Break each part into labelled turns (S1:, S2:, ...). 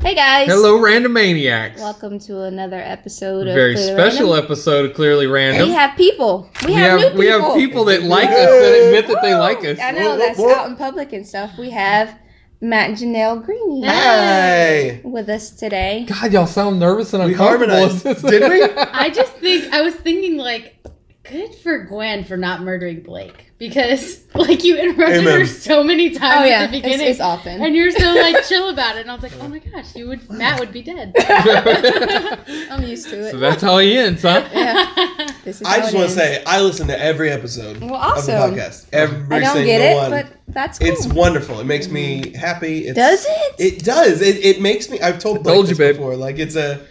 S1: Hey guys.
S2: Hello, random maniacs.
S1: Welcome to another episode of
S2: Very
S1: Clearly
S2: special
S1: Random.
S2: episode of Clearly Random.
S1: We have people. We, have, new
S2: we have people that like us that admit that they like us.
S1: I know
S3: Whoop,
S1: that's
S3: whoop.
S1: out in public and stuff. We have Matt and Janelle Green
S3: Hey.
S1: with us today.
S2: God, y'all sound nervous and
S3: We
S2: uncomfortable.
S3: harmonized, did we?
S4: I just think I was thinking like, good for Gwen for not murdering Blake because like you interrupted
S3: Amen.
S4: her so many
S1: Oh
S4: times
S1: yeah,
S4: at the
S1: it's,
S4: beginning,
S1: it's often.
S4: and you're so like chill about it. And I was like, oh my gosh, you would Matt would be dead.
S1: I'm used to it.
S2: so that's how he ends, huh?
S1: yeah, this is
S3: I
S1: how
S3: just
S1: it
S3: want to
S1: is.
S3: say I listen to every episode
S1: Well,
S3: of
S1: awesome.
S3: the podcast. Every
S1: I don't
S3: single
S1: get it,
S3: one.
S1: but that's cool. Mm.
S3: it's wonderful. It makes me happy. It's,
S1: Does it?
S3: It does. It, it makes me. I've told, Blake
S2: told you,
S3: this
S2: babe.
S3: before. Like it's a.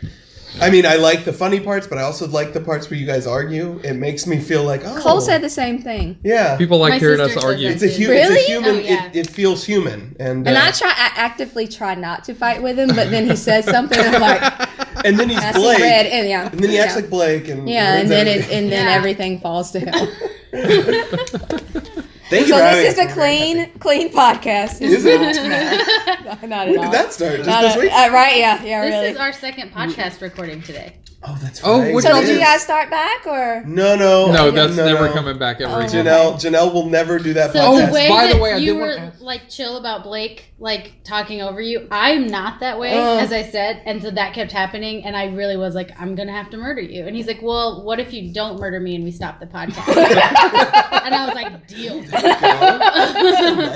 S3: I mean, I like the funny parts, but I also like the parts where you guys argue. It makes me feel like oh,
S1: Cole said the same thing.
S3: yeah.
S2: People like
S4: My
S2: hearing us
S4: sister said
S2: argue.
S4: that.
S3: It's a, hu-
S1: Really?
S3: it's a human.
S4: Oh, yeah.
S3: it, it feels human, and
S1: And
S3: uh,
S1: I try, I actively try not to fight with him, but then he says something I'm like,
S3: and then he's
S1: "That's
S3: Blake,
S1: red," and yeah,
S3: and then he acts
S1: yeah.
S3: like Blake, and
S1: yeah,
S3: ruins
S1: and then it,
S3: everything.
S1: and then
S4: Yeah.
S1: everything falls to hell.
S3: Thank you
S1: so
S3: for having
S1: this is
S3: us.
S1: a clean, clean podcast.
S3: Is
S4: it?
S1: No, not at
S3: When
S1: all.
S3: did that start? Just
S1: Not
S3: this
S1: at-
S3: week?
S1: uh, right? Yeah, yeah,
S4: this
S1: really.
S4: is our second podcast recording today.
S3: oh, that's
S2: Oh,
S3: right.
S2: what
S1: so
S2: it
S1: did you
S2: is.
S1: guys start back or?
S3: No, no,
S2: No, that's
S3: Oh, no,
S2: never
S3: no.
S2: coming back ever
S1: Oh.
S2: again.
S3: Janelle, Janelle will never do that.
S4: So
S2: Oh,
S4: the
S3: podcast.
S4: way
S2: by the
S4: that
S2: way, I
S4: you
S2: did
S4: were
S2: want to ask-
S4: like chill about Blake like talking over you, I'm not that way,
S2: Uh.
S1: Oh.
S4: as I said, and so that kept happening, and I really was like, I'm gonna have to murder you, and he's like, Well, what if you don't murder me and we stop the podcast? and I was like, Deal.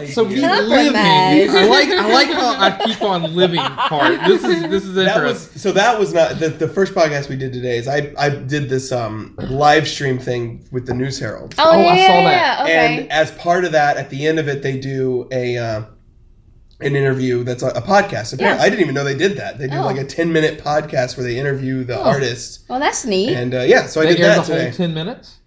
S2: So be
S1: Compromise.
S2: living. I like I like how I keep on living part. This is this is
S3: that was
S2: interesting.
S3: so that was not the, the first podcast we did today is I, I did this um live stream thing with the News Herald.
S2: Oh, I saw that.
S3: And as part of that, at the end of it, they do a uh, an interview that's a, a podcast. Apparently, I didn't even know they did that. They do
S1: Oh.
S3: like a ten minute podcast where they interview the artist.
S1: Well, that's neat.
S3: And uh, yeah, so I
S2: They
S3: did
S2: aired the
S3: that
S2: whole
S3: today.
S2: ten minutes.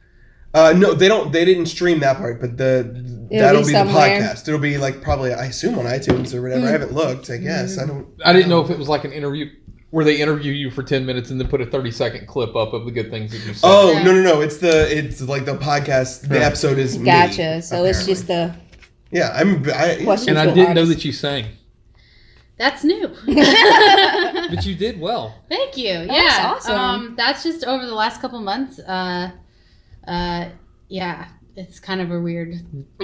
S3: Uh, no, they don't. They didn't stream that part, but the
S1: It'll
S3: that'll
S1: be
S3: be, the
S1: somewhere.
S3: podcast. It'll be like probably I assume on iTunes or
S4: Hmm.
S3: whatever. I haven't looked. I guess I don't.
S2: I didn't know if it was like an interview where they interview you for ten minutes and then put a thirty second clip up of the good things that you said.
S3: Oh
S4: Yeah.
S3: no no no! It's the it's like the podcast. The
S2: Yeah.
S3: episode is me,
S1: gotcha. So it's
S3: apparently.
S1: just a
S3: yeah. I'm I,
S1: Question.
S2: and I
S1: Visual
S2: didn't know
S1: artist.
S2: that you sang,
S4: That's new.
S2: but you did well.
S4: Thank you. Yeah.
S1: That's awesome.
S4: Um, that's just over the last couple months. Uh, uh, yeah, it's kind of a weird.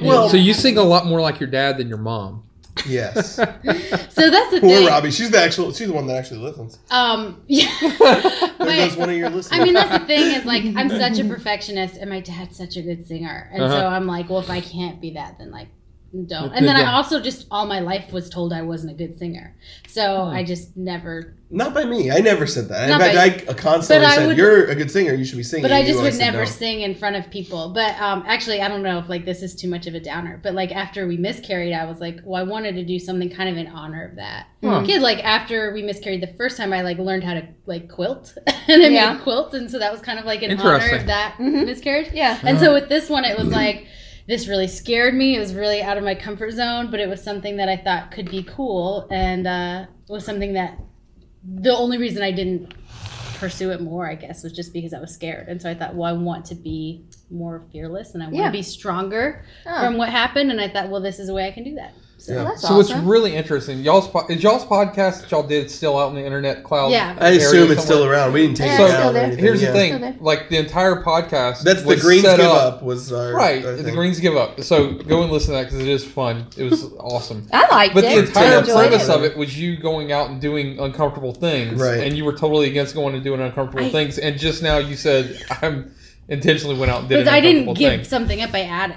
S3: Well-
S2: so you sing a lot more like your dad than your mom.
S3: yes.
S4: So that's the
S3: Poor
S4: thing.
S3: Robbie. She's the actual. She's the one that actually listens.
S4: Um, yeah.
S3: There
S4: My-
S3: goes one of your listeners.
S4: Oh, I mean, that's the thing is like I'm such a perfectionist, and my dad's such a good singer, and
S2: Uh-huh.
S4: so I'm like, well, if I can't be that, then like. Don't.
S2: Then
S4: And then I
S2: don't.
S4: also just all my life was told I wasn't a good singer, so I just never.
S3: not by me. I never said that. In
S4: Not
S3: fact, I constantly
S4: but I
S3: said,
S4: would-
S3: "You're a good singer. You should be singing."
S4: But
S3: You
S4: I just would
S3: always said
S4: never
S3: no.
S4: sing in front of people. But um, actually, I don't know if like this is too much of a downer. But like after we miscarried, I was like, well, I wanted to do something kind of in honor of that.
S1: Hmm.
S2: Huh.
S4: Kid, like after we miscarried the first time, I like learned how to like quilt, and I
S1: Yeah.
S4: made quilts, and so that was kind of like in honor
S2: Interesting. Mm-hmm.
S4: of that
S1: Mhm.
S4: miscarriage.
S1: yeah.
S4: And
S2: Mm.
S4: so with this one, it was like, this really scared me. It was really out of my comfort zone, but it was something that I thought could be cool and uh, was something that the only reason I didn't pursue it more, I guess, was just because I was scared. And so I thought, well, I want to be more fearless and I want
S1: Yeah.
S4: to be stronger
S1: Oh.
S4: from what happened. And I thought, well, this is a way I can do that. So,
S3: Yeah.
S1: Well, that's
S2: so it's
S1: awesome.
S2: really interesting. Y'all's po- is y'all's podcast that y'all did still out in the internet cloud?
S4: Yeah.
S3: I assume
S2: area
S3: it's still
S2: somewhere?
S3: around. We didn't take
S1: Yeah,
S3: it
S2: it's
S3: down.
S1: still
S3: or
S1: there.
S3: anything,
S2: Here's
S3: yeah.
S2: the thing:
S1: Still there.
S2: like the entire podcast.
S3: That's the
S2: was
S3: Greens
S2: set
S3: Give
S2: up,
S3: Up was our
S2: Right,
S3: our
S2: the
S3: thing.
S2: Greens give up. So go and listen to that because it is fun. It was awesome.
S1: I liked
S2: But
S1: it.
S2: the
S1: I
S2: entire
S1: enjoyed
S2: premise
S1: it.
S2: of it was you going out and doing uncomfortable things,
S3: Right.
S2: and you were totally against going and doing uncomfortable
S4: I-
S2: things. And just now you said I'm intentionally went out and did.
S4: But
S2: an
S4: I didn't
S2: uncomfortable
S4: give
S2: thing."
S4: something up, I added.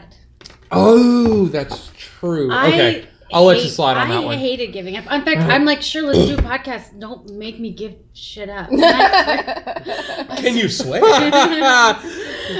S2: Oh, that's true.
S4: I
S2: okay, I'll let you
S4: hate-
S2: slide on
S4: I
S2: that one. Uh-huh.
S4: hated giving up. In fact, I'm like, sure, let's do a podcast. Don't make me give shit up. And I-
S3: Can you swear?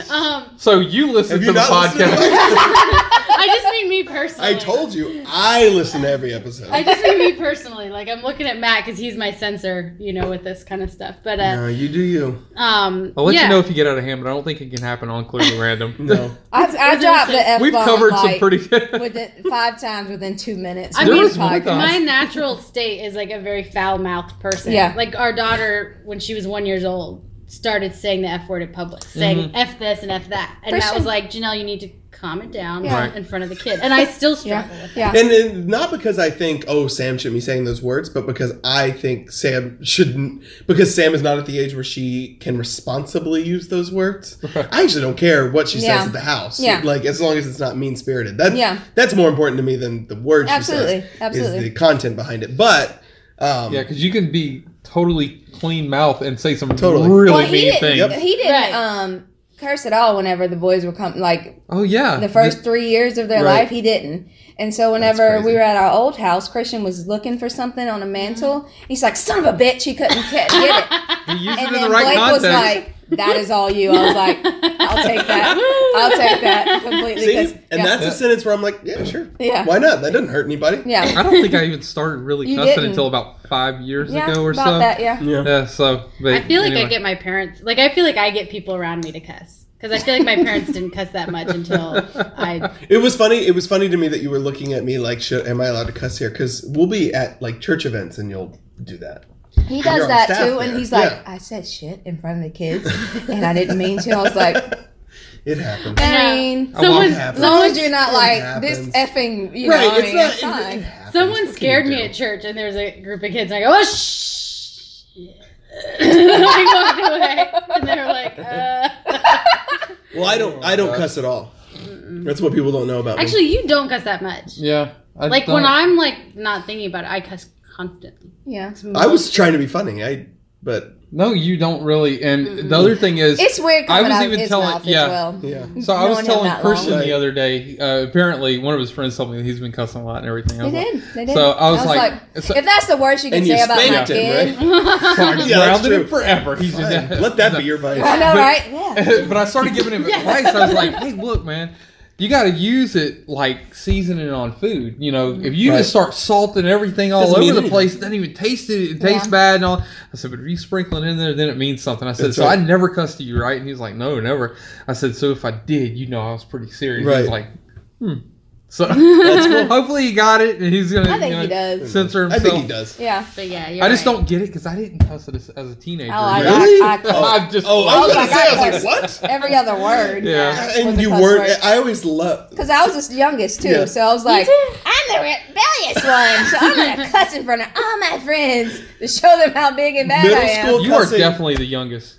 S4: um,
S2: so you listen
S3: Have
S2: to
S3: you
S2: the
S3: not listened to
S2: podcast.
S3: my-
S4: I just mean me personally.
S3: I told you I listen to every episode.
S4: I just mean me personally. Like I'm looking at Matt because he's my censor, you know, with this kind of stuff. But uh,
S3: no, you do you.
S4: um,
S2: I'll let
S4: yeah.
S2: you know if you get out of hand, but I don't think it can happen on Clearly Random.
S3: No.
S1: I, I
S4: It's
S1: dropped the
S4: insane.
S1: F
S2: We've
S1: bomb,
S2: covered some
S1: like,
S2: pretty good.
S1: within, five times within two minutes.
S4: I
S1: of
S4: mean,
S1: this
S2: my
S1: podcast.
S4: My natural state is like a very foul-mouthed person.
S1: Yeah.
S4: Like our daughter, when she was one years
S2: Mm-hmm.
S4: old, started saying the f word in public, saying f this and f that, and that
S1: Christian.
S4: was like Janelle, you need to calm it down
S1: Yeah.
S2: Right.
S4: in front of the kid. And I still struggle
S1: Yeah.
S4: with that.
S1: Yeah.
S3: And, and not because I think, oh, Sam shouldn't be saying those words, but because I think Sam shouldn't, because Sam is not at the age where she can responsibly use those words. I actually don't care what she
S1: Yeah.
S3: says at the house.
S1: Yeah.
S3: Like, as long as it's not mean spirited. That's,
S1: Yeah.
S3: that's more important to me than the words she
S1: Absolutely,
S3: says.
S1: absolutely.
S3: Is the content behind it. But, um,
S2: Yeah, because you can be totally clean mouth and say some
S3: Totally.
S2: really
S1: well, he
S2: mean
S1: didn't,
S2: things.
S3: Yep.
S1: he didn't
S4: Right.
S1: um, curse at all whenever the boys were coming. Like
S2: Oh yeah,
S1: the first three years of their
S3: Right.
S1: life, he didn't. And so
S3: That's
S1: whenever
S3: crazy.
S1: we were at our old house, Christian was looking for something on a mantle. He's like, "Son of a bitch!" He couldn't ca- get it.
S2: He used it
S1: And
S2: in
S1: then
S2: the right
S1: Blake
S2: context.
S1: was like, "That is all you." I was like, "I'll take that. I'll take that completely."
S3: see?
S1: 'cause-
S3: And
S1: yeah.
S3: that's a sentence where I'm like, yeah, sure.
S1: Yeah.
S3: Why not? That doesn't hurt anybody.
S1: yeah,
S2: I don't think I even started really
S1: You
S2: cussing
S1: didn't.
S2: until about five years
S1: yeah,
S2: ago or
S1: about
S2: so.
S1: that, yeah.
S3: Yeah.
S2: Yeah, so but
S4: I feel like
S2: anyway.
S4: I get my parents, like, I feel like I get people around me to cuss. Because I feel like my parents didn't cuss that much until I.
S3: It was funny. It was funny to me that you were looking at me like, should, "Am I allowed to cuss here?" Because we'll be at like church events, and you'll do that.
S1: He
S3: Mm-hmm. You're
S1: does
S3: on
S1: that
S3: staff
S1: too, and
S3: there.
S1: he's like,
S3: Yeah.
S1: "I said shit in front of the kids, and I didn't mean to." I was like,
S3: "It happened."
S1: I
S4: Yeah.
S1: mean,
S2: I
S4: Someone,
S2: won't
S3: have
S1: As long as
S4: someone,
S1: you're not
S3: It
S1: like
S3: happens.
S1: this effing, you know,
S3: right?
S1: I
S3: It's
S1: mean,
S3: not.
S1: it's
S3: it- it
S1: fine.
S3: happens. What can
S4: someone
S3: you
S4: scared
S3: do?
S4: me at church, and there was a group of kids, and I go, oh, shh. I walked away, and they were like, uh.
S3: Well, I don't. I don't
S2: Oh,
S3: cuss at all. That's what people don't know about me.
S4: Actually, you don't cuss that much.
S2: yeah, I
S4: Like
S2: don't-
S4: when I'm like not thinking about it, I cuss constantly.
S1: Yeah,
S3: I was trying to be funny. I but
S2: no, you don't really. And the other thing is,
S1: Mm-hmm. it's weird.
S2: I
S1: coming
S2: was
S1: out of
S2: even
S1: his
S2: telling-
S1: mouth
S2: yeah.
S1: as well.
S3: yeah.
S2: so I
S1: knowing
S2: was
S1: him
S2: telling
S1: that long.
S2: Christian
S3: Right.
S2: the other day. Uh, apparently, one of his friends told me that he's been cussing a lot and everything. I
S1: They
S2: was like,
S1: did. They did.
S2: So I was like- so-
S1: if that's the worst you can
S3: And you
S1: say about my
S3: spanked
S1: kid,
S3: him, right?
S2: so I just
S3: Yeah, that's
S2: grounded him
S3: true.
S2: forever. He's just-
S3: Fine. Let that be your
S1: I
S3: vice.
S1: know,
S2: But-
S1: right? Yeah.
S2: but I started giving him advice. I was like, hey, look, man, you got to use it like seasoning on food. You know, if you
S3: Right.
S2: just start salting everything all
S3: Doesn't mean
S2: over the
S3: anything.
S2: place, it doesn't even taste it. It tastes
S1: Yeah.
S2: bad and all. I said, but if you sprinkle it in there, then it means something. I said,
S3: That's
S2: so
S3: right.
S2: I never cussed at you, right? And he was like, no, never. I said, so if I did, you know, I was pretty serious. He was
S3: Right.
S2: like, hmm. So
S3: That's cool.
S2: hopefully he got it, and he's gonna
S1: I think
S2: you
S1: he
S2: know,
S1: does.
S2: censor
S3: I
S2: himself.
S3: think he does.
S1: Yeah.
S4: But yeah, you're
S2: I just
S4: right.
S2: don't get it because I didn't cuss as, as a teenager.
S1: Oh, I-
S3: Really?
S1: I- I-
S2: I'm just
S3: Oh, I
S1: Oh
S3: was
S1: my
S3: gonna say. I was like, what?
S1: Every other word.
S2: Yeah.
S3: And you weren't. I always love.
S1: Because I was the youngest too,
S3: Yeah.
S1: so I was like,
S4: too.
S1: I'm the rebellious one, so I'm gonna cuss in front of all my friends to show them how big and bad
S3: Middle
S1: I am.
S3: school-
S2: You are
S3: cussing.
S2: definitely the youngest.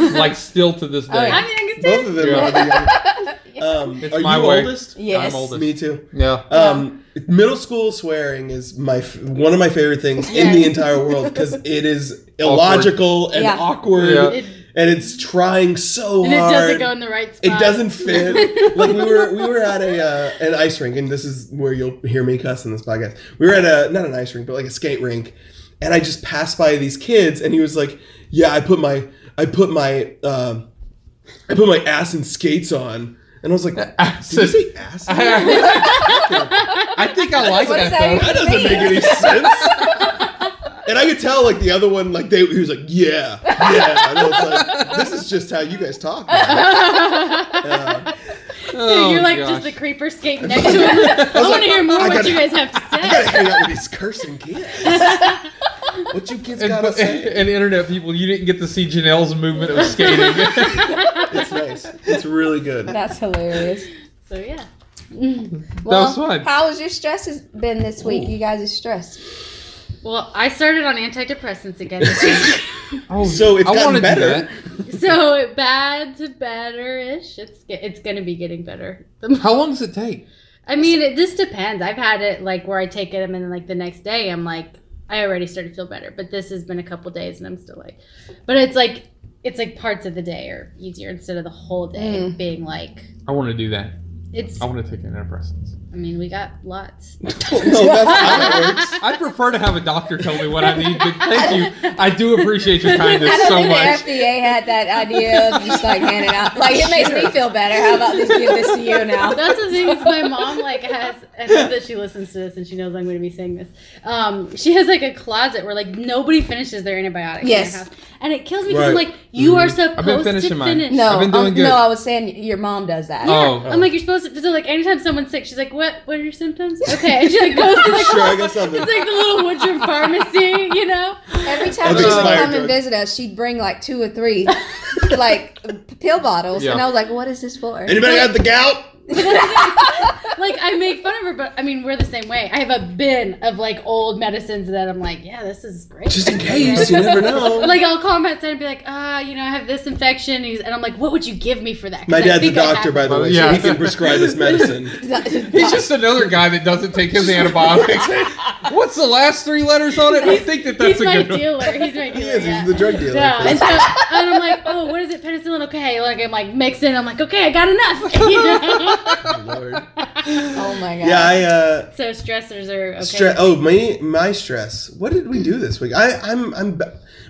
S2: like still to this day.
S1: Oh, yeah.
S4: I'm youngest.
S3: Both of them
S2: Yeah.
S3: are the young- um,
S2: It's
S3: Are
S2: my
S3: you
S2: way.
S3: oldest?
S1: Yes.
S2: I'm oldest.
S3: Me too.
S2: Yeah.
S3: Um, middle school swearing is my f- one of my favorite things in the
S4: Yes.
S3: entire world because it is illogical and
S1: Yeah.
S3: awkward,
S2: Yeah.
S4: It,
S3: and it's trying so
S4: and it
S3: hard.
S4: doesn't go in the right spot.
S3: It doesn't fit. like we were we were at a uh, an ice rink, and this is where you'll hear me cuss in this podcast. We were at a not an ice rink, but like a skate rink, and I just passed by these kids, and he was like, "Yeah, I put my I put my um, I put my ass in skates on," and I was like,
S2: Ass
S3: "Did you
S2: in-
S3: say ass?" in
S2: I think I like
S1: What does that
S2: that though.
S1: even
S3: That doesn't make any sense. And I could tell, like the other one, like they, he was like, "Yeah, yeah." And I was like, "This is just how you guys talk." man." Uh,
S4: So you're
S2: Oh,
S4: like
S2: gosh.
S4: just the creeper skating next to him. I want to hear more
S3: I
S4: what
S3: gotta-
S4: you guys have to
S3: I
S4: say.
S3: gotta hang out with these cursing kids. What you kids
S2: and,
S3: gotta say?
S2: and internet people, you didn't get to see Janelle's movement of skating. that
S3: It's nice. It's really good.
S1: That's hilarious.
S4: So yeah.
S2: was fun.
S1: How has your stress has been this week? You guys are stressed.
S4: Well, I started on antidepressants again this week.
S2: Oh,
S3: So it's
S2: I
S3: gotten
S2: wanna do
S3: better.
S2: that.
S4: so bad to better ish. It's ge- it's gonna be getting better. The mo-
S2: How long does it take?
S4: I mean, it just depends. I've had it like where I take it and then like the next day I'm like I already started to feel better, but this has been a couple days and I'm still like, but it's like it's like parts of the day are easier instead of the whole day
S1: Mm.
S4: being like
S2: I want to do that.
S4: it's.
S2: I want to take antidepressants.
S4: I mean, we got lots.
S3: no, that's how it works.
S2: I prefer to have a doctor tell me what I need, but thank you. I do appreciate your kindness
S1: I don't
S2: so
S1: think
S2: much.
S1: the FDA had that idea of just like handing out. Like it makes me feel better. How about just give this to you now?
S4: That's the thing is my mom like has I know that she listens to this and she knows I'm going to be saying this. Um, she has like a closet where like nobody finishes their antibiotics.
S1: Yes.
S4: in her house. and it kills me because
S3: Right.
S4: I'm like, you are
S2: Mm-hmm. I've been
S4: supposed to
S2: finishing mine.
S4: finish.
S1: No,
S2: I've been doing
S1: um,
S2: good.
S1: no. I was saying your mom does that.
S4: Yeah.
S2: Oh.
S4: I'm like, you're supposed to. So like, anytime someone's sick, she's like, what? What are your symptoms? Okay, and she like goes to like,
S3: Sure, I got something.
S4: it's like the little Woodrum pharmacy, you know.
S1: Every time
S3: Of
S1: she would
S3: expired
S1: come and
S3: drugs.
S1: visit us, she'd bring like two or three like pill bottles,
S2: Yeah.
S1: and I was like, "What is this for?"
S3: Anybody got the gout?
S4: like I make fun of her, but I mean we're the same way. I have a bin of like old medicines that I'm like, yeah, this is great.
S3: Just in case, you never know.
S4: Like I'll call him outside and be like, ah, you know, I have this infection, and, he's, and I'm like, what would you give me for that? 'Cause
S3: My
S4: I
S3: dad's a
S4: think I have-
S3: doctor, by the way,
S2: Yeah.
S3: so he can prescribe us medicine.
S2: He's just another guy that doesn't take his antibiotics. What's the last three letters on it? I think that that's
S4: He's
S2: a
S4: my
S2: good one.
S4: dealer. He's my dealer.
S3: He is.
S4: yeah.
S3: He's the drug dealer.
S4: Yeah.
S3: That's-
S4: And, so, and I'm like, oh, what is it? Penicillin? Okay. Like, I'm like, mix it. I'm like, okay, I got enough. You know?
S3: Lord.
S1: oh my god.
S3: Yeah, I uh,
S4: so stressors are okay.
S3: Stress. Oh, my my stress. What did we do this week? I I'm I'm. b-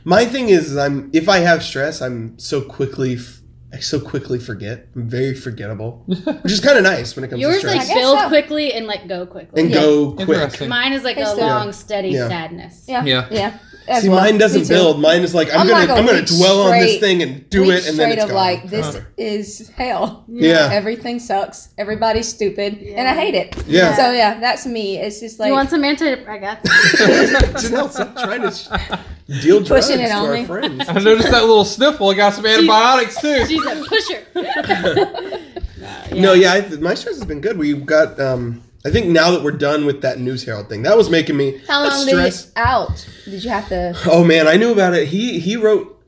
S3: My thing is, is I'm if I have stress, I'm so quickly. F- I so quickly forget. I'm very forgettable, which is kind of nice when it comes
S4: Yours
S3: to stress.
S4: like
S1: guess
S4: build
S1: so.
S4: quickly and let go quickly.
S3: and
S1: Yeah.
S3: go quick.
S2: Interesting.
S4: Mine is like a
S1: It's the-
S4: long, steady
S3: Yeah.
S4: sadness.
S1: Yeah.
S2: Yeah.
S1: Yeah. as
S3: See,
S1: well.
S3: mine
S1: Me
S3: doesn't
S1: too.
S3: build. Mine is like I'm,
S1: I'm
S3: gonna
S1: like a
S3: I'm gonna
S1: week
S3: dwell on this
S1: straight-
S3: thing and do
S1: Week
S3: it, and then
S1: straight
S3: it's
S1: of
S3: gone.
S1: like this
S2: Huh.
S1: is hell.
S3: Yeah.
S1: Everything sucks. Everybody's stupid, and I
S4: Yeah.
S1: hate it.
S3: Yeah.
S1: So yeah, that's me. It's just like
S4: you want some anti? I got. some.
S3: Janelle, stop trying to sh- deal drugs
S1: Pushing it
S3: to
S1: on
S3: our
S1: me.
S3: friends.
S2: I noticed that little sniffle. I got some antibiotics too.
S4: She's a pusher.
S3: No, yeah, I, my stress has been good. We got. um I think now that we're done with that News Herald thing, that was making me
S1: how long
S3: stress.
S1: did it out? Did you have to?
S3: Oh man, I knew about it. He he wrote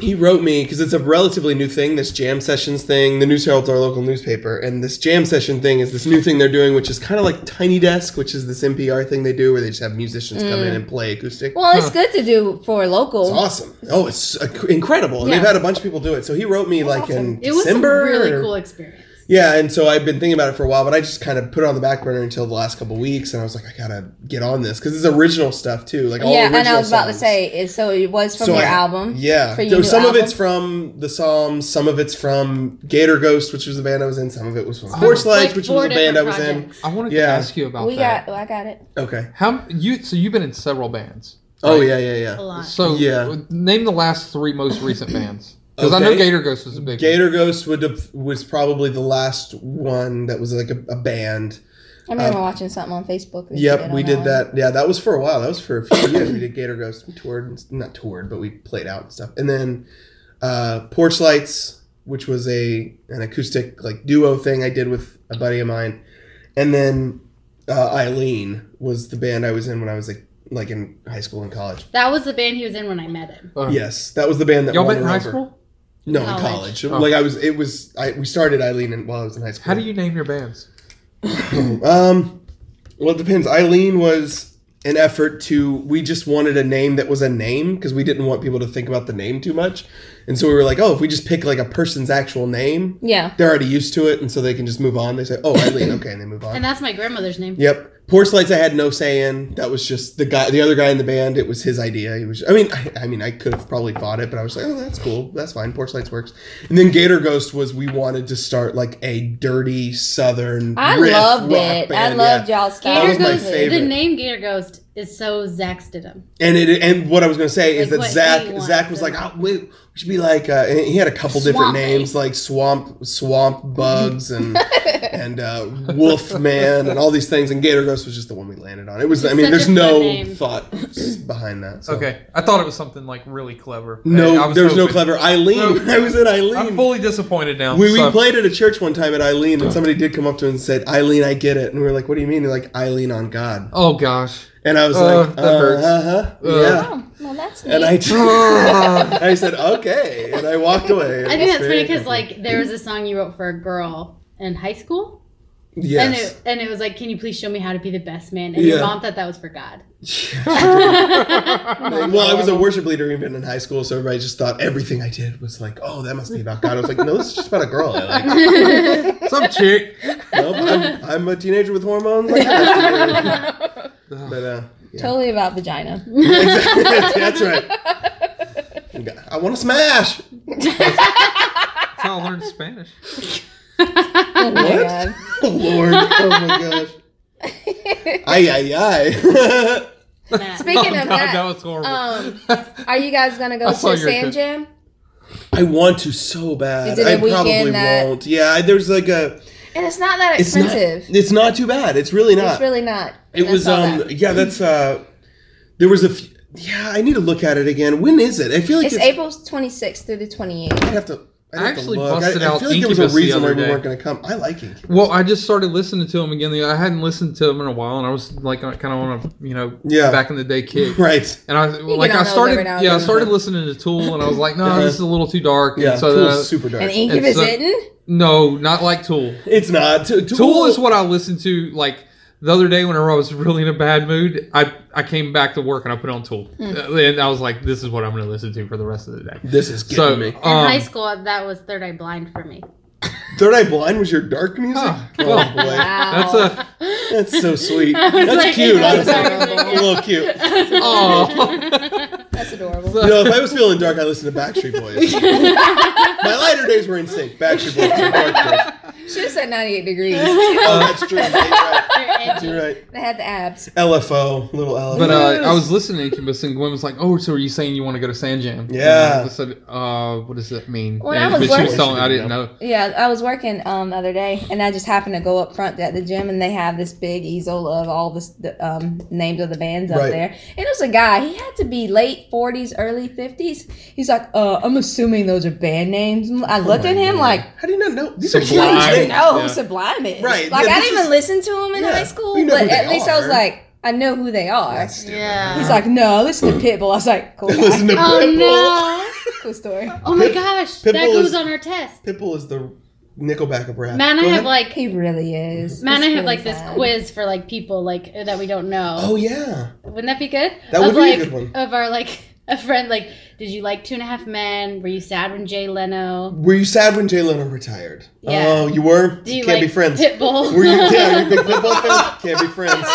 S3: he wrote me because it's a relatively new thing. This jam sessions thing. The News Herald's our local newspaper, and this jam session thing is this new thing they're doing, which is kind of like Tiny Desk, which is this NPR thing they do where they just have musicians come in and play acoustic.
S1: Mm. Well, it's good to do for local.
S3: it's awesome. Oh, it's uh, incredible. And
S1: Yeah.
S3: They've had a bunch of people do it. So he wrote me like in
S4: It was
S3: December.
S4: a really
S3: or-
S4: cool experience.
S3: yeah, and so I've been thinking about it for a while, but I just kind of put it on the back burner until the last couple weeks, and I was like, I gotta get on this because it's original stuff too. Like all
S1: yeah,
S3: original
S1: and I was about to
S3: songs.
S1: say, it, so it was from
S3: So
S1: your
S3: I-
S1: album.
S3: Yeah.
S1: For your
S3: So
S1: new
S3: some
S1: album?
S3: of it's from the Psalms, some of it's from Gator Ghost, which was the band I was in, some of it was from Horse Lights,
S4: Oh, Like
S3: which
S4: four
S3: was the band I was
S4: different
S3: in.
S4: projects.
S2: I wanted to
S3: Yeah.
S2: ask you about
S1: we
S2: that.
S1: got. oh, I got it.
S3: Okay.
S2: How you? So you've been in several bands.
S3: Oh yeah, yeah,
S4: A
S3: yeah.
S4: lot.
S2: So
S3: Yeah.
S2: w- name the last three most recent bands. Because I know
S3: Okay.
S2: Gator Ghost was a big
S3: Gator Ghost would have, was probably the last one that was like a, a band.
S1: I remember watching something on Facebook. that you
S3: Uh, Yep,
S1: on
S3: we did
S1: one.
S3: that. Yeah, that was for a while. That was for a few years. We did Gator Ghost. We toured, and- not toured, but we played out and stuff. And then uh, Porch Lights, which was a an acoustic like duo thing I did with a buddy of mine. And then uh, Eileen was the band I was in when I was like like in high school and college.
S4: That was the band he was in when I met him.
S2: one. Uh,
S3: Yes, that was the band that
S2: Y'all
S3: won
S2: been in
S3: her
S2: high
S3: over.
S2: school?
S3: No, in
S4: College.
S3: college.
S2: Oh.
S3: Like I was, it was. I we started Eileen and, while I was in high school.
S2: How do you name your bands?
S3: Um, well, it depends. Eileen was an effort to. We just wanted a name that was a name because we didn't want people to think about the name too much, and so we were like, oh, if we just pick like a person's actual name,
S1: Yeah.
S3: they're already used to it, and so they can just move on. They say, oh, Eileen, okay, and they move
S4: And
S3: on.
S4: that's my grandmother's name.
S3: Yep. Porch lights. I had no say in. That was just the guy, the other guy in the band. It was his idea. He was. I mean, I, I mean, I could have probably bought it, but I was like, oh, that's cool. That's fine. Porch lights works. And then Gator Ghost was. We wanted to start like a dirty Southern.
S1: I
S3: riff
S1: loved
S3: rock
S1: it. I
S3: band.
S1: loved
S3: Yeah.
S1: y'all stuff.
S3: That
S4: Gator
S3: was my
S4: Ghost. The
S3: favorite.
S4: name Gator Ghost is so Zach Stidham.
S3: And it and what I was gonna say
S4: Like
S3: is that
S4: what
S3: Zach
S4: he wants
S3: Zach was
S4: and-
S3: like, oh, we, we should be like. Uh, and he had a couple different
S4: Swamp
S3: names like swamp swamp bugs and and uh, wolf man and all these things. And Gator Ghost was just the one we landed on. It was.
S4: It's
S3: I mean,
S4: such
S3: there's
S4: a fun
S3: no
S4: name.
S3: thought behind that. So.
S2: Okay, I thought it was something like really clever. Hey, I
S3: No, there was no
S2: hoping-
S3: clever
S2: No.
S3: Eileen. when I was at
S2: I'm
S3: Eileen.
S2: fully disappointed now.
S3: we, we
S2: so-
S3: played at a church one time at Eileen, and somebody did come up to us and said, "Eileen, I get it." And we were like, "What do you mean?" They're like, "Eileen on God."
S2: Oh gosh.
S3: And I was
S2: Uh,
S3: like,
S2: that hurts.
S3: "Uh huh,
S2: Uh.
S3: yeah."
S1: Oh, well, that's neat.
S3: And I just,
S2: Ah.
S3: I said, okay. And I walked away.
S4: I think that's funny because like there was a song you wrote for a girl in high school, and
S3: Yes.
S4: it and it was like, "Can you please show me how to be the best man?" And your
S3: Yeah.
S4: mom thought that was for God.
S3: well, I was a worship leader even in high school, so everybody just thought everything I did was like, oh, that must be about God. I was like, no, this is just about a girl. I like,
S2: Some chick.
S3: nope, I'm, I'm a teenager with hormones. Like, the rest of you." but, uh, yeah.
S1: totally about vagina.
S3: that's right. I want to smash.
S2: That's how I learned Spanish.
S1: Oh my
S3: What?
S1: God.
S3: Oh, Lord. Oh, my gosh. Ay, ay, ay.
S4: Matt.
S1: Speaking
S2: oh
S1: of
S2: god,
S1: that,
S2: that was horrible.
S1: um, are you guys gonna go
S2: I
S1: to
S2: saw your
S1: Sand
S2: picture.
S1: Jam?
S3: I want to so bad.
S1: Is it a
S3: I probably
S1: weekend
S4: uh,
S1: that-
S3: won't. Yeah, I- there's like a.
S1: And it's not that
S3: It's not,
S1: expensive. It's,
S3: it's not too bad. It's really not.
S1: really not.
S3: it
S1: I
S3: was
S1: saw
S3: um
S1: that.
S3: yeah, that's uh there was a few, yeah, I need to look at it again. When is it? I feel like
S1: It's
S3: it's,
S1: April 26th through the 28th.
S3: I have to I'd have to
S2: actually
S3: look.
S2: busted out
S3: there was
S2: Incubus the other
S3: why we
S2: day.
S3: weren't going to come. I like Incubus.
S2: Well, I just started listening to him again. the- I hadn't listened to him in a while, and I was like kind of on a you know
S3: Yeah.
S2: back in the day kick.
S3: Right.
S2: And I
S1: get
S2: like
S1: on
S2: I
S1: those every
S2: started
S1: now and
S2: yeah I
S1: then.
S2: started listening to Tool, and I was like, no,
S3: Uh-huh.
S2: this is a little too dark.
S3: Yeah.
S2: and so uh,
S3: Tool's
S2: then I-
S3: super dark.
S1: And Incubus
S2: It's a-
S1: isn't?
S2: no, not like Tool.
S3: it's not. Tool,
S2: Tool is what I listened to like the other day whenever I was really in a bad mood. I I came back to work and I put on Tool,
S1: Hmm.
S2: Uh, and I was like, this is what I'm going to listen to for the rest of the day.
S3: This is getting
S2: So
S3: me.
S4: In high
S2: um,
S4: school, that was Third Eye Blind for me.
S3: Third Eye Blind was your dark music.
S2: Huh.
S3: Oh boy,
S2: that's a
S3: that's so sweet.
S4: I was
S3: That's
S4: like,
S3: cute.
S4: that's
S3: Honestly,
S1: adorable.
S3: a little cute.
S2: Aw.
S1: That's adorable.
S3: You know, if I was feeling dark, I listened to Backstreet Boys. My lighter days were in sync. Backstreet Boys. and Dark Days.
S1: Should have said 98 degrees. They
S3: Oh, that's true. You're right.
S4: They're edgy.
S3: You're right.
S1: had the abs.
S3: LFO, little LFO.
S2: But uh, I was listening to Incubus, and Gwen was like, "Oh, so are you saying you want to go to Sand Jam?"
S3: Yeah.
S2: And I said, "Uh, what does that mean?"
S1: When
S2: And-
S1: I was
S2: but she was
S1: working-
S2: telling, I didn't know.
S1: Yeah, I was working um the other day, and I just happened to go up front at the gym, and they have this big easel of all this, the um, names of the bands up
S3: Right.
S1: there. And it was a guy. He had to be late forties, early fifties. He's like, uh, I'm assuming those are band names. I
S3: Oh
S1: looked at him like.
S3: how do you not know? These
S2: Sublime.
S3: are huge
S1: I
S2: Right.
S1: didn't
S3: names.
S1: know
S2: Yeah.
S1: who Sublime is.
S3: Right,
S1: Like
S3: yeah,
S1: I
S3: this
S1: didn't even listen to him in
S3: Yeah,
S1: high school,
S3: we know who
S1: but
S3: they
S1: at least I was
S3: are.
S1: like, I know who they are.
S3: That's stupid.
S4: Yeah.
S1: He's like, no, I listen to Pitbull. I was like, cool, guy.
S3: Listen to
S4: oh
S3: Pitbull.
S4: no!
S1: cool story.
S4: Oh my
S3: Pit-
S4: gosh, that
S3: Pitbull
S4: goes
S3: is-
S4: on our test.
S3: Pitbull is the Nickelback of rap.
S4: Man, I
S3: Go
S4: have
S3: ahead.
S4: like
S1: He really is.
S4: man,
S1: It's
S4: I have
S1: really
S4: like this
S1: sad.
S4: quiz for like people like uh, that we don't know.
S3: Oh yeah,
S4: Wouldn't that be good?
S3: That
S4: of
S3: would be a
S4: like,
S3: good one.
S4: Of our like a friend like, did you like Two and a Half Men? Were you sad when Jay Leno?
S3: were you sad when Jay Leno retired?
S4: Yeah.
S3: Oh, you were.
S4: Do you
S3: Can't
S4: like
S3: be friends.
S4: Pitbull?
S3: Were you? Yeah, you a big Pitbull fan. Can't be friends.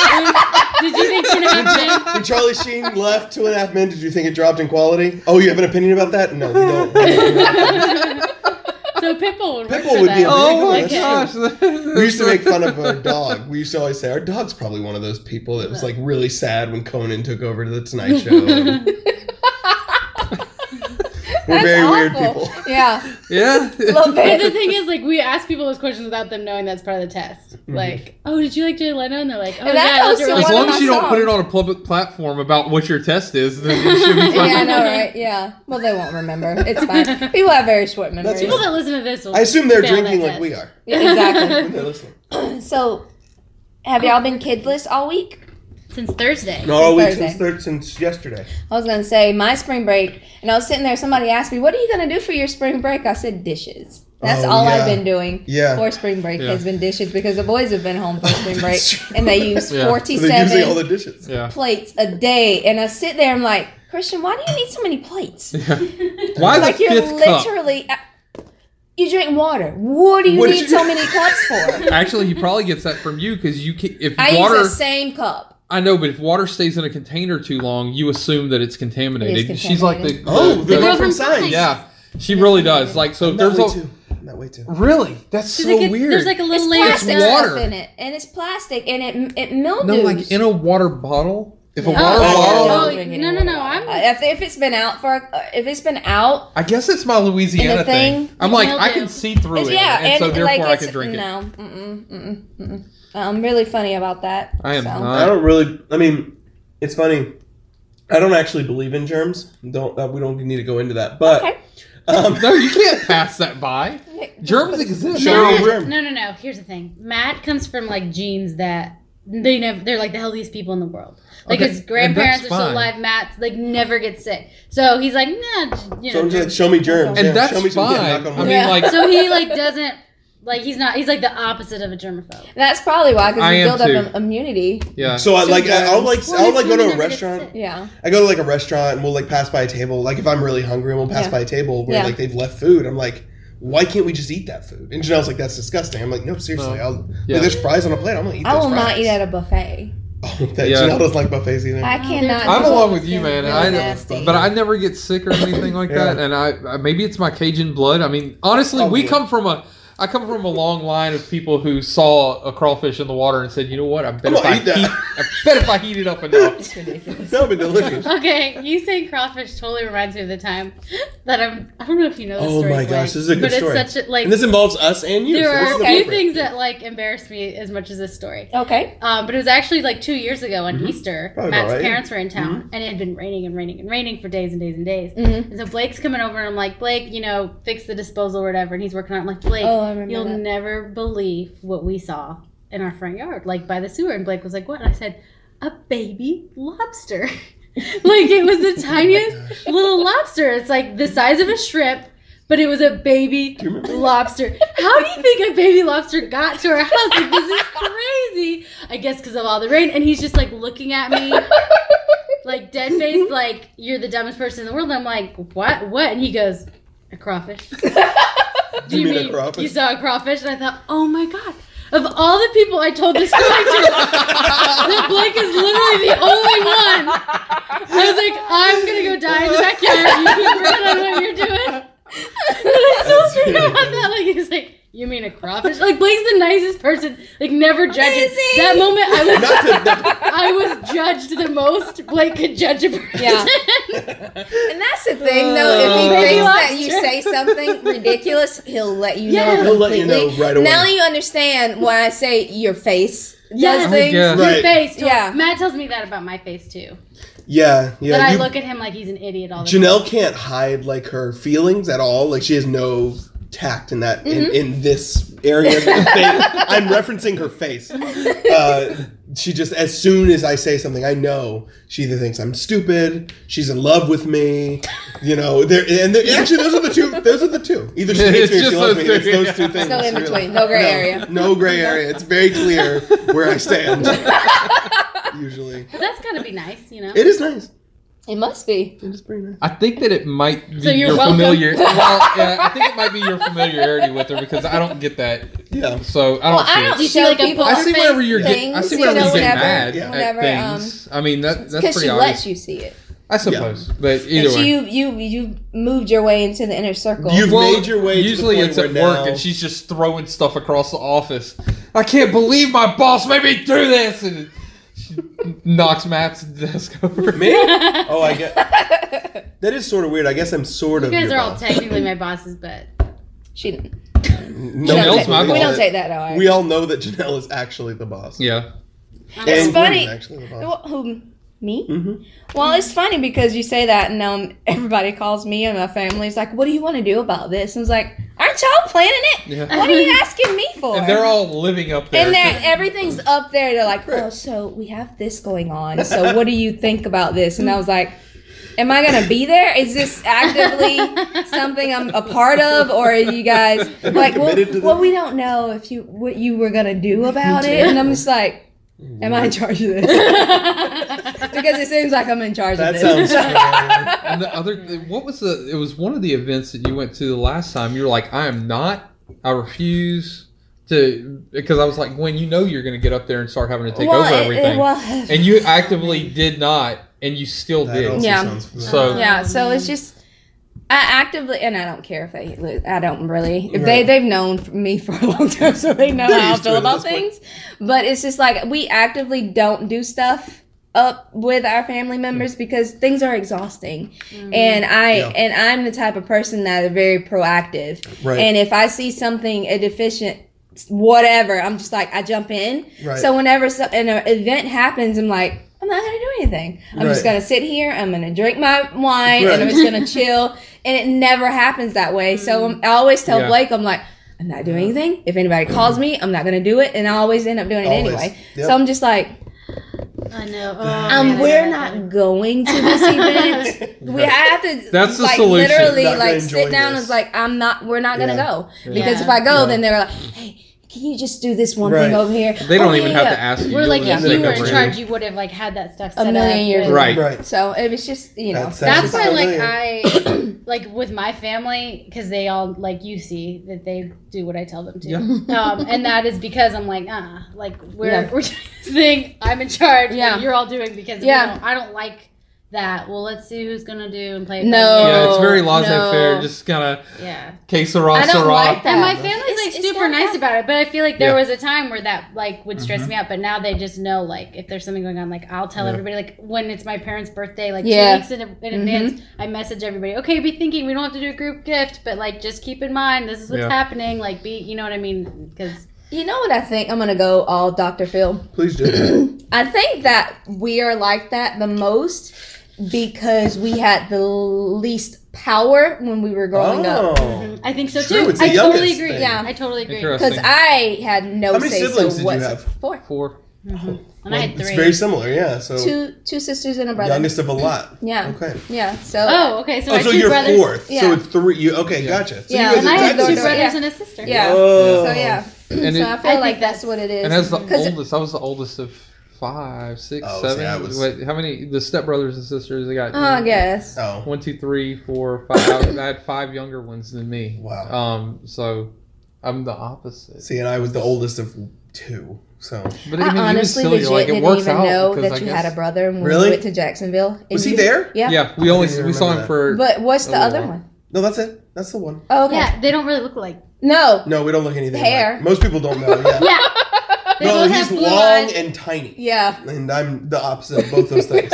S4: did you think Two and a Half Men?
S3: When Charlie Sheen left Two and a Half Men, did you think it dropped in quality? Oh, you have an opinion about that? No, you don't.
S4: So Pitbull would work
S3: Pitbull
S4: for
S3: would
S4: that.
S3: be a big
S2: Oh
S3: one,
S2: my
S3: that's
S2: gosh!
S3: we used to make fun of our dog. We used to always say our dog's probably one of those people that was like really sad when Conan took over to the Tonight Show. We're
S1: That's
S3: very weird
S1: awful.
S3: people.
S1: Yeah,
S2: yeah.
S1: love
S4: But the
S1: it.
S4: thing is, like, we ask people those questions without them knowing that's part of the test.
S3: Mm-hmm.
S4: Like, oh, did you like Jay Leno? And they're like, oh,
S1: And that
S4: yeah,
S1: goes
S4: those are
S1: to
S4: really
S2: As
S1: one
S2: long
S1: of
S2: as
S1: my
S2: you don't put it
S1: songs.
S2: on a public platform about what your test is, then you should be
S1: Yeah,
S2: fine.
S1: I know, right? Yeah. Well, they won't remember. It's fine. People have very short memories.
S4: People that listen to this will
S3: I assume they're
S4: fail that
S3: drinking like
S4: test.
S3: we are.
S1: Yeah, exactly.
S3: When they're listening.
S1: So, have y'all been kidless all week?
S4: Since Thursday.
S3: Not all week
S1: Thursday.
S3: since, thir- since yesterday.
S1: I was gonna say my spring break, and I was sitting there. Somebody asked me, "What are you gonna do for your spring break?" I said, "Dishes." That's
S3: Oh,
S1: all
S3: yeah.
S1: I've been doing
S3: Yeah.
S1: for spring break
S2: Yeah.
S1: has been dishes because the boys have been home for spring break,
S3: That's true.
S1: and they use
S2: Yeah.
S3: So they're using all the
S1: forty-seven
S3: dishes.
S2: Yeah.
S1: plates a day. And I sit there, I'm like, Christian, why do you need so many plates?
S2: Yeah. Why the
S1: like you're
S2: fifth cup?
S1: literally uh, you drink water. What do you
S3: What did
S1: need
S3: you-
S1: so many cups for?
S2: Actually, he probably gets that from you because you can, if
S1: I
S2: water.
S1: use the same cup.
S2: I know, but if water stays in a container too long, you assume that it's contaminated.
S1: It is
S2: She's like the,
S1: contaminated.
S3: Oh, the girl from
S4: from
S3: science.
S4: Science.
S2: yeah, she really does. Like so, if
S3: I'm that
S2: there's
S3: way
S2: a,
S3: too. I'm that way too.
S2: really that's so
S4: Because it gets-
S2: weird.
S4: There's like a
S1: It's
S4: little layer of
S1: plastic
S2: It's
S4: stuff.
S2: water.
S1: stuff in it, and it's plastic, and it it mildews.
S2: no, like in a water bottle. If a
S4: Oh,
S2: water
S4: yeah,
S2: bottle,
S4: yeah,
S1: don't
S4: Oh,
S1: drink any
S4: no, no,
S1: water.
S4: no, I'm-
S1: Uh, if, if it's been out for uh, if it's been out,
S2: I guess it's my Louisiana
S1: And the thing-
S2: thing. I'm like
S4: Mildew.
S2: I can see through it,
S1: yeah,
S2: and, so therefore
S1: like
S2: I
S1: it's
S2: can drink it.
S1: no, mm-mm, mm-mm, mm-mm. I'm really funny about that.
S2: I am
S1: so.
S2: not.
S3: I don't really. I mean, it's funny. I don't actually believe in germs. Don't uh, we don't need to go into that. But
S1: Okay.
S3: um,
S2: No, you can't pass that by. Germs exist.
S3: Show me
S4: Matt,
S3: your room.
S4: no, no, no. Here's the thing. Matt comes from like genes that they never. They're like the healthiest people in the world. Like
S2: Okay,
S4: his
S2: and
S4: grandparents are
S2: that's
S4: still
S2: fine.
S4: alive. Matt like never gets sick. So he's like, nah. You know,
S3: so I'm just like, show me germs.
S2: and
S3: yeah,
S2: that's
S3: show me some-
S2: fine.
S3: yeah, knock on
S2: I
S3: wood.
S2: mean,
S1: Yeah.
S2: like
S4: so he like doesn't like he's not. He's like the opposite of a germaphobe.
S1: That's probably why because
S2: I
S1: you
S2: am
S1: build
S2: too.
S1: up im- immunity.
S2: yeah.
S3: So I
S1: Some
S3: like I, I'll like
S4: Well,
S3: I'll
S4: his
S3: like go
S4: woman
S3: to a
S4: never gets
S3: restaurant.
S4: sick.
S1: Yeah,
S3: I go to like a restaurant and we'll like pass by a table. Like if I'm really hungry and we'll pass
S1: Yeah.
S3: by a table where
S1: Yeah.
S3: like they've left food. I'm like, why can't we just eat that food? And Janelle's like, that's disgusting. I'm like, no, seriously.
S2: No.
S3: I'll
S2: Yeah.
S3: like, there's fries on a plate. I'm gonna eat.
S1: I
S3: those
S1: will not
S3: fries.
S1: eat at a buffet.
S3: Oh, that,
S2: Yeah.
S3: Janelle doesn't like buffets either.
S1: I
S4: Oh,
S1: cannot.
S4: dude.
S2: I'm
S1: do
S2: along
S1: it.
S2: with you,
S1: It's
S2: man.
S1: really
S2: I
S1: nasty.
S2: but I never get sick or anything like
S3: Yeah.
S2: that. And I, I maybe it's my Cajun blood. I mean, honestly,
S3: Oh,
S2: we
S3: yeah.
S2: come from a I come from a long line of people who saw a crawfish in the water and said, "You know what? I bet
S3: I'm
S2: if
S3: gonna
S2: I
S3: eat that."
S2: heat, I bet if I heat it up enough."
S1: It's ridiculous.
S3: That would be delicious.
S4: Okay, you saying crawfish totally reminds me of the time that I'm. I don't know if you know. This
S3: Oh
S4: story,
S3: my
S4: Blake,
S3: gosh, this is a good
S4: but
S3: story.
S4: it's such a like.
S3: and this involves us and you.
S4: there
S3: so
S4: are
S3: this is
S4: a few
S3: appropriate.
S4: things that like embarrass me as much as this story.
S1: Okay.
S4: Um, but it was actually like two years ago on Easter.
S3: Mm-hmm. Probably
S4: Matt's
S3: about right. Mm-hmm.
S4: parents were in town, and it had been raining and raining and raining for days and days and days.
S1: Mhm.
S4: And so Blake's coming over, and I'm like, Blake, you know, fix the disposal or whatever. And he's working on it. I'm like, Blake,
S1: Oh, I remember
S4: you'll
S1: that.
S4: never believe what we saw in our front yard, like by the sewer. And Blake was like, What? And I said, A baby lobster. like it was the tiniest little lobster. It's like the size of a shrimp. But it was a baby
S3: you remember?
S4: lobster. How do you think a baby lobster got to our house? Like, this is crazy. I guess because of all the rain. And he's just like looking at me like dead face, like you're the dumbest person in the world. And I'm like, what? What? And he goes, a crawfish. Do
S3: You mean a crawfish?
S4: You saw a crawfish, and I thought, oh my god. Of all the people I told this story to, that Blake is literally the only one. I was like, I'm gonna go die in the backyard. You keep working on what you're doing. And I still
S3: That's
S4: forget
S3: really
S4: about that. Like he's like, you mean a crawfish? Like Blake's the nicest person. Like never judges.
S1: Is he?
S4: That moment, I was
S3: Not to-
S4: I was judged the most Blake could judge a person.
S1: Yeah. And that's the thing, though. If he
S4: Oh.
S1: thinks that
S4: Baby
S1: you
S4: lobster.
S1: say something ridiculous, he'll let you
S4: Yeah.
S1: know.
S3: He'll let you
S1: completely.
S3: know right away.
S1: Now you understand why I say your face
S4: Yes.
S1: does
S4: I
S1: things.
S2: guess.
S4: Your
S3: Right.
S4: face.
S1: Yeah.
S4: Yeah. Matt tells me that about my face too.
S3: yeah, yeah.
S4: That I
S3: you-
S4: look at him like he's an idiot all the time.
S3: Janelle can't hide like her feelings at all. Like she has no tact in that
S1: Mm-hmm.
S3: in, in this area. of the thing. I'm referencing her face. Uh, she just as soon as I say something, I know she either thinks I'm stupid, she's in love with me, you know. There and there, actually, those are the two. Those are the two. Either she hates
S2: It's
S3: me or she
S2: just
S3: loves me.
S2: those
S3: It's
S2: two,
S3: those
S2: yeah.
S3: two things.
S1: no in
S3: Really.
S1: between, no gray area.
S3: No gray area. It's very clear where I stand. Usually,
S4: But that's gotta be nice, you know.
S3: it is nice.
S1: It must be.
S3: It is pretty nice.
S2: I think that it might be
S4: So you're
S2: your
S4: welcome.
S2: familiar. Well, yeah, I think it might be your familiarity with her because I don't get that,
S3: Yeah.
S2: so I don't.
S1: Well,
S2: see
S1: I
S2: it.
S1: don't
S4: Do you see,
S1: show
S4: like, a
S1: people.
S2: I see whenever you're getting. I
S1: things,
S2: see
S1: you
S2: whenever you
S1: know,
S2: get
S1: whenever-
S2: mad at
S1: whenever,
S2: things. I mean, that, that's
S1: Because
S2: pretty
S1: she
S2: obvious.
S1: lets you see it.
S2: I suppose, but either
S1: But
S2: way,
S1: you you you moved your way into the inner circle.
S3: You've made your way.
S2: Usually,
S3: to the point
S2: it's at
S3: where now-
S2: work, and she's just throwing stuff across the office. I can't believe my boss made me do this, and she knocks Matt's desk over.
S3: Me? oh, I get. That is sort of weird. I guess I'm sort
S4: you
S3: of.
S4: guys
S3: your
S4: are all
S3: boss.
S4: technically my bosses, but
S1: she didn't.
S3: No,
S1: we,
S2: Janelle's
S1: don't
S2: Janelle's
S1: take,
S2: my
S1: we
S2: boss.
S1: don't take that out.
S3: We all know that Janelle is actually the boss.
S2: Yeah,
S4: I'm
S1: It's
S3: and
S1: funny.
S3: Gordon's actually the boss.
S1: Well, Who? Me?
S3: Mhm.
S1: Well, it's funny because you say that, and now everybody calls me and my family's like, "What do you want to do about this?" And it's like, "Aren't y'all planning it?
S2: yeah.
S1: What are you asking me for?"
S2: And they're all living up there.
S1: And then everything's up there. They're like, "Oh, so we have this going on. So what do you think about this?" And I was like. Am I gonna be there? Is this actively something I'm a part of, or are you guys
S3: Am I
S1: like, well,
S3: committed to
S1: well,
S3: this?
S1: we don't know if you what you were gonna do about it? And I'm just like, am I in charge of this? because it seems like I'm in charge
S3: That
S1: of this.
S3: sounds familiar.
S2: And the other, what was the? It was one of the events that you went to the last time. You were like, I am not. I refuse to because I was like, when you know you're going to get up there and start having to take over
S1: it- it-
S2: everything,
S1: well,
S2: and you actively did not, and you still
S3: That also
S2: did.
S1: Yeah.
S3: sounds familiar.
S2: So-
S1: yeah. So it's
S3: Um,
S1: just I actively, and I don't care if they. lo- I don't really. If they
S3: Right.
S1: they've known me for a long time, so they know
S3: They're
S1: how I
S3: used to
S1: feel
S3: it at
S1: about
S3: this point.
S1: things. But it's just like we actively don't do stuff up with our family
S3: Mm.
S1: members because things are exhausting
S3: Mm-hmm.
S1: and i
S3: Yeah.
S1: and i'm the type of person that are very proactive
S3: Right.
S1: and if i see something a deficient whatever i'm just like i jump in
S3: Right.
S1: so whenever so, an event happens i'm like i'm not gonna do anything i'm just
S3: Right.
S1: gonna sit here i'm gonna drink my wine and i'm
S3: Right.
S1: just gonna chill and it never happens that way so i i always tell
S2: Yeah.
S1: blake i'm like i'm not doing anything if anybody calls me i'm not gonna do it and i always end up doing it
S3: Always.
S1: anyway
S3: Yep.
S1: so i'm just like
S4: I know. Oh,
S1: um,
S4: man, I
S1: we're
S4: know
S1: not
S4: that.
S1: going to this event. we have to.
S2: That's the
S1: like,
S2: solution.
S1: Literally,
S3: Not gonna
S1: like sit
S3: enjoy
S1: down.
S3: this.
S1: and It's like I'm not. We're not gonna
S3: Yeah.
S1: go because
S4: Yeah.
S1: if I go,
S3: Yeah.
S1: then they're like, hey. Can you just do this one
S3: Right.
S1: thing over here?
S2: They don't
S1: Oh,
S2: even
S1: yeah,
S2: have
S1: yeah.
S2: to ask you.
S4: We're like, if
S2: just
S4: you
S2: take
S4: were in
S2: over.
S4: charge, you would have like had that stuff
S1: A
S4: set
S1: million
S4: up
S1: years
S4: with-
S1: ago.
S2: Right.
S3: Right.
S1: So it was just you know.
S3: That
S4: That's
S3: sounds
S4: why, like, I
S3: familiar.
S4: like with my family because they all like you see that they do what I tell them to,
S2: Yeah.
S4: um, and that is because I'm like, uh, like we're
S1: Yeah.
S4: we're doing this thing. I'm in charge.
S1: Yeah.
S4: Yeah, you're all doing because
S1: Yeah.
S4: yeah, I don't like that. Well, let's see who's gonna do and play. it by
S1: No.
S4: ear.
S2: yeah, it's very laissez-faire.
S1: Oh, no.
S2: Just kind of
S4: yeah.
S2: que sera,
S1: I don't
S2: sera.
S1: like that.
S4: And my family's
S1: It's-
S4: like
S1: it's
S4: super
S1: gotta
S4: nice
S1: happen.
S4: about it, but I feel like there
S2: Yeah.
S4: was a time where that like would
S3: Mm-hmm.
S4: stress me out. But now they just know like if there's something going on, like I'll tell
S2: Yeah.
S4: everybody. Like when it's my parents' birthday, like
S1: Yeah. Mm-hmm.
S4: two weeks in, in advance, I message everybody. Okay, be thinking we don't have to do a group gift, but like just keep in mind this is what's
S2: Yeah.
S4: happening. Like be, you know what I mean? Because
S1: You know what I think? I'm gonna go all Dr. Phil.
S3: Please do.
S1: I think that we are like that the most because we had the least power when we were growing up.
S3: oh.
S4: I think so
S3: True,
S4: too.
S3: it's the
S4: I totally
S3: youngest
S4: agree.
S3: thing.
S4: Yeah, I totally agree.
S2: Interesting.
S1: Because I had no
S3: How many
S1: say
S3: siblings
S1: so
S3: did you
S1: whatsoever.
S3: have?
S1: Four.
S2: Four.
S4: Mm-hmm. And I had
S3: It's
S4: three.
S3: very similar, yeah. So
S1: Two two sisters and a brother.
S3: Oh. youngest of a lot.
S1: Yeah.
S3: Okay.
S1: Yeah. So
S4: oh, okay. So I
S3: Oh,
S4: had
S3: so
S4: two
S3: you're
S4: brothers.
S3: fourth. So
S1: Yeah.
S3: it's three. You okay?
S2: Yeah.
S3: Gotcha. So
S1: Yeah,
S3: you guys
S4: And
S3: are
S4: I had
S3: exactly
S4: two
S1: Yeah.
S3: same.
S4: brothers and a sister.
S1: Yeah.
S3: Whoa.
S1: So yeah.
S2: And
S1: so
S2: it-
S1: I feel
S4: I
S1: like
S4: think
S1: that's what it is.
S2: And as the
S1: 'Cause-
S2: oldest, I was the oldest of five, six,
S3: Oh, see,
S2: seven.
S3: I was-
S2: Wait, how many? The stepbrothers and sisters. I got.
S1: Oh, I guess.
S3: Oh.
S2: One, two, three, four, five. I had five younger ones than me.
S3: Wow.
S2: Um. So, I'm the opposite.
S3: See, and I was the oldest of two. So
S2: but
S1: I
S2: even
S1: honestly
S2: silly,
S1: legit
S2: like, it
S1: didn't
S2: works
S1: even
S2: out
S1: know
S2: because
S1: that
S2: I
S1: you
S2: guess-
S1: had a brother when
S3: Really?
S1: we went to Jacksonville. And
S3: was he
S1: you-
S3: there?
S1: Yeah.
S2: Yeah, we only
S3: even
S2: we saw him
S3: remember
S2: for.
S1: But what's the
S2: Oh,
S1: other
S2: wow.
S1: one?
S3: No, that's it. That's the one.
S1: Oh, okay.
S4: Yeah, they don't really look like.
S1: No.
S3: No, we don't look anything.
S1: Hair.
S3: alike. Most people don't know. Yeah.
S4: Yeah. They
S3: no,
S4: both
S3: he's
S4: have blue
S3: long
S4: eyes.
S3: and tiny,
S1: Yeah.
S3: and I'm the opposite of both those things.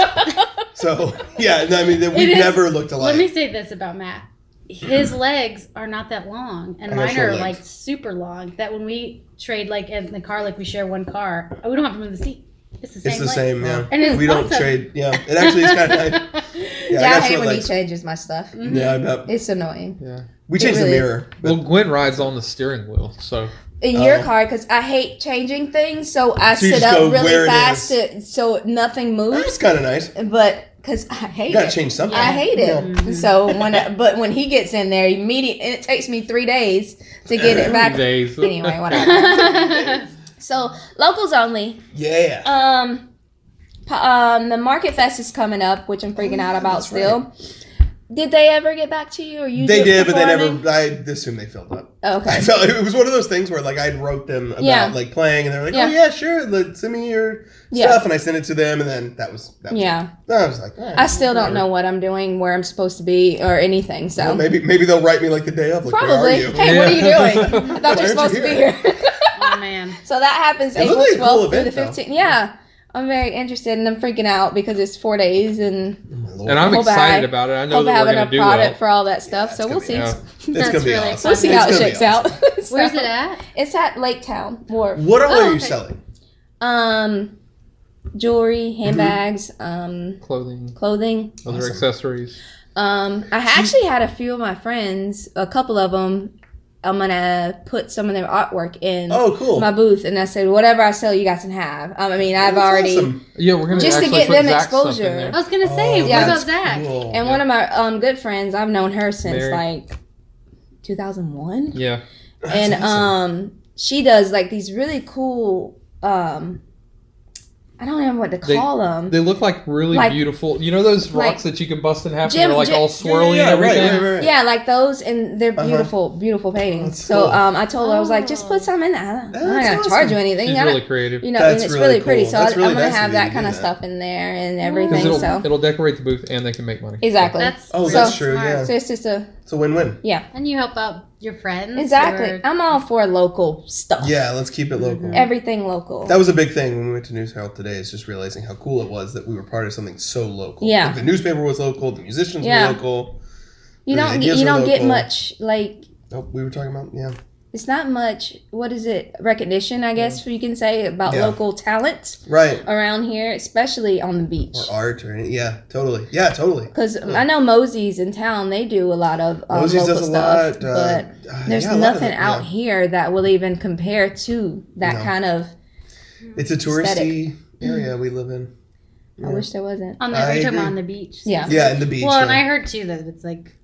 S3: so yeah, no, I mean
S4: It
S3: we
S4: is-
S3: never looked alike.
S4: Let me say this about Matt. His legs are not that long, and
S3: I got
S4: mine
S3: short
S4: are
S3: legs.
S4: like super long. That when we trade, like in the car, like we share one car, we don't have to move the seat. It's the same.
S3: it's the
S4: leg.
S3: same. Yeah.
S4: And it's
S3: we don't
S4: awesome.
S3: trade. Yeah. It actually is kind of nice. Yeah,
S1: Yeah, I,
S3: got
S1: hate
S3: short
S1: when
S3: legs.
S1: he changes my stuff.
S4: Mm-hmm.
S3: Yeah, I bet.
S1: It's annoying.
S2: Yeah.
S3: We
S1: It
S3: changed
S1: really
S3: the
S1: is.
S3: mirror. but-
S2: Well, Gwen rides on the steering wheel, so
S1: in your
S3: Oh.
S1: car because I hate changing things, so I
S3: So you
S1: sit
S3: just go
S1: up
S3: where
S1: really
S3: it
S1: fast to, so nothing
S3: that's
S1: moves.
S3: kind of nice.
S1: But because I hate
S3: You gotta
S1: it,
S3: change something.
S1: I hate it.
S3: Yeah.
S1: So when I, but when he gets in there, immediate and it takes me three days to get it back.
S2: days.
S1: Anyway, whatever. so locals only.
S3: Yeah.
S1: Um, pa- um, the Market Fest is coming up, which I'm freaking out about
S3: that's right.
S1: still. Did they ever get back to you, or you? just
S3: they did, but they
S1: performing?
S3: never. I assume they filled up.
S1: Oh,
S3: I
S1: okay.
S3: felt it was one of those things where like I wrote them about
S1: Yeah.
S3: like playing, and they're like,
S1: Yeah.
S3: "Oh yeah, sure, like, send me your
S1: Yeah.
S3: stuff," and I sent it to them, and then that was that. Was
S1: Yeah,
S3: it. I was like, all right,
S1: I still don't
S3: whatever.
S1: know what I'm doing, where I'm supposed to be, or anything. So
S3: Well, maybe maybe they'll write me like the day of. Like, Where are
S1: Probably.
S3: you?
S1: Hey, what are you doing? I thought you
S3: Why
S1: were
S3: aren't
S1: supposed
S3: you
S1: to be
S3: here?
S1: here.
S4: Oh man.
S1: so that happens
S3: It
S1: April
S3: looked like a cool
S1: 12th through
S3: event,
S1: the
S3: though.
S1: 15th. Yeah. I'm very interested and I'm freaking out because it's four days and
S3: Oh, My lord.
S2: And I'm
S1: Hope
S2: excited
S1: I-
S2: about it. I know
S1: hope I
S2: that
S1: have
S2: we're going
S1: enough
S2: to do
S1: product
S2: well.
S1: for all that stuff.
S3: Yeah,
S1: so
S3: it's
S1: we'll
S3: gonna
S1: see.
S3: be
S2: Yeah.
S3: it's gonna
S4: That's
S3: be
S4: really
S3: awesome.
S1: We'll see
S4: It's
S1: how it
S3: gonna be
S1: shakes out. So,
S4: Where's it at?
S1: It's at Lake Town Wharf.
S3: What all
S4: Oh,
S3: are you
S4: okay.
S3: selling? Mm-hmm.
S1: Um, jewelry, handbags, um,
S2: Clothing,
S1: clothing.
S2: other
S3: Awesome.
S2: accessories.
S1: Um, I actually had a few of my friends, a couple of them. I'm gonna put some of their artwork in.
S3: Oh, cool.
S1: my booth and I said, whatever I sell, you guys can have. Um, I mean, I've
S3: That's
S1: already.
S3: awesome.
S2: Yeah, we're going
S1: Just to
S2: actually
S1: get
S2: put
S1: them
S2: Zach's stuff in
S1: exposure.
S2: there.
S4: I was gonna say.
S3: Oh,
S1: yeah.
S4: What
S3: that's
S4: about Zach?
S3: cool.
S1: And one of my um, good friends, I've known her since
S2: Mary.
S1: like 2001.
S2: Yeah,
S3: That's
S1: And
S3: awesome.
S1: um, she does like these really cool. Um, I don't know what to
S2: They-
S1: call them.
S2: they look like really
S1: Like-
S2: beautiful. You know those
S1: like-
S2: rocks that you can bust in half
S1: Jim-
S2: and they're like
S1: Jim-
S2: all
S3: Yeah, yeah,
S2: swirly
S3: yeah,
S2: and
S3: right,
S2: everything.
S3: right, right.
S1: yeah, like those, and they're
S3: Uh-huh.
S1: beautiful, beautiful paintings.
S3: That's
S1: so
S3: cool. Oh.
S1: um, I told her I was like, just put some in there. I'm not
S3: That's
S1: gonna
S3: awesome.
S1: charge you anything.
S2: She's
S1: I don't-
S2: really creative
S1: you know, and
S3: That's
S1: it's really,
S3: really
S1: pretty.
S3: cool.
S1: So I,
S3: That's really
S1: I'm gonna
S3: nice
S1: have
S3: of you to
S1: that kind
S3: do
S1: of
S3: that.
S1: stuff in there and
S2: because
S1: everything.
S2: it'll
S1: so
S2: it'll decorate the booth and they can make money.
S1: exactly.
S4: That's
S3: Oh,
S4: really
S1: that's
S3: true,
S4: smart.
S3: yeah.
S1: so it's just a
S3: it's a win-win.
S4: And you help out your friends.
S1: Exactly.
S4: or-
S1: I'm all for local stuff.
S3: Yeah, let's keep it local.
S1: Everything local.
S3: That was a big thing when we went to News Herald today. Is just realizing how cool it was that we were part of something so local.
S1: Yeah.
S3: Like, the newspaper was local. The musicians
S1: Yeah.
S3: were local.
S1: you
S3: the
S1: don't
S3: ideas
S1: get, you
S3: are
S1: don't get
S3: local.
S1: much like
S3: Oh, we were talking about yeah.
S1: it's not much what is it recognition I guess you can say about
S3: Yeah.
S1: local talent
S3: Right.
S1: around here, especially on the beach.
S3: Or art or any, yeah, totally. Yeah, totally.
S1: Because I know Mosey's in town, they do a lot of um,
S3: Mosey's
S1: local
S3: does a
S1: stuff,
S3: lot. uh,
S1: but
S3: uh,
S1: there's
S3: yeah, a lot of
S1: nothing
S3: it,
S1: out
S3: yeah.
S1: here that will even compare to that
S3: No.
S1: kind of.
S3: It's a touristy area we live in. Yeah.
S1: I wish there wasn't.
S4: on the
S3: I
S4: we're talking
S3: agree.
S4: about on the beach.
S1: Yeah.
S3: Yeah, and the beach.
S4: Well, and
S3: yeah.
S4: I heard too that it's like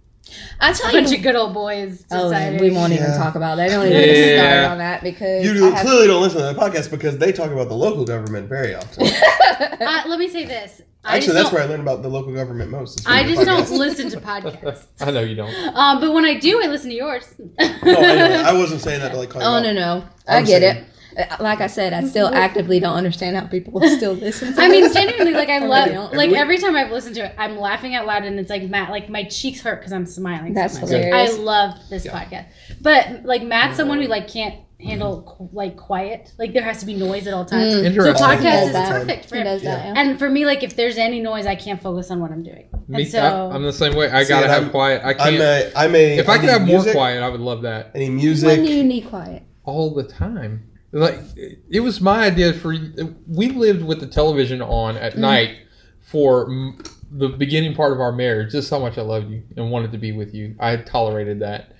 S1: I
S4: a
S1: tell
S4: bunch
S1: you,
S4: of good old boys.
S1: oh,
S4: decided-
S1: we won't even
S3: Yeah.
S1: talk about that. I don't even get
S2: Yeah.
S1: started on that because
S3: you
S1: I have-
S3: clearly don't listen to the podcast because they talk about the local government very often.
S4: Uh, let me say this. I
S3: Actually,
S4: just
S3: that's
S4: don't-
S3: where I learned about the local government most. is from
S4: I
S3: the
S4: just don't
S3: podcast.
S4: listen to podcasts.
S2: I know you don't.
S4: Um, but when I do, I listen to yours.
S3: No, I, know. I wasn't saying that to like. Call you
S1: Oh
S3: out.
S1: no no,
S3: I'm
S1: I get
S3: saying-
S1: it. Uh, like I said, I still actively don't understand how people still listen. to
S4: I mean,
S1: this.
S4: genuinely, like I
S1: really
S4: love,
S1: don't.
S4: like
S3: We-
S4: every time I've listened to it, I'm laughing out loud, and it's like Matt, like my cheeks hurt because I'm smiling.
S1: That's
S4: so much.
S1: hilarious.
S4: I love this
S3: Yeah.
S4: podcast, but like Matt's someone who like can't handle qu- like quiet. Like there has to be noise at all times.
S1: Mm.
S4: So
S2: Interesting.
S3: He
S4: podcast
S3: does
S4: is
S1: that.
S4: perfect for
S1: He
S4: him.
S1: does that, yeah.
S4: And for me, like if there's any noise, I can't focus on what I'm doing.
S2: Me,
S4: and so
S2: I, am the same way. I
S3: See,
S2: gotta
S3: and
S2: have
S3: I'm-
S2: quiet. I
S3: I'm
S2: can't.
S3: a. I'm a.
S2: if I could
S3: any
S2: have more
S3: music-
S2: quiet, I would love that
S3: Any
S1: when do
S3: music.
S1: you need quiet?
S2: all the time. Like it was my idea for. We lived with the television on at night for m- the beginning part of our marriage. Just how much I loved you and wanted to be with you. I tolerated that.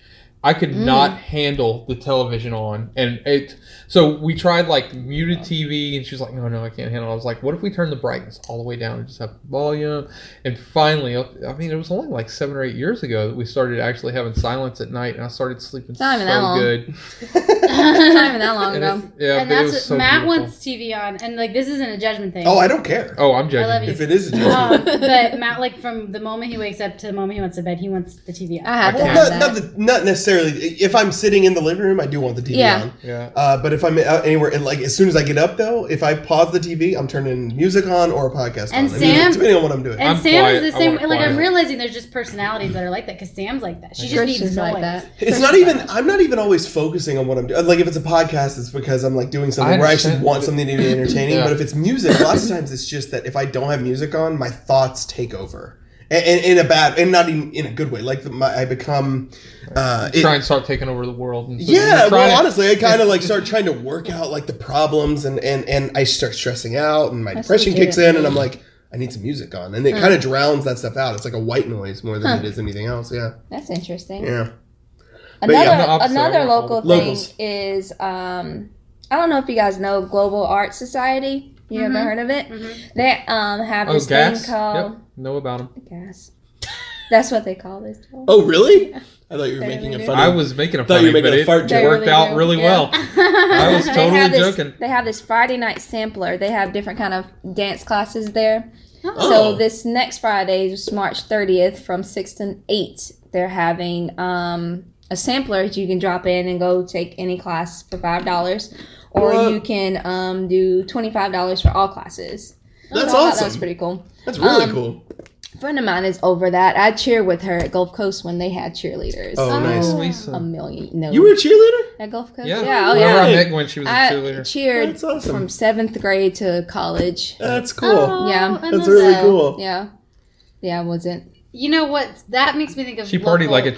S2: I could not handle the television on, and it. So we tried like muted TV, and she was like, "No, no, I can't handle." it. I was like, "What if we turn the brightness all the way down and just have volume?" And finally, I mean, it was only like seven or eight years ago that we started actually having silence at night, and I started sleeping
S1: Not
S2: so
S1: even that long.
S2: good.
S1: Not even that long
S2: And
S1: ago.
S2: it's- yeah,
S4: and
S2: but it
S4: that's
S2: was
S4: what
S2: so
S4: Matt
S2: beautiful.
S4: wants TV on, and like this isn't a judgment thing.
S3: Oh, I don't care.
S2: Oh, I'm judging.
S4: I love
S2: you.
S4: you.
S3: If it is a judgment.
S4: um, but Matt, like from the moment he wakes up to the moment he wants to bed, he wants the TV on.
S1: I have to
S2: Well,
S1: have
S3: Well, not,
S1: that.
S3: not, the, not necessarily. If I'm sitting in the living room, I do want the TV
S1: Yeah.
S3: on.
S2: Yeah.
S3: Uh, but if I'm out anywhere, and like as soon as I get up, though, if I pause the TV, I'm turning music on or a podcast
S4: And
S3: on. I mean,
S4: Sam-
S3: depending on what I'm doing.
S4: And
S2: I'm
S4: Sam
S2: quiet.
S4: is
S2: I
S4: the same.
S2: want
S4: Like I'm
S2: quiet.
S4: realizing there's just personalities that are like that because Sam's like that. She just needs
S1: Christian's
S4: noise.
S1: like that.
S3: it's not even. I'm not even always focusing on what I'm doing. Like if it's a podcast, it's because I'm like doing something
S2: I
S3: where I
S2: understand.
S3: actually want something to be entertaining.
S2: Yeah.
S3: But if it's music, lots of times it's just that if I don't have music on, my thoughts take over. And, and in a bad, and not even in a good way. Like the, my, I become. Uh, it-
S2: try and start taking over the world. And so
S3: Yeah,
S2: you're trying
S3: well,
S2: to-
S3: honestly, I kind of like start trying to work out like the problems, and and and I start stressing out, and my
S1: That's
S3: depression
S1: legit.
S3: kicks in, and I'm like, I need some music on, and it kind of drowns that stuff out. It's like a white noise more than
S1: Huh.
S3: it is anything else. Yeah,
S1: That's interesting.
S3: yeah. But yeah,
S1: Another
S2: I'm the opposite.
S1: another
S2: I want all
S1: local
S3: the-
S1: thing
S3: Locals.
S1: is um, I don't know if you guys know Global Art Society. You
S4: Mhm.
S1: ever heard of it?
S4: Mhm.
S1: They um have
S2: Oh,
S1: this
S2: gas.
S1: thing called
S2: Yep. Know about them.
S1: gas. That's what they call this.
S3: Oh, really? I thought you were
S1: They
S3: making a
S1: really
S3: fun.
S2: I
S3: of-
S2: was making a
S3: Thought
S2: funny,
S3: you were making
S2: but
S3: a
S2: it
S3: fart
S1: joke.
S2: worked
S1: They
S2: out
S1: really
S2: really
S1: do.
S2: well. I was
S1: they
S2: totally
S1: have this,
S2: joking.
S1: They have this Friday night sampler. They have different kind of dance classes there.
S4: Oh.
S1: So
S3: Oh.
S1: this next Friday, is March thirtieth, from six to eight, they're having um, a sampler that you can drop in and go take any class for five dollars, or
S3: What?
S1: you can um, do twenty five dollars for all classes. So I
S3: That's
S1: thought Oh, That was
S3: awesome.
S1: pretty cool.
S3: That's really
S1: um,
S3: cool.
S1: A friend of mine is over that. I cheer with her at Gulf Coast when they had cheerleaders.
S3: Oh, nice.
S1: A million. No.
S3: You were a cheerleader?
S1: at Gulf Coast?
S2: Yeah.
S1: Yeah. Oh
S2: Whenever
S1: yeah.
S2: I met Gwen, she was a
S1: I
S2: cheerleader.
S1: cheered
S3: That's awesome.
S1: from seventh grade to college.
S3: That's cool.
S4: Oh,
S1: Yeah.
S4: I
S3: That's
S4: love
S3: really
S4: that.
S3: cool.
S1: Yeah. Yeah, I wasn't.
S4: You know what? That makes me think of
S2: She partied
S4: local-
S2: like a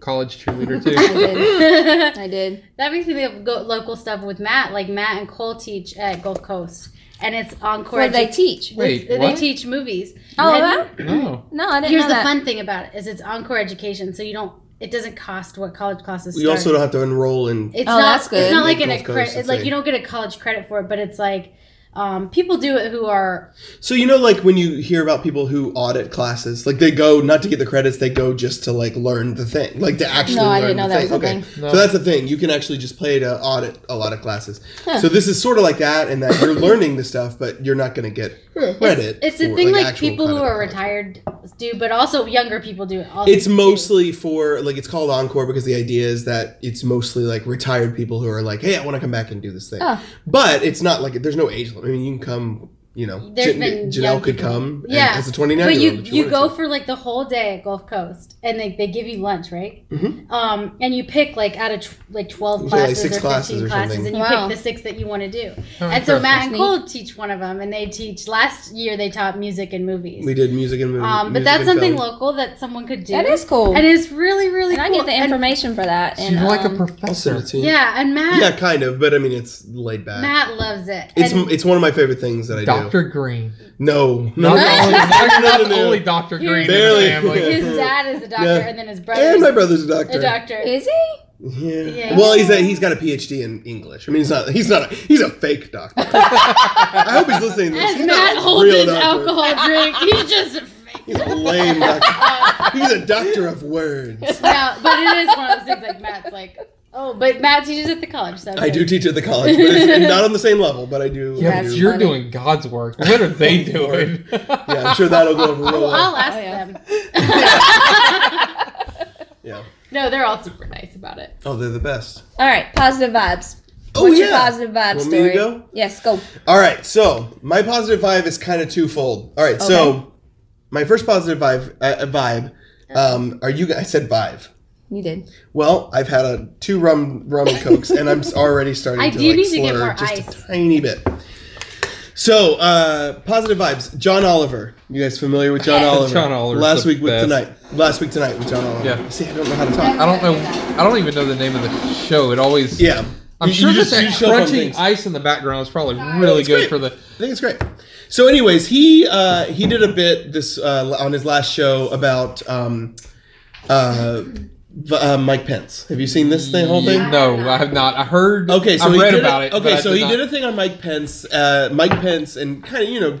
S2: college cheerleader
S1: I
S2: too.
S1: did.
S4: that
S1: I did.
S4: makes me think of go- local stuff with Matt. Like Matt and Cole teach at Gold Coast, and it's encore.
S1: Where they teach.
S2: Wait,
S4: they
S2: what?
S4: teach movies.
S1: Oh,
S4: And
S1: that?
S2: no.
S1: No, I didn't
S4: Here's
S1: know
S4: the
S1: that.
S4: fun thing about it is it's encore education, so you don't. It doesn't cost what college classes.
S3: You
S4: start.
S3: also don't have to enroll in.
S4: It's
S1: Oh,
S4: not.
S1: that's good.
S4: It's not like an
S3: Like Gulf Coast,
S4: accre-
S3: that's
S4: it's like
S3: it.
S4: you don't get a college credit for it, but it's like um, people do it who are
S3: So you know, like when you hear about people who audit classes, like they go not to get the credits, they go just to like learn the thing, like to actually.
S1: No, I
S3: learn
S1: didn't know
S3: the
S1: that was a
S3: thing.
S2: thing. No.
S3: So that's the thing. You can actually just play to audit a lot of classes. So this is sort of like that, in that you're learning the stuff, but you're not going to get credit.
S4: it's a
S3: for,
S4: thing like,
S3: actual
S4: people who
S3: content.
S4: are retired do, but also younger people do it. Also
S3: It's
S4: too.
S3: mostly for like it's called encore because the idea is that it's mostly like retired people who are like, hey, I want to come back and do this thing.
S1: Oh.
S3: But it's not like there's no age limit. I mean, you can come. You know,
S4: There's
S3: Jan-
S4: been young
S3: Janelle could
S4: people.
S3: come. and-
S4: Yeah,
S3: as a 29
S4: But
S3: year
S4: you
S3: old. if
S4: you
S3: wanted
S4: go
S3: to.
S4: for like the whole day at Gulf Coast, and they, they give you lunch, right? Mm-hmm. Um, and you pick like out of tw- like twelve
S3: Yeah, like
S4: classes
S3: six
S4: or
S3: classes
S4: fifteen
S3: or
S4: classes,
S3: something.
S4: and you
S1: Wow.
S4: pick the six that you want to do.
S2: Oh,
S4: and so Matt
S1: interesting.
S4: and Cole teach one of them, and they teach. Last year they taught music and movies.
S3: We did music and movie.
S4: um, but
S3: music
S4: that's
S3: and
S4: something
S3: film.
S4: local that someone could do.
S1: That is cool.
S4: and it's really really.
S1: and I
S4: cool.
S1: get the
S4: And-
S1: information for that.
S2: She's
S1: and,
S2: like a
S1: um,
S3: I'll
S2: professor.
S3: send it to you.
S4: yeah, and Matt
S3: yeah, kind of. But I mean, it's laid back.
S4: Matt loves it.
S3: it's
S4: and,
S3: it's one of my favorite things that I do.
S2: Doctor Green.
S3: No, no,
S2: Not the only, not,
S3: no,
S2: the
S3: no.
S2: only Doctor Green
S3: Barely.
S2: in the family.
S4: his dad is a doctor,
S3: Yeah.
S4: and then his brother
S3: and my
S4: is
S3: brother's a doctor.
S4: a doctor.
S1: Is he?
S3: Yeah.
S4: Yeah.
S3: Well, he's a, he's got a PhD in English. I mean, he's not he's not a, he's a fake doctor. I hope he's listening to this.
S4: As
S3: He's
S4: Matt
S3: not a
S4: holds
S3: real
S4: his
S3: doctor.
S4: alcohol drink, he's just
S3: He's a lame doctor. He's a doctor of words.
S4: no. But it is one of those things like Matt's like, oh, but Matt teaches at the college, so
S3: I do teach at the college, but it's not on the same level. But I do.
S2: Yeah,
S3: I
S2: but
S3: do.
S2: you're
S1: funny.
S2: doing God's work. What are they
S3: Oh, Lord.
S2: doing?
S3: yeah, I'm sure that'll go over real
S4: Well, I'll
S3: well.
S4: ask
S1: Oh, yeah.
S4: them.
S3: Yeah.
S4: no, they're all super nice about it.
S3: Oh, they're the best.
S1: All right, positive vibes.
S3: Oh
S1: What's your
S3: yeah.
S1: positive vibe
S3: Want me
S1: story?
S3: to go?
S1: Yes, go.
S3: All right, so my positive vibe is kind of twofold. All right,
S1: Okay.
S3: so my first positive vibe, uh, vibe, um, are you? guys- I said vibe.
S1: You did.
S3: Well, I've had a two rum rum and cokes, and I'm s- already starting
S4: I
S3: to
S4: do
S3: like,
S4: need to
S3: slur
S4: get more
S3: just
S4: ice.
S3: a tiny bit. So, uh, positive vibes. John Oliver. You guys familiar with John Oliver?
S2: John Oliver's
S3: Last
S2: the
S3: week with
S2: best.
S3: tonight. Last week tonight with John Oliver.
S2: Yeah.
S3: See, I don't know how to talk.
S2: I don't know. I don't even know the name of the show. It always.
S3: Yeah.
S2: I'm
S3: You-
S2: sure
S3: you
S2: this
S3: just- you show up on
S2: crunching
S3: things.
S2: ice in the background is probably really
S3: It's
S2: good
S3: great.
S2: for the.
S3: I think it's great. So, anyways, he uh, he did a bit this uh, on his last show about um, uh, v- uh, Mike Pence. Have you seen this thing, whole thing?
S2: No, I have not. I heard.
S3: Okay, so
S2: I
S3: he
S2: read
S3: did
S2: about
S3: a,
S2: it.
S3: Okay, so he did a thing on Mike Pence. Uh, Mike Pence, and kind of you know,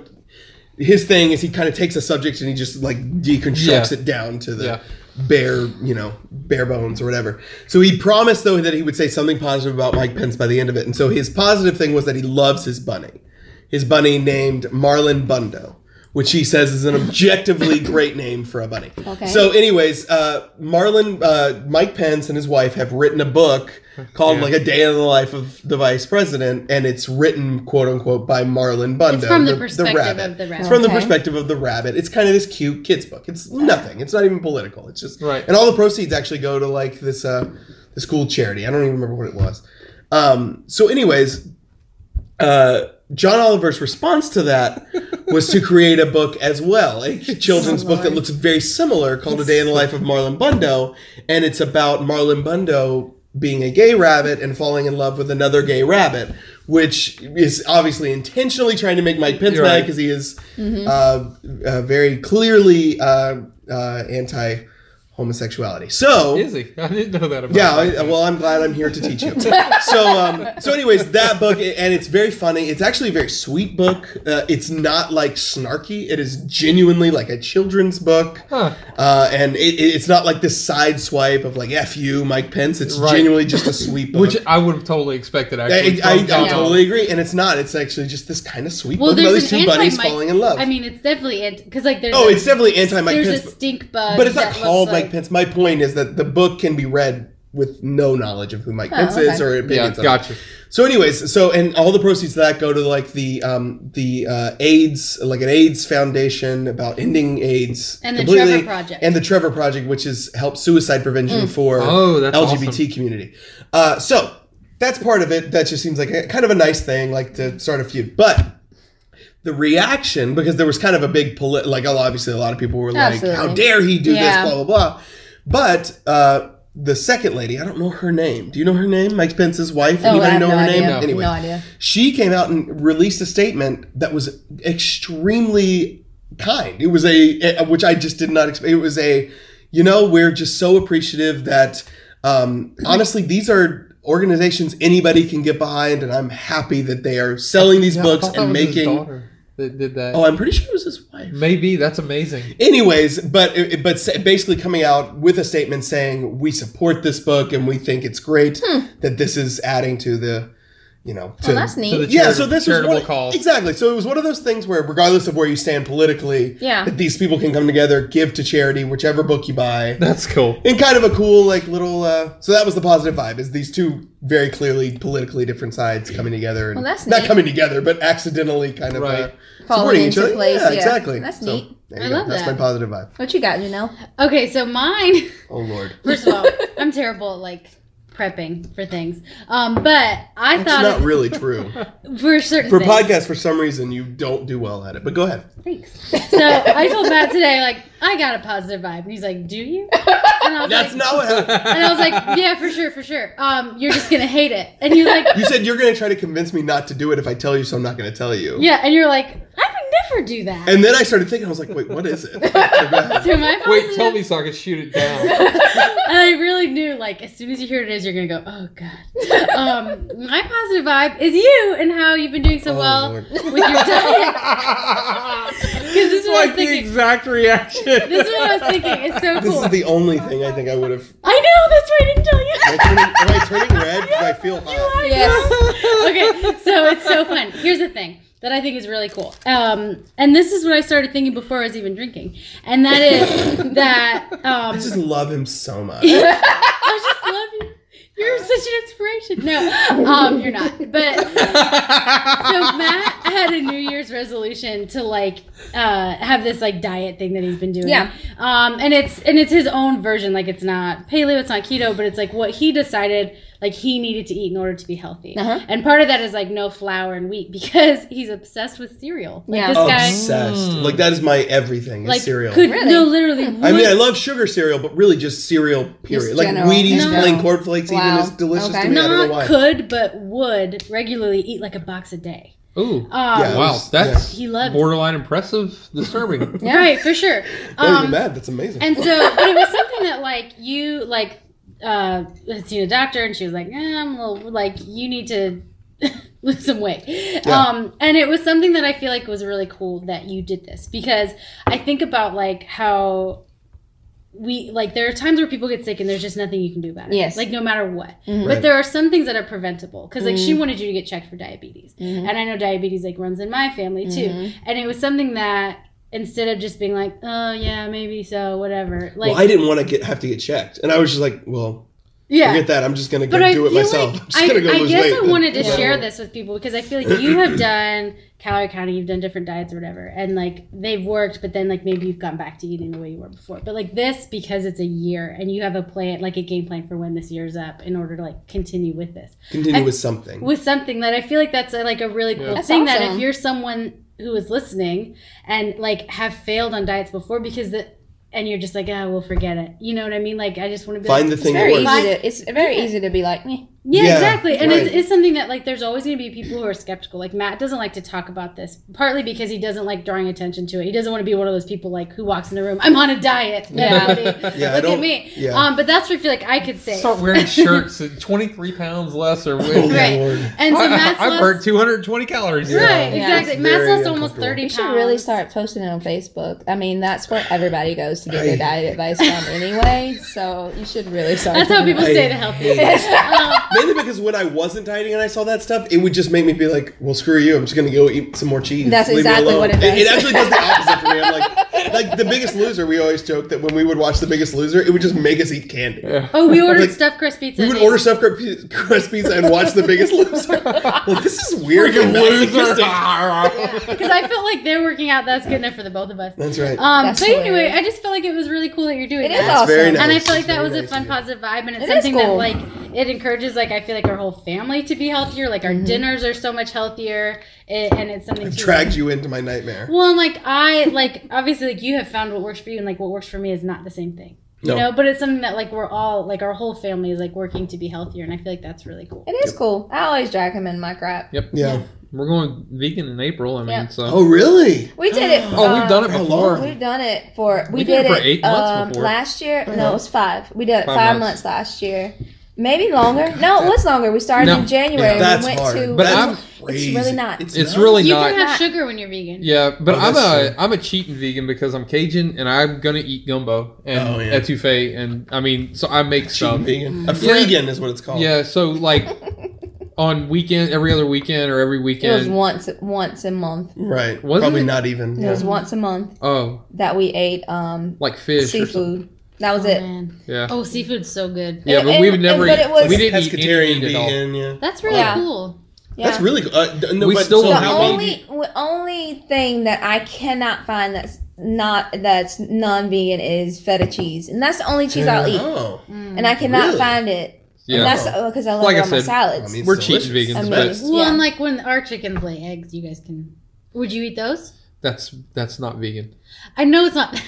S3: his thing is he kind of takes a subject and he just like deconstructs
S2: Yeah.
S3: it down to the
S2: Yeah.
S3: bare you know bare bones or whatever. So he promised though that he would say something positive about Mike Pence by the end of it. And so his positive thing was that he loves his bunny, his bunny named Marlon Bundo. Which he says is an objectively great name for a bunny.
S1: Okay.
S3: So anyways, uh, Marlon, uh, Mike Pence, and his wife have written a book called
S2: Yeah.
S3: like a day in the life of the vice president, and it's written quote unquote by Marlon Bundo.
S4: It's from the perspective of the rabbit.
S3: It's from the
S1: Okay.
S3: perspective of the rabbit. It's kind of this cute kids book. It's nothing. It's not even political. It's just
S2: Right.
S3: And all the proceeds actually go to like this uh, this cool charity. I don't even remember what it was. Um, so, anyways, uh, John Oliver's response to that was to create a book as well, a children's book that looks very similar called A Day in the Life of Marlon Bundo. And it's about Marlon Bundo being a gay rabbit and falling in love with another gay rabbit, which is obviously intentionally trying to make Mike Pence
S2: You're
S3: mad
S2: right.
S3: because he is
S4: Mm-hmm.
S3: uh, uh, very clearly uh, uh, anti homosexuality. So.
S2: Is he? I didn't know that about.
S3: Yeah,
S2: him.
S3: I- well, I'm glad I'm here to teach you. so, um, so, anyways, that book, and it's very funny. It's actually a very sweet book. Uh, it's not like snarky. It is genuinely like a children's book,
S2: Huh.
S3: uh, and it, it- it's not like this side swipe of like "f you, Mike Pence." It's
S2: Right.
S3: genuinely just a sweet book.
S2: Which I would have totally expected.
S3: I,
S2: Actually,
S3: I, I,
S2: from John
S3: totally agree, and it's not. It's actually just this kind of sweet
S4: Well,
S3: book about
S4: there's an
S3: these two
S4: anti
S3: bunnies falling in love.
S4: I mean, it's definitely anti because like there's
S3: oh,
S4: a-
S3: it's definitely anti-Mike
S4: there's
S3: Pence.
S4: a
S3: book.
S4: stink bug,
S3: But it's not
S4: that looks
S3: called Mike
S4: like-
S3: Pence. My point is that the book can be read with no knowledge of who
S4: Oh,
S3: Mike Pence is
S1: okay.
S3: or opinions.
S2: Yeah,
S3: on it.
S2: gotcha.
S3: So, anyways, so and all the proceeds of that go to like the um the uh, AIDS, like an AIDS foundation about ending AIDS
S4: And the Trevor Project. Mm.
S3: and the Trevor Project, which is help suicide prevention for
S2: Oh, that's
S3: LGBT
S2: awesome.
S3: community. Uh, so that's part of it. That just seems like a, kind of a nice thing, like to start a feud, but the reaction because there was kind of a big polit like oh, obviously a lot of people were like
S1: Absolutely.
S3: how dare he do
S1: Yeah.
S3: this blah blah blah but uh the second lady i don't know her name do you know her name mike pence's wife
S1: Oh, I
S3: anybody
S1: have
S3: know
S1: no
S3: her
S1: idea.
S3: name
S2: No.
S3: anyway
S1: No idea.
S3: she came out and released a statement that was extremely kind it was a, a- which i just did not expect it was a you know we're just so appreciative that um honestly these are organizations anybody can get behind and i'm happy that they are selling these
S2: Yeah, I
S3: books
S2: thought that
S3: and
S2: was his
S3: making
S2: daughter that did that.
S3: Oh, I'm pretty sure it was his wife.
S2: Maybe that's amazing.
S3: Anyways, but it- but sa- basically coming out with a statement saying we support this book and we think it's great that this is adding to the, you know, to
S1: Oh, Hmm. that's neat.
S2: So the
S3: yeah.
S2: charita-
S3: So this was
S2: charitable
S3: one,
S2: cause.
S3: exactly. So it was one of those things where, regardless of where you stand politically,
S1: Yeah.
S3: that these people can come together, give to charity, whichever book you buy.
S2: That's cool.
S3: And kind of a cool, like little. Uh, so that was the positive vibe: is these two very clearly politically different sides coming together, and
S1: Well, that's
S3: not
S1: neat.
S3: coming together, but accidentally kind of uh,
S2: Right.
S1: Falling
S3: supporting each
S1: into
S3: other.
S1: place,
S3: yeah,
S1: yeah.
S3: exactly.
S1: That's
S3: So,
S1: neat.
S3: there you
S4: I
S3: go.
S4: love
S3: That's
S4: that.
S3: my positive vibe.
S1: What you got, Janelle?
S4: Okay, so mine.
S3: Oh lord.
S4: First of all, I'm terrible at like prepping for things. Um, but I
S3: It's
S4: thought
S3: not
S4: of-
S3: really true.
S4: for certain
S3: For
S4: things.
S3: podcasts, for some reason, you don't do well at it. But go ahead.
S4: Thanks. So I told Matt today, like, I got a positive vibe. And he's like, Do you? And I was
S3: That's
S4: like,
S3: not what happened.
S4: And I was like, Yeah, for sure, for sure. Um, you're just gonna hate it. And he's like,
S3: You said you're going to try to convince me not to do it if I tell you, so I'm not going to tell you.
S4: Yeah, and you're like, I would never do that.
S3: And then I started thinking, I was like, wait, what is it? So go ahead.
S4: so my
S2: Wait,
S4: positive-
S2: tell me so I can shoot it down.
S4: And I really knew, like, as soon as you hear it is, you're gonna go, oh god. Um, my positive vibe is you and how you've been doing so
S3: Oh,
S4: well
S3: Lord.
S4: with your diet.
S2: Because
S4: Because this is what I was
S2: like the
S4: thinking.
S2: exact reaction.
S4: this is what I was thinking. It's so
S3: This
S4: cool.
S3: is the only thing I think I would have.
S4: I know that's why I didn't tell you.
S3: Am I turning, am I turning red? Because I feel hot.
S4: okay, so it's so fun. Here's the thing that I think is really cool. Um, and this is what I started thinking before I was even drinking, and that is that um,
S3: I just love him so much.
S4: I just love you. You're such an inspiration. No, um, you're not. But so Matt had a New Year's resolution to like uh, have this like diet thing that he's been doing.
S1: Yeah.
S4: Um, and it's and it's his own version. Like it's not paleo, it's not keto, but it's like what he decided like he needed to eat in order to be healthy.
S1: Uh-huh.
S4: And part of that is like no flour and wheat because he's obsessed with cereal. Like
S1: Yeah.
S4: this guy
S3: Oh, Obsessed. Like that is my everything. Is
S4: like
S3: cereal.
S4: could
S1: Really?
S4: no literally.
S3: I mean,
S4: would-
S3: I love sugar cereal, but really just cereal. Period. like
S1: general.
S3: Wheaties,
S4: No.
S3: plain cornflakes,
S1: Wow.
S3: even is delicious
S1: Okay.
S3: to me. I don't know
S4: not
S3: why.
S4: could but would regularly eat like a box a day.
S2: Ooh.
S4: Um,
S3: Yeah.
S2: Wow, that's
S4: He loved it.
S2: borderline impressive, disturbing.
S1: Yeah.
S4: Right, for sure.
S3: Don't even
S4: Um,
S3: mad. That's amazing.
S4: And so, but it was something that like you like uh had seen a doctor, and she was like, eh, "I'm a little like you need to lose some weight." Um, and it was something that I feel like was really cool that you did this because I think about like how we like there are times where people get sick and there's just nothing you can do about it.
S1: Yes.
S4: like no matter what.
S3: Right. Mm.
S4: But there are some things that are preventable because like she wanted you to get checked for diabetes,
S3: Mm-hmm.
S4: and I know diabetes like runs in my family too, and it was something that instead of just being like, oh yeah, maybe so, whatever, like
S3: well, I didn't want to get have to get checked, and I was just like, well,
S4: yeah.
S3: forget that. I'm just gonna go
S4: but I
S3: do
S4: feel
S3: it myself.
S4: like
S3: I'm just
S4: I,
S3: gonna go
S4: I
S3: lose
S4: guess
S3: weight.
S4: I wanted to
S3: Yeah.
S4: share this with people because I feel like you have done calorie counting, you've done different diets or whatever, and like they've worked, but then like maybe you've gone back to eating the way you were before. But like this, because it's a year and you have a plan, like a game plan for when this year's up, in order to like continue with this
S3: Continue
S4: I-
S3: with something.
S4: with something that I feel like that's a, like a really cool
S2: Yeah.
S1: That's
S4: thing that if
S1: awesome.
S4: you're someone who is listening and like have failed on diets before because the and you're just like ah we'll forget it you know what I mean like I just want to be
S3: Find the
S4: like,
S3: thing that
S1: very
S3: works.
S1: easy to, it's very easy to be like, eh.
S4: yeah,
S3: Yeah,
S4: exactly and it's,
S3: right.
S4: it's something that like there's always going to be people who are skeptical like Matt doesn't like to talk about this partly because he doesn't like drawing attention to it he doesn't want to be one of those people like who walks in the room I'm on a diet
S1: Yeah.
S4: Look at me.
S3: Yeah, I
S4: look at
S3: don't-
S4: me
S3: yeah.
S4: um but that's where I feel like I could say
S2: Start wearing shirts at 23 pounds less or
S3: oh
S2: with.
S3: my
S4: Right.
S3: lord.
S4: and so Matt's
S2: I, I
S4: lost-
S2: burned 220 calories.
S3: Yeah.
S4: right exactly
S3: It's
S4: Matt's
S3: very
S4: lost almost
S3: uncomfortable.
S4: 30
S1: You
S4: pounds
S1: should really start posting it on Facebook. I mean, that's where everybody goes to get
S3: I-
S1: their diet advice from anyway. So you should really start.
S4: That's how
S1: doing
S4: people
S1: that.
S3: I
S4: stay the healthiest.
S3: hate
S4: Um,
S3: Mainly because when I wasn't dieting and I saw that stuff, it would just make me be like, "Well, screw you! I'm just gonna go eat some more cheese."
S1: That's
S3: Leave
S1: exactly
S3: me alone.
S1: what it
S3: It,
S1: does.
S3: actually does the opposite for me. I'm like, like the Biggest Loser. We always joke that when we would watch the Biggest Loser, it would just make us eat candy.
S4: oh, we ordered
S3: Like,
S4: stuffed crust pizza.
S3: We would
S4: and-
S3: order stuffed cr- pi- crust pizza and watch The Biggest Loser. Like this is weird. and
S2: Loser.
S3: masochistic.
S4: because I felt like they're working out. That's good enough for the both of us. Um,
S3: That's right.
S1: That's
S4: but anyway,
S1: hilarious.
S4: I just feel like it was really cool that you're doing
S1: It is
S4: that.
S1: awesome.
S3: very nice.
S4: And I feel
S3: It's
S4: like that
S3: very
S4: was a
S3: nice
S4: fun,
S3: of you.
S4: positive vibe, and it's
S1: It is
S4: something that
S1: cool.
S4: like it encourages. Like I feel like our whole family to be healthier. Like our
S1: Mm-hmm.
S4: dinners are so much healthier, it, and it's something.
S3: It
S4: too-
S3: dragged you into my nightmare.
S4: Well, and like I like obviously like you have found what works for you, and like what works for me is not the same thing. You
S3: No.
S4: know, but it's something that like we're all like our whole family is like working to be healthier, and I feel like that's really cool.
S1: It is cool. I always drag him in my crap.
S2: Yep.
S3: Yeah.
S2: We're going vegan in April. I mean,
S1: Yeah.
S2: so.
S3: Oh really?
S1: We did it. um,
S2: Oh, we've done it
S3: How
S2: before.
S3: long?
S1: We've done it for. We,
S2: We
S1: did,
S2: did it for
S1: it
S2: eight months
S1: um,
S2: before.
S1: last year.
S4: Uh-huh.
S1: No, it was five. We did it
S2: Five
S1: five, months.
S2: months.
S1: last year. Maybe longer. No, it was longer. We started
S2: No.
S1: in January. and
S3: That's
S1: we went
S3: hard.
S1: to.
S2: But I'm-
S3: That's
S1: It's really not.
S2: It's really
S4: You
S2: not.
S4: can have
S1: Not-
S4: sugar when you're vegan.
S2: Yeah, but
S3: Oh,
S2: I'm
S3: that's
S2: a
S3: true.
S2: am a cheating vegan because I'm Cajun and I'm gonna eat gumbo and
S3: Oh, yeah.
S2: etouffee and I mean so I make
S3: Cheating
S2: stuff.
S3: vegan. A freegan is what it's called.
S2: Yeah, so like on weekend, every other weekend or every
S1: It was
S2: weekend.
S1: once once a month.
S3: Right.
S2: Was
S3: Probably
S2: it?
S3: not even.
S1: It
S3: yeah.
S1: was once a month
S2: oh,
S1: that we ate um,
S2: like fish or something.
S1: seafood. That was
S4: Oh,
S1: it.
S4: man.
S2: Yeah,
S4: Oh, seafood's so good.
S2: yeah, but
S1: And-
S2: we would
S1: and-
S2: never.
S1: but
S2: eat-
S1: it was-
S2: we didn't eat any
S3: pescatarian
S2: meat at all.
S3: vegan. Yeah.
S4: That's really
S1: Yeah.
S4: cool.
S1: Yeah.
S3: That's really cool. Uh, d- no,
S2: We
S3: but
S2: still
S3: so
S2: don't
S1: the
S2: have
S3: how
S2: all
S3: many-
S1: only w- only thing that I cannot find that's not that's non-vegan is feta cheese, and that's the only cheese I'll eat,
S3: Oh,
S4: Mm.
S1: and I cannot
S3: Really?
S1: find it.
S2: Yeah,
S1: And that's because I love
S2: Like I
S1: it on my
S2: said,
S1: salads.
S3: I mean,
S2: we're
S3: It's
S2: cheating
S3: delicious.
S2: vegans,
S1: I
S2: but
S1: mean-
S4: Well,
S1: Yeah.
S4: and like when our chickens lay eggs, you guys can. Would you eat those?
S2: that's that's not vegan.
S4: I know it's not.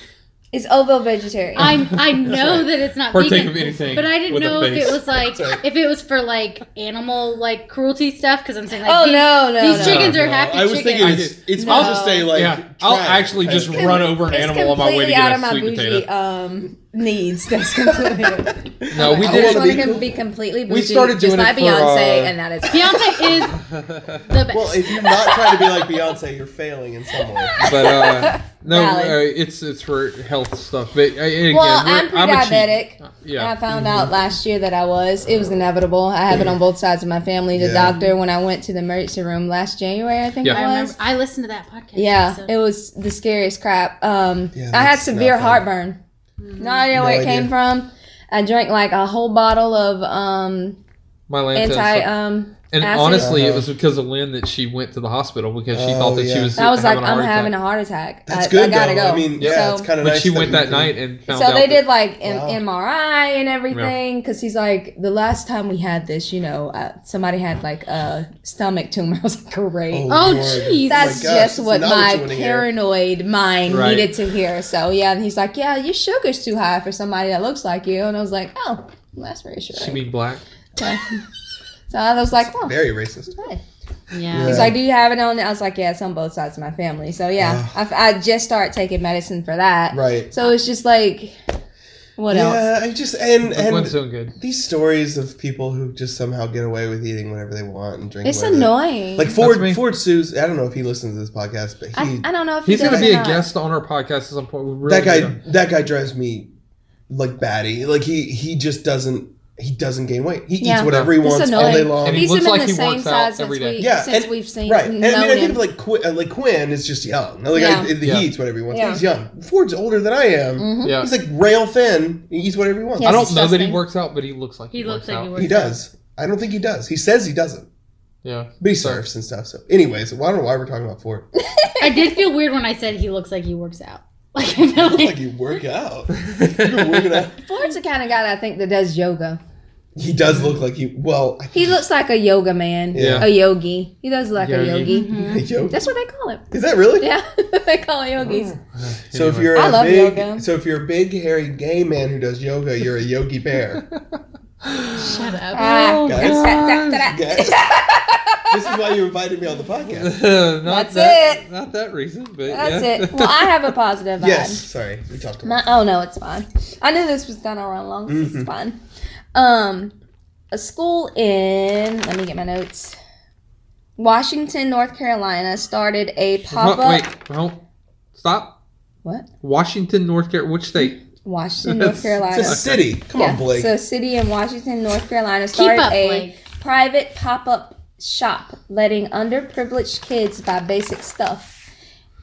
S1: it's ovo vegetarian.
S4: I I know that it's not
S2: Partake
S4: vegan.
S2: of anything
S4: But I didn't
S2: with a
S4: know if it
S2: face.
S4: was like
S3: Sorry.
S4: if it was for like animal like cruelty stuff because I'm saying like
S1: oh
S4: these,
S1: no, no,
S4: these
S1: no.
S4: chickens are
S3: No,
S4: happy
S3: I was
S4: chickens.
S3: thinking
S2: I
S3: it's,
S2: did-
S3: it's
S1: No.
S3: supposed to say like.
S2: yeah, I'll
S3: try it.
S2: actually just
S3: Okay.
S2: run over an
S1: It's
S2: animal on my way to
S1: completely
S2: get
S1: out
S2: a
S1: of my
S2: sweet
S1: bougie
S2: potato.
S1: um, needs. That's completely.
S2: No, we
S1: I
S2: did
S1: just
S2: it-
S1: want to be completely bougie.
S2: started doing
S1: just like
S2: it for,
S1: Beyonce,
S2: uh,
S1: and that is
S4: Beyonce is the best.
S3: Well, if you're not trying to be like Beyonce, you're failing in some way.
S2: but uh, no,
S1: Valid.
S2: uh, it's it's for health stuff. But uh, again,
S1: Well,
S2: we're-
S1: I'm
S2: I'm a cheat- Uh,
S1: pre-diabetic. I
S2: Yeah,
S1: found out last year that I was. It was inevitable. I have it on both sides of my family. The
S3: Yeah.
S1: doctor, when I went to the emergency room last January, I think
S2: Yeah.
S1: it
S4: I
S1: was.
S4: remember I listened to that podcast.
S1: Yeah,
S4: episode.
S1: it was the scariest crap. Um,
S3: Yeah,
S1: I had
S3: that's
S1: severe
S4: Mm.
S3: not fun.
S1: heartburn. No idea
S3: No
S1: where it
S3: idea.
S1: came from. I drank like a whole bottle of um
S2: My Lanta.
S1: anti um
S2: and
S1: acid.
S2: honestly, it
S3: Uh-huh.
S2: was because of Lynn that she went to the hospital because she
S3: Oh,
S2: thought that she
S3: yeah.
S2: was.
S1: I was like,
S2: having a
S1: I'm
S2: heart
S1: having a
S2: attack.
S1: heart attack.
S3: That's
S1: I,
S3: good
S1: I gotta
S3: though.
S1: go.
S3: I mean, yeah,
S1: so,
S3: it's kind of
S2: But
S3: nice.
S2: she went
S3: you
S2: that
S3: can-
S2: night and found
S1: so
S2: out.
S1: they did
S2: that-
S1: like an
S3: Wow.
S1: MRI and everything because he's like the last time we had this, you know, uh, somebody had like a stomach tumor. I was like, great.
S4: Oh,
S3: Lord.
S4: jeez.
S3: my
S1: That's
S3: gosh,
S1: just
S3: that's
S1: what
S3: not
S1: my
S3: you wanna hear.
S1: paranoid mind
S2: Right.
S1: needed to hear. So yeah, and he's like, "Yeah, your sugar's too high for somebody that looks like you," and I was like, "Oh, well, that's
S2: She
S1: reassuring."
S2: being black.
S1: Okay. so I was like, "Oh."
S3: Very racist.
S1: hey."
S4: Yeah.
S1: He's
S3: Yeah.
S1: like, "Do you have it on?" I was like, "Yeah, it's on both sides of my family." So yeah, I, I just started taking medicine for that.
S3: Right.
S1: So it's just like, what else?
S3: yeah, I just and
S2: That one's
S3: and
S2: doing good.
S3: these stories of people who just somehow get away with eating whatever they want and drinking.
S1: It's
S3: whatever they-
S1: annoying.
S3: Like Ford,
S2: me.
S3: Ford sues. I don't know if he listens to this podcast, but he
S1: I, I don't know if
S2: He's
S1: he
S2: going to
S1: does
S2: be
S1: or
S2: a
S1: not.
S2: guest on our podcast at some point. We really
S3: that guy
S2: need him.
S3: that guy drives me like batty. Like he he just doesn't he doesn't gain weight. He
S1: Yeah.
S3: eats whatever he
S1: It's
S3: wants all
S1: annoying.
S3: day long.
S2: And he
S1: He's
S2: looks
S1: been
S2: like
S1: the
S2: he
S1: same
S2: works out
S1: size since,
S2: every day.
S1: we,
S3: Yeah,
S1: since
S3: and-
S1: we've seen
S3: Right, and I
S1: known
S3: mean, I think
S1: him.
S3: of like Quinn, like Quinn is just young. Like
S1: Yeah.
S3: I, he
S2: Yeah.
S3: eats whatever he wants.
S1: Yeah.
S3: He's young. Ford's older than I am.
S1: Mhm.
S2: Yeah.
S3: He's like rail thin. He eats whatever he wants.
S1: Yes,
S2: I don't
S1: it's
S2: know that he
S1: disgusting.
S2: works out, but he looks like he,
S4: He looks
S2: works
S4: like
S2: out.
S4: he works.
S3: he does. I don't think he does. He says he doesn't,
S2: Yeah.
S3: but he surfs and stuff. So, anyways, well, I don't know why we're talking about Ford.
S4: I did feel weird when I said he looks like he works out. Like I felt
S3: Looks like
S4: like
S3: you work out. You've been working out.
S1: Ford's the kind of guy that I think that does yoga.
S3: He does look like he. Well, I
S1: He
S3: think
S1: looks like a yoga man,
S3: Mm-hmm. Yeah.
S1: a yogi. He does look like a
S2: Yogi.
S1: yogi.
S3: he's yoga.
S1: That's what they call it.
S3: Is that really?
S1: Yeah, they call it yogis.
S3: Mm-hmm. So if
S2: Anyway.
S3: you're a
S1: I love
S3: big,
S1: yoga.
S3: so if you're a big hairy gay man who does yoga, you're a yogi bear.
S4: shut up.
S1: Ah,
S3: Guys.
S1: that's- that- that- that-
S3: Guys, this is why you invited me on the podcast.
S2: not
S1: That's
S2: that,
S1: it.
S2: Not that reason, but
S1: That's
S2: yeah.
S1: it. Well, I have a positive vibe.
S3: Yes, sorry, we talked about.
S1: My, oh no, it's fine. I knew this was gonna run long. This is
S3: Mhm.
S1: fine. Um, a school in let me get my notes. Washington, North Carolina, started a
S2: Huh,
S1: pop
S2: wait,
S1: up.
S2: hold- stop.
S1: What?
S2: Washington, North Carolina. Which state?
S1: Washington, North
S2: That's-
S1: Carolina.
S3: It's a city. Come on, Blake.
S1: So, a city in Washington, North Carolina
S4: Keep
S1: started
S4: up,
S1: a
S4: Blake.
S1: private pop-up shop letting underprivileged kids buy basic stuff,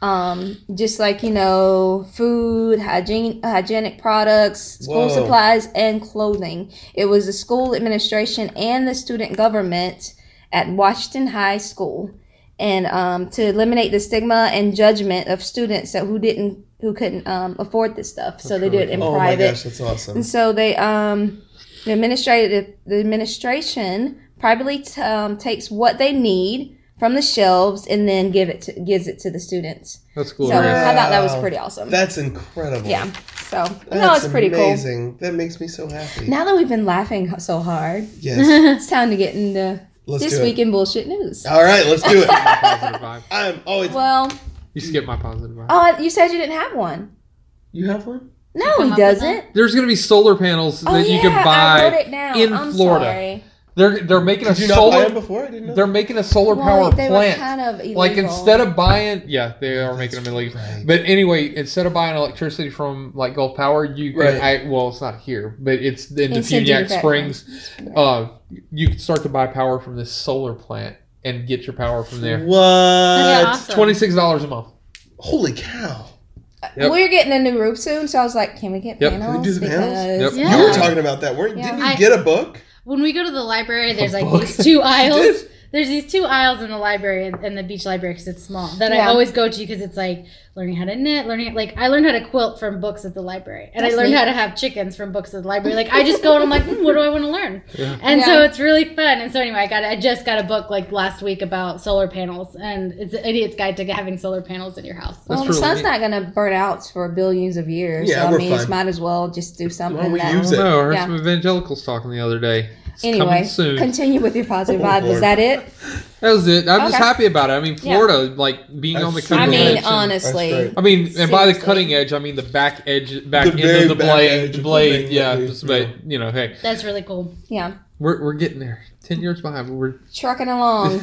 S1: um, just like you know, food, hygiene, hygienic products, school
S3: Whoa.
S1: supplies, and clothing. It was the school administration and the student government at Washington High School, and um, to eliminate the stigma and judgment of students that who didn't who couldn't um, afford this stuff. So they did it in
S3: oh
S1: private.
S3: my gosh, that's awesome.
S1: And so they, um, the administrative, the administration privately t- um, takes what they need from the shelves and then give it to, gives it to the students.
S2: That's
S1: So
S2: glorious.
S1: I thought that was
S3: Wow.
S1: pretty awesome.
S3: That's incredible.
S1: yeah. So no,
S3: That's
S1: it's pretty cool.
S3: amazing. That makes me so happy.
S1: Now that we've been laughing h- so hard,
S3: Yes,
S1: it's time to get into
S3: let's
S1: this
S3: do
S1: week
S3: it.
S1: in bullshit news.
S3: All right, let's do it.
S2: Positive vibe.
S3: I'm always.
S1: Well,
S2: You skip my positive vibe.
S1: oh, you said you didn't have one.
S3: You have one?
S1: No,
S4: come
S1: he
S4: up with
S1: doesn't.
S2: There's gonna be solar panels
S1: Oh
S2: that
S1: yeah,
S2: you can
S1: I wrote
S2: buy.
S1: it down.
S2: in
S1: I'm
S2: Florida.
S1: Sorry.
S2: They're they're making a
S3: Did you not buy
S2: solar.
S3: them before? I didn't know.
S2: They're making a solar
S1: Well,
S2: power
S1: they were
S2: plant.
S1: kind of illegal.
S2: like instead of buying, yeah, they are making them illegal.
S3: right.
S2: But anyway, instead of buying electricity from like Gulf Power, you can.
S3: Right.
S2: I, well, it's not here, but it's in the
S1: In Central
S2: Funiac
S1: Texas.
S2: Springs. Uh, you can start to buy power from this solar plant and get your power from there.
S3: What? Uh,
S4: That's awesome.
S2: Twenty six dollars a month.
S3: Holy cow!
S2: Yep.
S1: We're getting a new roof soon, so I was like, "Can we get
S2: Yep.
S1: panels?"
S3: Can we do the panels?
S1: Because-
S2: Yep.
S4: Yeah.
S3: You were talking about that, weren't?
S1: Yeah.
S3: Didn't you
S4: I-
S3: get a book?
S4: When we go to the library, there's like
S2: book.
S4: these two aisles.
S3: did.
S4: There's these two aisles in the library and the beach library because it's small that I
S1: Yeah.
S4: always go to because it's like learning how to knit, learning like I learned how to quilt from books at the library, and
S1: That's
S4: I learned
S1: neat.
S4: how to have chickens from books at the library. Like I just go and I'm like, hmm, what do I want to learn?
S2: Yeah.
S4: And so
S1: Yeah.
S4: it's really fun. And so anyway, I got I just got a book like last week about solar panels, and it's an idiot's guide to having solar panels in your house.
S1: Well,
S2: That's
S1: the
S2: really
S1: sun's
S2: neat.
S1: not going to burn out for billions of years. so,
S3: Yeah,
S1: I
S3: we're
S1: mean, you
S3: fine.
S1: might as well just do something.
S3: Well, we
S1: that
S3: use
S2: I
S3: it.
S2: don't know. I heard
S1: Yeah.
S2: some evangelicals talking the other day. It's
S1: Anyway,
S2: coming soon.
S1: continue with your positive
S3: Oh,
S1: vibe. Was
S3: Lord.
S1: that it?
S2: that was it. I'm just
S1: Okay.
S2: happy about it. I mean,
S1: Yeah.
S2: Florida, like being on the
S3: I
S2: cutting
S1: I
S2: edge.
S1: mean,
S2: and-
S1: honestly.
S3: great.
S2: I mean, and by the
S1: Seriously.
S2: cutting edge, I mean the back edge, back
S3: The
S2: end
S3: very
S2: of the
S3: back edge
S2: blade,
S3: of
S2: the
S3: the
S2: blade.
S3: thing,
S2: Yeah,
S3: yeah.
S2: just- but you know, hey,
S4: That's really cool.
S1: Yeah.
S2: we're we're getting there. Ten years behind, but we're
S1: Trucking along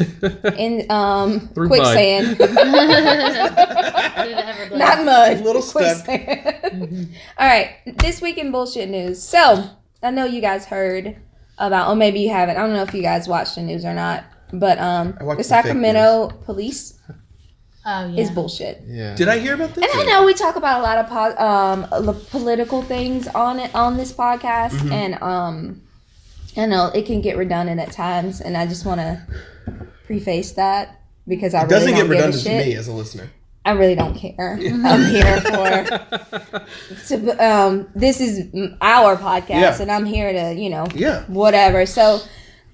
S1: in um,
S2: Through
S1: quicksand.
S4: Through the Everglades.
S1: Not mud.
S3: Little step.
S1: quicksand. All right. This week in bullshit news. So, I know you guys heard about, or maybe you haven't. I don't know if you guys watched the news or not, but um,
S3: I watched
S1: the
S3: the fake
S1: Sacramento police
S4: Oh yeah.
S1: is bullshit.
S2: Yeah.
S3: Did I hear about this?
S1: And I know we talk about a lot of po- um, l- political things on it on this podcast,
S3: Mm-hmm.
S1: and um, I know it can get redundant at times, and I just want to preface that because I
S3: It
S1: really
S3: doesn't
S1: don't
S3: get
S1: give a
S3: redundant to
S1: shit.
S3: me as a listener.
S1: I really don't care. I'm here for to, um, this is mm, our podcast,
S3: Yeah.
S1: and I'm here to you know
S3: Yeah.
S1: whatever. So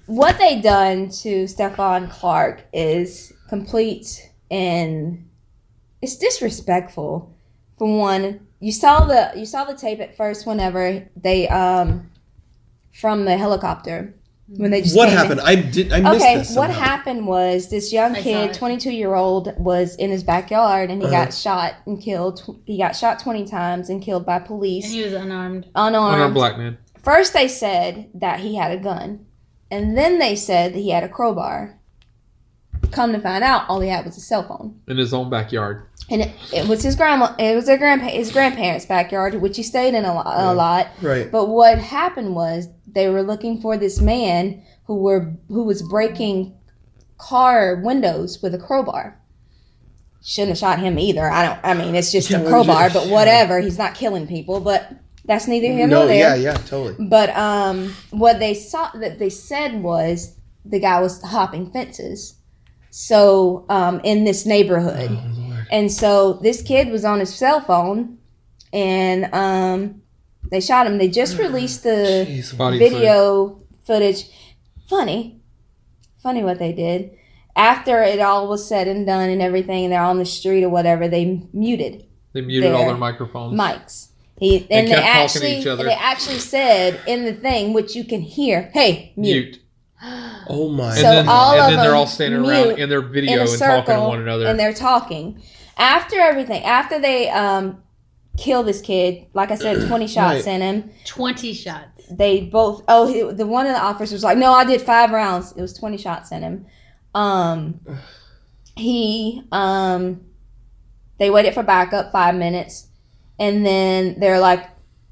S1: what they done to Stefan Clark is complete and it's disrespectful. For one, you saw the you saw the tape at first whenever they um from the helicopter when they just
S3: What
S1: came in.
S3: happened? I did. I missed
S1: Okay,
S3: this.
S1: what
S3: somehow.
S1: happened was this young
S4: I saw
S1: kid,
S4: it.
S1: 22 year old, was in his backyard and he
S3: Uh-huh.
S1: got shot and killed. Tw- He got shot 20 times and killed by police,
S4: And he was unarmed.
S2: On our
S1: unarmed.
S2: black man.
S1: First, they said that he had a gun, and then they said that he had a crowbar. Come to find out, all he had was a cell phone,
S2: In his own backyard.
S1: and it, it was his grandma. It was their grandpa, his grandparents' backyard, which he stayed in a, lo- a
S3: Yeah.
S1: lot.
S3: Right.
S1: But what happened was they were looking for this man who were who was breaking car windows with a crowbar. Shouldn't have shot him either. I don't. I mean, it's just
S3: Yeah,
S1: a
S3: but
S1: crowbar,
S3: just-
S1: but whatever. He's not killing people, but that's neither here nor
S3: No.
S1: there.
S3: Yeah. Yeah. Totally.
S1: But um, what they saw that they said was the guy was hopping fences. So um, in this neighborhood,
S3: Oh, Lord.
S1: and so this kid was on his cell phone, and um, they shot him. They just released the
S3: Jeez.
S2: Body
S1: video footage. Funny, funny what they did. After it all was said and done and everything, and they're on the street or whatever, they muted
S2: They muted all
S1: There.
S2: their microphones.
S1: mics. He and they,
S2: kept talking to
S1: actually
S2: each other.
S1: they actually said in the thing which you can hear, "Hey, mute."
S2: Mute.
S3: Oh my.
S2: And
S1: So
S2: then,
S1: all
S2: and
S1: of
S2: then they're
S1: them
S2: all standing around
S1: mute
S2: in their video
S1: in a
S2: and talking to
S1: circle
S2: one another.
S1: and they're talking after everything after they um kill this kid like i said 20 shots
S3: Right.
S1: in him
S4: Twenty shots.
S1: they both oh he, the one of the officers was like no i did five rounds it was 20 shots in him um he um they waited for backup five minutes and then they're like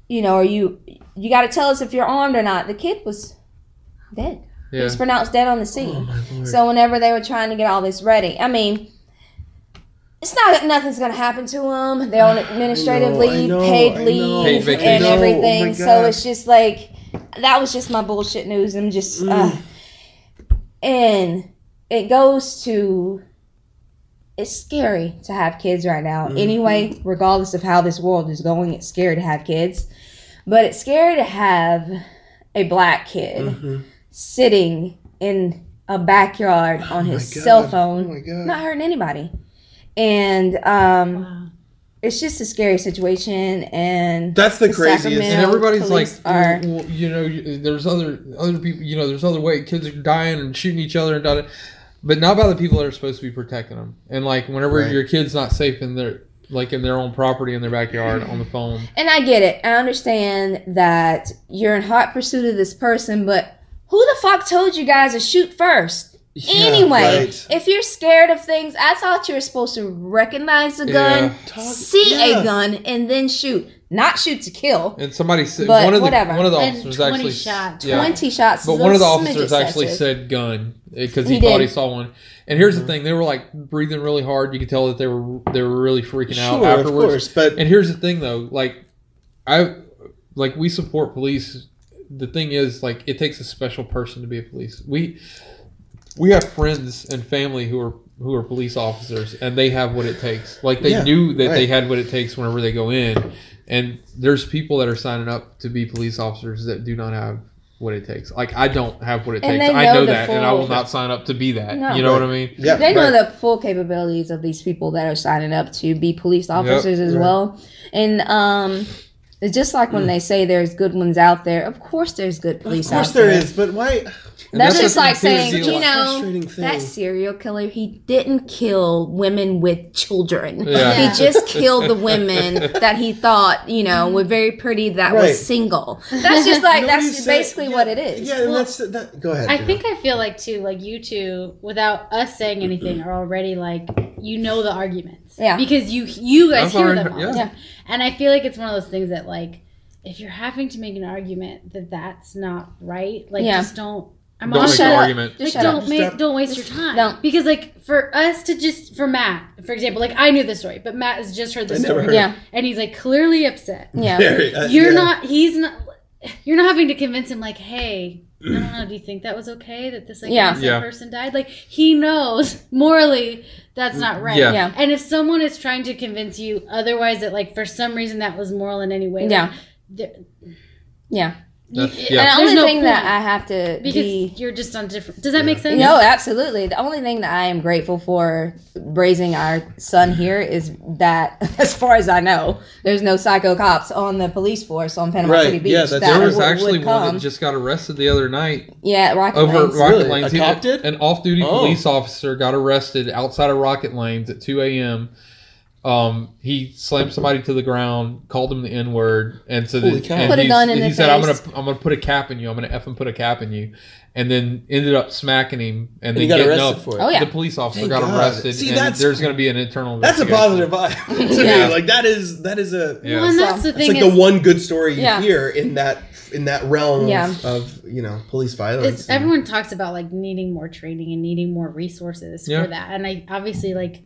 S1: you know are you you got to tell us if you're armed or not the kid was dead he
S2: yeah.
S1: was pronounced dead on the scene
S3: oh my lord.
S1: so whenever they were trying to get all this ready, I mean, it's not nothing's gonna happen to them. They're on administrative
S3: I
S1: leave,
S3: know,
S1: paid
S3: I know,
S1: leave,
S2: Paid vacation.
S1: and
S2: I know, oh my
S1: everything. so
S3: God.
S1: it's just like that was just my bullshit news. I'm just, uh,
S3: Mm.
S1: and it goes to. It's scary to have kids right now.
S3: Mm-hmm.
S1: Anyway, regardless of how this world is going, it's scary to have kids. But it's scary to have a black kid
S3: Mhm.
S1: sitting in a backyard on
S3: Oh my
S1: his
S3: God.
S1: cell
S3: Oh my
S1: phone,
S3: God.
S1: not hurting anybody. And um,
S4: Wow.
S1: it's just a scary situation. And
S3: That's the
S1: The
S3: craziest.
S1: Sacramento-
S2: and everybody's like,
S1: police are-
S2: well, you know, you- there's other other people, you know, there's other way kids are dying and shooting each other and da but not by the people that are supposed to be protecting them. And like, whenever
S3: Right.
S2: your kid's not safe in their like in their own property in their backyard on the phone,
S1: and I get it. I understand that you're in hot pursuit of this person, but who the fuck told you guys to shoot first?
S3: Yeah,
S1: anyway,
S3: right.
S1: if you're scared of things, I thought you were supposed to recognize a gun,
S3: Talk-
S1: see
S3: yeah.
S1: a gun, and then shoot. Not shoot to kill.
S2: and somebody said
S1: But
S2: one of the
S1: whatever.
S2: one of the
S4: And
S2: officers
S4: 20
S2: actually
S4: shots.
S2: yeah.
S1: 20 shots.
S2: But
S1: is
S2: one
S1: a
S2: of the
S1: smidge
S2: officers actually
S1: excessive.
S2: said gun because
S1: He
S2: he, thought
S1: did.
S2: he saw one. And here's
S3: Mm-hmm.
S2: the thing: they were like breathing really hard. You could tell that they were they were really freaking out
S3: Sure, of
S2: afterwards.
S3: course, but
S2: And here's the thing, though, like I like we support police. The thing is, like it takes a special person to be a police. We we have friends and family who are who are police officers, and they have what it takes. Like they
S3: Yeah,
S2: knew that they
S3: right.
S2: had what it takes whenever they go in. And there's people that are signing up to be police officers that do not have what it takes. Like I don't have what it
S1: And
S2: takes.
S1: they
S2: I
S1: know
S2: know
S1: the
S2: that, and I
S1: full-
S2: will not sign up to be that.
S1: No.
S2: You know
S3: Right.
S2: what I mean?
S3: yeah,
S1: They know
S3: right.
S1: the full capabilities of these people that are signing up to be police officers as
S3: right.
S1: well. And um, it's just like when they say there's good ones out there, of course there's good police
S3: Of course
S1: out
S3: there
S1: there.
S3: is, but why?
S2: And
S1: That's,
S2: that's
S1: just
S2: what
S1: like saying,
S2: confused
S1: you
S2: you a
S3: lot.
S1: know,
S3: Frustrating thing.
S1: that serial killer, he didn't kill women with children.
S2: Yeah.
S4: Yeah.
S1: He just killed the women that he thought, you know, were very pretty that
S3: Right.
S1: was single. That's just like,
S3: Nobody
S1: that's
S3: said-
S1: basically
S3: yeah,
S1: what it is.
S3: Yeah, and
S4: Well,
S3: that's that. Go ahead.
S4: I
S3: Dana.
S4: think I feel like too, like you two, without us saying anything, are already like you know the arguments,
S1: Yeah.
S4: because you you guys
S2: I've
S4: hear
S2: already
S4: them, all
S2: heard-
S4: the
S2: yeah.
S4: time. and I feel like it's one of those things that like if you're having to make an argument that that's not right, like
S1: Yeah.
S4: just don't I'm
S2: Don't
S4: all
S2: make
S1: shut
S2: an
S1: up.
S2: argument.
S1: Just
S4: like
S1: shut
S4: don't
S1: up.
S3: Just
S4: make
S3: stop.
S4: don't waste your time.
S1: don't.
S4: Because like for us to just for Matt, for example, like I knew the story, but Matt has just heard the
S3: I never
S4: story.
S3: heard.
S1: Yeah.
S4: And he's like clearly upset.
S1: Yeah.
S3: Very, uh,
S4: You're
S3: yeah.
S4: not he's not you're not having to convince him like, hey, I don't know, do you think that was okay that this like
S1: Yeah.
S4: innocent
S2: Yeah.
S4: person died? Like he knows morally that's not right.
S2: Yeah.
S1: Yeah.
S4: And if someone is trying to convince you otherwise that like for some reason that was moral in any way, like,
S1: Yeah.
S4: there-
S1: Yeah.
S2: That's-
S4: you-
S2: yeah.
S1: And the only
S4: there's no
S1: thing that
S4: point.
S1: I have to
S4: because
S1: be
S4: you're just on different. Does that make sense?
S1: No, absolutely. The only thing that I am grateful for raising our son here is that, as far as I know, there's no psycho cops on the police force on Panama
S3: Right,
S1: City Beach.
S3: yeah, that's-
S1: that
S2: There was
S1: would- would
S2: actually one
S1: come.
S2: that just got arrested the other night
S1: yeah, Rocket
S2: over
S1: Lanes.
S2: Rocket
S3: Really?
S2: Lanes.
S3: A
S2: He-
S3: cop did?
S2: An off-duty
S3: Oh.
S2: police officer got arrested outside of Rocket Lanes at 2 a.m. Um, he slammed somebody to the ground, called him the N-word, and so
S3: Holy
S2: that,
S3: cow.
S2: and
S1: Put a
S2: he's-
S1: gun in
S2: he
S1: their
S2: said, "I'm gonna,
S1: face.
S2: I'm gonna put a cap in you. I'm gonna f and put a cap in you," and then ended up smacking him and,
S3: he
S2: then
S3: got
S2: getting
S3: arrested
S2: up.
S3: for it.
S1: Oh, yeah.
S2: The police officer
S3: Thank
S2: got
S3: God.
S2: arrested,
S3: See,
S2: and
S3: that's-
S2: there's gonna be an internal.
S3: That's a
S2: investigation.
S3: positive vibe to
S1: Yeah.
S3: me. Like that is that is a
S2: Yeah.
S4: Well, and that's
S1: So-
S4: the
S3: that's
S4: thing
S3: like
S4: is,
S3: the one good story you
S1: Yeah.
S3: hear in that in that realm
S1: Yeah.
S3: of, of you know police
S4: it's,
S3: violence. and-
S4: everyone talks about like needing more training and needing more resources
S2: Yeah.
S4: for that and i obviously like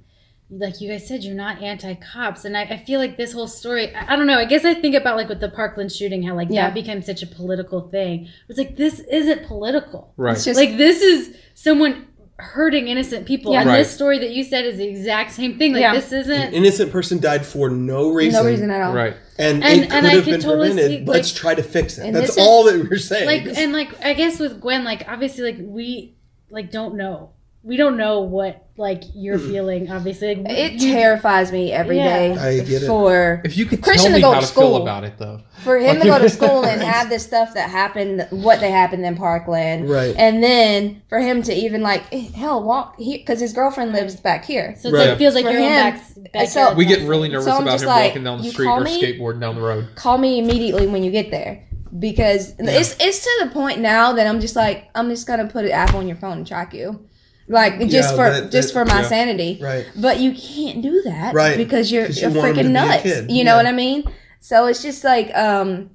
S4: like you guys said you're not anti-cops and i, I feel like this whole story I, I don't know i guess i think about like with the parkland shooting how like
S1: Yeah.
S4: that became such a political thing it's like this isn't political
S2: right?
S1: It's just
S4: like this is someone hurting innocent people
S1: Yeah.
S4: and
S2: Right.
S4: this story that you said is the exact same thing like
S1: Yeah.
S4: this
S3: an
S4: isn't
S3: innocent person died for no reason,
S1: Mm. no reason at all.
S2: right.
S3: and,
S4: And-
S3: it could
S4: and I
S3: have
S4: could
S3: been
S4: totally
S3: prevented.
S4: see, like-
S3: Let's try to fix it.
S1: And
S3: That's
S1: this is-
S3: all that we're saying.
S4: like
S3: This-
S4: and like i guess with gwen like obviously like we like don't know we don't know what like you're feeling obviously like,
S1: It
S4: you-
S1: terrifies me every
S4: Yeah.
S1: day
S3: I get it.
S1: for
S2: If you could
S1: Christian
S2: tell
S1: to
S2: me
S1: go
S2: how
S1: to
S2: to
S1: school.
S2: feel about it, though,
S1: for him to go to school and have this stuff that happened what they happened in Parkland.
S3: Right.
S1: And then for him to even like hell walk here because his girlfriend lives back here.
S4: So it's like,
S2: Right.
S4: feels like
S1: For
S4: your own
S1: him,
S4: back, backyard.
S1: so-
S2: we get really nervous
S1: I'm
S2: about
S1: just
S2: him
S1: like,
S2: walking down the
S1: you
S2: street
S1: call
S2: or
S1: me?
S2: skateboarding down the road.
S1: call me immediately when you get there because it's it's to the point now that I'm just like I'm just gonna put an app on your phone and track you, like just
S3: Yeah,
S1: for
S3: that-
S1: just
S3: that-
S1: for my
S2: yeah.
S1: sanity.
S3: right.
S1: But you can't do that
S3: Right.
S1: because you're,
S3: 'Cause
S1: you're
S3: you want 'em to
S1: freaking
S3: be a
S1: nuts.
S3: kid.
S1: You know
S3: Yeah.
S1: what I mean? So it's just like um,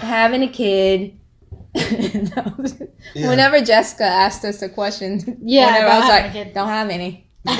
S1: having a kid.
S3: Yeah.
S1: Whenever Jessica asked us a question,
S4: Yeah,
S1: whenever
S4: about
S1: I was like,
S4: having a kid.
S1: "Don't have any,"
S2: I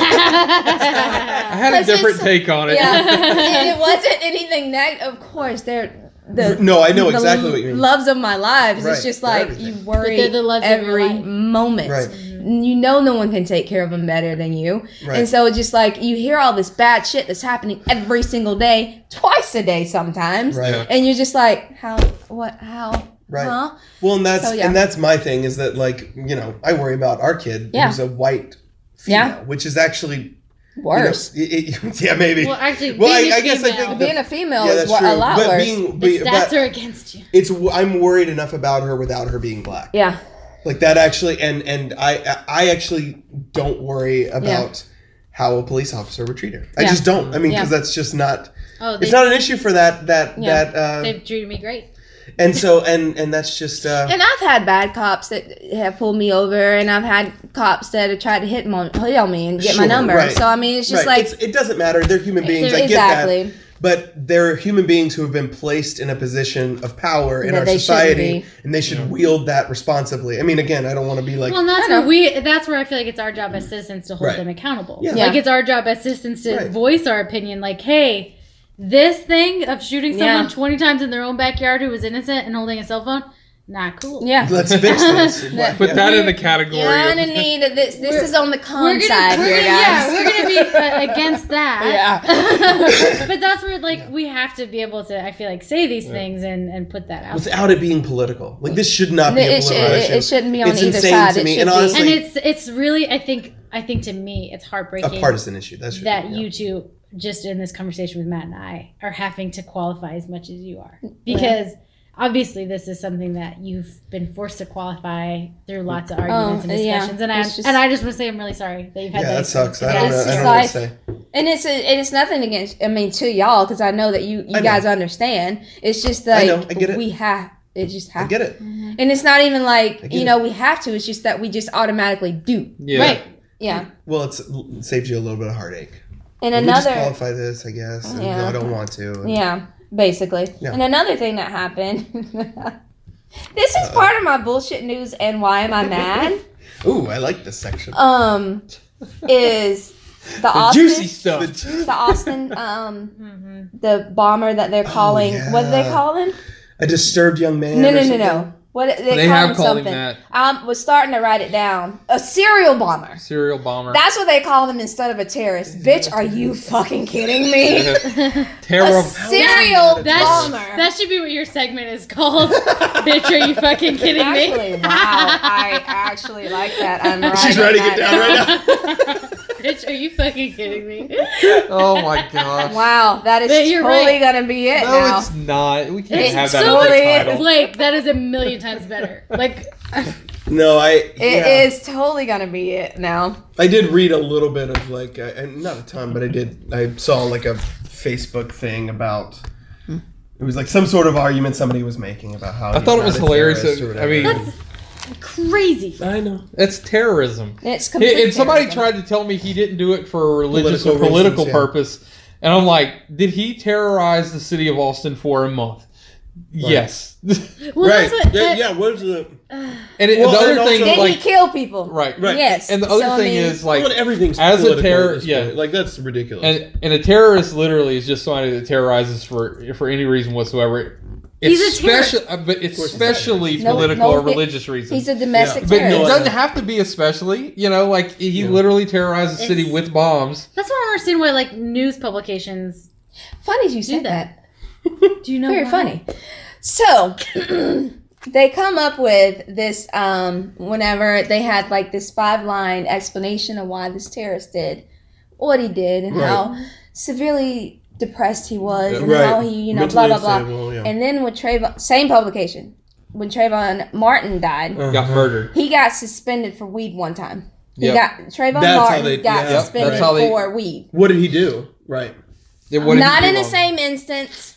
S2: had a
S1: Because it's
S2: different
S1: so-
S2: take on it.
S1: yeah, and it wasn't anything negative. Of course, they're the
S3: no, I know
S1: the
S3: exactly what you mean.
S1: Loves of my lives.
S3: Right,
S1: It's just
S3: for
S1: like
S3: everything.
S1: you worry
S4: But they're the loves of your
S1: every
S4: life.
S1: moment. Mm-hmm.
S3: Right.
S1: You know no one can take care of them better than you.
S3: Right.
S1: And so it's just like you hear all this bad shit that's happening every single day, twice a day sometimes.
S3: Right.
S2: Yeah.
S1: And you're just like, how what how
S3: Right.
S1: huh?
S3: Well, and that's
S1: So, yeah.
S3: and that's my thing is that like you know I worry about our kid
S1: Yeah.
S3: who's a white female,
S1: Yeah.
S3: which is actually you know,
S1: Worse.
S3: it- it- yeah, maybe.
S4: well, actually,
S3: Well,
S4: being
S3: I-
S4: a
S3: I guess I
S4: female,
S3: think
S1: being a female
S3: yeah,
S1: is
S3: that's
S1: what,
S3: true.
S1: a lot
S3: but
S1: worse.
S3: being,
S4: the
S3: be,
S4: stats
S3: but
S4: are against you.
S3: it's I'm worried enough about her without her being black.
S1: yeah.
S3: Like that actually, and and I I actually don't worry about how a police officer would treat her. I
S1: Yeah.
S3: just don't. I mean, because
S1: Yeah.
S3: that's just not.
S4: Oh, they,
S3: It's not an issue for that that
S1: Yeah.
S3: that. Uh,
S4: they've treated me great.
S3: and so and and that's just. Uh,
S1: And I've had bad cops that have pulled me over, and I've had cops that have tried to hit, mo- hit on me and get
S3: Sure,
S1: my number.
S3: right.
S1: So I mean, it's just
S3: right.
S1: like
S3: It's- it doesn't matter. They're human beings. I get
S1: exactly.
S3: that. But they're human beings who have been placed in a position of power in
S1: That
S3: our
S1: they shouldn't
S3: society,
S1: be.
S3: and they should wield that responsibly. I mean, again, I don't want to be like
S4: Well, and
S1: I
S4: that's
S1: know.
S4: where we. That's where I feel like it's our job as citizens to hold
S3: Right.
S4: them accountable.
S3: Yeah.
S4: Like it's our job as citizens to
S3: Right.
S4: voice our opinion. Like, hey, this thing of shooting someone
S1: Yeah.
S4: twenty times in their own backyard who was innocent and holding a cell phone, not cool.
S1: Yeah.
S3: let's fix this.
S1: No.
S2: Put
S3: Yeah.
S2: that in the category.
S1: You're
S2: of-
S1: gonna need this. This
S4: We're-
S1: is on the
S4: We're
S1: con
S4: gonna,
S1: side
S4: we're
S1: here,
S4: gonna- yeah,
S1: guys.
S4: we're gonna be uh, against that.
S1: Yeah.
S4: but that's where like we have to be able to, I feel like, say these things and and put that out. there.
S3: without it being political. Like this should not be a
S1: It,
S3: political
S1: should, it,
S3: issue.
S1: it shouldn't be on
S3: It's
S1: either
S3: insane
S1: side.
S3: to
S1: It
S3: me,
S1: should
S3: and
S1: be.
S3: honestly-
S4: and it's it's really I think I think to me it's heartbreaking
S3: a partisan issue. That's true.
S4: that
S3: Yeah.
S4: you two just in this conversation with Matt and I are having to qualify as much as you are because obviously this is something that you've been forced to qualify through lots of arguments and
S1: uh, yeah.
S4: discussions and I
S1: It's just-
S4: and I just want to say I'm really sorry that you've had
S3: Yeah,
S4: that
S3: that
S4: experience.
S3: sucks. I don't
S1: it's
S3: know. I
S1: just
S3: don't know what to
S1: like-
S3: say.
S1: and it's a, and it's nothing against. I mean, to y'all, because I know that you
S3: I know.
S1: you guys understand. It's just
S3: I
S1: like
S3: know. I get it.
S1: we have. It just
S3: I
S1: have.
S3: get it.
S1: And it's not even
S3: I
S1: like
S3: get
S1: you know we have to. It's just that we just automatically do.
S2: yeah.
S4: Right.
S1: Yeah.
S3: Well, it's, it saves you a little bit of heartache.
S1: And
S3: Let me just
S1: another.
S3: qualify this, I guess. and
S1: Yeah.
S3: No, I don't want to. And
S1: Yeah. Basically.
S3: Yeah.
S1: And another thing that happened. This is part of my bullshit news and why am I mad?
S3: Ooh, I like this section.
S1: Um, is the,
S2: The
S1: Austin,
S2: juicy stuff.
S3: The-
S1: the Austin, um,
S4: Mm-hmm.
S1: the bomber that
S2: Oh,
S1: they're calling. What do they
S3: yeah.
S1: call him?
S3: a disturbed young man.
S1: No,
S3: or
S1: no, no,
S3: something?
S1: no. What they,
S2: They
S1: call
S2: have
S1: him
S2: called him
S1: something.
S2: that.
S1: I was starting to write it down. A serial bomber.
S2: Serial bomber.
S1: That's what they call them instead of a terrorist. Bitch, are you fucking kidding me? A
S2: Terrible.
S1: serial
S4: That's-
S1: bomber.
S4: That should be what your segment is called. Bitch, are you fucking kidding
S1: Actually,
S4: me?
S1: wow, I actually like that. I'm right.
S3: She's writing it down right now.
S4: Bitch, are you fucking kidding me?
S2: Oh my gosh.
S1: Wow, that is
S4: But you're
S1: totally
S4: right.
S1: gonna be it
S2: No,
S1: now.
S2: it's not. We can't
S4: It's
S2: have that
S4: so-
S2: as a
S1: Totally.
S2: title.
S4: Like that is a million times better. Like
S3: No, I.
S1: It
S3: yeah.
S1: is totally gonna be it now.
S3: I did read a little bit of like, uh, and not a ton, but I did. I saw like a Facebook thing about. It was like some sort of argument somebody was making about how.
S2: I
S3: he's
S2: thought it
S3: not
S2: was
S3: a
S2: hilarious.
S3: terrorist
S2: that-
S3: or
S2: I
S3: whatever.
S2: mean,
S4: crazy.
S3: I know.
S2: that's terrorism.
S1: It's
S2: And-
S1: completely.
S2: and somebody
S1: terrorism.
S2: tried to tell me he didn't do it for a religious
S3: Political
S2: or political
S3: reasons, yeah.
S2: purpose, and I'm like, did he terrorize the city of Austin for a month? Yes. and
S4: Well,
S3: right.
S4: that's what.
S3: yeah,
S4: that-
S3: yeah. What's the?
S2: it,
S3: Well,
S2: the
S3: and
S2: other
S3: also-
S2: thing,
S1: Did
S2: like,
S1: he kill people?
S2: right,
S3: Right.
S1: Yes.
S2: And the other
S1: so, I
S2: thing
S1: mean,
S2: is like,
S3: Well, everything's
S2: as a
S3: political at
S2: terror-
S3: this
S2: yeah.
S3: point. Like that's ridiculous.
S2: and and a terrorist literally is just somebody that terrorizes for for any reason whatsoever.
S4: He's
S2: It's
S4: a terrorist.
S2: speci- uh, but it's
S3: course he's a
S2: especially
S1: No,
S2: political
S1: no,
S2: or
S1: it-
S2: religious reasons.
S1: he's a domestic
S2: But it
S3: No, I
S1: terrorist.
S2: doesn't
S3: know.
S2: have to be especially, you know, like he
S3: Yeah.
S2: literally terrorized the city
S4: It's-
S2: with bombs.
S4: That's why I don't understand why like news publications
S1: Funny you
S4: do
S1: said that.
S4: that. Do you know?
S1: Very
S4: why?
S1: funny. So they come up with this um, whenever they had like this five line explanation of why this terrorist did what he did and
S3: Right.
S1: how severely depressed he was and
S3: Right.
S1: how "Oh, he you know
S3: Mentally
S1: blah blah blah.
S3: unstable, yeah.
S1: And then when Trayvon, same publication, when Trayvon Martin died,
S3: Uh-huh.
S2: Got murdered.
S1: he got suspended for weed one time. He
S2: Yep.
S1: got Trayvon
S3: That's how
S1: Martin
S3: they-
S1: got
S3: yeah, that's
S1: suspended
S2: how they-
S1: for weed.
S3: What did he do? Right.
S2: Then what did he
S1: Not
S2: do
S1: in the
S2: wrong?
S1: same instance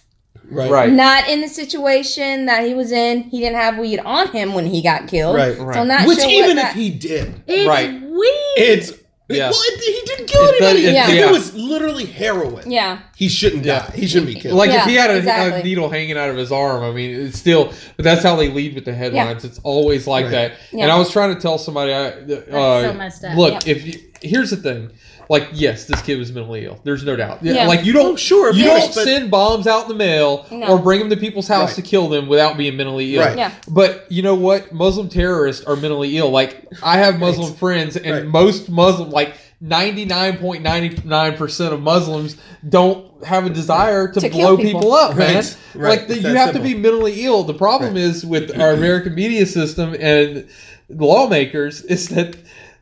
S3: Right.
S2: Right.
S1: not in the situation that he was in. He didn't have weed on him when he got killed.
S3: Right.
S2: Right.
S1: So not
S3: Which
S1: sure what
S3: even if
S1: that-
S3: he did,
S4: It's
S2: Right.
S4: weird.
S3: it's
S2: Yeah.
S3: well, it, he didn't kill
S2: It does-
S3: anybody.
S2: it-
S1: Yeah.
S3: If
S2: yeah.
S3: it was literally heroin,
S1: yeah,
S3: he shouldn't
S2: Yeah.
S3: die. He shouldn't be killed.
S2: Like
S1: Yeah,
S2: if he had a, a
S1: exactly.
S2: needle hanging out of his arm, I mean, it's still. But that's how they lead with the headlines. It's always like
S3: Right.
S2: that.
S1: Yeah.
S2: And I was trying to tell somebody, I, uh,
S4: so messed up.
S2: look, if you, here's the thing, like yes, this kid was mentally ill. There's no doubt. Yeah,
S1: Yeah.
S2: Like you
S3: oh,
S2: don't.
S3: sure, of
S2: You
S3: course,
S2: don't
S3: but-
S2: send bombs out in the mail
S1: No.
S2: or bring them to people's house
S3: Right.
S2: to kill them without being mentally ill.
S3: Right.
S1: Yeah.
S2: But you know what? Muslim terrorists are mentally ill. Like I have Muslim friends, and
S3: Right.
S2: most Muslim, like ninety nine point ninety nine percent of Muslims, don't have a desire to,
S1: To kill
S2: blow
S1: people.
S2: people, up,
S3: Right.
S2: man.
S3: Right.
S2: Like the,
S3: It's
S2: you
S3: that
S2: have
S3: simple.
S2: to be mentally ill. The problem is with our American media system and the lawmakers is that.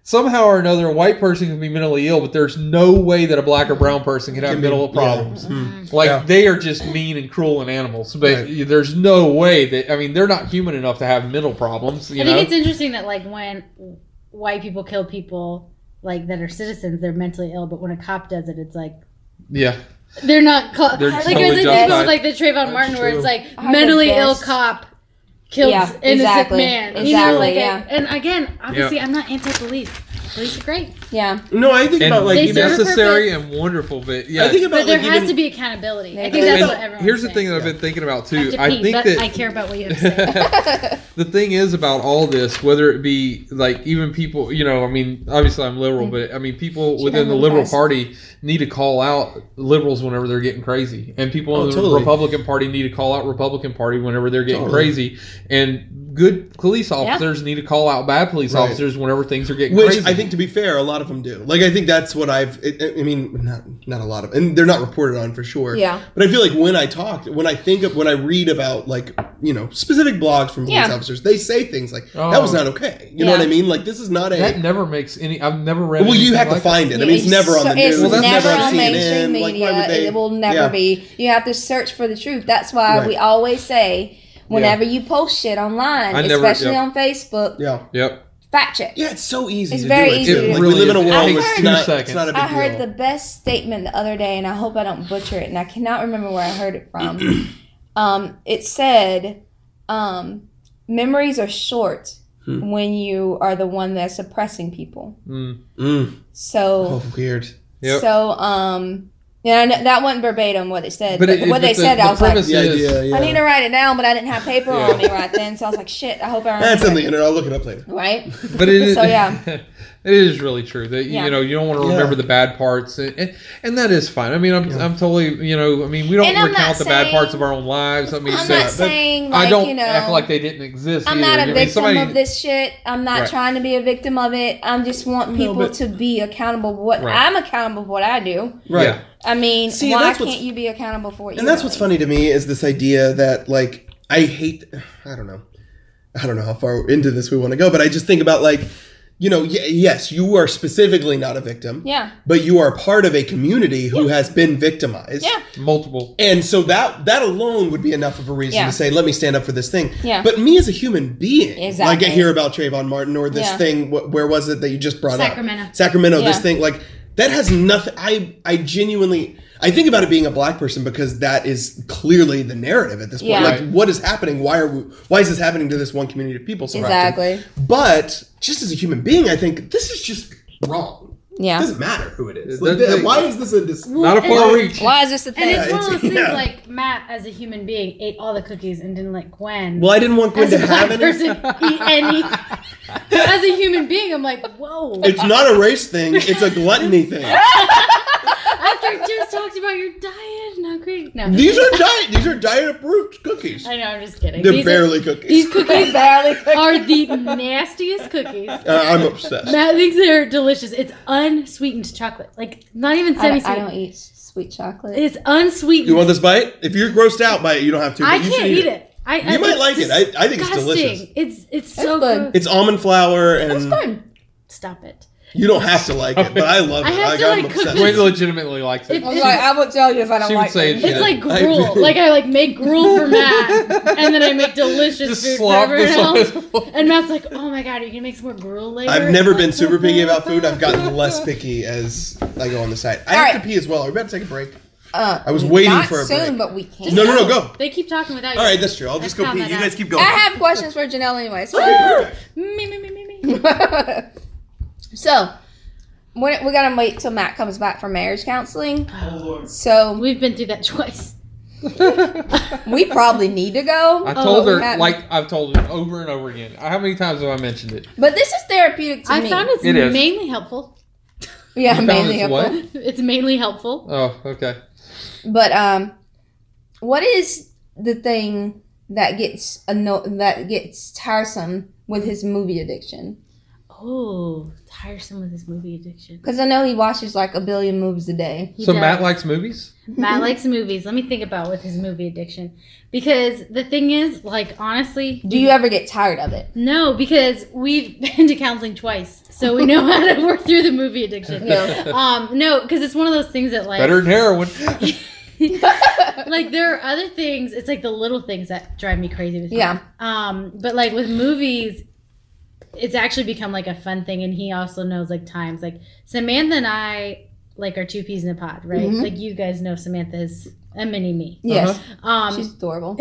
S2: Somehow or another, a white person can be mentally ill, but there's no way that a black or brown person can have
S3: Can be-
S2: mental
S3: yeah.
S2: problems.
S3: Mhm.
S2: Like
S3: Yeah.
S2: they are just mean and cruel and animals. But
S3: Right.
S2: there's no way that I mean they're not human enough to have mental problems. You
S4: I
S2: know,
S4: think it's interesting that like when white people kill people like that are citizens, they're mentally ill. But when a cop does it, it's like
S2: yeah,
S4: they're not. Call-
S2: They're
S4: like
S2: totally
S4: there's an
S1: justified.
S4: example of, like the Trayvon Martin where
S3: true.
S4: it's like
S1: I
S4: mentally
S1: think
S4: ill
S1: this-
S4: cop kills
S1: Yeah,
S4: innocent
S1: exactly.
S4: man. You
S1: Exactly,
S4: know, like I-
S1: yeah.
S4: and again, obviously, I'm not anti-police. Police are great,
S1: yeah.
S3: no, I think
S2: and
S3: about like
S4: They
S3: even-
S4: serve a
S2: necessary
S4: purpose.
S2: and wonderful. But yeah,
S3: I think about
S4: but there
S3: like
S4: has
S3: even,
S4: to be accountability. I
S1: They
S4: think
S1: do.
S4: that's
S3: Well,
S4: what everyone.
S2: here's the thing that I've been thinking about too. I, think
S4: but
S2: that
S4: I care about what you have to say.
S2: the thing is about all this, whether it be like even people, you know, I mean, obviously I'm liberal, but I mean, people within the
S1: everyone
S2: liberal
S1: does.
S2: party need to call out liberals whenever they're getting crazy, and people
S3: Oh,
S2: in the
S3: totally.
S2: Republican Party need to call out Republican Party whenever they're getting
S3: Totally.
S2: crazy, and good police officers need to call out bad police
S3: Right.
S2: officers whenever things are getting
S3: which
S2: crazy.
S3: I think to be fair, a lot of them do. Like I think that's what I've. It, I- I mean, not not a lot of, and they're not reported on for sure.
S1: Yeah.
S3: But I feel like when I talk, when I think of, when I read about like you know specific blogs from police
S1: Yeah.
S3: officers, they say things like
S2: Oh.
S3: that was not okay. You know
S1: Yeah.
S3: what I mean? Like this is not a.
S2: that never makes any. I've never read.
S3: well, you
S2: anything
S3: have to
S2: like that.
S3: find it. I mean, it's never on the news.
S1: It's
S2: Well, that's
S1: never
S2: never
S1: on
S2: on
S1: mainstream
S3: CNN. Like, why
S1: media.
S3: would they-
S1: it will never
S3: Yeah.
S1: be. You have to search for the truth. That's why
S3: Right.
S1: we always say whenever you post shit online,
S2: I never-
S1: especially
S2: yep.
S1: on Facebook,
S3: Yeah.
S2: Yep.
S1: fact check.
S3: Yeah, it's so easy.
S1: It's
S3: to
S1: very
S3: do it,
S1: easy
S3: too.
S1: to do.
S3: Like,
S2: Really
S3: we live in a
S2: is.
S3: world
S1: I've
S3: where it's
S1: heard-
S3: not,
S2: Two
S3: it's not a big
S1: I heard
S3: deal.
S1: the best statement the other day, and I hope I don't butcher it, and I cannot remember where I heard it from. um, it said, um, "Memories are short
S2: Hmm.
S1: when you are the one that's oppressing people."
S2: Mm.
S3: Mm.
S1: So,
S3: Oh, weird.
S2: Yep.
S1: so um, Yeah, I know- that wasn't verbatim what it said.
S2: But
S1: But
S2: it-
S1: what
S2: but
S1: they
S2: the-
S1: said,
S2: the
S1: I was like,
S2: premise-
S3: The
S2: Yes.
S3: idea, yeah.
S1: I need to write it down, but I didn't have paper
S2: Yeah.
S1: on me right then, so I was like, shit. I hope I remember.
S3: That's on the
S1: it.
S3: internet. I'll look it up later.
S1: right.
S2: But it is,
S1: So, yeah.
S2: it is really true that
S1: Yeah.
S2: you know you don't want to
S3: Yeah.
S2: remember the bad parts, and, and, and that is fine. I mean, I'm,
S3: Yeah.
S2: I'm totally you know I mean we don't
S1: And I'm not
S2: recount the bad
S1: saying-
S2: parts of our own lives. I mean,
S1: I'm
S2: so-
S1: not
S2: but
S1: saying like
S2: I don't
S1: you know.
S2: act like they didn't exist.
S1: I'm
S2: either.
S1: not
S2: I
S1: a
S2: mean,
S1: victim
S2: somebody-
S1: of this shit. I'm not
S2: Right.
S1: trying to be a victim of it. I just want people
S3: but-
S1: to be accountable for what
S2: Right.
S1: I'm accountable for what I do.
S3: Right.
S2: Yeah.
S1: I mean,
S3: See,
S1: why
S3: that's what's-
S1: can't you be accountable for what you
S3: And that's what's
S1: do?
S3: funny to me is this idea that like I hate I don't know. I don't know how far into this we want to go, but I just think about like you know, y- yes, you are specifically not a victim,
S1: Yeah.
S3: but you are part of a community who has been victimized.
S1: Yeah.
S2: multiple.
S3: And so that that alone would be enough of a reason
S1: Yeah.
S3: to say, let me stand up for this thing.
S1: Yeah.
S3: But me as a human being,
S1: Exactly.
S3: like I hear about Trayvon Martin or this
S1: Yeah.
S3: thing, wh- where was it that you just brought
S4: Sacramento.
S3: up? Sacramento. This
S1: Yeah.
S3: thing, like that has nothing. I I genuinely. I think about it being a black person because that is clearly the narrative at this point.
S1: Yeah.
S3: Like,
S2: Right.
S3: what is happening? Why are we, why is this happening to this one community of people? So often?
S1: Exactly.
S3: But just as a human being, I think this is just wrong. It
S1: Yeah.
S3: doesn't matter who it is.
S2: It
S3: Like,
S2: doesn't-
S3: why is this a dis-
S2: Not a far
S3: Why-
S2: reach.
S1: Why is this a
S4: And
S1: thing?
S4: it's one of those things
S3: Yeah.
S4: like Matt, as a human being, ate all the cookies and didn't let Gwen.
S3: Well, I didn't want Gwen
S4: as
S3: to
S4: a black
S3: have any.
S4: person, eat any. As a human being, I'm like, whoa.
S3: It's not a race thing. It's a gluttony thing.
S4: After you just talked about your diet, not great. No,
S3: These are diet. These are diet approved cookies.
S4: I know. I'm just kidding.
S3: They're
S4: These are-
S3: barely cookies.
S4: these cookies
S1: Barely cooking.
S4: are the nastiest cookies.
S3: Uh, I'm obsessed.
S4: Matt thinks they're delicious. It's unsweetened chocolate, like not even
S1: I
S4: semi-sweet.
S1: don't, I don't eat sweet chocolate.
S4: It's unsweetened.
S3: You want this bite? If you're grossed out by it, you don't have to.
S4: I
S3: but you
S4: can't
S3: should
S4: eat it. I, I,
S3: You might
S4: it's
S3: like it. I- I think it's
S4: disgusting.
S3: delicious.
S4: It's it's
S1: That's
S4: so
S1: good.
S4: good.
S3: It's almond flour,
S1: That's
S3: and
S1: fun.
S4: Stop it.
S3: you don't have to like it, but I love it.
S4: I have
S3: like,
S4: to
S3: I'm
S4: like
S3: obsessed.
S4: cookies.
S2: Gwen legitimately likes it.
S4: It-
S1: I'm like, I would tell you if I don't
S2: She would
S1: like
S2: say
S1: it.
S2: it.
S4: It's like
S3: I-
S4: gruel. like I like make gruel for Matt, and then I make delicious
S2: Just
S4: food for
S2: slop
S4: everyone
S2: this on
S4: else.
S2: the floor.
S4: And Matt's like, "Oh my god, are you gonna make some more gruel later?"
S3: I've never been super picky about food. I've gotten less picky as I go on the side. I
S1: All
S3: have
S1: right.
S3: to pee as well. Are we about to take a break?
S1: Uh,
S3: I was waiting
S1: not
S3: for a
S1: soon,
S3: break.
S1: but we can't.
S3: No, no, no, go.
S4: They keep talking without you.
S3: All right, that's true. I'll just
S4: I
S3: go
S4: found
S3: pee.
S4: that
S3: You
S4: out.
S3: guys keep
S1: I
S3: going.
S1: have questions for Janelle anyway. So
S4: Me, me, me, me, me.
S1: so we're, we're gonna wait till Matt comes back from marriage counseling.
S4: Oh,
S1: So
S4: We've been through that twice.
S1: we probably need to go.
S2: I told
S1: but
S2: her
S1: we haven't.
S2: like I've told her over and over again. How many times have I mentioned it?
S1: but this is therapeutic to
S4: I
S1: me.
S4: found it's
S2: It is.
S4: mainly helpful.
S1: yeah,
S2: You found
S1: mainly
S2: it's
S1: helpful.
S2: what?
S4: It's mainly helpful.
S2: Oh, okay.
S1: But um, what is the thing that gets anno- that gets tiresome with his movie addiction?
S4: Oh, tiresome with his movie addiction.
S1: Because I know he watches like a billion movies a day.
S4: He
S2: so
S4: does.
S2: Matt likes movies.
S4: Matt likes movies. Let me think about with his movie addiction, because the thing is, like honestly,
S1: Do you ever get tired of it?
S4: No, because we've been to counseling twice, so we know how to work through the movie addiction.
S1: Yeah.
S4: Um, no, because it's one of those things that like
S2: Better than heroin.
S4: like there are other things. It's like the little things that drive me crazy with him.
S1: Yeah.
S4: Um, but like with movies, it's actually become like a fun thing, and he also knows like times. Like Samantha and I, like are two peas in a pod, right?
S1: Mhm.
S4: Like you guys know Samantha's a mini me.
S1: Yes,
S4: Um,
S1: she's adorable.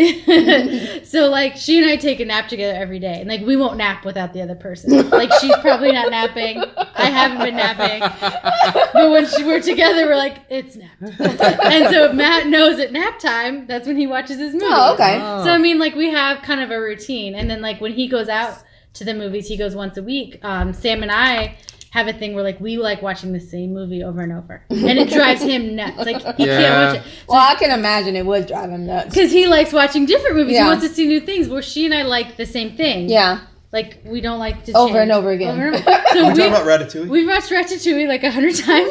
S4: so like she and I take a nap together every day, and like we won't nap without the other person. Like she's probably not napping. I haven't been napping, but when she, we're together, we're like it's nap. And so if Matt knows at nap time. That's when he watches his movies.
S1: Oh, okay.
S4: So I mean, like we have kind of a routine, and then like when he goes out to the movies, he goes once a week. Um, Sam and I have a thing where like we like watching the same movie over and over, and it drives him nuts. Like he
S2: Yeah.
S4: can't watch it.
S1: Well, I can imagine it would drive him nuts.
S4: Because he likes watching different movies.
S1: Yeah.
S4: He wants to see new things. Well, she and I like the same thing.
S1: Yeah.
S4: Like, we don't like to
S1: Over and
S4: change.
S1: over again.
S4: and over.
S3: Are
S4: So
S3: we
S4: we,
S3: talking about Ratatouille?
S4: we've watched Ratatouille like a hundred times.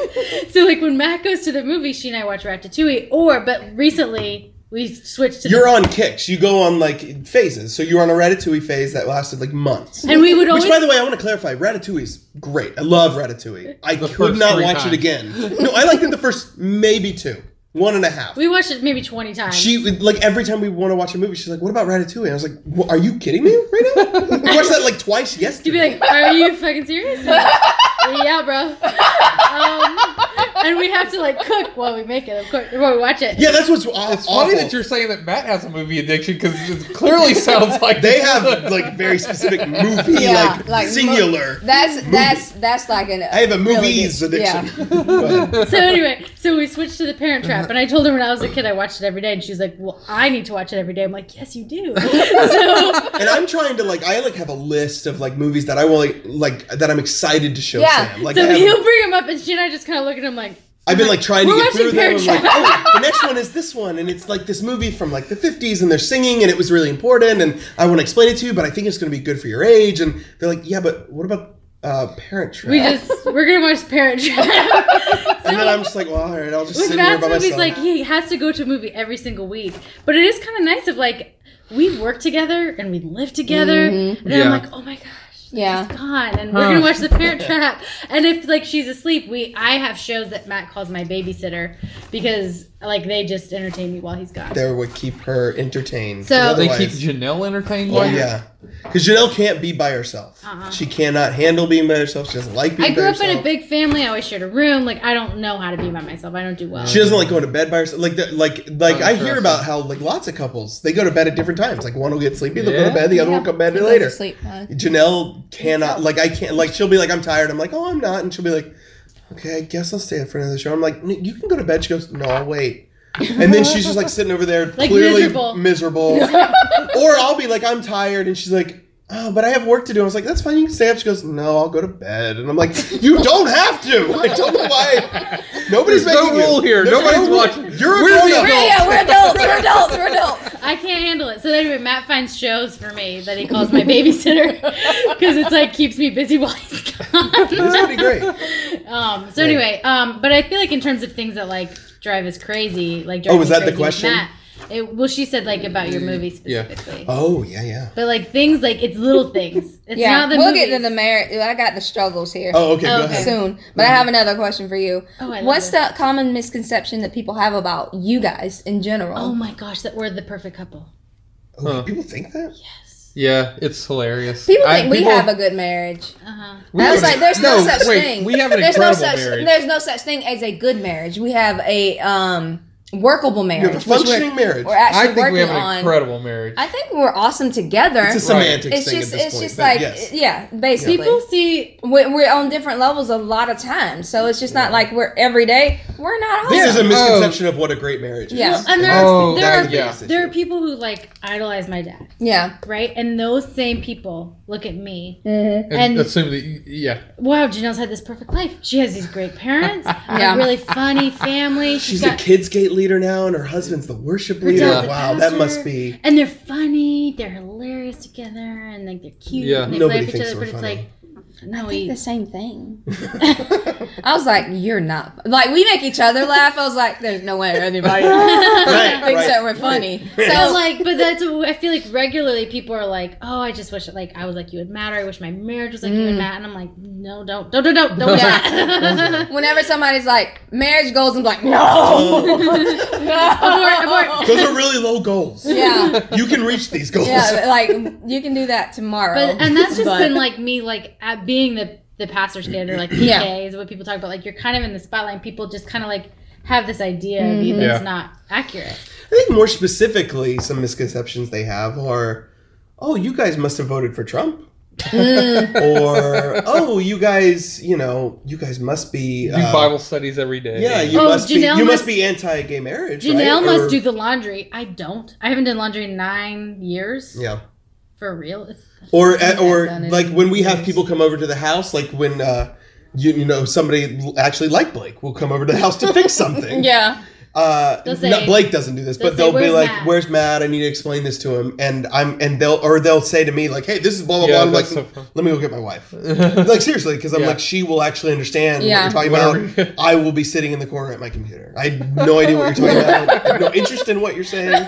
S4: so, like, when Matt goes to the movie, she and I watch Ratatouille. Or, but recently, we switched to
S3: you're
S4: the...
S3: on kicks. You go on like phases. So you were on a Ratatouille phase that lasted like months.
S4: And we would always...
S3: Which, by the way, I want to clarify. Ratatouille's great. I love Ratatouille. I
S2: The
S3: could
S2: first
S3: not
S2: three
S3: watch
S2: times.
S3: it again. No, I liked it the first maybe two, one and a half.
S4: we watched it maybe 20 times.
S3: she like every time we want to watch a movie, she's like, "What about Ratatouille?" And I was like, "Wha- "Are you kidding me right now?" We watched that like twice
S4: She'd
S3: yesterday.
S4: be like, are you fucking serious? yeah, bro. Um, and we have to like cook while we make it, of course, while we watch it.
S3: Yeah, that's what's aw-
S2: It's funny
S3: awful.
S2: that you're saying that Matt has a movie addiction because it clearly sounds like
S3: they have like very specific movie
S1: Yeah,
S3: like,
S1: like mo-
S3: singular.
S1: That's that's that's like an.
S3: I have a
S1: really
S3: movies
S1: good- yeah.
S3: addiction. But-
S4: So anyway, so we switched to the Parent
S3: Uh-huh.
S4: Trap, and I told her when I was a kid I watched it every day, and she's like, "Well, I need to watch it every day." I'm like, "Yes, you do." so
S3: and I'm trying to like I like have a list of like movies that I will like, like that I'm excited to show
S1: Yeah.
S3: Sam. Like I
S4: so
S3: have-
S4: he'll bring him up, and she and I just kind of look at him like,
S3: I've been like trying to
S4: We're
S3: get through them.
S4: watching
S3: I'm like, oh, the next one is this one, and it's like this movie from like the 50s, and they're singing, and it was really important, and I want to explain it to you, but I think it's going to be good for your age. And they're like, yeah, but what about uh, Parent Trap?
S4: "We just we're gonna watch Parent Trap."
S3: and then I'm just like, well, all right, I'll just
S4: with
S3: sit here
S4: Matt's
S3: by
S4: movies,
S3: myself.
S4: like he has to go to a movie every single week. But it is kind of nice of like we work together and we live together,
S3: Mm-hmm.
S1: Mhm.
S4: and
S2: Yeah.
S4: I'm like, oh my gosh,
S1: Yeah.
S4: it's gone, and
S2: Huh.
S4: we're gonna watch The Parent Trap. And if like she's asleep, we I have shows that Matt calls my babysitter because like they just entertain me while he's gone.
S3: they would keep her entertained.
S4: So-
S3: but
S2: They keep
S3: otherwise-
S2: Janelle entertained.
S3: Oh
S2: by it?
S3: yeah, because Janelle can't be by herself.
S4: Uh-uh.
S3: She cannot handle being by herself. She doesn't like being
S4: I grew
S3: by
S4: up
S3: herself.
S4: in a big family. I always shared a room. Like I don't know how to be by myself. I don't do well.
S3: She doesn't like going to bed by herself. Like, the, like, like
S2: Oh,
S3: I hear
S2: interesting.
S3: about how like lots of couples they go to bed at different times. Like one will get sleepy, they'll go
S2: Yeah.
S3: to bed, the other
S1: Yeah.
S3: one will go to bed
S1: He goes to
S3: later.
S1: sleep, huh?
S3: Janelle cannot. Like, I can't. Like, she'll be like, "I'm tired." I'm like, "Oh, I'm not," and she'll be like, "Okay, I guess I'll stay up for another show." I'm like, "N- "You can go to bed." She goes, "No, I'll wait." And then she's just like sitting over there,
S4: Like,
S3: clearly
S4: miserable.
S3: miserable. or I'll be like, "I'm tired," and she's like. Oh, but I have work to do. I was like, "That's fine. You can stay up." She goes, "No, I'll go to bed." And I'm like, "You don't have to." I don't know why. Nobody's
S2: There's no
S3: making you.
S2: rule here.
S3: There's
S2: Nobody's
S3: rule.
S2: watching.
S3: You're a
S2: We're the
S3: grown-up.
S1: We're, yeah, we're adults. We're adults. We're adults.
S4: I can't handle it. So anyway, Matt finds shows for me that he calls my babysitter because it's like keeps me busy while he's gone.
S3: It's pretty great.
S4: Um, so anyway, um, but I feel like in terms of things that like drive us crazy, like drive
S3: Oh, was
S4: me
S3: that
S4: crazy
S3: the
S4: with
S3: question?
S4: Matt, it, well, she said like about your movie
S2: Yeah.
S4: specifically,
S3: Oh yeah, yeah.
S4: but like things like it's little things. It's
S1: Yeah,
S4: not the
S1: we'll
S4: movies.
S1: get to the marriage. I got the struggles here
S3: Oh okay, go
S4: Okay.
S3: ahead.
S1: soon, but I have another question for you.
S4: Oh, I love
S1: What's
S4: it.
S1: the common misconception that people have about you guys in general?
S4: Oh my gosh, that we're the perfect couple.
S3: Oh,
S2: Huh.
S3: People think that.
S4: Yes.
S2: Yeah, it's hilarious.
S1: people
S2: I-
S1: think we have a good marriage.
S4: Uh huh.
S2: we
S1: I was
S2: have-
S1: like, there's no, such
S2: wait,
S1: thing.
S2: We have an
S1: there's
S2: incredible
S1: no such,
S2: marriage.
S1: There's no such thing as a good marriage. We have a um, workable marriage.
S3: You have a
S1: which we're-
S3: functioning marriage.
S1: We're actually
S2: I think
S1: working
S2: we have an
S1: on.
S2: incredible marriage.
S1: I think we're awesome together.
S3: It's a
S2: Right.
S3: semantics
S1: It's
S3: thing
S1: just,
S3: at this
S1: it's
S3: point.
S1: just
S3: but
S1: like,
S3: yes.
S1: yeah, basically.
S4: People see
S1: we- we're on different levels a lot of times, so it's just not like we're every day. We're not awesome.
S3: this is a
S2: Oh.
S3: misconception of what a great marriage is.
S1: Yeah.
S4: Well, and there
S2: are- Oh, there
S4: are-
S2: yeah.
S4: there are people who like idolize my dad,
S1: yeah.
S4: right? And those same people look at me.
S1: Mm-hmm.
S2: and,
S4: and-
S2: assume that, you- yeah,
S4: Wow, Janelle's had this perfect life. She has these great parents,
S1: Yeah.
S4: a really funny family.
S3: She's a kids gate leader now, and her husband's the worship leader.
S2: dad's
S4: a
S3: Wow, that
S4: pastor.
S3: must be.
S4: and they're funny. They're hilarious together, and like they're cute.
S2: Yeah.
S4: and they
S3: Nobody
S4: play with each
S3: thinks
S4: other, but
S3: we're
S4: it's
S3: funny.
S4: like
S1: I
S4: no,
S1: think
S4: we.
S1: the same thing. I was like, "You're not like we make each other laugh." I was like, "There's no way anybody
S3: Right,
S1: thinks
S3: right,
S1: that we're funny."
S4: So
S1: So like,
S4: like, but that's I feel like regularly people are like, oh, I just wish like I was like you and Matt, or I wish my marriage was like
S1: Mm.
S4: you and Matt, and I'm like, no, don't, don't, don't, don't, don't. do that.
S1: whenever somebody's like, "Marriage goals," I'm like,
S3: Oh.
S1: "No, no."
S4: Abort, abort.
S3: Those are really low goals.
S1: Yeah,
S3: You can reach these goals.
S1: yeah. Like you can do that tomorrow.
S4: But and that's just
S1: But-
S4: been like me, like at being the the pastor standard, like PK
S1: Yeah.
S4: is what people talk about. Like you're kind of in the spotlight. and People just kind of like have this idea of you
S1: Mm-hmm.
S2: Mhm. Yeah.
S4: that's not accurate.
S3: I think more specifically, some misconceptions they have are, oh, you guys must have voted for Trump. or oh, you guys, you know, you guys must be
S2: do
S3: uh,
S2: Bible studies every day.
S3: Yeah, you
S4: Oh,
S3: must be.
S4: Janelle
S3: You
S4: must-
S3: must be anti-gay marriage.
S4: Janelle
S3: right?
S4: must
S3: Or-
S4: do the laundry. I don't. I haven't done laundry in nine years.
S3: Yeah.
S4: For real. It's,
S3: Or at, or
S1: done it
S3: like
S1: in
S3: when we have
S1: years.
S3: people come over to the house, like when uh, you you know somebody l- actually like Blake will come over to the house to fix something.
S1: yeah,
S3: Uh,
S4: They'll say-
S3: not Blake doesn't do this, but
S4: they'll
S3: they'll
S4: say,
S3: be
S4: "Where's
S3: like,
S4: Matt?"
S3: "Where's Matt? I need to explain this to him." And I'm and they'll or they'll say to me like, "Hey, this is blah blah
S2: Yeah,
S3: blah." I'm like,
S2: that's so fun.
S3: "Let me go get my wife." like seriously, because I'm
S2: Yeah.
S3: like, she will actually understand
S1: Yeah.
S3: what you're talking
S2: Whatever.
S3: about. I will be sitting in the corner at my computer. I have no idea what you're talking about. I have no interest in what you're saying.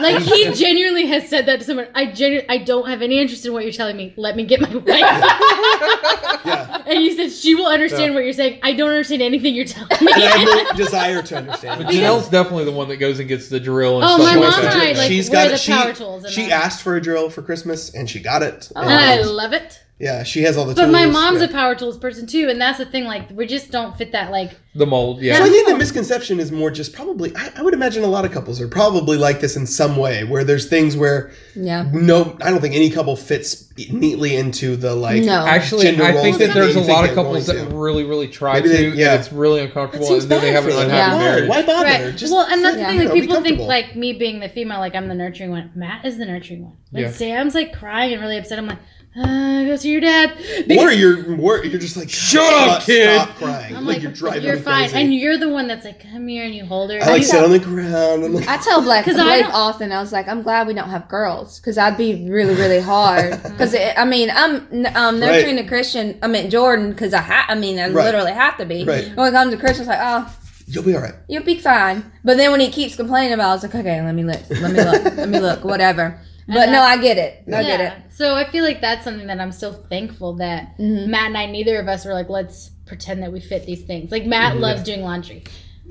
S4: like he genuinely has said that to someone. I genu- I don't have any interest in what you're telling me. Let me get my wife.
S3: Yeah.
S4: and you said she will understand
S2: Yeah.
S4: what you're saying. I don't understand anything you're telling me.
S3: And I have no desire to understand.
S2: But Janelle's definitely the one that goes and gets the drill and
S4: Oh,
S2: stuff
S4: my
S2: like
S4: mom
S2: that.
S4: and I, like,
S3: She's
S4: where
S3: got
S4: are the
S3: she,
S4: power tools in
S3: She
S4: that?
S3: asked for a drill for Christmas and she got it.
S4: and I
S3: And
S4: love it.
S3: Yeah, she has all the.
S4: But my
S3: tools,
S4: mom's
S3: yeah.
S4: a power tools person too, and that's the thing. Like, we just don't fit that. Like,
S2: The mold, yeah.
S3: So I think the misconception is more just probably. I, I would imagine a lot of couples are probably like this in some way, where there's things where
S1: Yeah.
S3: no, I don't think any couple fits neatly into the like.
S1: No.
S2: Actually,
S3: Gender
S2: I
S3: roles
S2: think that
S4: that
S2: there's
S3: you
S2: a
S3: think
S2: lot of
S3: they're
S2: couples
S3: going
S2: that
S3: to.
S2: really, really try
S3: Maybe they-
S2: to,
S3: yeah.
S2: and it's really
S3: That
S2: uncomfortable,
S3: seems
S2: and then they
S3: bad
S2: have
S3: for
S2: an
S3: them.
S2: unhappy
S1: Yeah.
S3: Why?
S2: marriage.
S3: Why bother?
S4: right?
S3: Just
S4: well, and that's the
S1: Yeah.
S4: thing. Like,
S3: No, be
S4: people think
S3: comfortable.
S4: like me being the female, like I'm the nurturing one. Matt is the nurturing one. When
S2: Yeah.
S4: Sam's like crying and really upset, I'm like, uh, go see your dad.
S3: Or you're, or you're just like, shut
S2: up, kid."
S3: Stop crying.
S4: I'm
S3: like,
S4: like,
S3: you're driving
S4: you're
S3: me
S4: fine,
S3: crazy.
S4: and you're the one that's like, come here, and you hold her.
S3: I like
S4: And-
S3: sit on the ground. I'm like,
S1: I tell Black
S4: 'Cause I
S1: Blake
S4: don't-
S1: often. I was like, I'm glad we don't have girls because I'd be really, really hard.
S4: Mm-hmm.
S1: Because I mean, I'm um, nurturing a Christian. I mean Jordan because I ha- I mean I
S3: Right.
S1: literally have to be.
S3: Right.
S1: When it comes to Christian, it's like, oh,
S3: you'll be all right.
S1: you'll be fine. But then when he keeps complaining about, it, I was like, okay, let me look, let me look, let me look, whatever. But no, I get it. I get it.
S4: So I feel like that's something that I'm so thankful that
S1: Mm-hmm.
S4: Matt and I, neither of us were like, let's pretend that we fit these things. Like Matt loves doing laundry.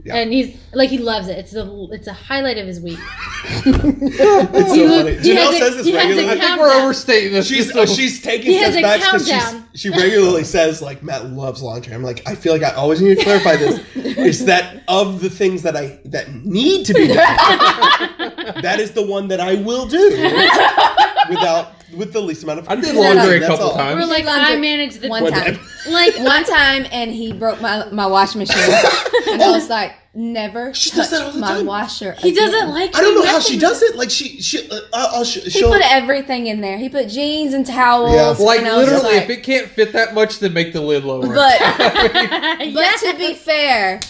S3: Yeah.
S4: And he's like he loves it. It's the it's a highlight of his week.
S3: It's so
S4: Oh, You
S3: funny.
S4: look- you
S3: Janelle
S4: have to-
S3: says this
S4: you have
S2: I
S4: to
S3: regularly. I think
S2: think we're
S4: Countdown.
S2: overstating this.
S3: She's uh,
S2: just a-
S3: she's taking
S4: He has
S3: stuff
S4: a
S3: back because she's,
S4: countdown.
S3: she regularly says like Matt loves laundry. I'm like I feel like I always need to clarify this. It's that of the things that I that need to be done, that is the one that I will do without with the least amount of.
S2: I did
S3: complaining.
S2: laundry a
S3: That's
S2: couple
S3: all.
S2: times.
S4: We're like
S1: laundry
S4: I manage the
S1: one
S3: One
S1: time.
S3: time.
S1: Like one time, and he broke my my wash machine, and I was like, never
S3: She
S1: touch
S3: does that all the
S1: my
S3: time.
S1: washer.
S4: He
S1: again."
S4: doesn't like
S3: I don't know
S4: me
S3: how
S4: messing
S3: she
S4: with
S3: does it. Like she she uh, I'll she,
S1: He
S3: she'll
S1: put everything in there. He put jeans and towels.
S3: Yeah.
S1: and
S2: like
S1: I was
S2: literally,
S1: like-
S2: if it can't fit that much, then make the lid lower.
S1: but
S4: it.
S1: but to be fair,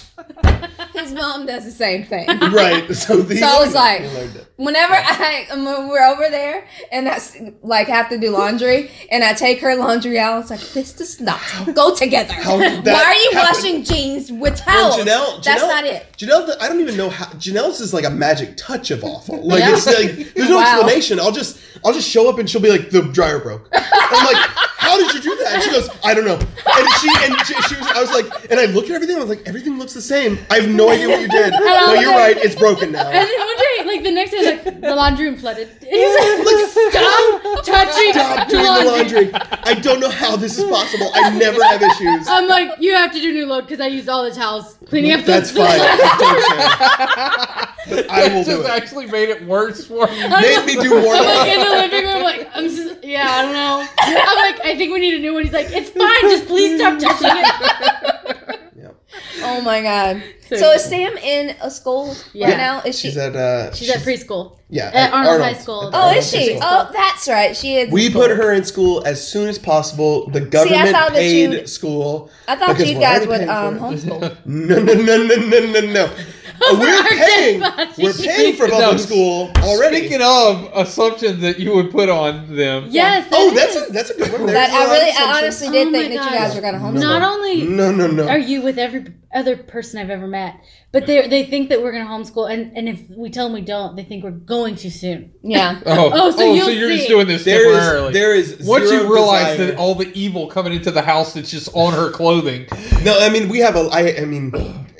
S1: his mom does the same thing.
S3: right. So the,
S1: So I was like-
S3: You learned it.
S1: Whenever I when we're over there and I s- like have to do laundry and I take her laundry out, it's like this does not go together.
S3: How did that
S1: Why are you
S3: happen?
S1: washing jeans with
S3: Well,
S1: towels?
S3: Janelle,
S1: Oh, That's
S3: Janelle-
S1: not it.
S3: Janelle, I don't even know how. Janelle's is like a magic touch of awful. Like
S1: Yeah.
S3: it's like there's no
S1: Wow.
S3: explanation. I'll just I'll just show up and she'll be like the dryer broke. And I'm like, how did you do that? And she goes, I don't know. And she and she, she was I was like, and I looked at everything. and I was like, everything looks the same. I have no idea what you did.
S4: I
S3: But
S4: was
S3: you're
S4: like-
S3: right. It's broken now.
S4: And then one day, like the next day, like the laundry room flooded. He's like,
S3: Like stop,
S4: touching
S3: stop doing the laundry. I don't know how this is possible. I never have issues.
S4: I'm like, you have to do new load because I used all the towels cleaning up. the-
S3: That's
S4: the-
S3: fine. I don't care. But I will
S2: just
S3: do it.
S2: actually made it worse for you.
S3: Make me do more.
S4: I'm like in the living room, like I'm just, yeah, I don't know. I'm like, I think we need a new one. He's like, it's fine, just please stop touching it.
S3: Yeah.
S1: Oh my god. So,
S4: So-
S1: is Sam in a school
S4: Yeah.
S1: right now? Is she?
S3: She's at uh,
S4: She's at preschool.
S3: Yeah,
S4: At Arnold High School.
S3: At the
S1: oh,
S3: Arnold
S1: is she?
S3: High School.
S1: Oh, that's right. She is. in
S3: We
S1: school.
S3: put her in school as soon as possible. The
S1: I
S3: government
S1: thought that
S3: paid
S1: you-
S3: school.
S1: I thought
S3: because
S1: you
S3: we're
S1: guys
S3: already
S1: would
S3: paying
S1: um,
S3: for it.
S1: homeschool.
S3: No, no, no, no, no, no, no. Uh, we're
S4: our
S3: paying.
S4: dead bodies.
S3: We're paying for public
S2: No.
S3: school already.
S2: Speaking of assumptions that you would put on them,
S4: Yes.
S3: oh,
S4: that
S3: that's
S4: is.
S3: a, that's a good one. There's
S1: that
S3: a lot
S1: I
S3: of
S1: really, I
S3: assumptions.
S1: honestly did think
S4: Oh
S1: that
S4: my God.
S1: you guys were gonna homeschool.
S4: Not only
S3: No, no, no.
S4: are you with every other person I've ever met, but they they think that we're gonna homeschool, and and if we tell them we don't, they think we're going too soon.
S1: Yeah.
S2: Oh,
S4: Oh, so you'll
S2: you're just
S4: see.
S2: doing this
S3: There
S2: temporarily.
S3: is there is
S2: Once
S3: zero
S2: you realize
S3: desire.
S2: that all the evil coming into the house that's just on her clothing,
S3: No, I mean we have a. I, I mean,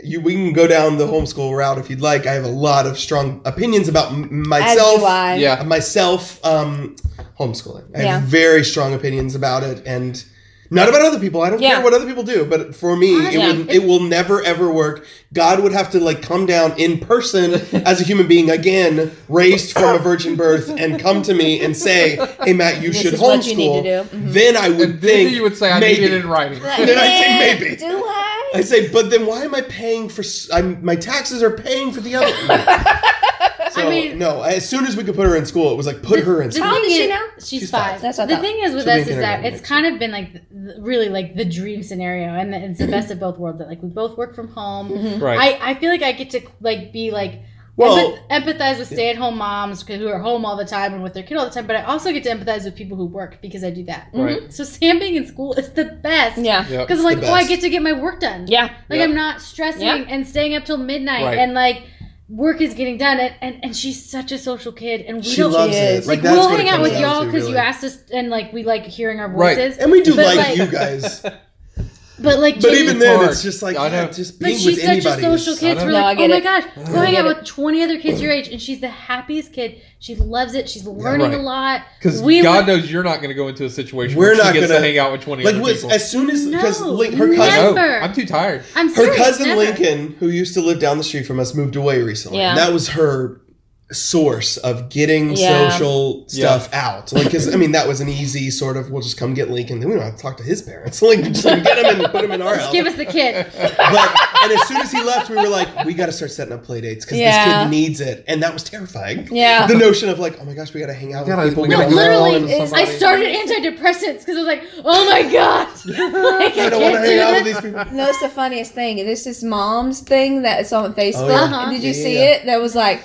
S3: you. We can go down the homeschool route if you'd like. I have a lot of strong opinions about m-
S1: As
S3: myself.
S1: do I.
S2: yeah,
S3: myself um homeschooling i
S1: Yeah.
S3: have very strong opinions about it and not about other people i don't
S1: Yeah.
S3: care what other people do but for me
S4: Honestly,
S3: it, would,
S4: if-
S3: it will never ever work god would have to like come down in person as a human being again raised from a virgin birth and come to me and say hey matt you
S1: This
S3: should
S1: is
S3: homeschool
S1: what you need to do. Mhm.
S3: then i would
S2: and
S3: think
S2: then you would say, "I
S3: maybe.
S2: need it in writing."
S1: Like,
S3: Then I'd say
S1: eh,
S3: maybe.
S1: Do I?
S3: I say, but then why am I paying for? s- I'm, my taxes are paying for the other. so
S4: I mean-
S3: no. As soon as we could put her in school, it was like put her in
S4: The
S3: school.
S1: How old
S4: thing
S1: is she
S4: is-
S1: now?
S4: She's,
S3: She's five.
S4: five.
S1: That's what I
S4: the
S1: thought.
S4: thing is with
S3: She'll be
S4: us
S3: in
S4: is that
S3: kindergarten
S4: it's kind of been like th- really like the dream scenario, and the, it's the best of both worlds. That like we both work from home.
S1: Mm-hmm.
S2: right?
S4: I, I feel like I get to like be like
S3: Well-
S4: empath- empathize with stay at home moms 'cause- who are home all the time and with their kid all the time, but I also get to empathize with people who work because I do that.
S2: Right.
S4: So Sam being in school is the best.
S1: Mm-hmm. Yeah.
S2: Yep.
S4: Because like
S3: the
S4: oh I
S3: best.
S4: get to get my work done.
S1: Yeah.
S4: Like
S2: Yeah.
S4: I'm not stressing
S1: Yeah.
S4: and staying up till midnight
S2: Right.
S4: and like work is getting done and, and, and she's such a social kid and we
S3: She
S4: don't
S3: loves
S1: is.
S3: it.
S4: like
S3: Like, that's
S4: we'll
S3: what it
S4: hang out
S3: comes
S4: with
S3: down
S4: y'all
S3: to,
S4: because you
S3: really.
S4: asked us and like we like hearing our
S2: Right.
S4: voices.
S3: And we do
S4: but,
S3: like, you guys.
S4: But like,
S3: But
S4: Jenny-
S3: even then,
S2: Hard.
S3: it's just like
S2: I know.
S3: yeah, just
S4: But
S3: being
S4: she's
S3: with
S4: such
S3: anybody.
S4: a social
S3: is-
S4: kid.
S2: I
S4: We're
S1: know.
S4: like,
S1: No, I
S4: oh my
S1: get
S4: gosh,
S1: I
S4: go hang
S1: get
S4: out
S1: it.
S4: with 20 other kids your age. And she's the happiest kid. She loves it. She's learning
S2: right.
S4: a lot.
S2: Because
S4: We
S2: God
S4: were-
S2: knows you're not going to go into a situation
S3: We're
S2: where
S3: not
S2: she gets
S3: gonna-
S2: to hang out with 20
S3: Like
S2: other
S3: was,
S2: people.
S3: as soon as because
S4: No,
S3: like, her cousin,
S2: I know.
S4: Never.
S2: I'm too tired.
S4: I'm
S3: her
S4: serious,
S3: cousin
S4: never.
S3: Lincoln, who used to live down the street from us, moved away recently.
S1: Yeah.
S3: That was her source of getting
S1: Yeah.
S3: social stuff out. Like, because I mean, that was an easy sort of. We'll just come get Lincoln. Then we don't have to talk to his parents. Like, just like, get him and put him in our house.
S4: Give us the kid.
S3: But, and as soon as he left, we were like, we got to start setting up play dates because this
S1: Yeah.
S3: kid needs it, and that was terrifying.
S1: Yeah.
S3: the notion of like, oh my gosh, we got to hang out
S2: gotta-
S3: with people.
S2: we
S3: We
S2: gotta
S3: gotta
S4: No,
S2: go
S3: go
S2: all
S4: literally,
S2: into
S4: it's- I
S2: somebody.
S4: started antidepressants because I was like, oh my God. Like,
S3: I don't want
S4: can't
S3: to hang
S4: do
S3: out with
S4: this.
S3: these people.
S1: No, it's the funniest thing. This is mom's thing that's on Facebook.
S4: yeah.
S1: Did you
S3: Oh, Yeah,
S1: see
S3: yeah.
S1: it? That was like,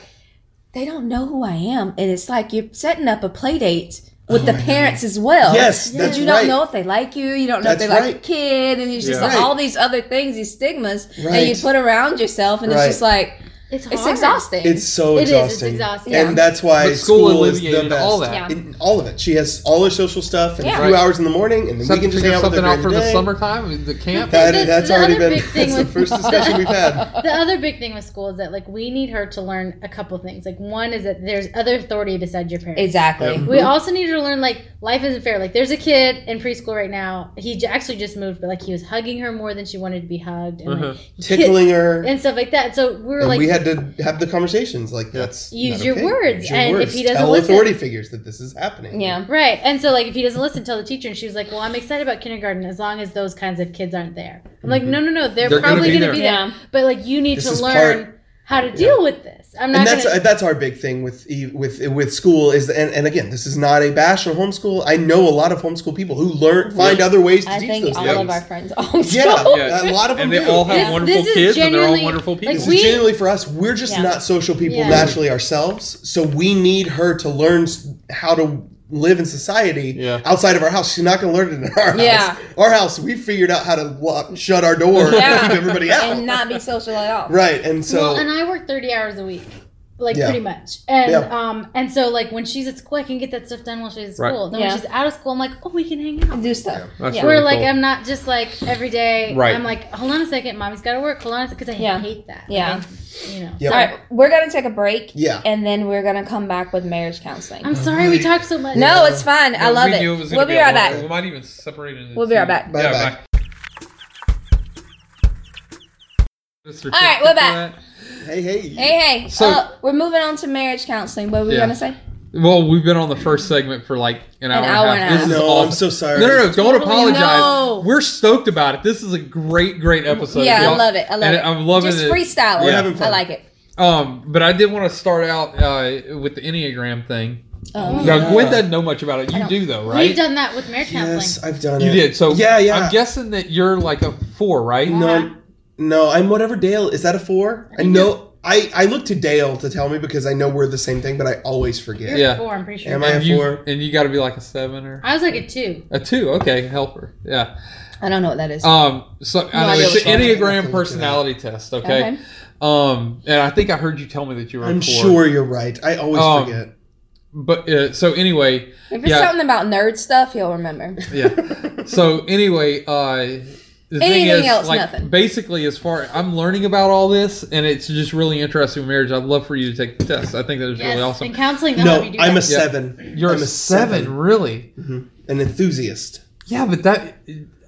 S1: they don't know who I am, and it's like you're setting up a play date with
S3: Oh
S1: the
S3: my God.
S1: parents as well.
S3: Yes,
S1: But
S3: that's
S1: you don't
S3: right.
S1: know if they like you. You don't know if
S3: That's
S1: they like
S3: right.
S1: your kid, and it's just
S2: Yeah.
S1: like all these other things, these stigmas that you
S3: Right.
S1: put around yourself, and
S3: Right.
S1: it's just like
S4: It's,
S1: it's
S4: hard.
S1: exhausting.
S3: It's so
S4: It is, it's
S3: exhausting.
S4: exhausting.
S1: Yeah.
S3: And that's why
S2: But school
S3: school, is the
S2: alleviated
S3: best.
S2: all that.
S4: Yeah.
S3: In- all of it. She has all her social stuff and
S1: Yeah.
S3: a few
S2: Right.
S3: hours in the morning, and then we
S2: Something
S3: can just hang
S2: figure
S3: out with her
S2: something out
S3: during
S2: for
S3: the
S2: the
S3: day.
S2: summertime, the camp.
S4: That-
S3: That-
S4: The-
S3: that's
S4: the
S3: already
S4: other
S3: been
S4: big thing
S3: that's the
S4: with-
S3: first discussion we've had.
S4: The other big thing with school is that like we need her to learn a couple things. Like one is that there's other authority besides your parents.
S1: exactly.
S3: Yeah.
S4: We also need her to learn like life isn't fair. Like there's a kid in preschool right now. He j- actually just moved, but like he was hugging her more than she wanted to be hugged, and like,
S2: Uh-huh.
S3: Mm-hmm. Tickling her.
S4: and stuff like that. So we were
S3: and
S4: like,
S3: we had to have the conversations. Like, that's.
S4: Use
S3: not
S4: your
S3: okay.
S4: words,
S3: Use your
S4: and if
S3: words.
S4: he doesn't
S3: Tell
S4: listen-
S3: authority figures that this is happening.
S1: Yeah.
S4: right. And so like if he doesn't listen, tell the teacher. And she was like, well, I'm excited about kindergarten as long as those kinds of kids aren't there. I'm
S3: Mm-hmm.
S4: like, no, no, no,
S2: They're
S4: they're,
S2: gonna
S4: probably
S2: be
S4: going to
S2: there.
S4: be there.
S1: Yeah.
S4: But like you need
S3: This
S4: to
S3: is
S4: learn
S3: part-
S4: how to deal with this. I'm not
S3: and that's
S4: gonna.
S3: uh, that's our big thing with e- with with school is and, and again this is not a bash on homeschool. I know a lot of homeschool people who learn find other ways to
S1: I
S3: teach
S1: think
S3: those
S1: all
S3: things.
S1: of our friends also.
S3: yeah,
S2: Yeah.
S3: a lot of them
S2: And they
S3: do.
S2: all have
S4: This-
S2: wonderful
S4: this is
S2: kids, and they're all
S4: genuinely-
S2: wonderful people.
S4: like,
S3: This
S4: we-
S3: is generally for us. We're just
S1: Yeah.
S3: not social people
S4: Yeah.
S3: naturally ourselves, so we need her to learn s- how to live in society
S2: Yeah.
S3: outside of our house. She's not going to learn it in our house.
S1: Yeah.
S3: Our house, we figured out how to lock, shut our door
S1: Yeah.
S3: and keep everybody out.
S1: and not be social at all.
S3: right, and so
S4: well, and I work 30 hours a week, like
S3: Yeah.
S4: pretty much. And
S3: Yeah.
S4: um, and so like when she's at school, I can get that stuff done while she's at
S2: Right.
S4: school. Then
S1: Yeah.
S4: when she's out of school, I'm like, oh, we can hang out.
S1: Do stuff.
S2: That's
S1: Yeah.
S2: really
S4: Where like
S2: cool.
S4: I'm not just like every day.
S2: Right.
S4: I'm like, hold on a second, mommy's got to work. Hold on, because I
S1: Yeah.
S4: hate that.
S1: Yeah.
S4: Like, I- you know.
S3: Yeah.
S1: All right, we're gonna take a break,
S3: yeah,
S1: and then we're gonna come back with marriage counseling.
S4: I'm sorry we talked so much.
S1: No, it's fine. I
S2: Yeah,
S1: love
S2: we
S1: it.
S2: knew was gonna
S1: We'll be
S2: a
S1: right
S2: long-
S1: back.
S2: We might even separate it. into
S1: We'll be right back.
S2: two.
S3: Bye-bye.
S2: Yeah, All
S1: right, we're back.
S3: hey, hey,
S1: Hey, hey.
S2: So-
S1: uh, we're moving on to marriage counseling. What were we
S2: Yeah.
S1: gonna say?
S2: Well, we've been on the first segment for like an hour,
S1: hour
S2: and a half.
S1: and a
S2: This is
S3: No,
S2: awesome.
S3: I'm so sorry.
S2: No, no, no, don't
S4: Totally
S2: apologize.
S1: no.
S2: We're stoked about it. This is a great, great episode.
S1: yeah, I
S2: y'all.
S1: love it. I love
S2: and
S1: it.
S2: I'm loving
S1: Just
S2: it.
S1: freestyling.
S2: We're
S3: having fun.
S1: I like it.
S2: Um, but I did want to start out uh, with the Enneagram thing.
S1: Um,
S2: Now,
S3: Yeah.
S2: Gwen doesn't know much about it. You
S1: don't-
S2: do, though,
S4: We've
S2: right?
S4: done that with marriage counseling.
S3: Yes, I've done
S2: You
S3: it.
S2: did. So
S3: yeah, yeah.
S2: I'm guessing that you're like a four, right?
S3: No, no, I'm whatever Dale. Is that a four? I know. I I look to Dale to tell me because I know we're the same thing, but I always forget.
S4: You're
S2: Yeah.
S4: four. I'm pretty sure.
S3: Am I-
S2: And
S3: a
S2: you,
S3: four.
S2: And you got to be like a seven or
S4: I was like a two.
S2: a two. Okay, helper. Yeah.
S1: I don't know what that is.
S2: Um. So I know
S1: idea
S2: it's the
S1: what you're
S3: talking about.
S2: Enneagram personality test. Okay?
S1: Okay.
S2: Um. And I think I heard you tell me that you were. a
S3: I'm
S2: four.
S3: sure you're right. I always
S2: Um,
S3: forget.
S2: But uh, so anyway,
S1: if it's
S2: yeah.
S1: something about nerd stuff, you'll remember.
S2: yeah. So anyway, uh, the thing
S1: Anything
S2: is,
S1: else,
S2: like,
S1: nothing.
S2: basically, as far I'm learning about all this, and it's just really interesting marriage. I'd love for you to take the test. I think that is
S4: Yes.
S2: really awesome.
S4: In counseling, they'll
S3: No,
S4: have you do
S3: I'm a
S4: that.
S3: seven.
S2: You're
S3: I'm
S2: a seven, really?
S3: An enthusiast.
S2: Yeah, but that,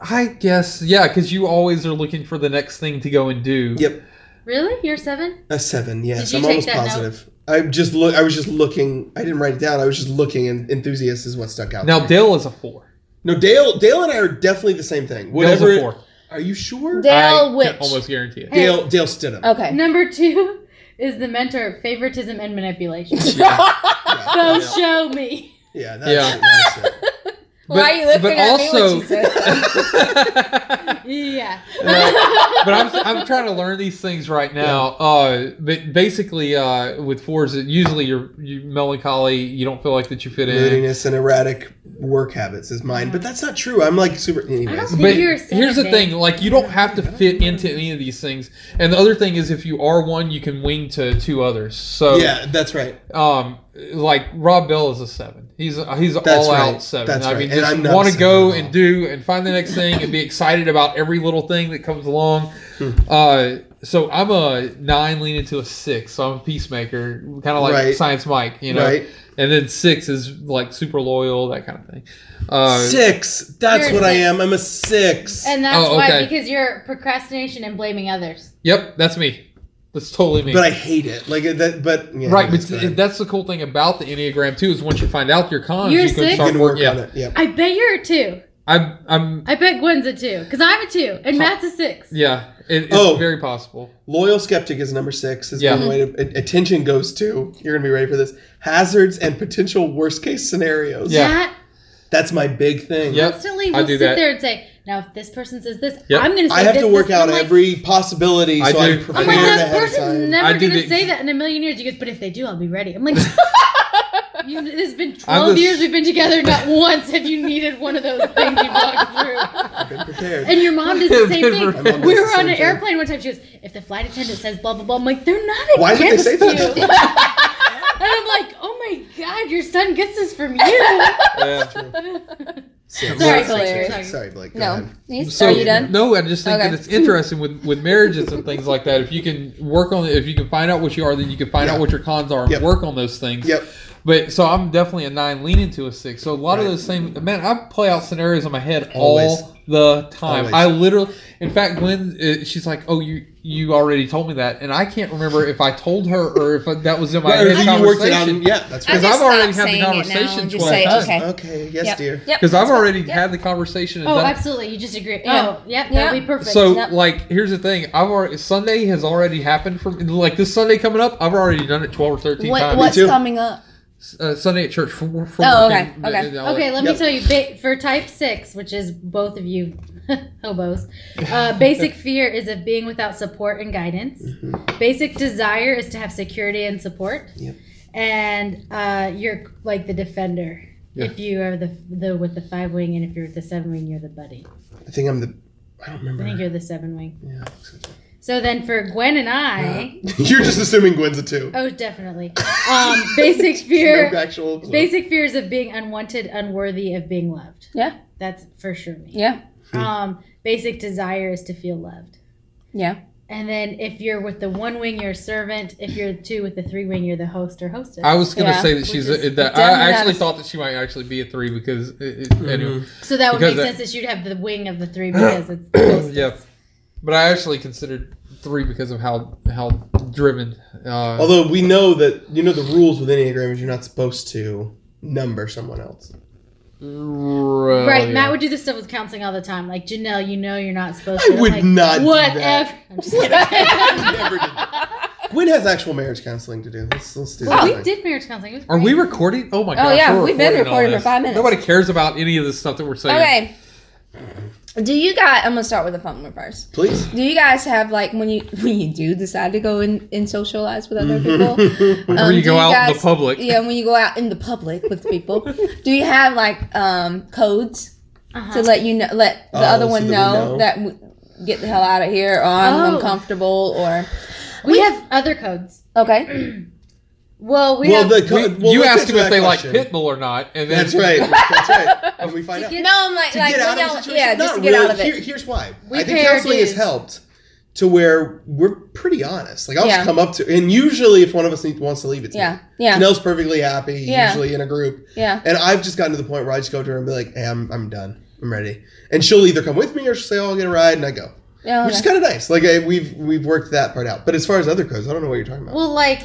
S2: I guess, yeah, because you always are looking for the next thing to go and do.
S3: Yep,
S4: Really? You're seven?
S3: a seven. Yes,
S4: Did you
S3: I'm
S4: take
S3: almost
S4: that note?
S3: positive. I just look. I was just looking. I didn't write it down. I was just looking, and enthusiast is what stuck out.
S2: Now Dale is a four.
S3: no, Dale. Dale and I are definitely the same thing.
S2: Dale's
S3: Whatever.
S2: a four.
S3: Are you sure?
S1: Dale
S2: I can
S1: Witch.
S2: almost guarantee it.
S3: Dale. Dale Stidham.
S4: Oh.
S1: Okay.
S4: Number two is the mentor, favoritism and manipulation.
S3: Yeah,
S4: Go show me.
S3: yeah, that's,
S2: Yeah.
S3: It, that's it.
S1: Why are you looking
S2: but
S1: at me
S2: also,
S1: when she said that?
S4: Yeah.
S2: but I'm, I'm trying to learn these things right now. Uh, but basically, uh, with fours, it- usually you're you melancholy. You don't feel like that you fit in.
S3: moodiness and erratic work habits is mine, but that's not true. I'm like super.
S4: I
S3: Anyways,
S4: don't-
S2: But
S4: You're a
S2: here's the
S4: seven,
S2: thing: like you don't have to fit into any of these things. And the other thing is, if you are one, you can wing to two others. So,
S3: yeah, that's right.
S2: um, like Rob Bell is a seven. He's he's
S3: That's
S2: all
S3: right.
S2: out seven.
S3: That's
S2: I
S3: right.
S2: mean,
S3: And I'm
S2: just
S3: not
S2: want to
S3: seven
S2: go
S3: at all.
S2: and do and find the next thing and be excited about every little thing that comes along.
S3: Hmm.
S2: uh, so I'm a nine leaning to a six. So I'm a peacemaker, kind of like
S3: Right.
S2: Science Mike, you know.
S3: Right.
S2: And then six is like super loyal, that kind of thing. Uh,
S3: six. That's
S4: You're
S3: what
S4: a
S3: I
S4: six.
S3: am. I'm a six.
S4: And that's
S2: Oh,
S4: why
S2: okay.
S4: because you're procrastination and blaming others.
S2: Yep, that's me. That's totally me.
S3: but I hate it. Like uh, that. But yeah,
S2: right, but
S3: that's
S2: th-
S3: fine.
S2: that's the cool thing about the Enneagram too is once you find out your cons,
S4: You're
S2: you
S4: a six?
S2: can
S3: you
S2: start
S3: can work
S2: working.
S3: on
S2: Yeah,
S3: it. Yeah.
S4: I bet you're a two.
S2: I'm, I'm,
S4: I bet Gwen's a two because I'm a two and Matt's a six.
S2: yeah. It, it's
S3: Oh.
S2: very possible.
S3: Loyal skeptic is number six. Is
S2: Yeah.
S3: one way to, a- attention goes to. You're gonna be ready for this. Hazards and potential worst case scenarios.
S2: Yeah.
S4: Matt
S3: That's my big thing.
S2: Yep.
S4: constantly
S2: I
S4: will
S2: do
S4: sit
S2: that.
S4: there and say, "Now, if this person says this,
S2: Yep.
S4: I'm going to say
S3: I have
S4: this,
S3: to work
S4: this," and
S3: out
S4: I'm like,
S3: every possibility,
S2: I
S3: so
S2: do. Oh
S3: I'm
S2: I'm like,
S4: I'm
S3: prepared
S4: like, "Oh
S3: ahead
S4: that
S3: of
S4: person's
S3: time.
S4: never
S2: I
S4: going
S2: do
S4: to
S2: the-
S4: say that in a million years. He goes, but if they do, I'll be ready. I'm like, you, it's been
S2: I'm
S4: 12
S2: the-
S4: years we've been together. Not once have you needed one of those things you walked through.
S3: I've been prepared.
S4: And your mom does the
S2: I've
S4: same
S2: been
S3: My mom
S4: thing.
S3: does
S4: We
S3: the
S4: were
S3: same
S4: on an
S3: thing.
S4: airplane one time. She goes, if the flight attendant says blah, blah, blah, I'm like, they're not
S3: Why did they
S4: against
S3: say that?
S4: you. and I'm like, oh my God, your son gets this from you.
S2: Yeah.
S3: Six.
S4: Sorry,
S3: Six, six, six.
S4: hilarious.
S3: Sorry, Blake. Go
S1: No.
S3: ahead.
S1: He's-
S2: So
S1: Are you done?
S2: no, I just think
S1: Okay.
S2: that it's interesting with with marriages and things like that. If you can work on it, if you can find out what you are, then you can find
S3: Yeah.
S2: out what your cons are and
S3: Yep.
S2: work on those things.
S3: Yep.
S2: But so I'm definitely a nine leaning to a six. So a lot of
S3: Right.
S2: those same man, I play out scenarios in my head
S3: Always.
S2: all the time.
S3: Always.
S2: I literally, in fact, Gwen, uh, she's like, "Oh, you you already told me that," and I can't remember if I told her or if that was in my
S3: Right,
S2: head
S3: you worked it out.
S2: conversation.
S3: and- Yeah, that's
S1: I
S2: Because
S3: right.
S1: just
S2: I've already
S1: stop
S2: had the
S1: saying it now and
S2: conversation
S1: just
S2: 20
S1: say,
S2: times.
S1: okay.
S3: Okay. Yes,
S1: Yep.
S3: dear.
S1: Yep.
S2: Because I've
S1: That's fine.
S2: already
S1: Yep.
S2: had the conversation. And
S4: Oh,
S2: done-
S4: absolutely. You just agree.
S1: Yeah.
S4: Oh, yeah,
S1: Yeah.
S4: that'd be perfect.
S2: So
S1: Yep.
S2: like, here's the thing. I've already Sunday has already happened for me. Like this Sunday coming up, I've already done it twelve or thirteen
S4: What-
S2: times.
S1: What's
S3: too.
S1: coming up?
S2: Uh, Sunday at church. For,
S1: Oh,
S2: for working,
S1: okay, okay.
S2: and all that.
S4: Okay, let
S3: Yep.
S4: me tell you. Ba- for type six, which is both of you hobos, uh, basic fear is of being without support and guidance. Basic desire is to have security and support.
S3: Mm-hmm. Yep.
S4: And uh, you're like the defender.
S2: Yeah.
S4: If you are the, the with the five wing, and if you're with the seven wing, you're the buddy.
S3: I think I'm the. I don't
S4: I think
S3: remember.
S4: you're the seven wing.
S3: Yeah.
S4: So then for Gwen and I,
S3: You're just assuming Gwen's a two.
S4: oh definitely, um, basic fear.
S3: No actual.
S4: Basic fears of being unwanted, unworthy of being loved.
S1: Yeah.
S4: That's for sure me.
S1: Yeah.
S3: Hmm.
S4: Um, basic desire is to feel loved.
S1: Yeah.
S4: And then if you're with the one wing, you're a servant. If you're two with the three wing, you're the host or hostess.
S2: I was gonna
S1: Yeah.
S2: say that she's
S4: Which
S2: a,
S4: is
S2: that
S1: definitely
S2: I actually
S1: not a-
S2: thought that she might actually be a three because it, it,
S3: Mm-hmm.
S2: anyway,
S4: so that would
S2: because
S4: make
S2: that-
S4: sense that you'd have the wing of the three because it's the hostess.
S2: yeah. But I actually considered three because of how how driven. Uh,
S3: Although we know that you know the rules with Enneagram is you're not supposed to number someone else.
S2: although
S4: Right, Matt would do this stuff with counseling all the time. Like Janelle, you know you're not supposed
S3: I
S4: to. I'm
S3: would
S4: like,
S3: not do
S4: Whatever.
S3: that.
S4: I'm just kidding.
S3: Never did. Gwen has actual marriage counseling to do. Let's, let's do
S1: Wow.
S3: that.
S4: we did marriage counseling. It was
S2: Are we
S4: great.
S2: recording? Oh my
S1: Oh,
S2: god!
S1: yeah, we've been recording for five minutes.
S2: Nobody cares about any of this stuff that we're saying.
S1: Okay. Do you guys? I'm gonna start with the fun one first.
S3: Please.
S1: Do you guys have like when you when you do decide to go in and socialize with other people?
S3: Mm-hmm. People.
S2: Whenever
S1: Um,
S2: you
S1: do
S2: go
S1: you
S2: out in
S1: guys-
S2: the public,
S1: yeah, when you go out in the public with people, do you have like um codes
S4: Uh-huh.
S1: to let you know let the
S3: Oh,
S1: other
S3: so
S1: one
S3: that we know.
S1: know that w get the hell out of here or I'm
S4: Oh.
S1: uncomfortable or
S4: we have other codes.
S1: okay
S4: Well, we
S3: well,
S4: have.
S2: We-
S3: the co- well,
S2: you asked
S3: let's answer
S2: them if
S3: that
S2: they
S3: question.
S2: like Pitbull or not, and then
S3: That's right. That's right. And we find
S4: To
S3: out.
S4: get-
S1: no I'm like
S3: to
S1: like
S3: get out
S1: when
S3: of a
S1: y'all-
S3: situation.
S1: yeah just
S3: Not
S1: to get
S3: really.
S1: out of
S3: Here-
S1: it
S3: here's why.
S4: We
S3: I think
S4: pay our
S3: counseling has
S4: dues.
S3: helped to where we're pretty honest. Like I'll
S1: Yeah.
S3: just come up to, and usually if one of us need, wants to leave, it's
S1: yeah
S3: Me.
S1: yeah
S3: Janelle's perfectly happy,
S1: Yeah.
S3: usually in a group.
S1: yeah
S3: And I've just gotten to the point where I just go to her and be like, "Hey, I'm, I'm done. I'm ready." And she'll either come with me or she'll say, "Oh, I'll get a ride," and I go,
S1: yeah
S3: which is
S1: okay.
S3: kind of nice. Like I, we've we've worked that part out. But as far as other codes, I don't know what you're talking about.
S4: well, like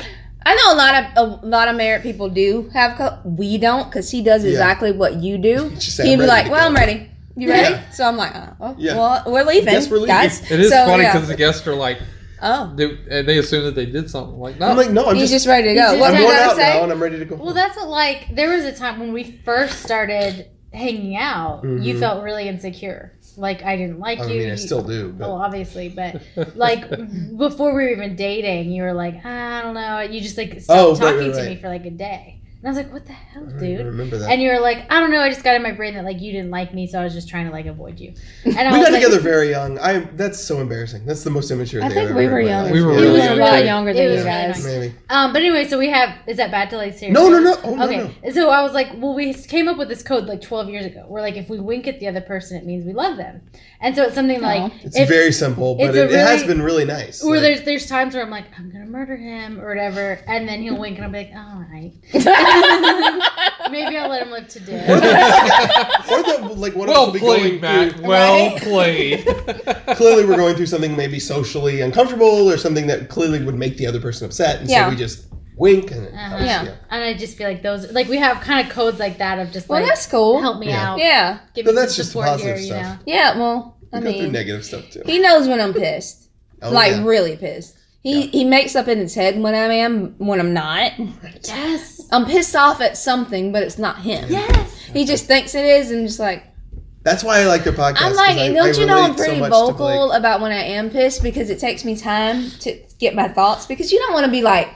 S1: I know a lot of a lot of married people do have co- we don't because he does
S3: Yeah.
S1: exactly what you do
S3: Just say,
S1: he'd be
S3: "I'm ready
S1: like
S3: to
S1: well
S3: go."
S1: I'm ready you ready
S3: Yeah.
S1: so I'm like oh, well,
S3: Yeah.
S1: well, we're leaving
S3: Yes, we're leaving.
S1: guys
S2: it is
S1: So,
S2: funny
S1: yeah.
S2: because the guests are like,
S1: oh
S2: they, and they assume that they did something like that.
S3: I'm like, no, I'm
S1: he's
S3: just,
S1: just ready to go
S4: just
S1: what
S3: I'm
S1: were you
S3: worn
S1: gonna
S3: out now,
S1: say
S3: and I'm ready to go.
S4: Well, that's what like there was a time when we first started hanging out, you
S3: Mhm.
S4: felt really insecure. Like I didn't like
S3: I
S4: you.
S3: mean, I
S4: you-
S3: still do. But
S4: well, obviously, but like before we were even dating, you were like, "Ah, I don't know. You just like stopped
S3: Oh, right,
S4: talking
S3: right,
S4: to
S3: right.
S4: me for like a day. And I was like, what the hell,
S3: I don't even
S4: dude?
S3: remember that.
S4: And you were like, I don't know. I just got in my brain that like you didn't like me, so I was just trying to like avoid you. And I
S3: we
S4: was
S3: got
S4: like,
S3: together very young. I that's so embarrassing. That's the most immature
S5: I
S3: thing
S5: think
S3: I've
S5: we
S3: ever heard
S5: were
S3: in my
S5: young.
S3: life.
S2: We were
S5: He
S2: really
S5: was
S2: young.
S5: a
S2: Yeah.
S5: lot younger than
S4: It
S5: you
S4: was really
S5: guys.
S3: Maybe.
S4: Um, but anyway, so we have is that bad to like say?
S3: No, no, no. Oh, no,
S4: okay,
S3: no.
S4: so I was like, well, we came up with this code like 12 years ago. We're like, if we wink at the other person, it means we love them, and so it's something like
S3: It's
S4: if,
S3: very simple, but
S4: it's
S3: it,
S4: a
S3: it has
S4: really-
S3: been really nice.
S4: Or
S3: Like,
S4: there's there's times where I'm like, I'm gonna murder him or whatever, and then he'll wink and I'll be like, all right, maybe I'll let him live today.
S3: or the, like one
S2: Well
S3: of us will be
S2: played,
S3: going
S2: Matt.
S3: through-
S2: Well
S1: Right?
S2: played.
S3: clearly, we're going through something maybe socially uncomfortable or something that clearly would make the other person upset, and
S1: Yeah.
S3: so we just wink and it
S4: Uh-huh.
S3: helps,
S1: Yeah.
S4: and I just feel like those like we have kind of codes like that of just
S1: Well,
S4: like
S1: that's cool.
S4: help me
S3: Yeah.
S4: out,
S1: Yeah.
S4: give
S3: No,
S4: me
S3: that's
S4: some
S3: just
S4: support here,
S3: positive
S4: you
S3: stuff.
S4: know.
S1: Yeah. Well, I
S3: We go through
S1: mean,
S3: negative stuff too.
S1: he knows when I'm pissed.
S3: Oh,
S1: like
S3: yeah.
S1: really pissed. He
S3: Yeah.
S1: he makes up in his head when I am when I'm not.
S4: Yes,
S1: I'm pissed off at something, but it's not him.
S4: yes.
S1: He just thinks it is, and just like
S3: that's why I like their podcast.
S1: I'm
S3: 'cause
S1: like,
S3: I-
S1: and don't
S3: I
S1: you know I'm
S3: relate so
S1: pretty
S3: much to, like-
S1: vocal about when I am pissed because it takes me time to get my thoughts because you don't want to be like,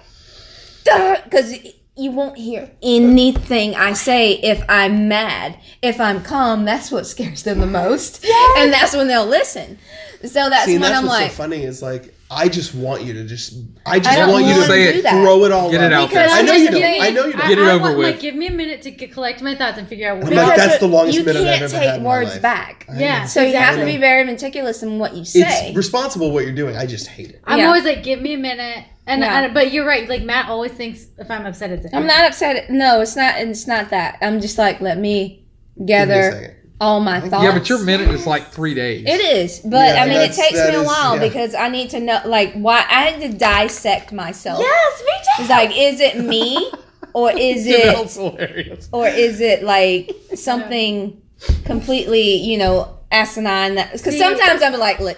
S1: because you won't hear anything I say if I'm mad. If I'm calm, that's what scares them the most, and that's when they'll listen. So that's
S3: See,
S1: when
S3: and that's
S1: I'm
S3: what's
S1: like,
S3: so funny is like I just want you to just I just
S1: don't
S3: want you to
S2: wanna Say
S1: do it. that.
S3: throw it all
S2: Get it
S3: out.
S2: out there.
S1: Because
S3: I know
S1: here's
S3: you
S1: the
S3: don't.
S1: thing.
S3: I know you don't.
S4: I,
S2: Get it
S4: I
S2: over
S4: want,
S2: with.
S4: Like, give me a minute to c- collect my thoughts and figure out what.
S3: I'm like,
S1: Because
S3: that's the longest
S1: you
S3: minute I've
S1: can't
S3: ever
S1: take
S3: had in my
S1: words
S3: life.
S1: back.
S3: I know.
S4: yeah,
S1: So you have to
S4: exactly.
S1: be very meticulous in what you say.
S3: It's responsible what you're doing. I just hate it.
S4: I'm
S1: Yeah.
S4: always like, give me a minute. And,
S1: Yeah.
S4: and- but you're right. Like Matt always thinks if I'm upset, it's
S1: I'm not upset. No, it's not. and It's not that. I'm just like, let me
S3: Give me a
S1: gather
S3: second.
S1: all my thoughts.
S2: yeah, but your minute is like three days.
S1: It is, but
S3: Yeah,
S1: I mean, it
S3: that's-
S1: takes
S3: that
S1: me a
S3: is-
S1: while
S3: yeah.
S1: because I need to know, like, why I had to dissect myself.
S4: Yes, me too.
S1: It's like, is it me, or is
S2: That's
S1: it,
S2: hilarious.
S1: or is it like something completely, you know, asinine? Because
S4: See-
S1: sometimes I'm like, look,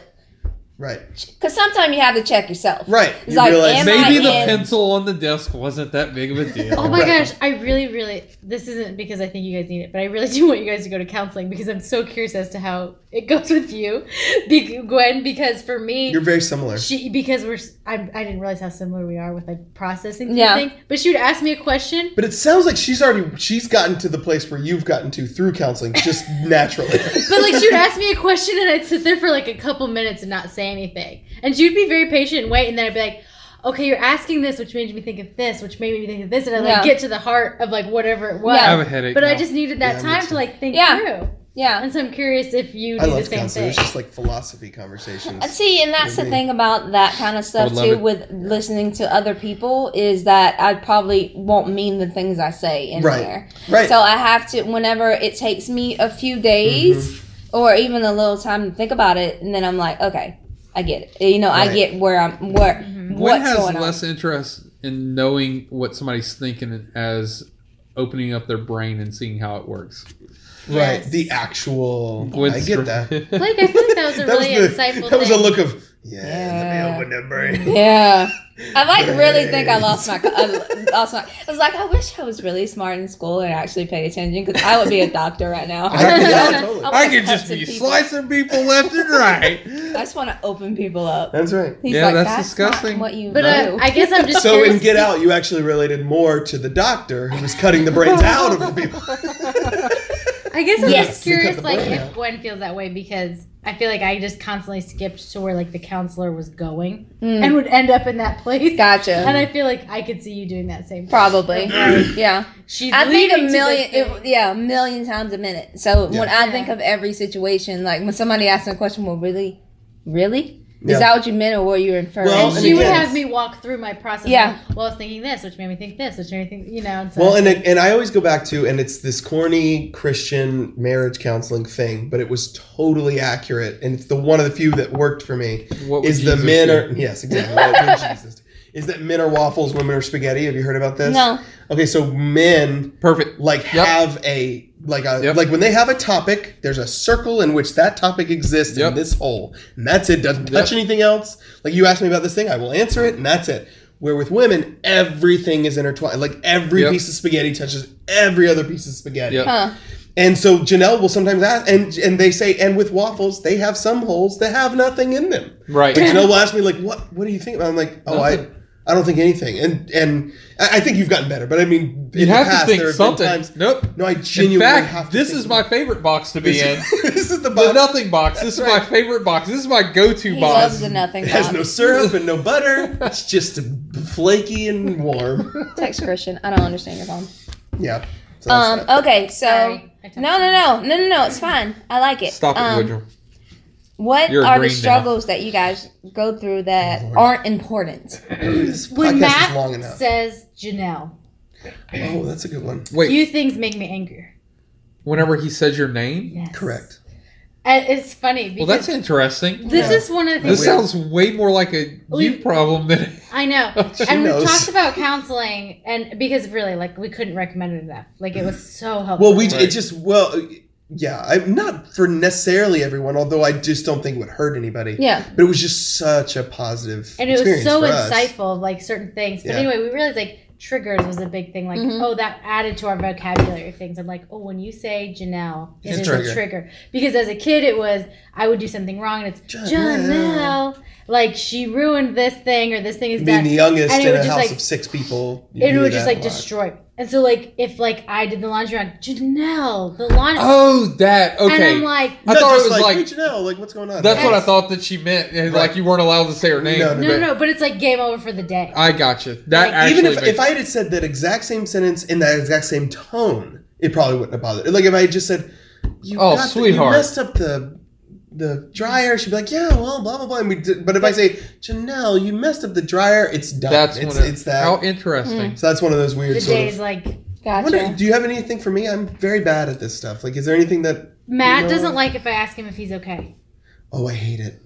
S3: Right.
S1: because sometimes you have to check yourself.
S3: Right.
S1: It's like, am I
S2: Maybe the
S1: in-
S2: pencil on the desk wasn't that big of a deal.
S4: Oh my
S3: Right.
S4: gosh, I really, really. This isn't because I think you guys need it, but I really do want you guys to go to counseling because I'm so curious as to how it goes with you, Be- Gwen. Because for me,
S3: You're very similar.
S4: she because we're s- I, I didn't realize how similar we are with like processing
S1: Yeah.
S4: yeah. But she would ask me a question,
S3: But it sounds like she's already she's gotten to the place where you've gotten to through counseling just naturally.
S4: But like she would ask me a question and I'd sit there for like a couple minutes and not say anything. And she would be very patient and wait and then I'd be like, Okay, you're asking this, which made me think of this, which made me think of this, and I like
S1: Yeah.
S4: get to the heart of like whatever it was.
S1: Yeah.
S2: I have a headache.
S4: But I
S2: now.
S4: just needed that
S3: Yeah, me
S4: time
S3: too.
S4: to like think
S1: Yeah.
S4: through.
S1: Yeah.
S4: And so I'm curious if you
S3: I
S4: do the
S3: love
S4: same
S3: counseling.
S4: thing.
S3: It's just like philosophy conversations.
S1: Uh, See, and that's the
S3: Mhm.
S1: thing about that kind of stuff
S2: would love
S1: too,
S2: it.
S1: with listening to other people, is that I probably won't mean the things I say in
S3: Right.
S1: there.
S3: Right.
S1: So I have to, whenever it takes me a few days
S2: Mm-hmm.
S1: or even a little time to think about it, and then I'm like, okay, I get it. You know, I
S3: Right.
S1: get where I'm where
S2: Gwen
S1: what's
S2: has
S1: going
S2: less interest in knowing what somebody's thinking as opening up their brain and seeing how it works.
S3: right.
S4: Yes.
S3: The actual I
S2: Gwen's-
S3: get that.
S4: like I feel like that was a really
S3: was the,
S4: insightful
S3: That was a
S4: thing.
S3: look of yeah,
S1: Yeah.
S3: let me open that brain.
S1: on. Yeah. I like really think I lost my. I lost my. I was like, I wish I was really smart in school and actually paid attention because I would be a doctor right now.
S3: I- yeah, totally.
S1: I
S2: I
S1: wanna
S2: could
S1: cut
S2: just
S1: some
S2: be
S1: people.
S2: slicing people left and right.
S1: I just want to open people up.
S3: That's right.
S1: He's
S2: Yeah,
S1: like,
S2: that's
S1: that's,
S2: disgusting.
S1: Not what you
S4: but uh,
S1: do.
S4: I guess I'm just
S3: So
S4: curious.
S3: in Get Out, you actually related more to the doctor who was cutting the brains out of the people.
S4: I guess I'm
S1: Yes.
S4: just
S3: They cut
S4: curious,
S3: the
S4: like
S3: brain
S4: if
S3: out.
S4: Gwen feels that way because I feel like I just constantly skipped to where like the counselor was going
S1: Mm.
S4: and would end up in that place. And
S1: gotcha.
S4: I feel like I could see you doing that same. thing.
S1: Probably. yeah.
S4: She's
S1: I think a
S4: leaving to
S1: million.
S4: this
S1: It,
S4: thing.
S1: yeah, a million times a minute. So
S3: Yeah.
S1: when I
S4: Yeah.
S1: think of every situation, like when somebody asks me a question, well, really, really,
S3: Yeah.
S1: is that what you meant, or were you inferring?
S3: Well,
S4: And
S3: and
S4: she would
S3: again-
S4: have me walk through my process.
S1: Yeah.
S4: like, well, I was thinking this, which made me think this, which made me think, you know. And so
S3: Well, and and I always go back to, and it's this corny Christian marriage counseling thing, but it was totally accurate, and it's the one of the few that worked for me.
S2: What would
S3: Is the
S2: Jesus
S3: men
S2: do?
S3: are yes exactly what would Jesus do? is that men are waffles, women are spaghetti? Have you heard about this?
S1: No.
S3: Okay, so men
S2: perfect.
S3: like
S2: Yep.
S3: have a like a
S2: Yep.
S3: like when they have a topic there's a circle in which that topic exists
S2: Yep.
S3: in this hole and that's it doesn't touch
S2: Yep.
S3: anything else like you asked me about this thing i will answer it and that's it where with women everything is intertwined like every
S2: Yep.
S3: piece of spaghetti touches every other piece of spaghetti
S2: Yep.
S1: Huh.
S3: and so janelle will sometimes ask and and they say and with waffles they have some holes that have nothing in them
S2: Right.
S3: like Janelle will ask me like, "What? What do you think?" And I'm like, "Oh, I, I don't think anything. And and I I think you've gotten better, but I mean, in
S2: You
S3: the
S2: have to
S3: past,
S2: think
S3: there have been
S2: something.
S3: times-
S2: nope.
S3: no, I
S2: In
S3: genuinely have
S2: fact,
S3: to
S2: this
S3: think
S2: is my favorite box to be in.
S3: this, this is the
S2: The
S3: box.
S2: nothing box. This is my favorite box. This is my go-to
S1: He
S2: box.
S1: loves the nothing
S3: It has no
S1: box.
S3: syrup and no butter. It's just flaky and warm.
S1: Text Christian. I don't understand your phone.
S3: Yeah. So that's
S1: Um.
S3: that.
S1: Okay. So.
S4: Sorry, I talked
S1: No, no, no, no, no, no. It's fine. I like it.
S2: Stop it,
S1: um,
S2: Woodrow.
S1: What
S2: You're
S1: are
S2: green
S1: the
S2: now.
S1: struggles that you guys go through that aren't important?
S3: this
S4: oh, When
S3: podcast
S4: Matt
S3: is long enough.
S4: says Janelle,
S3: Oh, that's a good one.
S2: Wait.
S4: few things make me angrier.
S2: whenever he says your name.
S4: Yes.
S3: Correct.
S4: And Uh, it's funny
S2: Well,
S4: because
S2: that's interesting.
S4: this
S3: Yeah.
S4: is one of the things
S2: This sounds way more like a you
S4: We-
S2: problem than.
S4: I know.
S2: She
S4: and
S3: knows.
S4: we talked about counseling, and because really, like, we couldn't recommend it enough. Like, it was so helpful.
S3: Well, we
S2: Right.
S3: it just well, yeah. I'm not for necessarily everyone, although I just don't think it would hurt anybody.
S1: Yeah.
S3: But it was just such a positive.
S4: and it was
S3: experience
S4: so
S3: for us.
S4: insightful, like certain things. But
S3: Yeah.
S4: anyway, we realized like triggers was a big thing. Like,
S1: Mhm.
S4: oh, that added to our vocabulary of things. I'm like, oh, when you say Janelle, it
S3: It's
S4: is
S3: a
S4: a
S3: trigger.
S4: trigger. Because as a kid, it was I would do something wrong, and it's
S3: Janelle.
S4: Janelle. Like she ruined this thing, or this thing is
S3: Being
S4: bad.
S3: the youngest
S4: And it
S3: in
S4: would
S3: a
S4: just,
S3: house
S4: like-
S3: of six people, you
S4: it
S3: do
S4: would just
S3: that
S4: like
S3: a lot.
S4: destroy. me. And so, like, if like I did the laundry on Janelle, the laundry,
S2: Oh, that okay.
S4: and I'm like,
S2: I
S3: Not
S2: thought it
S3: just
S2: was
S3: like,
S2: like,
S3: hey, Janelle, like what's going on?
S2: that's what I
S4: Yes.
S2: thought that she meant. and,
S3: Right.
S2: Like you weren't allowed to say her name.
S3: No, no,
S4: No, no, no, but it's like game over for the day.
S2: I got you. That
S4: Like,
S2: actually
S3: even if,
S2: makes-
S3: if I had said that exact same sentence in that exact same tone, it probably wouldn't have bothered. Like if I had just said, "You
S2: Oh,
S3: got the-
S2: sweetheart.
S3: you messed up the the dryer," she'd be like, "Yeah, well, blah blah blah." And we did, but if I say, "Janelle, you messed up the dryer," it's done.
S2: that's
S3: it's,
S2: when it-
S3: it's that.
S2: How interesting.
S3: so that's one of those
S4: the
S3: weird sort
S4: day
S3: of.
S4: is like
S3: I
S1: Gotcha.
S3: wonder, do you have anything for me? I'm very bad at this stuff. Like, is there anything that?
S4: Matt
S3: No.
S4: doesn't like if I ask him if he's okay.
S3: Oh, I hate it.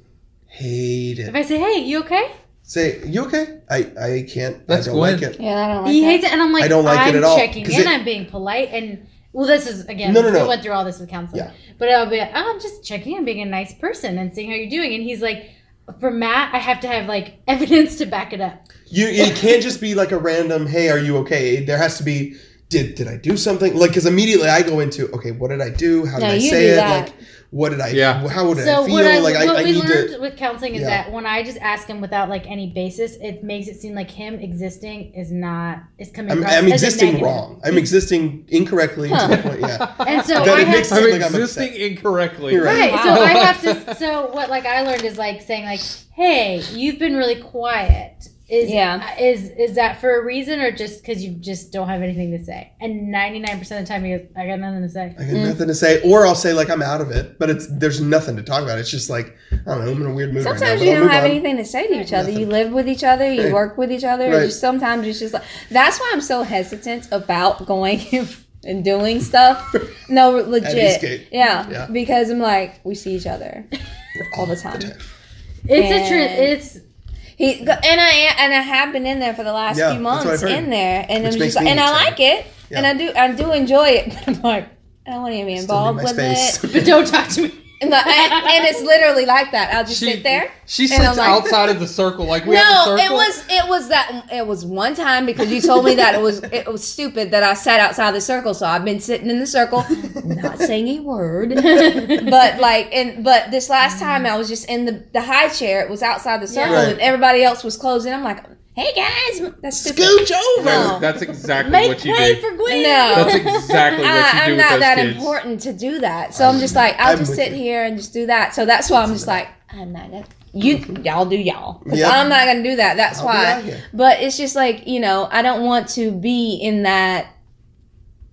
S3: Hate
S4: If
S3: it.
S4: I say, "Hey, you okay?"
S3: Say, you okay? I I can't.
S2: That's
S3: I don't
S2: Gwen.
S3: like it.
S1: yeah, I don't like
S4: he
S1: that.
S4: hates it, and I'm like,
S3: I don't like it
S4: I'm
S3: at all,
S4: Checking
S3: 'cause
S4: in,
S3: it-
S4: I'm being polite, and well, this is again,
S3: No, no, no.
S4: we went through all this with counseling,
S3: Yeah.
S4: but I'll be like, oh, I'm just checking in, being a nice person, and seeing how you're doing, and he's like. For Matt, I have to have like evidence to back it up.
S3: You it can't just be like a random, "Hey, are you okay?" There has to be did did I do something? Like cuz immediately I go into, "Okay, what did I do? How did
S1: No,
S3: I
S1: you
S3: say
S1: do
S3: it?
S1: that.
S3: Like what did I
S2: Yeah.
S3: how did
S4: So
S3: I feel?
S4: what I
S3: like I,
S4: what
S3: I
S4: we
S3: need
S4: learned
S3: to
S4: with counseling is
S3: Yeah.
S4: that when I just ask him without like any basis, it makes it seem like him existing is not is coming.
S3: I'm,
S4: across
S3: I'm
S4: as a
S3: existing
S4: negative.
S3: wrong. I'm existing incorrectly to the point. Yeah.
S4: And so
S3: That
S4: I
S3: it
S4: have
S3: makes
S4: to
S2: I'm
S3: Like I'm
S2: existing
S3: upset.
S2: incorrectly.
S3: You're
S4: Right.
S1: Wow.
S4: So I have to. So what, like, I learned is like saying, like, "Hey, you've been really quiet. Is
S1: Yeah.
S4: is is that for a reason or just because you just don't have anything to say?" And ninety nine percent of the time, he goes, "I got nothing to say."
S3: I
S1: Mm.
S3: got nothing to say or I'll say like I'm out of it, but it's there's nothing to talk about. It's just like I don't know, I'm in a weird mood right now.
S1: Sometimes
S3: but
S1: you
S3: I'll
S1: don't
S3: move
S1: have
S3: on.
S1: anything to say to each other. You
S3: Nothing.
S1: live with each other. You
S3: Right.
S1: work with each other.
S3: Right.
S1: You sometimes it's just like that's why I'm so hesitant about going and doing stuff. No,
S3: Escape.
S1: legit. Yeah,
S3: Yeah.
S1: because I'm like we see each other all the time.
S4: It's a
S1: And-
S4: tr- It's
S1: He and I and I have been in there for the last
S3: Yeah,
S1: few
S3: that's what
S1: months
S3: I've heard.
S1: in there, and
S3: Which
S1: I'm
S3: makes
S1: just like,
S3: me
S1: and I
S3: excited.
S1: like it, and
S3: Yeah.
S1: I do I do enjoy it, but I'm like I don't want to be
S3: Still need
S1: involved
S3: my
S1: with
S3: space.
S1: it.
S4: but don't talk to me.
S1: And, like, and- and it's literally like that. I'll just
S2: She-
S1: sit there.
S2: She
S1: And I'm
S2: sits
S1: like-
S2: outside of the circle like we have
S1: No,
S2: a
S1: it
S2: circle.
S1: was it was that it was one time because you told me that it was it was stupid that I sat outside the circle. So I've been sitting in the circle, not saying a word. But like and but this last time I was just in the, the high chair. It was outside the circle
S3: Right.
S1: and everybody else was closing. I'm like, hey guys, that's stupid.
S3: Gooch over.
S1: No.
S2: That's exactly
S4: Make
S2: what you
S4: way
S2: did.
S4: for
S1: No.
S4: Gwen.
S2: That's exactly what
S1: I,
S2: you do
S1: Uh, I'm
S2: with
S1: not
S2: those
S1: that
S2: kids.
S1: important to do that. So I'm, just like, I'll
S3: I'm
S1: just
S3: with
S1: sit
S3: you.
S1: here and just do that. So that's why I'm just like, I'm not gonna you y'all do y'all. 'Cause
S3: Yep.
S1: I'm not gonna do that. That's
S3: I'll be out
S1: why.
S3: here.
S1: But it's just like, you know, I don't want to be in that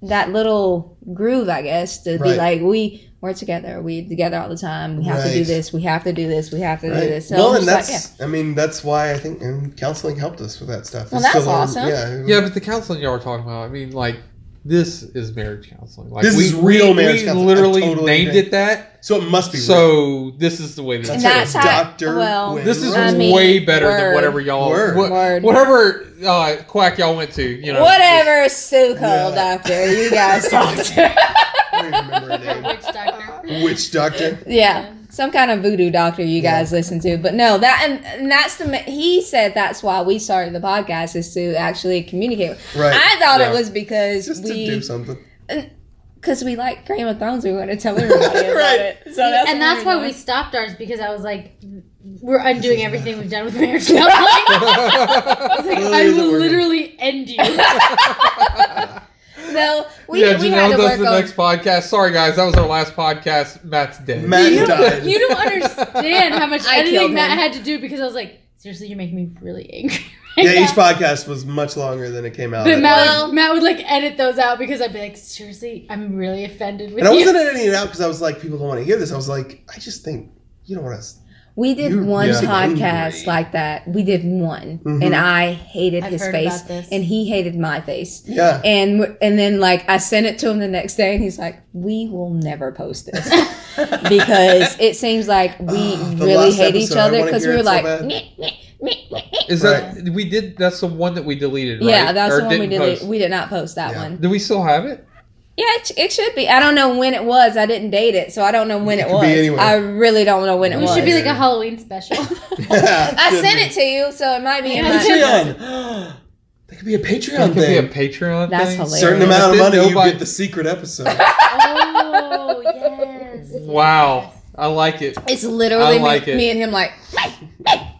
S1: that little groove, I guess, to be
S3: Right.
S1: like we we're together. We together all the time. We have to do
S3: Right.
S1: this. We have to do this. We have to do
S3: Right.
S1: this. So
S3: well,
S1: I'm
S3: and
S1: just like,
S3: that's I mean that's why I think and counseling helped us with that stuff.
S1: Well,
S3: It's
S1: that's
S3: still, um,
S1: awesome.
S3: Yeah,
S2: Yeah, but the counseling y'all were talking about, I mean, like, this is marriage counseling. Like,
S3: This
S2: we,
S3: is real
S2: we,
S3: marriage
S2: we
S3: counseling. I
S2: literally
S3: totally
S2: named
S3: agree.
S2: it that.
S3: so it must be real.
S2: So, this is the way this
S3: That's
S1: And
S2: is.
S3: right.
S1: that's how
S3: Dr.
S1: well,
S3: Wynn.
S2: This is
S1: I mean,
S2: way better than
S1: word.
S2: whatever y'all,
S3: Word.
S2: what-
S1: Word.
S2: whatever uh, quack y'all went to. You know,
S1: Whatever Sue called
S3: Yeah.
S1: doctor, you guys talked
S3: I don't even remember her name.
S4: Witch doctor.
S3: Witch doctor.
S1: Yeah, some kind of voodoo doctor you
S3: Yeah.
S1: guys listen to, but no, that and, and that's the ma- he said that's why we started the podcast is to actually communicate.
S3: Right.
S1: I thought
S2: Yeah.
S1: it was because
S3: Just to do
S1: we
S3: something.
S1: because we like Game of Thrones, we want to tell everybody about
S3: Right.
S1: it. So that's
S4: and that's why
S1: what
S4: we
S1: we're
S4: stopped ours because I was like, we're undoing everything we've done with marriage counseling.
S2: Just-
S4: I was like, I
S3: is it
S4: will
S3: working?
S4: literally end you.
S1: So we,
S2: yeah,
S1: we had
S2: Janelle
S1: to
S2: does
S1: work
S2: the
S1: on.
S2: next podcast. Sorry, guys, that was our last podcast. Matt's dead.
S3: Matt
S4: you,
S3: died.
S4: don't, you don't understand how much
S1: I killed
S4: editing Matt
S1: him.
S4: had to do because I was like, seriously, you're making me really angry.
S3: yeah, each podcast was much longer than it came out.
S4: But Matt,
S1: Well-
S4: Matt would like edit those out because I'd be like, seriously, I'm really offended with
S3: and I
S4: you.
S3: wasn't editing it out because I was like, people don't want to hear this. I was like, I just think you don't want to.
S1: We did
S3: You-
S1: one
S3: yeah.
S1: podcast
S3: Angry.
S1: like that. We did one,
S3: Mhm.
S1: and I hated
S4: I've
S1: his
S4: heard
S1: face,
S4: about this.
S1: and he hated my face.
S3: Yeah.
S1: And w- and then like I sent it to him the next day, and he's like, "We will never post this because it seems like we
S3: Ah, the
S1: really
S3: last
S1: hate each
S3: episode, I
S1: other
S3: wanna
S1: because
S3: hear
S1: we were
S3: it so
S1: like,
S3: bad.
S1: meh, meh, meh, meh."
S2: Is that we did? That's the one that we deleted. Right?
S1: yeah, that's
S2: Or
S1: the one we
S2: didn't
S1: deleted.
S2: post.
S1: We did not post that
S3: Yeah.
S1: one.
S2: Do we still have it?
S1: Yeah, it, it should be. I don't know when it was. I didn't date it, so I don't know when
S3: It
S1: it,
S3: could
S1: was.
S3: be anywhere.
S1: I really don't know when it
S4: we
S1: was.
S4: should be like a Halloween special.
S1: I sent it to you, so it might be. in
S4: Yeah.
S1: my-
S3: Patreon. that could be a Patreon
S2: It could be a
S3: thing.
S2: Patreon
S1: That's
S2: thing.
S1: hilarious.
S3: Certain amount of
S2: Didn't
S3: money,
S2: nobody-
S3: you get the secret episode.
S4: oh, yes.
S2: Wow, I like it.
S1: It's literally
S2: I like
S1: me,
S2: it.
S1: me and him like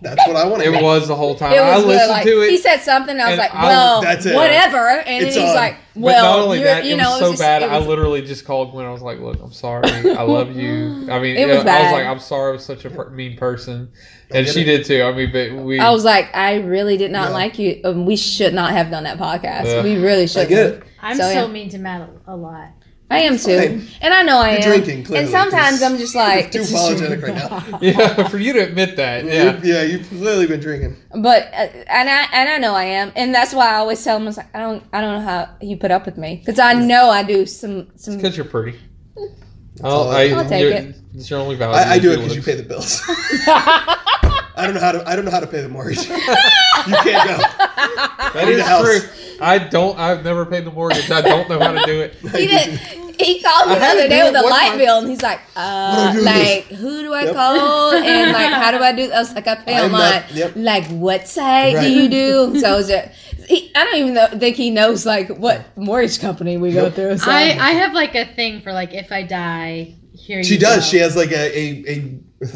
S3: That's what I want to.
S2: It was the whole time.
S1: it
S2: I
S1: was
S2: listened
S1: like,
S2: to it.
S1: He said something and I was
S2: and
S1: like,
S2: I-
S1: Well
S3: That's it.
S1: whatever and
S3: It's
S1: then he's
S3: on.
S1: like,
S2: But
S1: Well
S2: not only
S1: you're-
S2: that,
S1: you
S2: it
S1: know,
S2: was so
S1: just-
S2: bad.
S1: it
S2: I
S1: was-
S2: literally just called Gwen. I was like, "Look, I'm sorry. I love you. I mean,
S1: It was
S2: I was
S1: bad.
S2: like, I'm sorry. I was such a per- mean person."
S3: I
S2: And
S3: get
S2: she
S3: it.
S2: did too. I mean, but we.
S1: I was like, I really did not
S3: Yeah.
S1: like you. Um, we should not have done that podcast.
S2: Yeah.
S1: We really
S3: I
S1: should.
S3: get it.
S4: I'm
S1: So,
S4: so,
S1: yeah.
S4: mean to Matt a a lot.
S1: I am too,
S3: Fine.
S1: and I know I am.
S3: You're drinking, clearly,
S1: and sometimes
S3: 'cause
S1: I'm just like,
S3: Too apologetic right now.
S2: yeah, for you to admit that.
S3: You-
S2: Yeah,
S3: yeah, you've clearly been drinking.
S1: But uh, and I and I know I am, and that's why I always tell him I was like, I don't I don't know how you put up with me because I know I do some some.
S2: because you're pretty. I'll,
S3: all I
S2: I,
S3: can
S1: I'll take
S2: you're-
S1: it.
S2: It's your only value.
S3: I, I
S2: is
S3: do
S2: your
S3: it because you
S2: looks.
S3: pay the bills. I don't know how to. I don't know how to pay the mortgage. you can't go.
S2: That
S3: Own the house.
S2: is true. I don't. I've never paid the mortgage. I don't know how to do it.
S1: He did. He called me
S2: I
S1: the
S2: had to
S1: other
S2: do
S1: day
S2: it
S1: with a
S2: one
S1: light
S2: time.
S1: bill, and he's like,
S3: What
S1: uh,
S3: do I do
S1: like who do I
S3: Yep.
S1: call, and like how do I do? I was like, I pay
S3: I'm
S1: online.
S3: not- yep.
S1: Like what site
S3: Right.
S1: do you do? So I was just, he, I don't even know, think he knows like what mortgage company we go
S3: Yep.
S1: through. So.
S4: I, I have like a thing for like if I die, here
S3: She
S4: you
S3: does.
S4: go.
S3: She has like a, a, a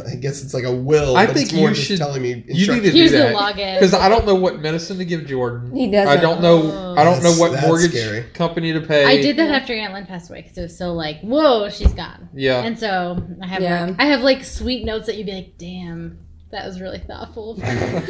S3: I guess it's like a will.
S2: I
S3: but
S2: think
S3: it's more
S2: you
S3: just
S2: should-
S3: telling me.
S2: You need to
S3: instructions.
S2: do
S4: Here's the
S2: that
S4: login.
S2: because I don't know what medicine to give Jordan.
S1: He doesn't.
S2: I don't know. I don't know
S3: That's-
S2: what
S3: that's
S2: mortgage
S3: scary.
S2: company to pay.
S4: I did that after Aunt Lynn passed away because it was so like, whoa, she's gone.
S2: Yeah.
S4: And so I have
S1: Yeah.
S4: like, I have like sweet notes that you'd be like, damn, that was really thoughtful.
S3: I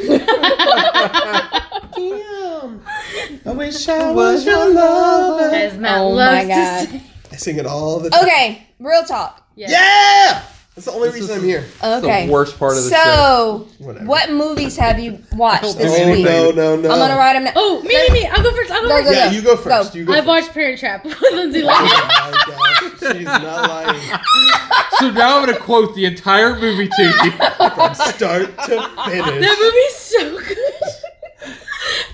S3: wish I was your lover.
S4: Guys, Matt
S1: Oh
S4: loves
S1: my
S4: to
S1: God.
S4: sing.
S3: I sing it all the time.
S1: okay, real talk.
S4: Yeah.
S3: Yeah. That's the only
S2: This
S3: reason
S2: is-
S3: I'm here.
S2: That's
S1: Okay,
S2: The worst part of the show.
S1: so
S3: Whatever.
S1: what movies have you watched
S2: Don't
S1: this
S2: do
S3: Oh
S1: week?
S3: no no no!
S1: I'm gonna write them. down.
S4: Oh, me, me, me. I'll go first. I'll go
S1: Go,
S4: first.
S1: go,
S3: Yeah,
S1: go.
S3: you go first. You go.
S4: I've
S3: first.
S4: watched Parent Trap with Lindsay Lohan.
S3: Oh my gosh, she's not lying
S2: So now I'm going to quote the entire movie to you.
S3: from start to
S4: that
S3: finish.
S4: movie's so good.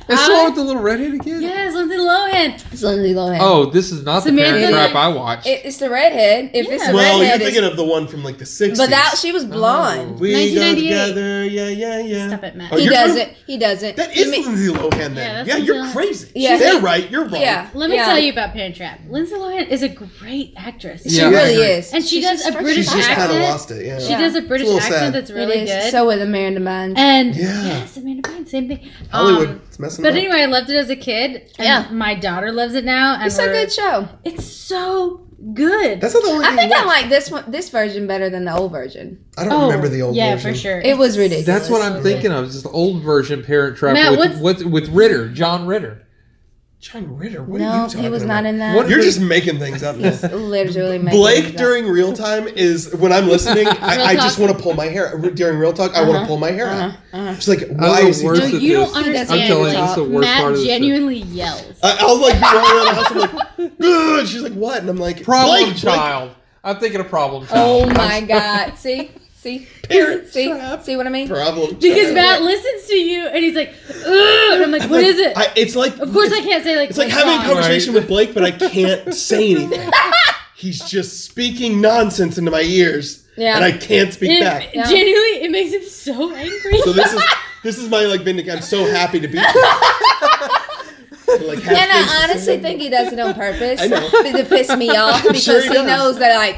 S2: It's the
S4: I-
S2: one with the little redhead again.
S4: Yes, Lindsay Lohan.
S1: It's Lindsay Lohan.
S2: Oh, this is not the
S4: Samantha-
S2: parent trap I watched.
S1: It- it's the redhead. If it's
S4: Yeah.
S1: the
S3: Well, you're
S1: redhead, it's-
S3: thinking of the one from like the '60s.
S1: but that she was blonde.
S3: we go
S4: 1998.
S3: together. Yeah yeah yeah.
S4: Stop it, Matt.
S3: Oh,
S1: He
S3: you're gonna-
S1: doesn't. He doesn't.
S3: That
S1: He
S3: is
S1: ma-
S3: Lindsay Lohan. Then
S4: Yeah,
S3: yeah,
S4: that's
S3: you're
S4: Lindsay Lohan.
S3: crazy.
S1: Yeah.
S3: They're right. You're wrong.
S1: yeah.
S4: Let me
S1: yeah.
S4: tell you about Parent Trap. Lindsay Lohan is a great actress.
S1: She
S2: Yeah.
S1: really
S3: I agree.
S1: is.
S4: And she
S1: She's
S4: does
S1: just
S4: a
S1: freaking
S4: British
S3: She's just kind of
S4: accent.
S3: lost it. Yeah.
S4: She
S1: Yeah.
S4: does a British
S3: It's a little
S4: accent
S3: sad.
S4: that's
S1: It
S4: really
S1: is.
S4: good.
S1: So is Amanda Mines.
S4: and
S3: Yeah.
S4: yes, Amanda Bynes, same thing.
S3: Hollywood.
S4: Um,
S3: it's messing
S4: but
S3: up.
S4: anyway, I loved it as a kid. And
S1: Yeah.
S4: my daughter loves it now. And
S1: it's a
S4: we're-
S1: good show.
S4: It's so good.
S3: That's not the only
S1: I
S3: thing.
S1: think
S3: you
S1: I
S3: watch.
S1: like this one, this version better than the old version.
S3: I don't remember the old
S1: Oh,
S4: yeah,
S3: version.
S4: for sure.
S1: It was
S4: It's
S1: ridiculous.
S2: That's what I'm
S4: so
S2: thinking of. Just the old version Parent Trap
S4: Matt,
S2: with, with with Ritter, John Ritter.
S3: John Ritter. What are you
S1: No,
S3: talking
S1: he was
S3: about?
S1: not in that.
S2: What-
S3: You're just making things up. now.
S1: He's literally making it
S3: Blake
S1: up.
S3: during real time is when I'm listening.
S4: Real
S3: I, I just
S4: talk.
S3: want to pull my hair during real talk. I want to pull my hair. out.
S1: Uh-huh, uh-huh.
S3: It's like
S2: I
S3: why
S2: know
S3: is he?
S2: words Worse
S4: good. No,
S2: at
S4: you
S2: this.
S4: don't
S1: I'm
S4: understand.
S1: telling you,
S4: Like,
S1: it's
S2: the worst
S4: Matt
S2: part of this show.
S4: genuinely yells.
S3: I, I'll like be running around the house. I'm like, good. She's like, what? And I'm like,
S2: Problem
S3: Blake,
S2: child. I'm thinking of problem
S1: Oh
S2: child.
S1: my god! See, see,
S3: Parent
S1: see,
S3: trap.
S1: see what I mean?
S3: Blake, problem.
S4: because
S3: child.
S4: Matt listens to you and he's like, Ugh! and I'm like,
S3: I'm
S4: what
S3: like,
S4: is it?
S3: I, it's like
S4: of course, I can't say like.
S3: It's like
S4: what's
S3: having a
S4: wrong.
S3: conversation with Blake, but I can't say anything. He's just speaking nonsense into my ears,
S1: Yeah.
S3: and I can't speak
S4: It-
S3: back.
S1: Yeah.
S4: Genuinely, it makes him so angry.
S3: So this is this is my like vindic. I'm so happy to be here.
S1: And
S3: like have things to
S1: I honestly
S3: say.
S1: think he does it on purpose
S3: I know.
S1: to, to piss me off
S3: I'm
S1: because
S3: sure he
S1: he,
S3: does.
S1: knows that like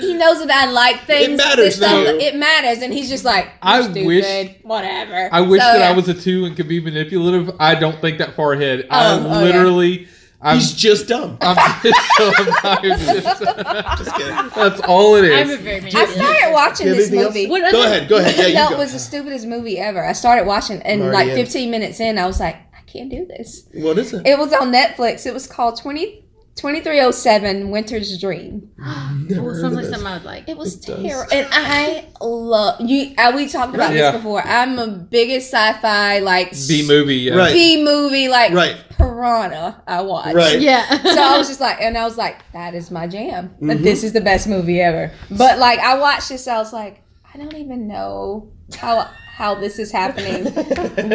S1: he knows that I like things.
S3: matters,
S1: this stuff-
S3: though.
S1: It matters, and he's just like, "You're
S2: I
S1: stupid,
S2: wish-
S1: whatever.
S2: I wish
S1: So,
S2: that
S1: yeah.
S2: I was a two and could be manipulative. I don't think that far ahead.
S1: Oh, oh,
S2: I
S1: yeah.
S2: literally, I'm,
S3: He's just dumb.
S2: I'm just, I'm just-
S3: Just kidding.
S2: that's all it
S4: I'm a
S2: is.
S4: very
S1: I
S4: manipulative.
S1: started watching
S3: Yeah,
S1: this
S3: anything else?
S1: movie.
S4: What
S3: Go
S4: other-
S3: ahead, go ahead. Yeah,
S1: I
S3: you
S1: felt
S3: go.
S1: was the stupidest movie ever. I started watching, and
S3: Already
S1: like
S3: in.
S1: 15 minutes in, I was like, I can't do this.
S3: What is it?
S1: It was on Netflix. It was called 20, 2307 Winter's Dream.
S4: Well, sounds like something I would like.
S1: It was
S3: It does.
S1: terrible, and I love you. I, we talked about
S2: Yeah.
S1: this before. I'm a biggest sci-fi like
S2: B movie, yeah.
S3: Right.
S1: B movie like
S3: Right.
S1: Piranha. I watched.
S3: Right.
S4: Yeah.
S1: so I was just like, and I was like, that is my jam.
S3: Mm-hmm.
S1: But This is the best movie ever. But like, I watched this, I was like, I don't even know how how this is happening,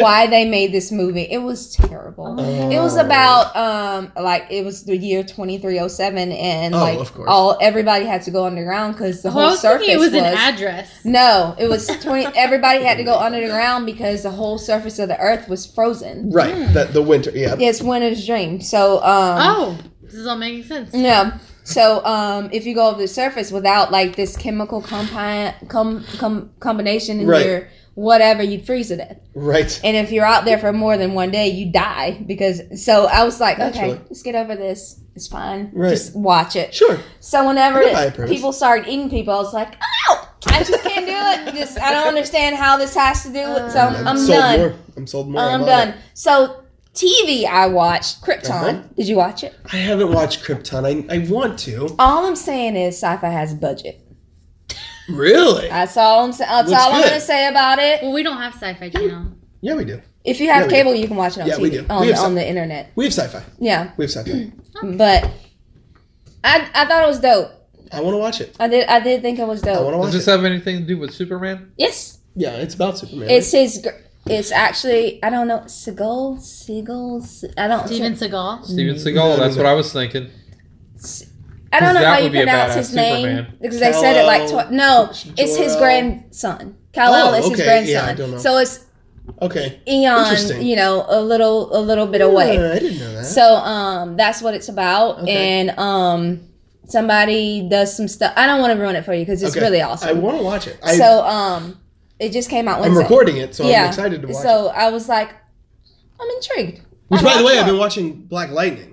S1: why they made this movie. It was terrible. It was
S3: Oh.
S1: about um like it was the year twenty three oh seven, and
S3: Oh,
S1: like
S3: of course.
S1: all everybody had to go underground because the
S4: well, I
S1: whole
S4: was
S1: surface
S4: thinking it was,
S1: was
S4: an address.
S1: no, it was twenty. Everybody had to go underground because the whole surface of the earth was frozen.
S3: Right. That the winter. Yeah.
S1: It's winter's dream. So, um,
S4: Oh, this is all making sense.
S1: yeah. So um, if you go over the surface without like this chemical compound com, com, combination in
S3: Right.
S1: your whatever, you'd freeze to death.
S3: Right.
S1: And if you're out there for more than one day, you die because. So I was like,
S3: Naturally.
S1: okay, let's get over this. It's fine.
S3: Right.
S1: Just watch it.
S3: Sure.
S1: So whenever
S3: I can buy a premise.
S1: people started eating people, I was like, oh, I just can't do it. Just I don't understand how this has to do with. So Um, I'm, I'm
S3: sold
S1: done.
S3: more. I'm sold more.
S1: I'm
S3: on
S1: done.
S3: it.
S1: So TV, I watched Krypton.
S3: Uh-huh.
S1: Did you watch it?
S3: I haven't watched Krypton. I, I want to.
S1: All I'm saying is sci-fi has a budget.
S3: Really?
S1: That's all I'm saying. That's
S3: Looks
S1: all I'm
S3: good.
S1: gonna say about it.
S4: Well, we don't have Sci-Fi Channel.
S1: Mm.
S3: Yeah, we do.
S1: If you have
S3: Yeah, we
S1: cable, you can watch it on
S3: Yeah,
S1: TV
S3: we do.
S1: on,
S3: We have
S1: on
S3: some-
S1: the internet.
S3: We have sci-fi.
S1: Yeah,
S3: We have sci-fi.
S1: Hmm. but I I thought it was dope.
S3: I want to watch it.
S1: I did I did think it was
S3: I
S1: dope.
S3: want to watch
S2: Does this
S3: it.
S2: have anything to do with Superman?
S1: Yes,
S3: Yeah, it's about Superman.
S1: it's his. gr- It's actually I don't know Seagal Seagal. Se- I don't.
S4: Steven Seagal.
S2: Steven
S3: no,
S2: Seagal.
S3: no,
S2: That's
S3: no.
S2: what I was thinking.
S1: I don't know
S2: that
S1: how you
S2: would be a
S1: pronounce
S2: badass
S1: his name
S2: Superman.
S1: because they said it like
S3: Kal-El,
S1: twi- no. It's his
S3: Jor-El.
S1: grandson. Kal El
S3: Oh,
S1: is his
S3: okay. Yeah, I
S1: grandson.
S3: don't know.
S1: So it's
S3: okay. Interesting.
S1: eon. You know, a little a little bit away.
S3: Yeah, I didn't know that.
S1: So um, that's what it's about,
S3: Okay.
S1: and um, somebody does some stuff. I don't want to ruin it for you because it's
S3: Okay.
S1: really
S3: I
S1: awesome.
S3: want to watch it. I,
S1: so um, it just came out.
S3: I'm
S1: Wednesday.
S3: recording it, so I'm excited to watch it.
S1: so I was like, I'm intrigued.
S3: Which, by the way, I've been
S1: watching.
S3: watching Black Lightning.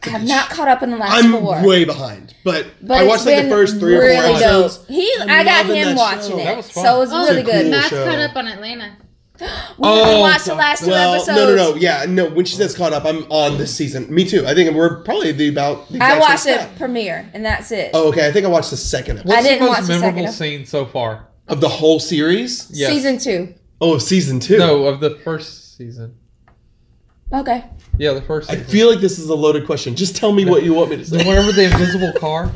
S1: I have not caught up in the last
S3: I'm
S1: four.
S3: way behind, but,
S1: but
S3: I
S1: it's
S3: watched like the
S1: been
S3: first three
S1: really
S3: or four episodes.
S1: Dope. He,
S3: I'm
S1: I got
S3: loving
S1: him
S3: that
S1: watching
S3: show.
S1: it,
S2: That was fun.
S1: so it was
S4: Oh,
S1: really good.
S3: cool
S4: Matt's
S3: show.
S4: caught up on Atlanta.
S1: We haven't
S2: Oh,
S1: watched the last two
S3: Well,
S1: episodes.
S3: no, no, no. Yeah, no. When she says caught up, I'm on this season. Me too. I think we're probably the about. The exact
S1: I
S3: same
S1: watched the
S3: step.
S1: premiere, and that's it.
S3: Oh, okay. I think I watched the second episode
S1: I
S2: What's
S1: didn't
S2: the most
S1: watch the second
S2: memorable
S1: one.
S2: scene so far?
S3: of the whole series.
S2: Yes.
S1: Season two.
S3: Oh, of season two.
S2: No, of the first season.
S1: Okay.
S2: Yeah, the first
S3: I
S2: season.
S3: feel like this is a loaded question. Just tell me what you want me to say.
S2: Whenever the invisible car.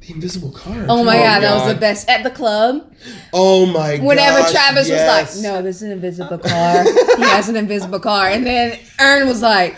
S3: The invisible car.
S1: Oh my
S2: Oh,
S1: god, that was
S2: God.
S1: the best at the club.
S3: Oh my.
S1: Whenever
S3: gosh,
S1: Travis
S3: yes.
S1: was like, "No, this is an invisible car. he has an invisible car," and then Ern was like,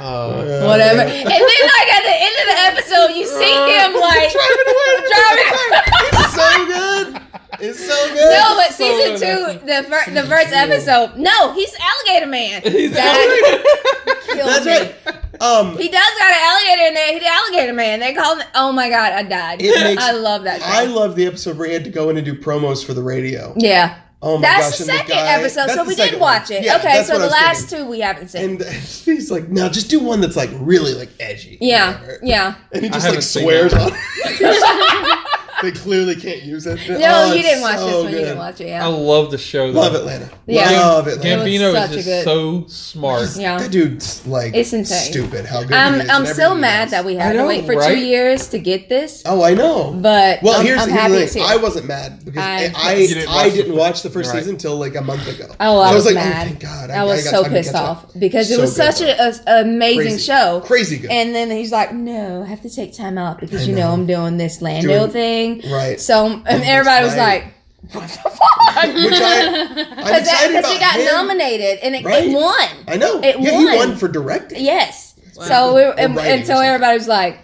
S2: Uh,
S3: Uh,
S1: "Whatever," and then like at the end of the episode, you see him like
S3: Driving away.
S1: driving.
S3: It's so good. It's so good.
S1: No, but
S2: So
S1: season
S2: good.
S1: two, the fir- the first episode, no, he's Alligator Man.
S2: he's
S1: That killed
S3: That's
S1: me.
S3: right. Um,
S1: He does got an alligator in there. He's the Alligator Man. They call him. Oh my god, I died.
S3: It makes-
S1: I love that.
S3: I
S1: show.
S3: love the episode where he had to go in and do promos for the radio.
S1: yeah.
S3: Oh my
S1: That's
S3: gosh!
S1: the
S3: and
S1: second
S3: guy-
S1: episode,
S3: that's
S1: so
S3: the
S1: we
S3: second
S1: did watch
S3: one.
S1: it.
S3: Yeah,
S1: okay,
S3: that's
S1: so
S3: what
S1: the
S3: I was
S1: last
S3: thinking.
S1: two we haven't seen.
S3: And he's like, "No, just do one that's like really like edgy."
S1: yeah,
S3: Whatever.
S1: yeah.
S3: And he
S2: I
S3: just like
S2: haven't seen
S3: swears
S2: that.
S3: on. it. they clearly can't use it.
S1: No,
S3: Oh,
S1: you
S3: it's
S1: didn't watch
S3: so
S1: this one. You
S3: good.
S1: didn't watch it.
S2: I
S1: Yeah.
S2: love the show. Though.
S3: Love Atlanta.
S1: Yeah.
S3: Love Atlanta.
S1: It was
S2: Gambino
S1: such
S2: is
S1: a
S2: just
S1: good-
S2: so smart.
S1: Yeah.
S3: That dude's like
S1: It's insane.
S3: stupid. How good he
S1: I'm,
S3: is
S1: Um, I'm
S3: and
S1: still
S3: everything
S1: mad
S3: else.
S1: that we
S2: I
S1: had to
S2: know,
S1: wait for
S2: right?
S1: two years to get this,
S3: Oh, I know.
S1: but
S3: well,
S1: I'm,
S3: here's,
S1: I'm
S3: here's
S1: happy
S3: the
S1: it's
S3: thing.
S1: here.
S3: I wasn't mad because
S1: I-
S3: I I
S2: didn't
S3: didn't,
S2: watch
S3: watch,
S2: the
S3: the
S2: first-
S3: first
S2: Right.
S3: season until like a month ago.
S1: Oh, I was
S3: So was like,
S1: mad.
S3: oh, thank God.
S1: I was
S3: got
S1: so
S3: time to
S1: pissed
S3: catch up.
S1: off because it
S3: So
S1: was
S3: good,
S1: such a, a- amazing
S3: Crazy.
S1: show.
S3: Crazy good.
S1: And then he's like, "No, I have to take time out because you know,
S3: know.
S1: I'm doing this Lando thing."
S3: right.
S1: So and everybody was
S3: right.
S1: like, "What the fuck?"
S3: Which I, I'm excited
S1: Because
S3: about
S1: it got
S3: him.
S1: nominated and it,
S3: Right.
S1: it won.
S3: I know.
S1: It
S3: yeah,
S1: won.
S3: he won for directing.
S1: Yes.
S4: Wow.
S1: So we, and,
S3: writing
S1: and
S3: or
S1: so
S3: something.
S1: everybody was like,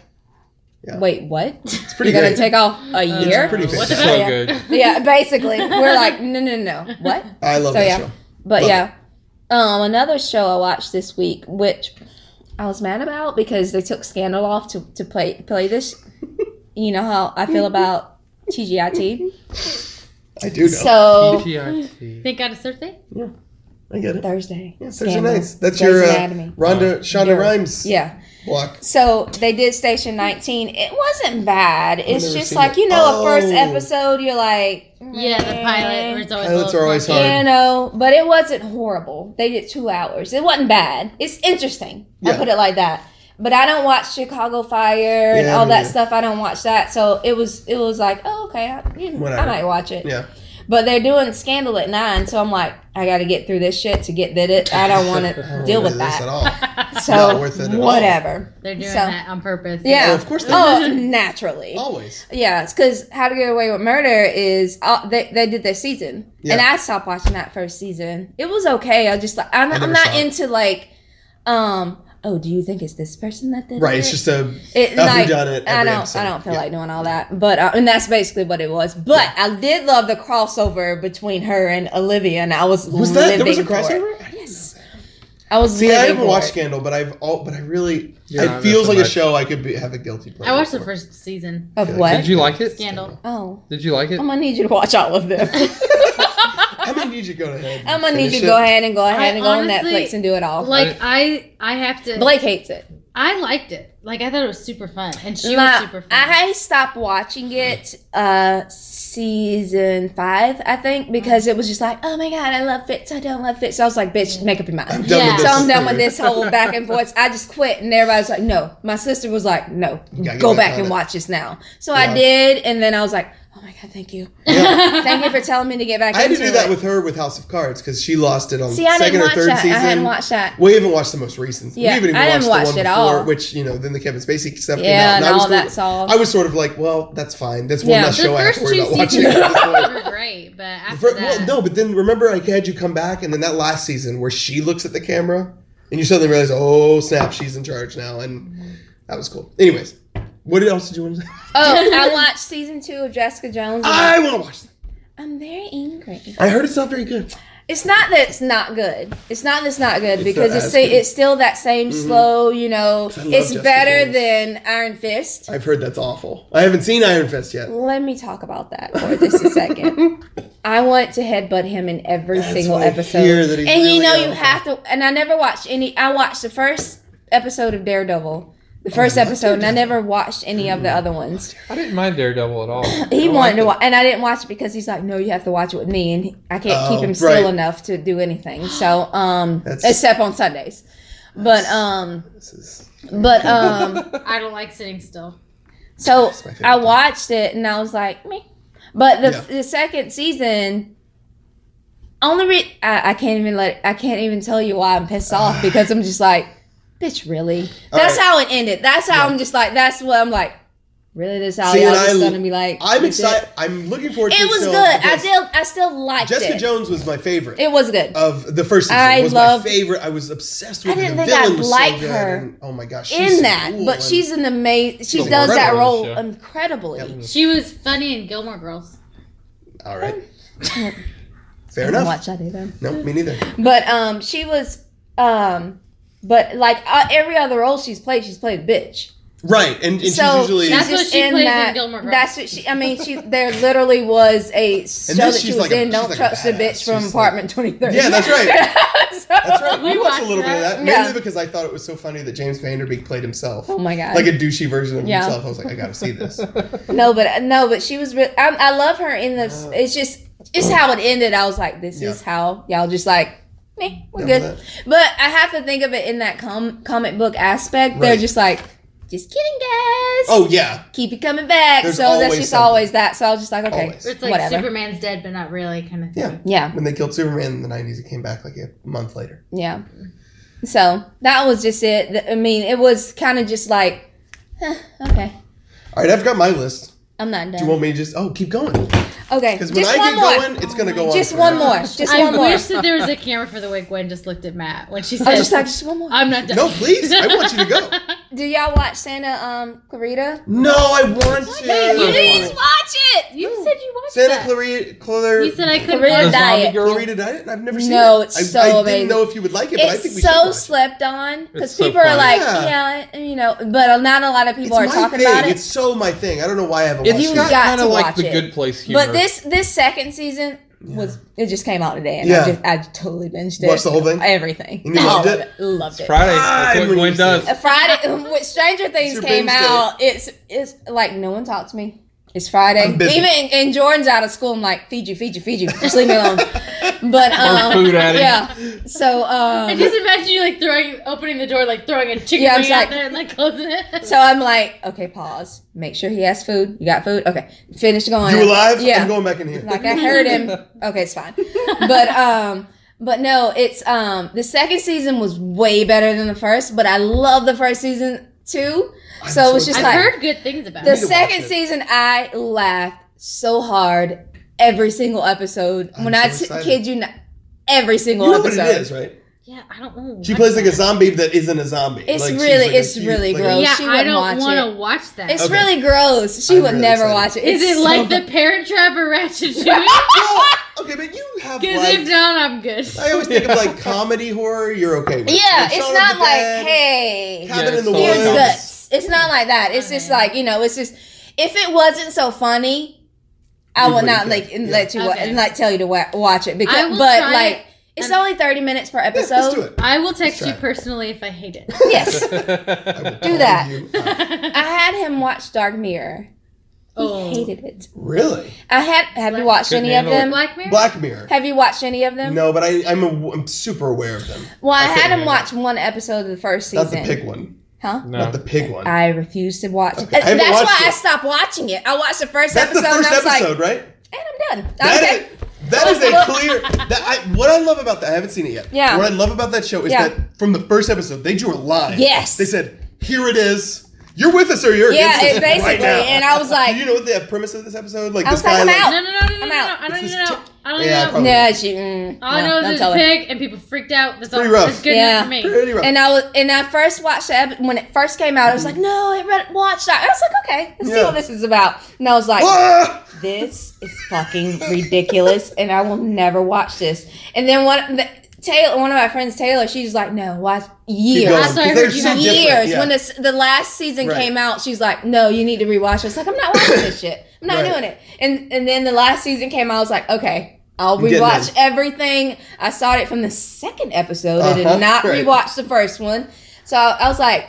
S3: Yeah.
S1: "Wait, what?
S3: It's pretty
S1: You're gonna
S3: good.
S1: take off a year?"
S3: pretty
S4: What the
S3: big.
S2: So
S4: heck?
S2: good.
S1: yeah, basically, we're like, "No, no, no, what?"
S3: I love
S1: So,
S3: that
S1: yeah.
S3: show.
S1: But
S3: Love
S1: yeah, um, another show I watched this week, which I was mad about because they took Scandal off to, to play play this you know how I feel about TGIT.
S3: I do know.
S1: So
S2: ETIT.
S4: Thank God it's Thursday.
S3: I get it.
S1: Thursday.
S3: Yeah, Thursday
S1: Scandal.
S3: nights. That's
S1: Grey's
S3: your uh,
S1: Anatomy.
S3: Rhonda Shonda
S1: Yeah.
S3: Rhimes
S1: Yeah.
S3: block.
S1: So they did Station 19. It wasn't bad. It's
S3: never
S1: just
S3: seen
S1: like,
S3: it.
S1: you know,
S3: Oh.
S1: a first episode, you're like,
S4: Yeah, the pilot. Where it's always a
S3: Pilots
S4: little
S3: are always
S4: clunky.
S3: hard.
S1: You know, but it wasn't horrible. They did two hours. It wasn't bad. It's interesting.
S3: Yeah.
S1: I put it like that. But I don't watch Chicago Fire and
S3: Yeah,
S1: all
S3: me
S1: that
S3: neither.
S1: stuff. I don't watch that. So it was it was like, oh, okay, I, you know,
S3: Whatever.
S1: I might watch it.
S3: Yeah.
S1: But they're doing Scandal at nine, so I'm like, I got to get through this shit to get that. It I don't want to deal with
S3: this at
S1: that.
S3: all.
S1: So
S3: Oh, Not worth it at all.
S1: whatever.
S4: They're doing
S1: So-
S4: that on purpose.
S1: Yeah.
S3: Oh, of course they
S1: Oh, naturally.
S3: Always.
S1: Yeah, it's because How to Get Away with Murder is uh, they they did their season,
S3: Yeah.
S1: and I stopped watching that first season. It was okay. I just like I'm,
S3: never
S1: I'm not
S3: saw it.
S1: into like, um. Oh, do you think it's this person that did
S3: Right.
S1: It?
S3: It's just a
S1: It,
S3: up
S1: like,
S3: and done it.
S1: I
S3: every
S1: don't.
S3: episode.
S1: I don't feel
S3: Yeah.
S1: like doing all that, but uh, and that's basically what it was. But I did love the crossover between her and Olivia, and I was
S3: Was that
S1: living
S3: there was a
S1: for it.
S3: crossover?
S1: Yes, I was.
S3: See,
S1: living
S3: I haven't
S1: for
S3: watched
S1: it.
S3: Scandal, but I've all, but I really,
S2: Yeah,
S3: it
S2: not
S3: feels
S2: so
S3: like a
S2: much.
S3: show I could be, have a guilty pleasure.
S4: I watched the
S3: for.
S4: first season.
S1: of
S3: Did
S1: what?
S2: Did you like it?
S4: Scandal.
S1: oh,
S2: Did you like it?
S1: I'm gonna need you to watch all of them.
S3: I'm gonna need you to go ahead. and
S1: I'm gonna need
S3: finish
S1: you
S3: it.
S1: to go ahead and go
S4: I
S1: ahead and go on
S4: honestly-
S1: Netflix and do it all.
S4: Like I, I have to.
S1: Blake hates it.
S4: I liked it. Like I thought it was super fun, and she
S1: Like,
S4: was super fun.
S1: I stopped watching it uh season five, I think, because it was just like, oh my god, I love Fitz, I don't love Fitz. So I was like, bitch, make up your
S3: I'm
S1: mind.
S3: done
S4: Yeah.
S3: with
S1: So
S3: this.
S1: I'm done with this whole back and forth. I just quit, and everybody's like, "No." My sister was like, "No,
S3: You gotta
S1: go
S3: get back
S1: back
S3: on
S1: and
S3: it.
S1: watch this now." So
S3: Yeah.
S1: I did, and then I was like, "Oh my god, thank you,
S3: Yeah.
S1: thank you for telling me to get back."
S3: I had to
S1: into
S3: do that
S1: it.
S3: with her with House of Cards because she lost it on
S1: See, I
S3: second
S1: didn't
S3: or
S1: watch
S3: third
S1: that.
S3: season.
S1: I hadn't watched that.
S3: We haven't watched the most recent. we
S1: Yeah,
S3: haven't even
S1: I didn't
S3: watched the
S1: watch
S3: one
S1: it
S3: before,
S1: all.
S3: which you know, then the Kevin Spacey stuff came
S1: Yeah,
S3: out,
S1: and
S3: I was
S1: all
S3: cool-
S1: that's all.
S3: I was sort of like, well, that's fine. That's
S1: Yeah.
S3: one less
S4: the
S3: show I have
S4: first
S3: to worry
S4: two
S3: about watching.
S4: seasons
S3: at this point.
S4: were great, but
S3: The
S4: after
S3: fir-
S4: that,
S3: well, no, but then remember, I had you come back, and then that last season where she looks at the camera, and you suddenly realize, oh snap, she's in charge now, and that was cool. Anyways, what else did you want to say?
S1: Oh, I watched season two of Jessica Jones. and
S3: I want to watch that.
S1: I'm very angry.
S3: I heard it's not very good.
S1: It's not that it's not good. It's not that it's not good
S3: It's
S1: because
S3: not
S1: it's
S3: as
S1: sti-
S3: good. Mm-hmm.
S1: it's still that same slow. You know,
S3: I love
S1: it's
S3: Jessica
S1: better
S3: Jones.
S1: than Iron Fist.
S3: I've heard that's awful. I haven't seen Iron Fist yet.
S1: Let me talk about that for just a second. I want to headbutt him in every
S3: That's
S1: single
S3: what I
S1: episode,
S3: hear, that he's
S1: and
S3: really
S1: you know you
S3: awful.
S1: have to. And I never watched any. I watched the first episode of Daredevil, the first
S3: love
S1: episode, and I never watched any of the other ones.
S2: I didn't mind Daredevil at all.
S1: He
S2: I
S1: wanted to watch,
S2: liked
S1: and I didn't watch it because he's like, "No, you have to watch it with me," and he- I can't
S3: Oh,
S1: keep him still
S3: right.
S1: enough to do anything. So, um,
S3: That's-
S1: except on Sundays, but um,
S3: This is
S1: but um,
S4: I don't like sitting still.
S1: so
S3: That's my favorite
S1: I
S3: part.
S1: watched it and I was like, "Me," but the
S3: Yeah.
S1: the second season. Only re- I, I can't even let I can't even tell you why I'm pissed off because I'm just like, bitch, really?
S3: All
S1: That's
S3: right.
S1: how it ended. That's how I'm just like. That's what I'm like. Really, this how
S3: See,
S1: y'all
S3: and I-
S1: just gonna be like?
S3: I'm
S1: is it?
S3: excited. I'm looking forward to
S1: It was
S3: still
S1: good. I
S3: because
S1: still I still liked
S3: Jessica
S1: it.
S3: Jones Uh, was my favorite
S1: It was good.
S3: of the first season.
S1: I
S3: was
S1: loved-
S3: my favorite. I was obsessed with
S1: I
S3: her.
S1: didn't
S3: The
S1: think
S3: villain
S1: I'd
S3: was
S1: like
S3: so good.
S1: her
S3: and- oh my gosh, she's
S1: in
S3: so
S1: that,
S3: cool
S1: but
S3: and-
S1: she's an amazing. She
S3: She's
S1: does that
S2: incredible.
S1: role
S2: Yeah.
S1: incredibly.
S3: Yep.
S4: She was funny in Gilmore Girls.
S3: all right.
S1: I
S3: Fair
S1: don't
S3: enough.
S1: Watch that either.
S3: No, me neither.
S1: But um, she was um, but like uh, every other role she's played, she's played a bitch.
S3: Right, and, and
S1: so
S3: she's usually
S4: That's what
S1: just
S4: she plays in
S1: that,
S4: Gilmore Girls.
S1: That's what she. I mean, she there literally was a show that
S3: she's
S1: she was
S3: like a-
S1: in.
S3: she's
S1: Don't
S3: like a
S1: trust the
S3: badass.
S1: bitch from
S3: She's like-
S1: apartment twenty three.
S3: Yeah, that's right. That's right. We
S4: We
S3: watched a
S4: watched
S3: little bit of
S4: that.
S3: that,
S1: Yeah.
S3: mainly because I thought it was so funny that James Vanderbeek played himself,
S1: Oh my god.
S3: like a douchey version of
S1: Yeah.
S3: himself. I was like, I gotta see this.
S1: No, but no, but she was. Re- I, I love her in the. It's just, it's how it ended. I was like, this is
S3: Uh. Yeah.
S1: how y'all just like, meh, we're
S3: Done
S1: good.
S3: with
S1: But I have to think of it in that com- comic book aspect. They're
S3: Right.
S1: just like, just kidding, guys.
S3: Oh yeah,
S1: keep you coming back.
S3: There's
S1: so that's
S3: always
S1: just
S3: something.
S1: always that. So I was just like, okay,
S3: Always.
S4: It's like
S1: whatever.
S4: Superman's dead, but not really kind of thing.
S3: yeah.
S1: yeah,
S3: When they killed Superman in the '90s, it came back like a month later.
S1: yeah. So that was just it. Th- I mean, it was kind of just like, huh, okay,
S3: All right, I've got my list.
S1: I'm not
S3: Do
S1: done.
S3: you want me to just? Oh, keep going.
S1: okay,
S3: Because
S1: just
S3: when I
S1: one
S3: get
S1: more.
S3: going, it's gonna go on.
S1: just
S3: for
S1: one
S3: now.
S1: more. Just
S4: I
S1: one more.
S4: wish that there was a camera for the way Gwen just looked at Matt when she
S1: I
S4: said,
S1: was just like, just one more.
S4: "I'm not done."
S3: No, please. I want you to go.
S1: Do y'all watch Santa um Clarita?
S3: No, I want to.
S4: Wait,
S1: You
S4: you
S1: didn't watch it.
S4: You said you watched
S3: Santa
S4: that.
S3: Clarita, Clar-
S4: you said I couldn't
S1: Clarita died.
S4: watch that.
S1: Diet.
S3: Girl Rita Diet. I've never seen
S1: No,
S3: it.
S1: it's
S3: I-
S1: so
S3: I,
S1: amazing.
S3: didn't know if you would like it, but I think we
S1: It's
S3: should
S1: so
S3: watch it.
S1: slept on because
S2: It's so
S1: people are
S2: funny.
S1: like, yeah.
S3: Yeah.
S1: you know, but not a lot of people are
S3: it's my
S1: talking
S3: thing.
S1: about it.
S3: It's so my thing. I don't know why I haven't
S2: It's
S3: watched
S1: got
S2: got, kind
S1: to
S2: of
S1: watch
S2: like the
S1: it.
S2: Good Place humor.
S1: But this this second season was it just came out today, and I
S3: Yeah.
S1: just I totally binged it.
S3: Watched the whole thing?
S1: Everything.
S3: And you
S1: All
S3: loved
S1: of
S3: it?
S1: Loved
S2: It's
S1: it.
S2: Friday. That's
S3: I'm
S2: what Gwen
S3: really
S2: does.
S1: Uh, Friday when Stranger Things
S3: your
S1: came
S3: binge
S1: out, it's it's like no one talked to me. It's Friday.
S3: I'm busy.
S1: Even and Jordan's out of school. I'm like, feed you, feed you, feed you. Just leave me alone. But um,
S2: food at him.
S1: yeah. So
S4: I
S1: um,
S4: just imagine you like throwing, opening the door, like throwing a chicken
S1: Yeah, I'm
S4: wing
S1: like-
S4: out there and like closing it.
S1: so I'm like, okay, pause. Make sure he has food. You got food? Okay, finish going.
S3: You alive?
S1: Yeah.
S3: I'm going back in here.
S1: like I heard him. Okay, it's fine. But um, but no, it's um, the second season was way better than the first. But I love the first season too.
S3: I'm
S1: so it was
S3: so
S1: just
S4: I've
S1: like
S4: heard good things about
S1: the
S4: it.
S3: need to watch
S1: second
S3: it.
S1: season. I laughed so hard every single episode.
S3: I'm
S1: when I
S3: so
S1: t-
S3: excited.
S1: kid you not, every single
S3: you know what
S1: episode.
S3: it is, right?
S4: Yeah, I don't know.
S3: She
S4: what
S3: plays like a
S4: that-
S3: zombie that isn't a zombie.
S1: It's
S3: Like, she's
S1: really-
S3: like a
S1: it's
S3: huge-
S1: really
S3: like a-
S1: gross.
S4: Yeah,
S1: she
S4: I
S1: wouldn't
S4: don't
S1: watch
S4: want
S1: it.
S4: to watch that. Is
S1: It's
S3: Okay.
S1: really gross. She
S3: I'm
S1: would
S3: really
S1: never
S3: excited.
S1: watch it.
S4: it
S1: It's
S4: like
S1: so-
S4: the Parent Trap or Ratchet Shoot?
S3: Well, okay, but you have
S4: Because if
S3: like.
S4: not, I'm good.
S3: I always think of like comedy horror. You're okay with.
S1: Yeah,
S3: Like, Shaun
S1: it's
S3: of
S1: not
S3: the
S1: like
S3: Dead,
S1: hey,
S3: Cabin
S2: Yeah,
S3: in the
S2: it's
S1: here's
S2: so
S3: Woods.
S2: dumb.
S1: guts. It's not like that. It's just
S4: Okay.
S1: like you know. It's just if it wasn't so funny, I
S3: You
S1: would
S3: wouldn't
S1: not
S3: think.
S1: like and
S3: Yeah.
S1: let you wa-
S4: Okay.
S1: and like tell you to wa- watch it
S4: I
S1: because
S4: will
S1: but
S4: try
S1: like
S4: it.
S1: it's
S4: And-
S1: only thirty minutes per
S3: Yeah,
S1: episode.
S3: let's do it.
S4: I will text
S3: Let's
S4: you
S3: try it.
S4: personally if I hate it.
S1: Yes,
S3: I would
S1: Do
S3: call
S1: that.
S3: you Uh, out.
S1: I
S4: I
S1: had him watch Dark Mirror.
S4: oh.
S1: He hated it.
S3: Really?
S1: I had. Have you
S4: Black-
S1: watched
S2: Couldn't
S1: any of
S2: handle it.
S1: them?
S4: Black Mirror.
S3: Black Mirror.
S1: Have you watched any of them?
S3: No, but I, I'm, a, I'm super aware of them.
S1: Well, I,
S2: I couldn't
S1: had him
S2: handle it.
S1: watch one episode of the first
S3: Not the
S1: season.
S3: pig one.
S1: Huh?
S2: no.
S3: Not the pig one.
S1: I refused to watch.
S3: Okay, I haven't
S1: That's
S3: watched
S1: why I
S3: it.
S1: stopped watching it. I watched the first
S3: That's the
S1: episode
S3: first
S1: and I was
S3: episode, right?
S1: like, and I'm done.
S3: That
S1: okay.
S3: is- that is a clear. That I, what I love about that, I haven't seen it yet.
S1: Yeah.
S3: What I love about that show is
S1: Yeah.
S3: that from the first episode, they drew a line.
S1: Yes.
S3: They said, "Here it is. You're with us or you're
S1: Yeah,
S3: against
S1: it
S3: us."
S1: basically.
S3: right now."
S1: and I was
S3: Do you
S1: like,
S3: know what the premise of this episode? Like
S1: I was
S3: this
S1: like,
S3: guy,
S1: I'm
S3: like,
S1: out.
S4: No, no, no, no, no,
S1: I'm
S4: no, no.
S1: out.
S4: I don't
S3: This
S4: even
S3: is
S4: know.
S3: t-
S4: I don't
S3: Yeah,
S4: even know.
S3: probably.
S1: yeah, she. Mm,
S4: All I
S1: no,
S4: know
S1: don't
S4: is
S1: tell
S4: there's
S1: her.
S4: a pig and people freaked out. That's, all,
S3: Pretty rough.
S4: that's good
S1: Yeah.
S4: enough for me.
S3: pretty rough.
S1: And I was, and I first watched it when it first came out. I was like, no, it read, watched that. I was like, okay, let's see
S3: Mm-hmm. Yeah.
S1: what this is about. And I was like,
S3: Ah!
S1: this is fucking ridiculous, and I will never watch this. And then one, the, Taylor, one of my friends, Taylor, she's like, no, watch
S3: Keep
S1: years.
S3: going,
S4: That's what I
S3: 'cause
S4: heard
S3: they're
S4: you
S3: so
S4: had.
S3: different,
S1: years
S3: yeah.
S1: when the, the last season
S3: Right.
S1: came out she's like no you need to rewatch it. it's like i'm not watching this shit i'm not
S3: Right.
S1: doing it and and then the last season came out i was like okay i'll
S3: I'm getting
S1: rewatch
S3: it.
S1: everything i started from the second episode i did
S3: Uh-huh,
S1: not
S3: right.
S1: rewatch the first one so i was like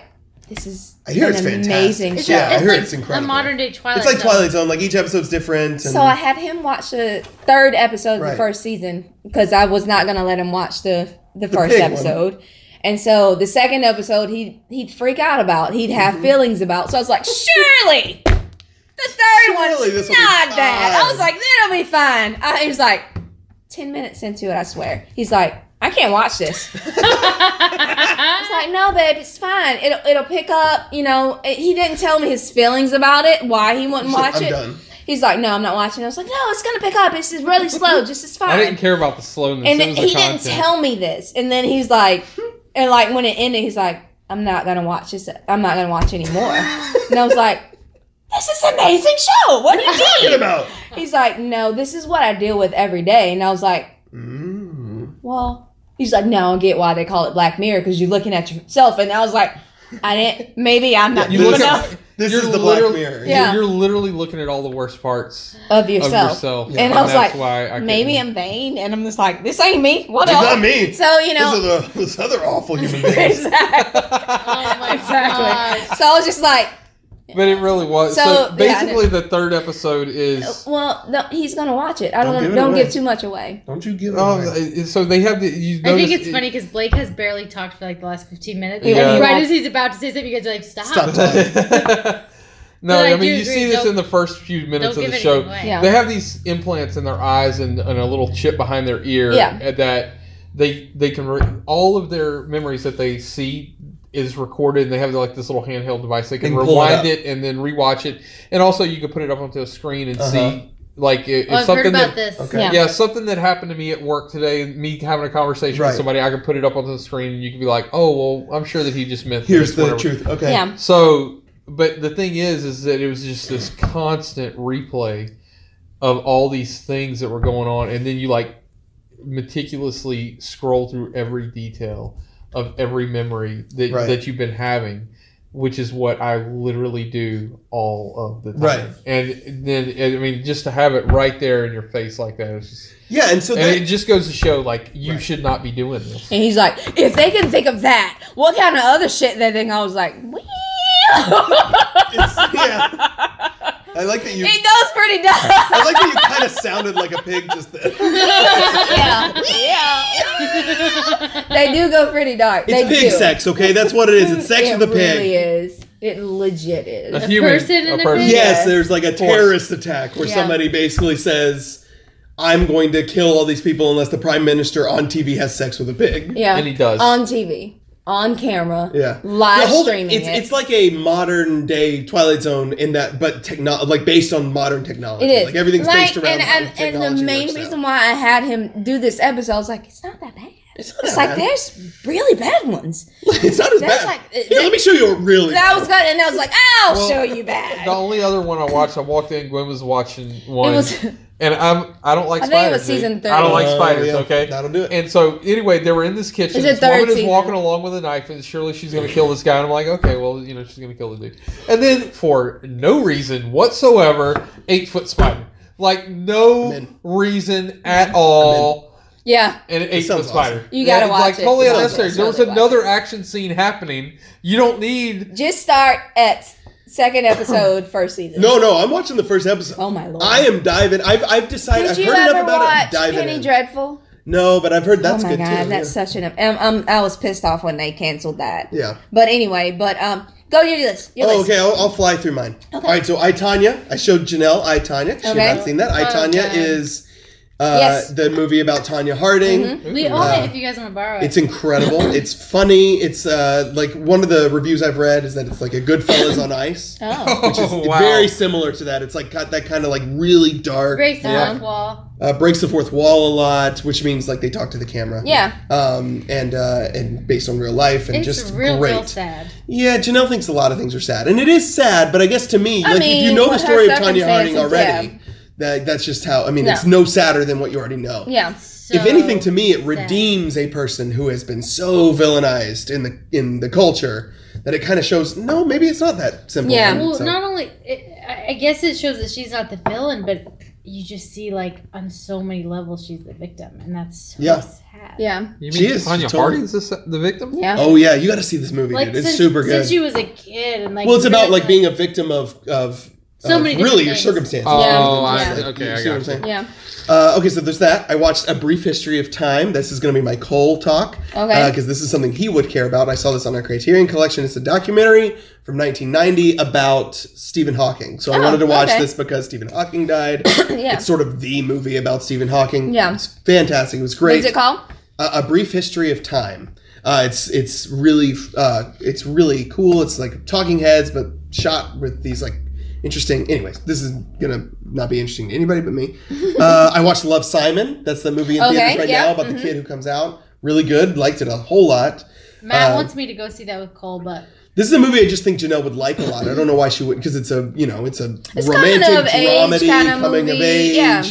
S1: this is
S3: I hear
S1: an
S3: it's fantastic.
S1: amazing
S4: It's,
S1: show
S3: Yeah, I
S4: it's
S3: heard
S4: like
S3: it's incredible.
S4: A modern day Twilight.
S3: it's like
S4: Zone.
S3: Twilight Zone. Like each episode's different. And
S1: so I had him watch the third episode of the
S3: Right.
S1: first season because I was not gonna let him watch the the, first
S3: pig one.
S1: episode. And so the second episode he he'd freak out about, he'd have
S3: Mm-hmm.
S1: feelings about. So I was like, surely the third
S3: Surely
S1: one's
S3: this will be
S1: not bad. I
S3: fine.
S1: was like, it'll be fine. I, he was like, ten minutes into it, I swear. He's like, I can't watch this. I was like, no, babe, it's fine. It'll it'll pick up. You know, It- he didn't tell me his feelings about it, why he wouldn't
S3: She's like,
S1: watch
S3: I'm
S1: it.
S3: done.
S1: He's like, no, I'm not watching. I was like, no, it's gonna pick up. It's just really slow. Just it's fine.
S2: I didn't care about the slowness.
S1: and
S2: it was
S1: he
S2: the
S1: didn't
S2: content.
S1: tell me this. And then he's like, and like when it ended, he's like, I'm not gonna watch this. I'm not gonna watch anymore. and I was like, this is an amazing show. What do you
S3: Get
S1: mean?
S3: him out.
S1: He's like, no, this is what I deal with every day. And I was like,
S3: Mm.
S1: well, he's like, no, I get why they call it Black Mirror because you're looking at yourself. And I was like, I didn't. Maybe I'm not
S2: You
S1: good
S2: look
S1: enough
S2: at
S3: This
S2: you're
S3: is the Black
S2: literally-
S3: Mirror.
S1: Yeah.
S2: You're literally looking at all the worst parts
S1: of
S2: of
S1: yourself.
S2: yourself.
S3: Yeah. And
S1: I was
S2: that's
S1: like,
S2: why I
S1: Maybe
S2: couldn't-
S1: I'm vain, and I'm just like, this ain't me. What
S3: It's
S1: else?
S3: not me.
S1: So you know,
S3: Those are the, those other awful human beings.
S1: exactly.
S4: oh my
S1: exactly.
S4: god.
S1: So I was just like,
S2: But it really was.
S1: So,
S2: So,
S1: yeah, I Oh,
S2: basically, the third episode is.
S1: well, no, he's gonna watch it. I don't
S3: Don't
S1: don't,
S3: give
S1: give,
S3: it
S1: don't
S3: away.
S1: give too much away.
S3: Don't you give
S2: Oh,
S3: up?
S2: it- so they have the. You
S4: I think
S2: notice
S4: it's
S2: it-
S4: funny because Blake has barely talked for like the last 15 minutes.
S2: Yeah.
S1: Yeah.
S4: And right as he's about to say something, you guys are like, stop.
S3: Stop.
S2: no,
S4: But I
S2: I,
S4: do
S2: mean you
S4: agree,
S2: see this
S4: don't-
S2: in the first few minutes
S4: Don't
S2: of
S4: give
S2: the
S4: it
S2: show.
S4: away.
S1: Yeah.
S2: They have these implants in their eyes and, and a little chip behind their ear
S1: Yeah.
S2: that they they can re- all of their memories that they see is recorded and they have like this little handheld device they can
S3: And pull it
S2: rewind
S3: up.
S2: it, and then rewatch it and also you can put it up onto a screen and
S3: Uh-huh.
S2: see Like if, if
S4: Well, Oh, I've heard
S2: something that
S4: about this.
S3: Okay.
S1: Yeah.
S2: yeah. something that happened to me at work today, me having a conversation
S3: Right.
S2: with somebody, I could put it up on the screen and you could be like, "Oh, well, I'm sure that he just meant this,
S3: Here's the
S2: whatever.
S3: truth. Okay.
S1: Yeah.
S2: So, but the thing is, is that it was just this constant replay of all these things that were going on, and then you like meticulously scroll through every detail of every memory that
S3: Right.
S2: that you've been having, which is what I literally do all of the time.
S3: Right.
S2: And then, and, I mean, just to have it right there in your face like that, it's just,
S3: Yeah, and so
S2: and
S3: that,
S2: it just goes to show like you
S3: Right.
S2: should not be doing this.
S1: And he's like, if they can think of that, what kind of other shit they think? I was like,
S3: it's, yeah, I like that you.
S1: He goes pretty dumb.
S3: I like that you kind of sounded like a pig just then.
S1: yeah, yeah. they do go pretty dark. they
S3: It's pig
S1: do.
S3: sex, okay? That's what it is. It's sex
S1: it
S3: with a pig.
S1: really is. It legit
S2: A
S1: is.
S2: human,
S4: person in a pig?
S3: Yes,
S1: Yes.
S3: there's like a terrorist attack where
S4: Yeah.
S3: somebody basically says, "I'm going to kill all these people unless the prime minister on TV has sex with a pig."
S1: Yeah,
S2: And he does.
S1: on TV, on camera.
S3: Yeah,
S1: live
S3: The whole-
S1: streaming.
S3: It's
S1: it.
S3: it's like a modern day Twilight Zone in that, but techno like based on modern technology.
S1: It is.
S3: Like everything's
S1: Like,
S3: based around.
S1: and,
S3: how
S1: and, and
S3: technology
S1: the main
S3: works now.
S1: reason why I had him do this episode, I was like, it's not that bad. It's,
S3: not that
S1: like
S3: bad.
S1: there's really bad ones.
S3: it's not as
S1: That's
S3: bad.
S1: like- it-
S3: Here, let me show you a really.
S1: That was good, and I was like, I'll
S2: Well,
S1: show you
S2: The
S1: bad.
S2: only other one I watched, I walked in. Gwen was watching one,
S1: was-
S2: and I'm I don't like
S1: I think
S2: spiders.
S1: it was
S2: dude.
S1: season
S2: I don't like
S3: Oh,
S2: spiders.
S3: yeah.
S2: Okay,
S3: That'll do it.
S2: And so anyway, they were in this kitchen.
S1: Is it
S2: This
S1: third
S2: woman is
S1: season?
S2: walking along with a knife, and surely she's going to kill this guy. And I'm like, okay, well, you know, she's going to kill the dude. And then for no reason whatsoever, eight foot spider. Like no
S3: I'm in.
S2: reason at all.
S1: Yeah,
S2: And an eight foot
S3: sounds awesome.
S2: spider.
S1: You gotta
S2: it's
S1: watch
S2: like
S1: it.
S2: Totally
S1: It
S3: sounds
S2: unnecessary.
S1: awesome.
S2: There was
S1: Totally watch
S2: another action scene happening. You don't need
S1: just start at second episode, first season.
S3: No, no, I'm watching the first episode.
S1: Oh my lord.
S3: I am diving. I've I've decided.
S1: Did
S3: I've
S1: you
S3: heard enough
S1: ever
S3: about it.
S1: watch
S3: Diving
S1: Penny
S3: in.
S1: Dreadful?
S3: no, but I've heard that's
S1: oh my
S3: good
S1: god,
S3: too.
S1: that's such an. Um, um, I was pissed off when they canceled that.
S3: yeah. yeah.
S1: But anyway, but um, go to your list. Your
S3: Oh,
S1: list.
S3: okay. I'll, I'll fly through mine. All right. So I Tanya. I showed Janelle. I Tanya. She
S1: Okay.
S3: had not seen that. I
S4: Oh,
S3: Tanya
S4: God.
S3: is uh,
S1: Yes. Mm-hmm.
S3: the movie about Tanya Harding.
S4: We own it if you guys want to borrow it.
S3: It's incredible. it's funny. It's uh, like one of the reviews I've read is that it's like a Goodfellas on ice,
S4: oh,
S3: which is very similar to that. It's like got that kind of like really dark
S4: breaks the
S2: Yeah.
S4: fourth wall.
S3: uh, breaks the fourth wall a lot, which means like they talk to the camera.
S1: Yeah.
S3: Um, and uh, and based on real life and
S4: It's
S3: just
S4: real,
S3: great.
S4: real sad.
S3: Yeah, Janelle thinks a lot of things are sad, and it is sad. But I guess to me,
S1: I
S3: like if you
S1: mean,
S3: know the
S1: with her
S3: story of Tanya Harding
S1: circumstances,
S3: already, that that's just how. I mean,
S1: No.
S3: it's no sadder than what you already know.
S1: Yeah.
S4: So
S3: if anything, to me, it redeems a person who has been so villainized in the in the culture that it kind of shows. No, maybe it's not that simple.
S1: Yeah.
S3: And
S4: Well,
S3: so-
S4: not only it, I I guess it shows that she's not the villain, but you just see like on so many levels she's the victim, and that's so
S3: Yeah.
S4: sad.
S1: Yeah.
S2: You
S3: She
S2: mean
S3: is
S2: Tanya
S3: totally-
S2: Harding's the, the victim?
S1: Yeah.
S3: oh yeah, you got to see this movie,
S4: Like
S3: dude. It's
S4: since,
S3: super good.
S4: since she was a kid, and like
S3: well, it's about like being
S4: a
S3: a victim of of,
S4: So
S3: of
S4: many different
S3: really your
S4: things.
S3: circumstances.
S2: Oh,
S1: Yeah.
S2: I,
S1: Yeah.
S2: okay,
S3: You
S2: I
S3: see what
S2: got
S3: I'm saying?
S1: Yeah.
S3: Uh, okay, so there's that. I watched A Brief History of Time. This is going to be my Cole talk.
S1: Okay.
S3: Because this is something he would care about. I saw this on our Criterion collection. It's a documentary from 1990 about Stephen Hawking. So I
S1: Oh,
S3: wanted to watch
S1: okay.
S3: this because Stephen Hawking died.
S1: Yeah.
S3: It's sort of the movie about Stephen Hawking.
S1: Yeah.
S3: It's fantastic. It was great.
S1: What's it called?
S3: a, a brief history of time. Uh, it's it's really uh, it's really cool. It's like Talking Heads, but shot with these like interesting. Anyways, this is gonna not be interesting to anybody but me. Uh, I watched Love Simon. That's the movie in
S1: Okay,
S3: theaters right
S1: yeah, mm-hmm.
S3: now about the kid who comes out. Really good. Liked it a whole lot.
S4: Matt
S3: uh,
S4: wants me to go see that with Cole, but
S3: This is a movie I just think Janelle would like a lot. I don't know why she would because it's a you know it's a
S1: It's coming
S3: romantic
S1: of age
S3: dramedy
S1: kinda
S3: coming of
S1: movie,
S3: age.
S1: yeah.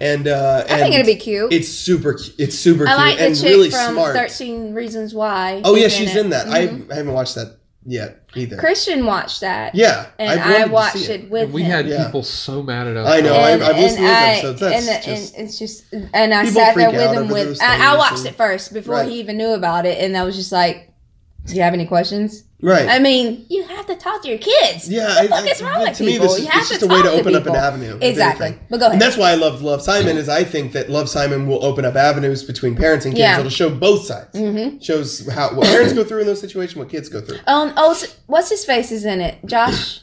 S3: And, uh,
S1: I
S3: and
S1: think it'd be cute.
S3: It's super. cu- It's super
S1: I like
S3: cute and
S1: the chick
S3: really
S1: from
S3: smart.
S1: Thirteen Reasons Why.
S3: Oh yeah,
S1: She's
S3: she's
S1: it.
S3: in that. I, I haven't watched that yet either.
S1: Christian watched that.
S3: yeah,
S1: And
S3: I've wanted
S1: I
S3: to see
S1: watched it. with
S2: We
S1: him.
S2: had
S3: Yeah.
S2: people so mad at us.
S3: I know.
S1: And,
S3: I've- I've listened to those
S1: and I-
S3: episodes. That's
S1: and,
S3: just-
S1: and it's just, and I
S3: People
S1: sat there
S3: freak out
S1: with him
S3: over
S1: with.
S3: those
S1: I, I
S3: things
S1: watched
S3: and-
S1: it first before
S3: Right.
S1: he even knew about it, and I was just like, "Do you have any questions?"
S3: Right.
S1: I mean, you have to talk to your kids.
S3: yeah,
S1: Um, what the
S3: I-
S1: fuck
S3: I-
S1: is wrong with
S3: to
S1: people?
S3: me, this is
S1: you
S3: it's
S1: have
S3: just
S1: to
S3: a way
S1: talk
S3: to open up an
S1: people.
S3: avenue. if
S1: Exactly.
S3: anything.
S1: But go ahead.
S3: And that's why I love Love Simon is I think that Love Simon will open up avenues between parents and kids.
S1: Yeah. Mm-hmm.
S3: It'll show both sides. Shows how what parents go through in those situations, what kids go through.
S1: Um, oh, s- what's his face is in it? Josh?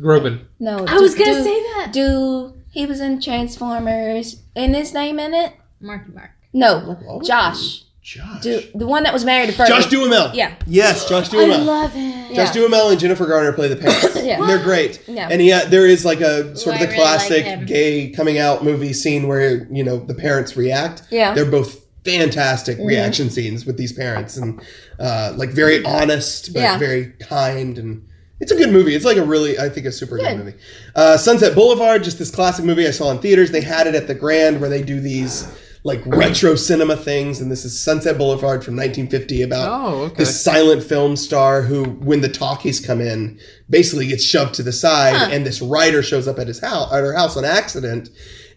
S2: Groban.
S1: No.
S4: I
S1: do-
S4: was gonna
S1: do-
S4: say that.
S1: Do he was in Transformers? In his name in it?
S4: Marky Mark.
S1: No, Josh.
S3: Josh.
S1: Do, the one that was married to Fergie.
S3: Josh Duhamel.
S1: Yeah.
S3: Yes, Josh
S4: I
S3: Duhamel.
S4: love him.
S1: Yeah.
S3: Josh Duhamel and Jennifer Garner play the parents.
S1: Yeah.
S3: And they're great.
S1: Yeah.
S3: And yeah, there is like a sort
S4: Ooh, I
S3: of
S4: really
S3: the
S4: like
S3: classic
S4: him.
S3: gay coming out movie scene where, you know, the parents react.
S1: Yeah. Mm-hmm.
S3: They're both fantastic reaction scenes with these parents and uh, like very honest but
S1: Yeah.
S3: very kind and it's a good movie. It's like a really, I think, a super good,
S1: Good.
S3: movie. Uh, Sunset Boulevard, just this classic movie I saw in theaters. They had it at the Grand where they do these like
S1: Mm-hmm.
S3: retro cinema things, and this is Sunset Boulevard from 1950 about
S2: Oh, okay.
S3: this silent film star who, when the talkies come in, basically gets shoved to the side, and this writer shows up at his house, at her house on accident,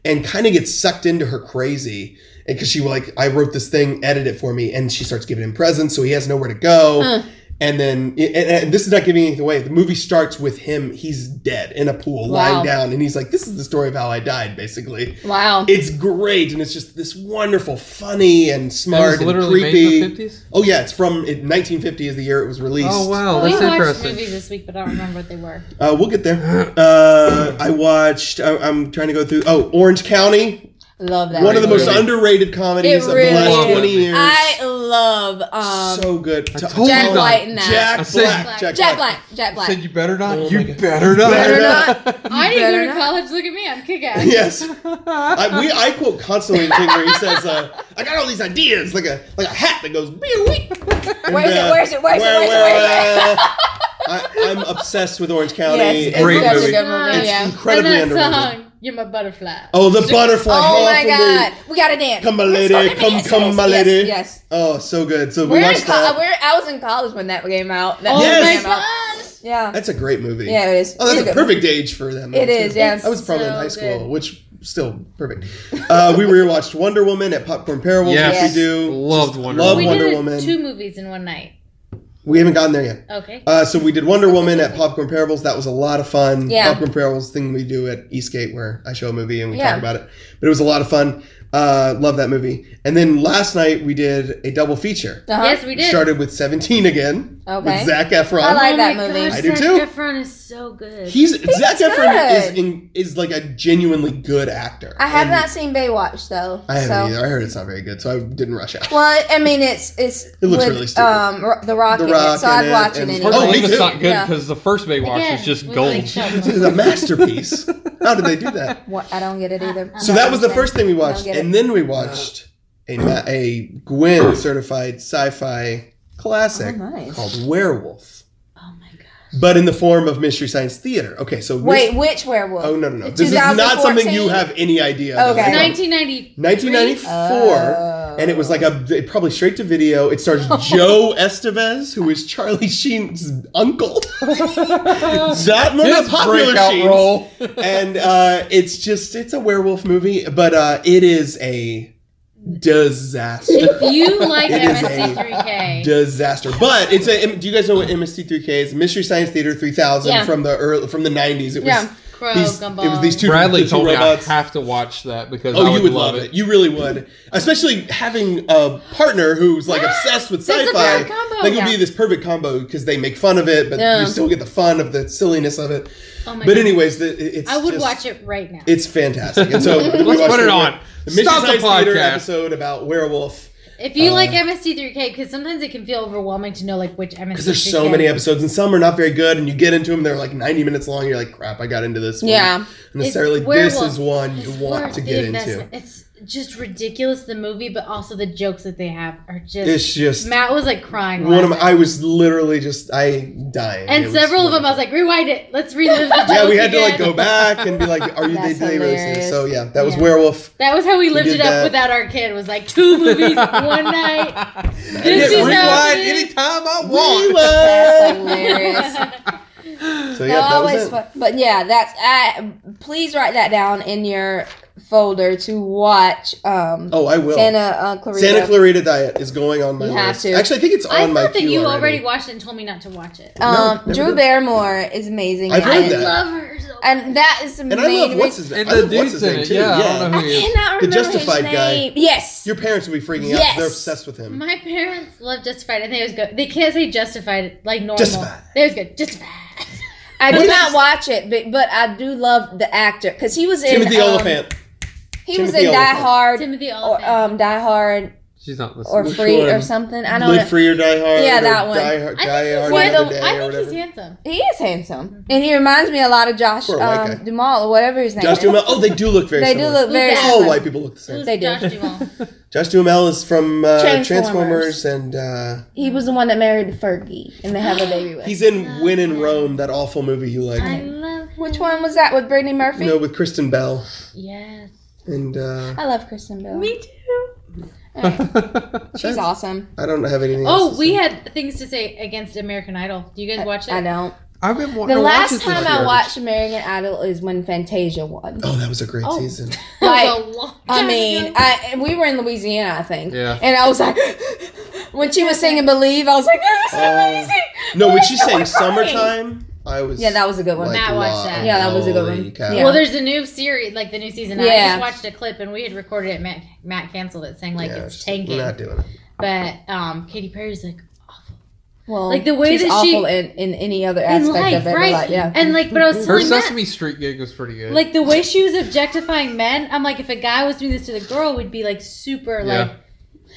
S3: and kind of gets sucked into her crazy. And because she like, I wrote this thing, edit it for me, and she starts giving him presents, so he has nowhere to go. And then, and, and this is not giving anything away. The movie starts with him; he's dead in a pool,
S1: Wow.
S3: lying down, and he's like, "This is the story of how I died," basically.
S1: Wow.
S3: It's great, and it's just this wonderful, funny, and
S2: That
S3: smart,
S2: was
S3: and
S2: literally made in
S3: creepy.
S2: the 50s?
S3: Oh yeah, it's from it, 1950 is the year it was released.
S2: Oh, wow.
S4: we
S2: That's
S4: watched
S2: interesting.
S4: movies this week, but I don't remember what they were.
S3: Uh, we'll get there. Uh, I watched. I, I'm trying to go through. Oh, Orange County,
S1: Love that.
S3: one of the most
S2: Really?
S3: underrated comedies
S1: It
S3: of
S1: really
S3: the last
S2: is.
S3: 20 years.
S1: I love um,
S3: so good.
S2: I told
S1: Jack
S2: you.
S1: White and that.
S2: I
S3: Jack
S2: said-
S3: Black. Jack,
S1: Jack
S3: Black.
S1: Black. Jack Black.
S2: Said you better not.
S3: Oh my
S2: you
S3: God.
S2: better not.
S3: Better
S1: not.
S4: I didn't
S1: better
S4: go to
S1: not.
S4: college. Look at me, I'm kick ass.
S3: Yes, I, we I quote constantly the thing where he says, uh, "I got all these ideas, like a like a hat that goes." And,
S1: Where's it?
S3: uh,
S1: Where's it? Where's it?
S3: where-
S1: Where's it?
S3: where-
S1: Where's it?
S3: where- I, I'm obsessed with Orange County.
S1: Yes, it's
S2: Great
S1: such
S2: movie.
S1: a good movie.
S4: It's
S1: yeah.
S3: incredibly
S4: and that
S3: underrated.
S4: song, "You're My Butterfly."
S3: Oh, the butterfly.
S1: Oh my
S3: Half a
S1: god,
S3: Moon.
S1: we gotta dance.
S3: Come, my
S1: Let's
S3: lady.
S1: fucking
S3: Come,
S1: dance.
S3: come,
S1: Yes,
S3: my
S1: yes,
S3: lady.
S1: Yes.
S3: Oh, so good. So we
S1: We're in
S3: watched
S1: co-
S3: that.
S1: we're, I was in college when that came out. That
S4: Oh
S1: movie
S3: Yes.
S1: came out.
S4: my gosh!
S1: Yeah.
S3: That's a great movie.
S1: Yeah, it is.
S3: Oh, that's
S1: It's
S3: a
S1: good.
S3: perfect age for them.
S1: It
S3: though,
S1: is,
S3: too.
S1: yes.
S3: I was probably in
S4: So
S3: high school,
S4: good.
S3: which still perfect. Uh, we rewatched Wonder Woman at Popcorn Parables,
S2: Yes.
S3: which we do.
S2: Loved
S3: Just
S2: Wonder
S3: love
S4: We
S2: Woman.
S3: Wonder
S4: did
S3: Woman.
S4: two movies in one night.
S3: We haven't gotten there yet.
S4: Okay.
S3: Uh, so we did Wonder Woman at Popcorn Parables. That was a lot of fun.
S1: Yeah.
S3: Popcorn Parables thing we do at Eastgate where I show a movie and we
S1: Yeah.
S3: talk about it. But it was a lot of fun. Uh, love that movie. And then last night we did a double feature.
S1: Uh-huh.
S4: Yes, we did.
S3: Started with 17 again
S1: Okay.
S3: with Zach Efron.
S1: I like
S4: oh
S1: that
S4: my
S1: movie.
S4: Gosh,
S3: I do
S4: Zac
S3: too.
S4: Efron is so good.
S3: He's, Zac Efron is
S1: good.
S3: in, is like a genuinely good actor.
S1: I have
S3: And
S1: not seen Baywatch though.
S3: Um, I haven't
S1: so.
S3: either. I heard it's not very good, so I didn't rush out.
S1: Well, I mean, it's it's
S3: It looks
S1: with,
S3: really stupid.
S1: Um, Ro- the Rock,
S3: The
S1: in
S3: Rock
S1: it, so I'd
S3: in it,
S1: watch it,
S3: and-
S1: anyway.
S2: Part
S3: Oh,
S2: of
S3: me
S2: it's
S3: too.
S2: not good
S1: Yeah.
S2: because the first Baywatch
S4: Again,
S2: is just
S4: we
S2: gold.
S4: like that
S3: This
S4: one.
S3: is a masterpiece. How did they do that?
S1: What, I don't get it either.
S3: So that was the first thing we watched,
S1: get it.
S3: and then we watched a ma- a Gwen certified sci-fi classic
S1: Oh, nice.
S3: called Werewolf,
S4: oh my god.
S3: but in the form of Mystery Science Theater. Okay, so mis-
S1: Wait, which werewolf?
S3: oh no no no, this is not
S1: 2014?
S3: something you have any idea. of.
S1: Okay.
S3: No.
S4: 1990.
S3: 1994,
S1: Oh.
S3: and it was like a it probably straight to video. It stars Joe Estevez, who is Charlie Sheen's uncle. that one of
S2: His
S3: the popular
S2: breakout
S3: Sheens.
S2: role.
S3: and uh, it's just it's a werewolf movie, but uh, it is a disaster.
S4: If you like
S3: It is a
S4: MST3K,
S3: disaster. But it's a. Do you guys know what MST3K is? Mystery Science Theater 3000
S1: Yeah.
S3: from the early, from the 90s. It was
S1: Yeah.
S4: Crow,
S3: these, it
S4: Gumball.
S3: was these two
S2: Bradley
S3: the two
S2: told me
S3: robots.
S2: I have to watch that because
S3: Oh,
S2: I would
S3: you would love it. You really would, especially having a partner who's like obsessed with
S4: That's a
S3: sci-fi.
S4: perfect combo.
S3: Like it'll
S4: Yeah.
S3: be this perfect combo because they make fun of it, but
S1: Yeah.
S3: you still get the fun of the silliness of it.
S4: Oh my God.
S3: But anyways, the, it- it's
S4: I would
S3: just-
S4: watch it right now.
S3: It's fantastic. And so we
S2: Let's
S3: watched
S2: put it
S3: the-
S2: on.
S3: The Mission
S2: Stop the
S3: Science Theater
S2: podcast.
S3: episode about werewolf
S4: If
S3: uh,
S4: you like MST3K, because sometimes it can feel overwhelming to know like which MST3K.
S3: because there's so many episodes and some are not very good and you get into them they're like 90 minutes long. You're like crap, I got into this. One.
S1: Yeah.
S3: necessarily
S4: It's
S3: this
S4: werewolf.
S3: is one
S4: It's
S3: you
S4: worth
S3: want to
S4: the
S3: get into.
S4: investment. It's just ridiculous the movie, but also the jokes that they have are just.
S3: It's just
S4: Matt was like crying.
S3: one of my,
S4: laughing.
S3: I was literally just I dying. It
S4: and
S3: was
S4: several of them, I
S3: wonderful.
S4: was like, rewind it. Let's relive the jokes
S3: yeah, we had to like
S4: again."
S3: go back and be like, "Are you? They,
S1: That's
S3: they really see this?
S1: hilarious.
S3: So yeah, that was
S4: Yeah.
S3: werewolf.
S4: That was how we lived
S3: did
S4: it up
S3: that.
S4: without our kid. Was like two movies one night. This
S2: Hit
S4: is how
S2: rewind
S4: it is.
S2: anytime I
S3: We
S2: want.
S1: That's
S3: were-
S1: hilarious.
S3: so
S1: No,
S3: yeah, that was
S1: always
S3: it.
S1: fun. But yeah, that's I. Please write that down in your folder to watch. Um,
S3: Oh, I will.
S1: Santa
S3: Santa,
S1: uh, Clarita.
S3: Clarita Diet is going on my
S1: You have
S3: list.
S1: to.
S3: Actually, I think it's on
S4: I
S3: my
S4: thought that
S3: queue
S4: you already.
S3: already.
S4: watched it and told me not to watch it.
S1: Um,
S3: never
S1: Drew
S3: did.
S1: Barrymore is amazing.
S3: I've
S1: in
S3: heard
S1: it.
S3: that.
S4: Love her so
S1: And that is amazing.
S3: And I love what's his name.
S2: And
S3: I
S2: the
S3: love what's
S2: dude's
S3: his
S2: in
S3: name
S2: it.
S3: too.
S2: Yeah, I
S3: Yeah,
S2: don't know
S1: I
S2: who he is.
S1: cannot
S3: The
S1: remember
S3: Justified
S1: his
S3: guy.
S1: name. Yes.
S3: your parents will be freaking
S1: Yes.
S3: out. They're obsessed with him.
S4: My parents love Justified, and they always go. They can't say Justified like normal.
S3: Justified.
S4: They always go Justified.
S1: I
S3: What
S1: did
S3: is
S1: not
S3: his-
S1: watch it, but, but I do love the actor because he was in
S3: Timothy
S1: um,
S3: Oliphant.
S1: He was
S3: Timothy
S1: in Die
S3: Oliphant.
S1: Hard.
S4: Timothy
S1: Or,
S4: Oliphant.
S1: um, Die Hard
S2: She's not
S1: or
S2: listening.
S3: Which
S1: free or
S3: one?
S1: something. I don't
S3: Live
S1: know.
S3: free or die hard.
S1: Yeah,
S3: or
S1: that one.
S3: Die, Hard-
S4: I
S3: Die
S4: think,
S3: hard
S4: he's,
S1: Another
S3: another
S4: handsome. I
S3: day or
S4: think he's
S3: whatever.
S4: handsome.
S1: he is handsome, and he reminds me a lot of Josh
S3: Poor white
S1: um,
S3: guy.
S1: Dumal or whatever his name
S3: Josh
S1: is.
S3: Duhamel. Oh, they do look very.
S1: They do
S3: similar. Oh,
S1: look very.
S4: that?
S3: All
S1: similar.
S3: white people look the same.
S4: Who's
S1: They do.
S4: Josh Duhamel?
S3: Josh Duhamel is from uh,
S1: Transformers.
S3: Transformers. and uh,
S1: He was the one that married Fergie, and they have a baby with.
S3: he's in Win in Rome, that awful movie you like.
S4: I love him.
S1: Which one was that with Brittany Murphy?
S3: You know, with Kristen Bell
S4: Yes.
S3: and uh,
S1: I love Kristen Bell.
S4: too.
S1: She's awesome.
S3: I don't have anything. else
S4: Oh,
S3: to
S4: we
S3: say.
S4: had things to say against American Idol. Do you guys watch it?
S1: I don't.
S2: I've been wanting
S1: The
S2: to watch
S1: last
S2: this
S1: time
S2: this
S1: I
S2: year.
S1: watched American Idol is when Fantasia won.
S3: Oh, that was a great
S4: Oh.
S3: season.
S4: That was
S1: Like,
S4: a long
S1: I
S4: time
S1: mean,
S4: ago.
S1: I and we were in Louisiana, I think.
S2: Yeah.
S1: And I was like, when she was singing "Believe," I was like, "This is
S3: Oh.
S1: amazing."
S3: No, when
S1: Why
S3: she
S1: is everyone
S3: sang
S1: crying?
S3: "Summertime," I was.
S1: Yeah, that was a good one.
S3: like,
S4: Matt watched
S3: lo-
S4: that.
S1: Yeah, that was a good
S3: holy
S1: one.
S3: cow.
S1: Yeah.
S4: Well, there's a new series, like the new season. out. I
S1: Yeah.
S4: just watched a clip, and we had recorded it. Matt, Matt canceled it, saying like
S3: Yeah,
S4: it's
S3: just
S4: tanking.
S3: Not doing it.
S4: But um, Katy Perry's like awful
S1: well,
S4: Like, the way
S1: she's
S4: that she-
S1: awful in, in any other
S4: in
S1: aspect
S4: life,
S1: of it,
S4: right?
S1: like, yeah.
S4: And like, but I was
S2: Her
S4: telling Matt,
S2: Sesame Street gig was pretty good.
S4: like the way she was objectifying men. I'm like, if a guy was doing this to the girl, would be like super
S2: Yeah.
S4: like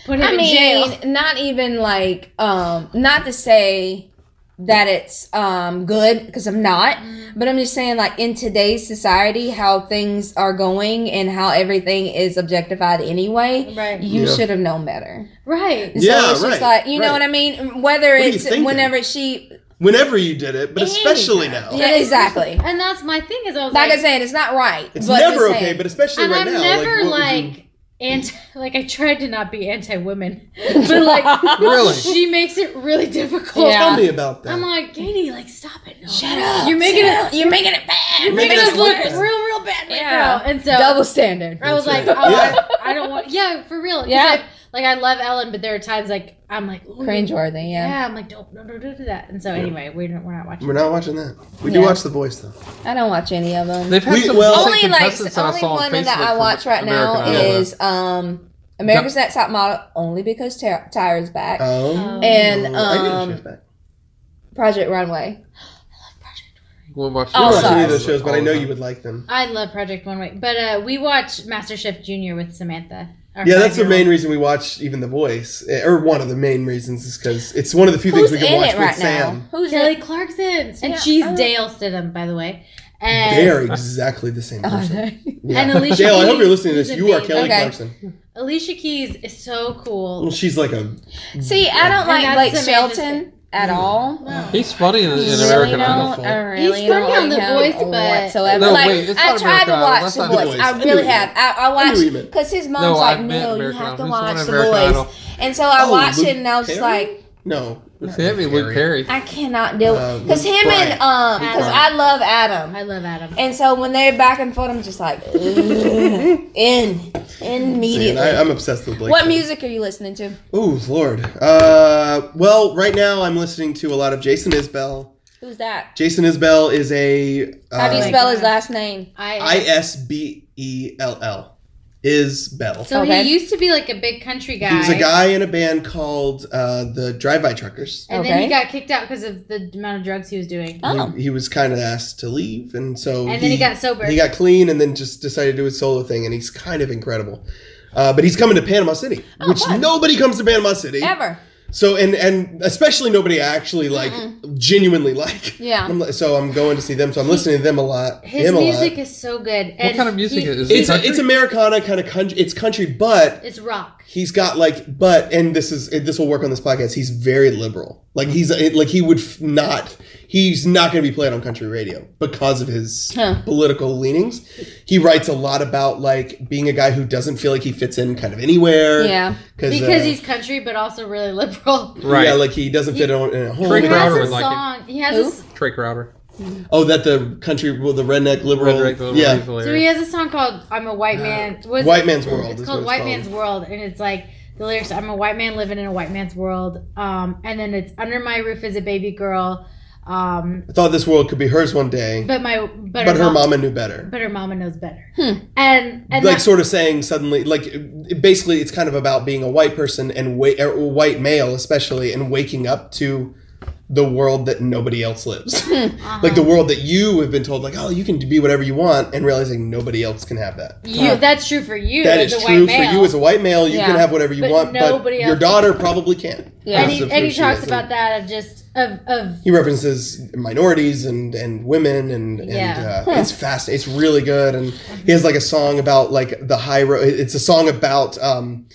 S4: put him
S1: I
S4: in
S1: mean,
S4: jail.
S1: not even like, um, not to say that it's um good because I'm not,
S4: Mm-hmm.
S1: but I'm just saying like in today's society, how things are going and how everything is objectified anyway.
S4: Right.
S1: You
S3: Yeah.
S1: should have known better.
S4: Right.
S1: So
S3: Yeah,
S1: it's just
S3: right,
S1: like you know
S3: right.
S1: what I mean. Whether
S3: What are you
S1: it's
S3: thinking?
S1: whenever she,
S3: Whenever you did it, but
S4: Any
S3: especially
S4: time.
S3: now.
S1: yeah, exactly.
S4: And that's my thing is I was
S1: Like
S4: like,
S1: I said, it's not right.
S3: It's
S1: but
S3: never
S1: the
S3: okay,
S1: same.
S3: but especially
S4: and
S3: right
S4: I'm
S3: now.
S4: never
S3: what would you-
S4: like, anti like I tried to not be anti women, but like
S2: really?
S4: she makes it really difficult.
S1: Yeah.
S3: tell me about that.
S4: I'm like, Katie, like stop it. No.
S1: Shut up.
S4: You're making
S1: Shut
S4: it
S1: up. You're making it bad.
S4: you're making
S3: Making
S4: us
S3: us
S4: look
S3: look bad.
S4: real, real bad. Like,
S1: Yeah.
S4: bro. And so
S1: double standard.
S4: I was like,
S3: That's
S4: oh,
S3: right. Yeah.
S4: I, I don't want yeah, for real. 'Cause
S1: Yeah.
S4: I- like I love Ellen, but there are times like I'm like ooh,
S1: Cringeworthy.
S4: Yeah.
S1: Yeah.
S4: I'm like, don't, don't, don't do that. And so anyway, we don't, we're not watching.
S3: We're not watching that. We do
S1: Yeah.
S3: watch The Voice though.
S1: I don't watch any of them.
S2: They've had
S3: We-
S2: some
S3: well-
S2: decent
S1: only like
S2: contestants that I
S1: only
S2: saw on
S1: one that
S2: Facebook
S1: I
S2: from
S1: watch right now
S2: American Idol.
S1: is um America's Next Top Model only because Ty- Tyra's back
S3: Oh,
S1: and
S3: I didn't
S1: um
S3: choose that.
S1: Project Runway.
S2: We'll watch
S1: Oh,
S3: I don't
S2: those.
S3: watch any
S1: sorry.
S3: of those shows, but I
S2: All
S3: know
S2: of
S3: you
S2: them.
S3: would like them.
S4: I love Project One Way, but uh, we watch MasterChef Junior with Samantha. our
S3: Yeah, that's the
S4: five-year-old.
S3: main reason we watch even The Voice, eh, or one of the main reasons is because it's one of the few
S1: Who's in
S3: things we can watch
S1: it
S3: with
S1: right now?
S3: Sam.
S1: Who's in
S4: Kelly
S1: it?
S4: Clarkson, and
S1: Yeah,
S4: she's
S1: oh.
S4: Dale Stidham, by the way. And,
S3: They are exactly the
S1: Oh,
S3: same person. Yeah.
S4: and Alicia.
S3: Dale, I hope
S4: Keys
S3: you're listening to
S4: is
S3: this. You are
S4: amazing.
S3: Kelly
S1: Okay.
S3: Clarkson.
S4: Alicia Keys is so
S3: Well,
S4: cool.
S3: she's like a
S1: See, I don't
S4: And
S1: like
S4: that's
S1: Blake
S4: Samantha's-
S1: Shelton at all.
S4: No.
S2: He's funny in, in
S1: Really
S2: American
S1: don't-
S2: Idol.
S3: Idol.
S1: I really
S4: He's funny
S1: don't
S4: on
S1: like
S4: The
S1: him
S4: Voice, but-
S1: whatsoever.
S2: No,
S1: like,
S2: wait, it's
S1: I
S2: not
S1: tried
S2: American
S1: to
S2: Idol.
S1: watch
S2: That's
S1: The
S2: not The
S1: Voice.
S3: Voice.
S1: I
S3: I knew
S1: really
S3: he
S1: have. I, I
S3: I knew he
S1: watched
S3: meant-
S1: because his mom's
S2: No,
S1: like,
S2: I meant
S1: no, you
S2: American
S1: have to
S2: Idol. Who's
S1: watch
S2: on
S1: The
S2: American Idol?
S1: Voice. And so I
S3: Oh,
S1: watched
S3: Luke
S1: it, and I was
S3: Perry?
S1: just like.
S3: no.
S2: It can't be Luke Perry.
S1: I cannot deal
S3: Uh,
S1: because
S3: Luke
S1: him
S3: Bryan.
S1: and um because I
S4: Adam.
S1: love Adam,
S4: I love Adam.
S1: and so when they're back and forth, I'm just like "Ugh, in in
S3: See,
S1: immediately.
S3: I, I'm obsessed with Blake.
S1: what
S3: Shelton.
S1: music are you listening to?
S3: Oh Lord. Uh, well, right now I'm listening to a lot of Jason Isbell.
S1: Who's that?
S3: Jason Isbell is a uh,
S1: How do you
S4: Uh,
S1: spell
S4: my
S1: his
S4: God.
S1: last name?
S4: I,
S3: I S B E L L is Bell.
S4: so
S1: Okay.
S4: he used to be like a big country guy.
S3: He was a guy in a band called uh, the Drive By Truckers.
S4: and then he
S1: Okay.
S4: got kicked out because of the amount of drugs he was doing.
S1: Oh,
S3: He, he was kind of asked to leave, and so
S4: And then he got sober.
S3: He got clean, and then just decided to do his solo thing, and he's kind of incredible. Uh, but he's coming to Panama City,
S1: Oh,
S3: which
S1: fun.
S3: nobody comes to Panama City
S1: ever?
S3: So and and especially nobody I actually like genuinely like.
S1: Yeah.
S3: I'm, li- so I'm going to see them. So I'm listening to them a lot.
S4: His
S3: him
S4: music
S3: a lot.
S4: is so good. And
S2: What kind of music
S4: he-
S2: is it?
S3: It's a, it's Americana kind of country. It's country, but
S4: It's rock.
S3: he's got like but and this is this will work on this podcast. He's very liberal. Like he's it, like he would f- not. He's not going to be played on country radio because of his
S1: Huh.
S3: political leanings. He writes a lot about like being a guy who doesn't feel like he fits in kind of anywhere.
S1: Yeah.
S4: because
S3: uh,
S4: he's country but also really liberal.
S2: Right.
S3: yeah, like he doesn't fit on in a hole.
S4: He
S2: Frank
S4: has
S2: Crowder
S4: a
S2: would like it.
S4: song. He has
S1: Who?
S4: a, s-
S2: Trey Crowder.
S3: Oh, that the country, well, the redneck liberal,
S2: Red Drake,
S3: yeah,
S4: so he has a song called "I'm a White Man." what is
S3: Uh, white
S4: it?
S3: man's world.
S4: It's
S3: is
S4: called
S3: what
S4: "White Man's World," and it's like the lyrics: "I'm a white man living in a white man's world," um, and then it's "Under my roof is a baby girl," um,
S3: I thought this world could be hers one day,
S4: but my but,
S3: but, her mama knew better.
S4: but her mama knows better, and and
S3: like
S4: that-
S3: sort of saying suddenly, like it- basically, er, it's kind of about being a white person and wa- or a white male, especially, and waking up to the world that nobody else lives. Like the world that you have been told, like, oh, you can be whatever you want, and realizing nobody else can have that.
S4: You, that's true for you.
S3: That
S4: as
S3: is
S4: a
S3: true
S4: white male.
S3: for you as a white male. You can
S1: Yeah.
S3: have whatever you
S4: But
S3: want, but
S4: nobody
S3: your
S4: else-
S3: daughter probably can't.
S1: Yeah.
S4: and
S3: because
S4: he,
S3: of
S4: and
S3: who
S4: he
S3: she
S4: talks
S3: is.
S4: about that of just of of
S3: He references minorities and, and women and, and
S4: Yeah.
S3: uh, it's fast. It's really good. And he has like a song about like the high road. It's a song about um,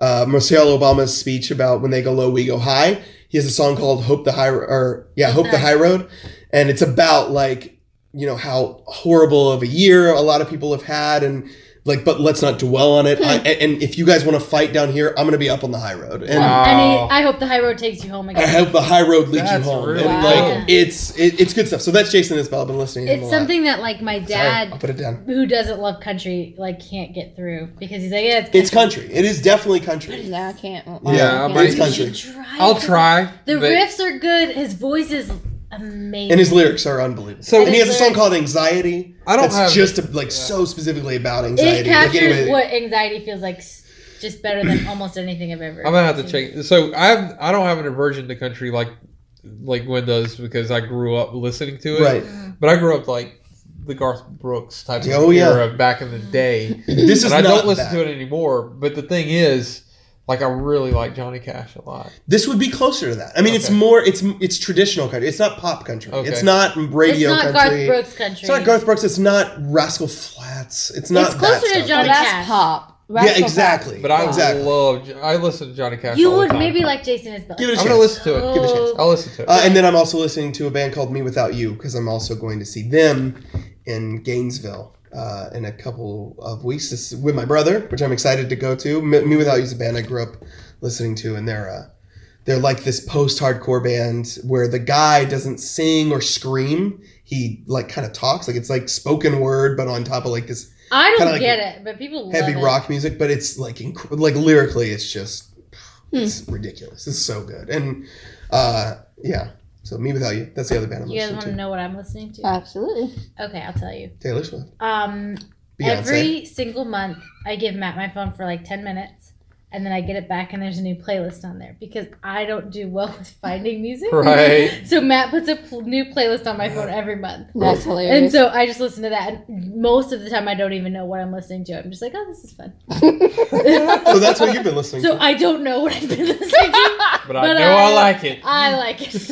S3: uh, Michelle Obama's speech about when they go low, we go high. He has a song called "Hope the High" Ro- or yeah, "Hope the High Road," and it's about like you know how horrible of a year a lot of people have had and. Like, but let's not dwell on it. I, and and if you guys want to fight down here, I'm going to be up on the high road. And
S2: Wow.
S4: and he,
S2: Oh.
S4: I hope the high road takes you home
S3: I
S4: again.
S3: hope the high road leads
S2: That's
S3: you home.
S2: really
S3: And,
S4: cool.
S3: like it's it, it's good stuff. So that's Jason Isbell. I've been listening. to him
S4: It's
S3: a lot.
S4: something that like my
S3: Sorry, I'll
S4: dad
S3: put it down.
S4: who doesn't love country like can't get through because he's like yeah it's,
S3: It's country. It is definitely country.
S1: No, I can't.
S2: Yeah,
S1: I
S2: I
S1: can't.
S2: might-
S3: it's country.
S4: Try
S2: I'll
S4: it.
S2: try.
S4: The
S2: but-
S4: riffs are good. His voice is amazing.
S3: And his lyrics are unbelievable.
S2: So-
S3: and he has a song
S4: Lyrics.
S3: called Anxiety.
S2: I don't
S3: that's
S2: have-
S3: just like so specifically about anxiety.
S4: it captures
S3: like, anyway,
S4: what anxiety feels like, s- just better than almost anything I've ever.
S2: I'm gonna have to check. So I have, I don't have an aversion to country like like Gwen does because I grew up listening to it.
S3: Right.
S2: But I grew up like the Garth Brooks type of
S3: Oh, yeah.
S2: era back in the day,
S3: This is
S2: and I
S3: not
S2: don't listen
S3: that.
S2: to it anymore. But the thing is, like I really like Johnny Cash a lot.
S3: This would be closer to that. I mean, it's
S2: Okay.
S3: more. It's it's traditional country. It's not pop country.
S2: Okay.
S3: It's
S4: it's
S3: not radio
S4: not
S3: country.
S4: Garth Brooks country.
S3: It's not Garth Brooks. It's not Rascal Flats. It's not.
S4: It's closer
S3: that
S4: to
S3: stuff.
S1: No,
S4: Johnny
S1: that's
S4: Cash.
S1: pop.
S3: Yeah,
S1: Rascal
S3: exactly.
S2: But I
S3: exactly.
S2: love I listen to Johnny Cash.
S4: You
S2: all the
S4: would
S2: time.
S4: maybe like Jason Isbell.
S3: Give it a
S2: I'm
S3: chance.
S2: gonna listen to it.
S3: Give it a chance.
S2: I'll listen to it.
S3: Uh, and then I'm also listening to a band called Me Without You because I'm also going to see them in Gainesville uh, in a couple of weeks this, with my brother, which I'm excited to go to. Me, Me Without You is a band I grew up listening to, and they're uh, they're like this post-hardcore band where the guy doesn't sing or scream. He like kind of talks, like it's like spoken word, but on top of like this
S4: I don't
S3: Kinda like
S4: get it, but people
S3: heavy
S4: love it.
S3: rock music, but it's like inc- like lyrically, it's just
S4: Hmm.
S3: it's ridiculous. It's so good, and uh, yeah. So me without you, that's the other band I'm
S4: You guys want to
S3: listening to.
S4: know what I'm listening to?
S1: Absolutely.
S4: Okay, I'll tell you.
S3: Taylor Swift,
S4: Um,
S3: Beyonce.
S4: every single month, I give Matt my phone for like ten minutes, and then I get it back, and there's a new playlist on there because I don't do well with finding music.
S2: Right.
S4: So Matt puts a pl- new playlist on my phone every month.
S1: That's
S4: And
S1: hilarious.
S4: so I just listen to that, and most of the time I don't even know what I'm listening to. I'm just like, oh, this is fun.
S3: so Oh, that's what you've been listening
S4: So
S3: to.
S4: I don't know what I've been listening to.
S2: but I
S4: but uh,
S2: know I,
S4: I-
S2: like it.
S4: I like it,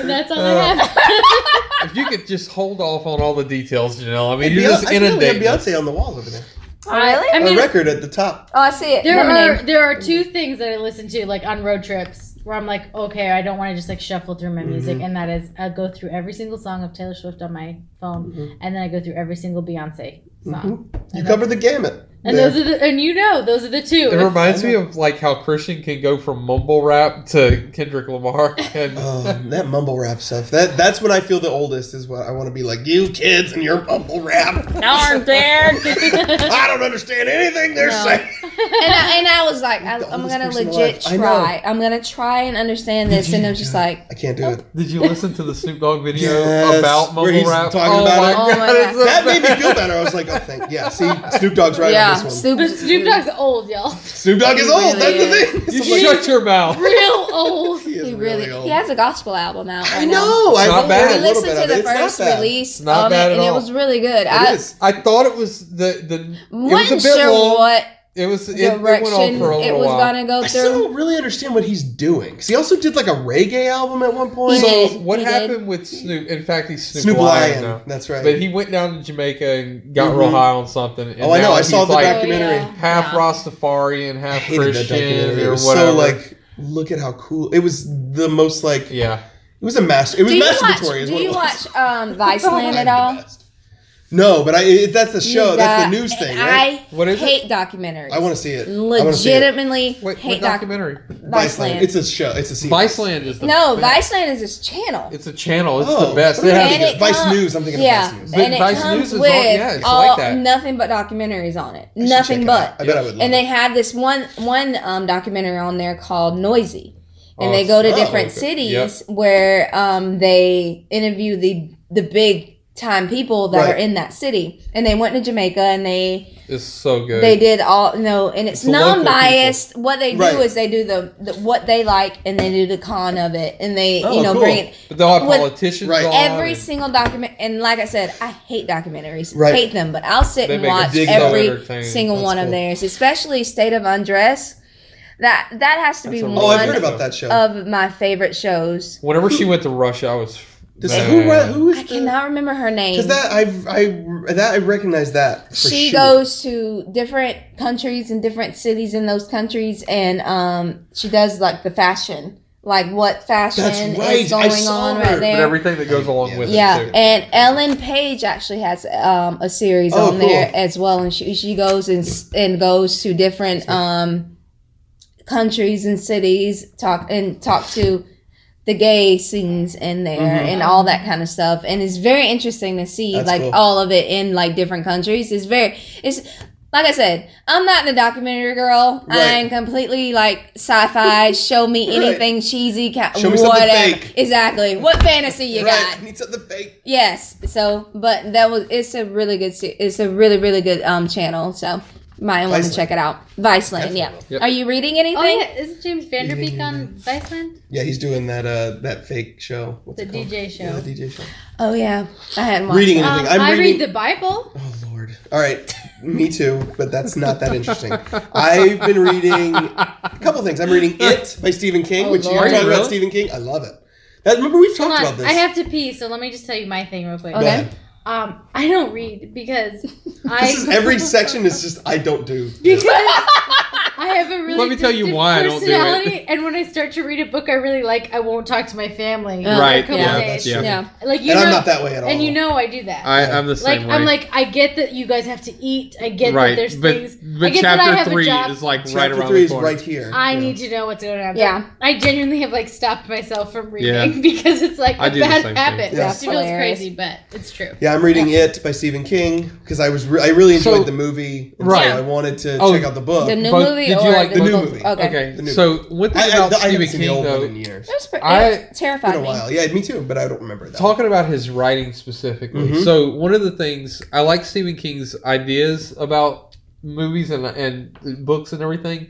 S4: and that's all I have.
S2: if you could just hold off on all the details, Janelle. I mean,
S3: Hey,
S2: you're
S3: Beyonce-
S2: just
S3: I feel like we have
S2: inundated.
S3: Beyonce on the wall over there.
S4: I
S3: A
S4: mean,
S3: record at the top.
S1: Oh, I see it.
S4: There
S1: Lemonade.
S4: are there are two things that I listen to like on road trips where I'm like, okay, I don't want to just like shuffle through my music,
S3: Mm-hmm.
S4: and that is I go through every single song of Taylor Swift on my phone,
S3: Mm-hmm.
S4: and then I go through every single Beyonce song,
S3: You cover the gamut.
S4: and
S3: Mm-hmm. there.
S4: those are the and you know those are the two.
S2: It reminds me of like how Christian can go from mumble rap to Kendrick Lamar, and
S3: Oh, that mumble rap stuff. That that's when I feel the oldest is what I want to be like. You kids and your mumble rap.
S1: Darn, Dad.
S3: I don't understand anything they're
S4: No.
S3: saying.
S1: and I, and I was like, I,
S3: The
S1: I'm
S3: oldest
S1: gonna
S3: person
S1: legit
S3: alive. I know.
S1: try. I'm gonna try and understand this, and I'm just like,
S3: I can't do it.
S2: Did you listen to the Snoop Dogg video
S3: Yes,
S2: about
S3: where
S2: mumble
S3: he's
S2: rap?
S3: talking about it.
S1: Oh my
S2: it's so
S3: That made me
S2: bad.
S3: feel better. I was like, oh, thank yeah. See, Snoop Dogg's right
S1: yeah,
S3: on this one.
S1: Snoop,
S4: Snoop Dogg's old, y'all,
S3: Snoop Dogg is
S1: He
S3: old.
S1: really
S3: That's the
S1: is.
S3: thing.
S2: You
S3: So I'm like,
S2: shut your mouth.
S4: real old.
S3: he is
S1: He really,
S3: old.
S1: he has a gospel album out. Right
S3: I
S1: Now.
S3: know. I
S2: not
S3: only
S2: bad.
S3: heard
S1: We
S3: a little
S1: listened
S3: bit
S1: to
S3: of
S1: the
S3: it. It's not
S1: first
S3: bad.
S1: release, uh,
S2: Not
S1: um,
S2: bad at
S1: and it
S2: all.
S1: was really good.
S3: It
S1: I
S3: is.
S2: I thought it was the the. it was a
S1: wasn't
S2: bit
S1: sure
S2: long.
S1: what
S2: It was it, it went on
S1: direction
S2: for a
S1: it
S2: little
S1: was
S2: while.
S1: gonna go
S3: I
S1: through.
S3: still don't really understand what he's doing. 'Cause he also did like a reggae album at one point.
S1: He
S2: So
S1: did.
S2: what
S1: He did.
S2: happened with Snoop? In fact, he's Snoop,
S3: Snoop
S2: Lion.
S3: Lion.
S2: now.
S3: That's right.
S2: But he went down to Jamaica and got real
S3: Mhm.
S2: high on something. And
S3: oh, I know.
S2: now
S3: I saw
S2: he's,
S3: the
S2: like
S1: Oh,
S3: documentary.
S4: Yeah.
S2: half Rastafarian,
S3: I
S2: half
S3: hated that
S2: Christian,
S3: documentary. It
S2: or
S3: was
S2: whatever.
S3: so like, look at how cool. It was the most like. It
S2: yeah,
S3: was a master. It was
S1: do you watch?
S3: masturbatory. is
S1: Do
S3: what
S1: you
S3: it was.
S1: watch um, Viceland at all?
S3: No, but I. It, that's the show.
S1: You
S3: that's
S1: got-
S3: the news thing,
S1: and
S3: right?
S1: I
S2: What is it?
S1: hate documentaries.
S3: I, want to see it. I wanna see it.
S1: legitimately
S2: wait, what
S1: hate doc-
S2: documentary?
S1: Viceland.
S3: It's a show. It's a series.
S2: Viceland is the
S1: no,
S2: best.
S1: Viceland is his channel.
S2: It's a channel. It's
S3: Oh,
S2: the best.
S3: okay.
S2: They have
S1: And
S2: the-
S1: it
S3: Vice
S1: com-
S3: News, I'm thinking of
S1: yeah,
S3: Vice News.
S1: and it
S2: Vice
S1: comes
S2: News is all-
S1: with
S2: yeah, it's like
S1: all-
S2: that.
S1: nothing but documentaries on it.
S3: I should check
S1: Nothing
S3: it
S1: but.
S3: out. I bet I would love
S1: and
S3: it.
S1: they had this one one um, documentary on there called Noisy, and
S2: Oh,
S1: they go to
S3: oh,
S1: different
S2: okay.
S1: cities where um, they interview the the big time people that
S3: Right.
S1: are in that city. And they went to Jamaica and they
S2: It's so good.
S1: they did all no, and it's
S2: It's the local
S1: non
S2: people.
S1: biased. What they do
S3: Right.
S1: is they do the, the what they like and they do the con of it and they
S3: Oh,
S1: you know
S3: cool.
S1: bring it
S2: but they'll have
S1: with
S2: politicians
S3: Right.
S2: on.
S1: every
S2: and
S1: single document and like i said i hate documentaries
S3: Right.
S1: hate them but i'll sit
S2: They
S1: and
S2: make a
S1: watch
S2: dig
S3: so
S1: every
S2: entertaining.
S1: single
S3: That's
S1: one
S3: cool.
S1: of theirs especially state of undress that that has to be
S2: That's a-
S3: Oh, I've heard
S1: one
S3: about that show.
S1: of my favorite shows
S2: Whenever she went to Russia, I was.
S3: Does-
S2: man.
S3: who, ra- who is
S1: i
S3: the-
S1: cannot remember her name
S3: Because that I've I that I recognize that. For
S1: she
S3: sure.
S1: goes to different countries and different cities in those countries and um she does like the fashion like what fashion
S3: right. I
S1: is going
S3: saw
S1: on
S3: her.
S1: right
S3: But
S1: there
S2: But everything that goes along with
S1: Yeah,
S2: it. too.
S1: and Ellen Page actually has um, a series
S3: Oh,
S1: on there
S3: cool.
S1: as well, and she she goes and s- and goes to different um, countries and cities talk and talk to the gay scenes in there and all that kind of stuff, and it's very interesting to see
S3: Mm-hmm. That's
S1: like
S3: cool.
S1: all of it in like different countries. It's very it's. Like I said, I'm not the documentary girl.
S3: Right.
S1: I'm completely like sci-fi. Show me
S3: Right.
S1: anything cheesy, ca-
S3: Show me something
S1: whatever.
S3: fake.
S1: Exactly. What fantasy you
S3: right.
S1: got?
S3: Needs something fake.
S1: Yes. So, but that was it's a really good se- it's a really really good um channel. So, might want to
S3: Viceland.
S1: check it out. Viceland. Yeah.
S2: Yep.
S1: Are you reading anything?
S4: Oh yeah, isn't James Vanderbeek on Viceland?
S3: Yeah, he's doing that uh that fake show. What's
S4: The
S3: it called?
S4: DJ show.
S3: Yeah, the DJ show.
S1: Oh, yeah. I hadn't watched.
S3: Reading
S1: it.
S3: it.
S4: Um,
S3: I'm
S4: I
S3: reading-
S4: read the Bible.
S3: Oh lord. All right, me too. But that's not that interesting. I've been reading a couple things. I'm reading It by Stephen King,
S1: Oh,
S3: which you were
S1: Lord.
S3: talking
S2: Really?
S3: about Stephen King. I love it. That, remember we've
S4: Hold
S3: talked about
S4: on,
S3: this.
S4: I have to pee, so let me just tell you my thing real quick.
S3: Go
S1: Okay.
S3: ahead.
S4: Um, I don't read because I
S3: This is every section is just I don't do.
S4: because I have a really
S2: Let me tell you
S4: addictive
S2: why I don't do it.
S4: personality, and when I start to read a book I really like, I won't talk to my family.
S1: Yeah.
S2: Right.
S4: Come
S2: Yeah.
S4: on,
S2: that's-
S4: Dave.
S2: yeah.
S1: Yeah.
S4: Like you
S3: And
S4: know,
S3: I'm not that way at all.
S4: and you know I do that.
S2: I, I'm the
S4: like
S2: same way.
S4: I'm like I get that you guys have to eat. I get that
S2: right.
S4: there's
S2: but
S4: things.
S2: but
S4: I get that I have
S2: chapter
S4: a
S2: three
S4: job.
S2: is like right
S3: chapter
S2: around
S3: three
S2: the
S3: is
S2: corner.
S3: right here.
S4: I
S3: Yeah.
S4: need to know what's going on.
S1: Yeah.
S4: I genuinely have like stopped myself from reading
S2: Yeah.
S4: because it's like
S2: I
S4: a
S2: do the
S4: bad
S2: same thing.
S4: habit.
S3: Yeah.
S4: It feels
S1: Hilarious.
S4: crazy, but it's true.
S3: Yeah, I'm reading It by Stephen King because I was re- I really enjoyed
S2: So-
S3: the movie, and
S2: Right.
S3: So I wanted to
S2: Oh,
S3: check out the book.
S1: The new
S2: But
S1: movie
S2: did you
S1: or
S2: like the
S3: new
S1: book?
S3: movie?
S1: Okay.
S2: Okay.
S3: The new
S2: So one
S3: I,
S2: thing
S3: I,
S2: about
S3: I haven't
S2: Stephen
S3: seen the
S2: King
S3: old
S2: though,
S3: one in years.
S1: It was pretty,
S2: I-
S1: it terrified
S3: Been a
S1: me.
S3: while. Yeah, me too, but I don't remember that.
S2: talking about his writing specifically
S3: Mhm.
S2: so one of the things i like stephen king's ideas about movies and, and books and everything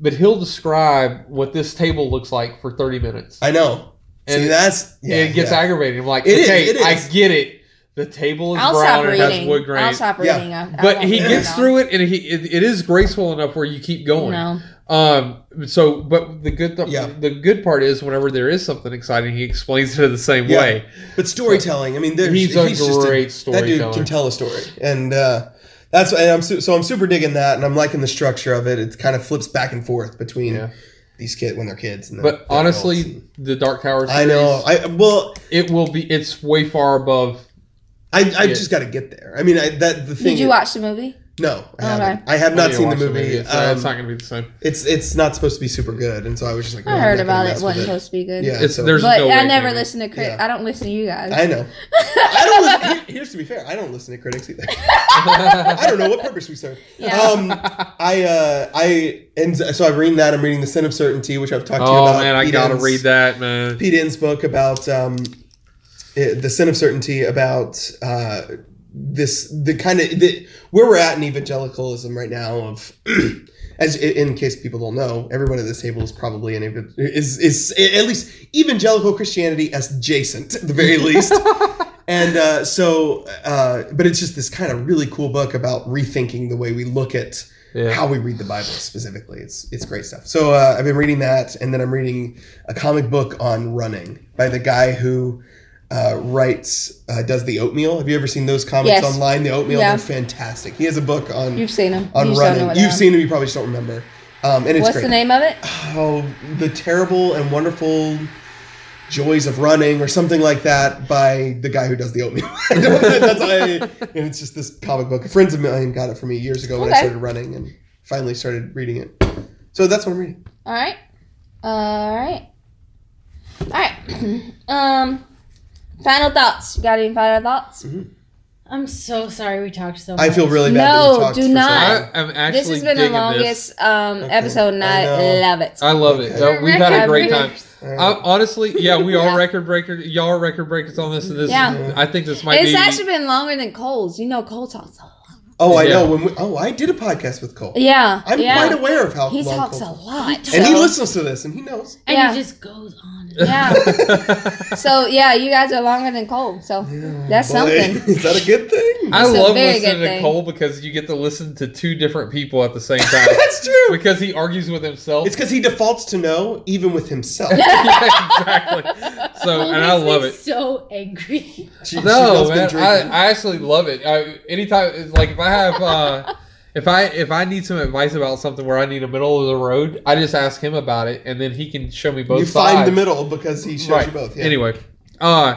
S2: but he'll describe what this table looks like for 30 minutes
S3: I know.
S2: and
S3: See, that's Uh, yeah,
S2: it gets
S3: yeah.
S2: aggravating i'm like
S3: It is,
S2: okay
S3: it is.
S2: i get it the table is
S1: I'll stop
S2: brown and
S1: reading.
S2: has wood grain
S1: I'll stop
S3: Yeah.
S1: reading. I, I
S2: but
S1: won't
S2: he
S1: read
S2: gets
S1: all.
S2: through it and he it, it is graceful enough where you keep going
S1: No.
S2: um. So, but the good th-
S3: Yeah.
S2: the good part is whenever there is something exciting, he explains it the same
S3: Yeah.
S2: way.
S3: But storytelling, I mean, there's,
S2: He's a great
S3: just That dude
S2: storyteller.
S3: can tell a story, and uh, that's and I'm su- so I'm super digging that, and I'm liking the structure of it. It kind of flips back and forth between
S2: Yeah.
S3: these kids when they're kids. And
S2: But
S3: they're adults
S2: honestly,
S3: and-
S2: the Dark Tower. Series,
S3: I know. I well,
S2: it will be. It's way far above.
S3: I I
S2: Yeah.
S3: just got to get there. I mean, I, that the thing.
S1: Did you watch the movie?
S3: No, I
S1: Okay.
S3: haven't. I have
S2: when
S3: not
S2: you
S3: seen the
S2: watch
S3: movie.
S2: so
S3: Um,
S2: Uh, it's not going to be the same.
S3: it's it's not supposed to be super good, and so I was just like, no,
S1: I
S3: I'm
S1: heard
S3: not gonna
S1: about it.
S3: mess
S1: wasn't
S3: with
S1: supposed to be good.
S3: Yeah,
S2: It's-
S3: so-
S2: there's-
S1: But
S2: no
S1: I
S2: way,
S1: never
S2: Jamie.
S1: listen to crit.
S3: Yeah.
S1: I don't listen to you guys.
S3: I know. I don't. Listen, here- here's to be fair. I don't listen to critics either. I don't know what purpose we serve.
S1: Yeah.
S3: Um, I uh, I and so I'm reading that. I'm reading the Sin of Certainty, which I've talked to you
S2: oh
S3: about.
S2: man, I
S3: Pete
S2: gotta
S3: Enns-
S2: read that man.
S3: Pete Enns' book about um, eh, the Sin of Certainty about uh, this the kind of the, where we're at in evangelicalism right now of. As i- in case people don't know, everyone at this table is probably an evan- is is at least evangelical Christianity adjacent, at the very least. And uh, so, uh, but it's just this kind of really cool book about rethinking the way we look at
S2: Yeah.
S3: how we read the Bible specifically. It's it's great stuff. So uh, I've been reading that, and then I'm reading a comic book on running by the guy who uh, writes uh, does the oatmeal. Have you ever seen those comics
S1: Yes.
S3: online? The oatmeal,
S1: Yeah.
S3: they're fantastic. He has a book on
S1: You've seen him.
S3: on
S1: you just don't know
S3: running.
S1: what they
S3: You've
S1: are.
S3: seen him. You probably just don't remember. Um, and it's
S1: What's
S3: great
S1: the name of it?
S3: how the terrible and wonderful joys of running or something like that by the guy who does the oatmeal. I don't know, That's I, and it's just this comic book. Friends of mine got it for me years ago when I
S1: Okay.
S3: started running and finally started reading it. So that's what I'm reading.
S1: All right. All right. All right. um, final thoughts. You got any final thoughts?
S3: Mhm.
S4: I'm so sorry we talked so much.
S3: I feel really bad. that
S1: No,
S3: we talked
S1: do
S3: for so
S2: I,
S1: not.
S3: long.
S2: am actually
S1: This has been the
S2: digging
S1: longest um,
S3: Okay.
S1: episode, and
S3: I
S1: I
S3: know.
S1: love it.
S2: This. I love it. Uh, we've had a
S1: Record
S2: great time.
S4: breakers.
S3: All right.
S2: I, honestly, yeah, we are
S1: Yeah.
S2: record breakers. Y'all are record breakers on this, and this.
S1: Yeah.
S2: I think this might
S1: It's
S2: be.
S1: actually been longer than Cole's. You know, Cole talks. a lot.
S3: oh, I
S2: Yeah.
S3: know. When we, oh, I did a podcast with Cole.
S1: Yeah,
S3: I'm
S1: yeah.
S3: quite aware of how
S1: he
S3: long
S1: talks
S3: Cole-
S1: a lot.
S3: and he
S1: so-
S3: listens to this, and he knows.
S4: And
S1: Yeah.
S4: he just goes on. and
S1: Yeah. So yeah, you guys are longer than Cole. So that's something.
S3: Is that a good thing?
S2: I
S1: It's a
S2: love
S1: very
S2: listening
S1: good
S2: to
S1: thing.
S2: Cole because you get to listen to two different people at the same time
S3: That's true.
S2: because he argues with himself.
S3: It's because he defaults to no, even with himself.
S2: yeah, exactly. So,
S4: Well,
S2: and I
S4: makes me
S2: love it.
S4: So angry.
S3: She- she
S2: No,
S3: knows been
S2: man,
S3: drinking.
S2: I, I actually love it. I, anytime, it's like if I have, uh, if I if I need some advice about something where I need a middle of the road, I just ask him about it, and then he can show me both
S3: you
S2: sides.
S3: find the middle because he shows you both. Yeah.
S2: Anyway, uh,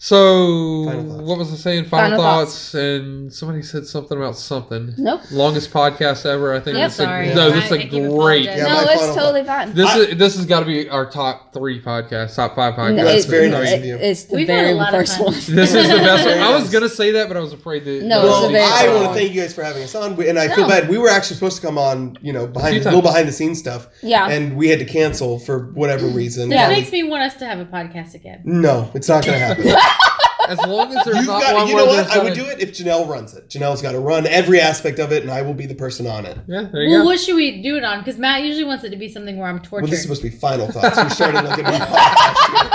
S2: so
S3: Final thoughts.
S2: what was I saying? Final,
S1: Final
S2: thoughts.
S1: thoughts.
S2: and somebody said something about something.
S1: Nope.
S2: Longest podcast ever, I think.
S4: Yep.
S2: This is a-
S4: Sorry.
S2: no,
S4: Yeah.
S2: this is
S4: I- I
S2: a
S4: keep
S2: great.
S4: apologizing.
S3: Yeah,
S1: no,
S3: my
S1: it's
S3: final
S1: totally fine.
S2: This
S3: I-
S2: is this has got to be our top three podcasts, top five podcasts.
S1: No,
S3: that's
S1: it-
S3: very nice
S1: it-
S3: of you.
S1: It's the
S4: We've had a
S1: very
S4: lot of
S1: first
S4: fun.
S1: one.
S2: This is the best.
S3: Very
S2: I was
S3: nice.
S2: gonna say that, but I was afraid that.
S1: No, it's
S3: Well,
S1: a very
S3: I
S1: good
S3: want to
S1: one.
S3: thank you guys for having us on, We- and I feel
S1: No.
S3: bad. We were actually supposed to come on, you know, behind
S2: few
S3: a little
S2: times.
S3: behind the scenes stuff,
S1: Yeah.
S3: and we had to cancel for whatever reason.
S1: Yeah.
S4: It
S3: And-
S4: makes me want us to have a podcast again.
S3: no, it's not going to happen.
S2: As long as there's
S3: You've
S2: not
S3: got,
S2: one
S3: you
S2: where
S3: know what?
S2: there's
S3: I would
S2: not a-
S3: do it if Janelle runs it. Janelle's got to run every aspect of it, and I will be the person on it.
S2: Yeah, there you
S4: Well,
S2: go.
S4: what should we do it on? Because Matt usually wants it to be something where I'm
S3: Well,
S4: tortured.
S3: this is supposed to be final thoughts. We started like a new podcast.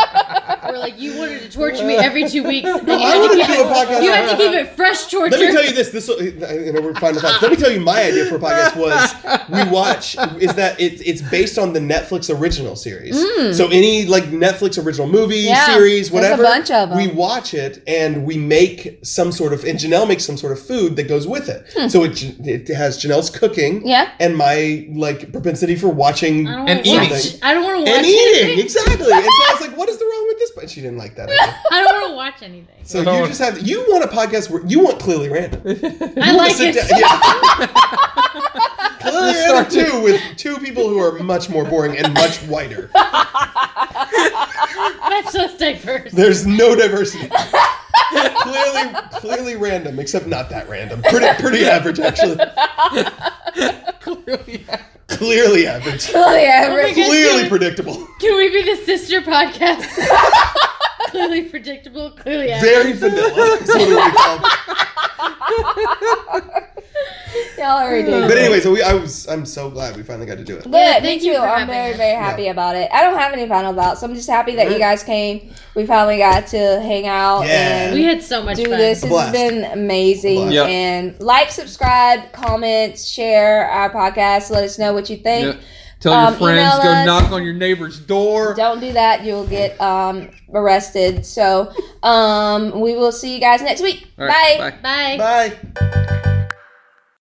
S4: Where like you wanted to torture me every two weeks. and you
S3: I
S4: have to
S3: wanted to
S4: keep
S3: do a
S4: it-
S3: podcast.
S4: You have to keep it fresh torture.
S3: Let me tell you this. This you know we're final thoughts. Let me tell you my idea for a podcast was we watch is that it's it's based on the Netflix original series. So any like Netflix original movie
S1: Hmm. Yeah,
S3: series
S1: there's a
S3: whatever
S1: bunch of 'em.
S3: we watch it and we make some sort of and Janelle makes some sort of food that goes with it. So it it has Janelle's cooking
S1: Hmm. Yeah.
S3: and my like propensity for watching
S4: I don't
S2: And
S4: want to
S2: eating.
S4: watch. I don't want to watch
S3: and
S4: anything.
S3: eating exactly. And so I was like, what is the wrong with this? But she didn't like that. idea.
S4: I don't want to watch anything.
S3: So
S2: Oh.
S3: you just have you want a podcast where you want clearly random.
S4: I like it.
S3: Clearly random two with two people who are much more boring and much whiter.
S4: That's just diverse.
S3: There's no diversity. clearly, clearly random, except not that random. Pretty, pretty average actually. Clearly average.
S1: Totally
S4: my
S1: average.
S4: God.
S3: Clearly predictable.
S4: Can we be the sister podcast? clearly predictable. Clearly,
S3: Very vanilla. is what it would be called.
S1: Y'all are ridiculous.
S3: But anyway, so we, I was, I'm so glad we finally got to do it.
S1: Good.
S4: Yeah, thank
S1: me
S4: you
S1: too.
S4: for
S1: I'm
S4: having
S1: very,
S4: us.
S1: very happy about it. I don't have any final thoughts. I'm just happy that you guys came. We finally got to hang out
S3: Yeah.
S1: and
S4: we had so much
S1: do
S4: fun.
S1: this.
S3: A
S1: This
S3: blast.
S1: has been amazing.
S3: blast.
S2: Yep.
S1: And like, subscribe, comment, share our podcast. Let us know what you think.
S2: Yeah. Tell
S1: Um,
S2: your friends,
S1: email
S2: go
S1: us.
S2: knock on your neighbor's door.
S1: Don't do that. You'll get um, arrested. So um, we will see you guys next week.
S2: All right,
S1: Bye.
S4: Bye.
S3: Bye.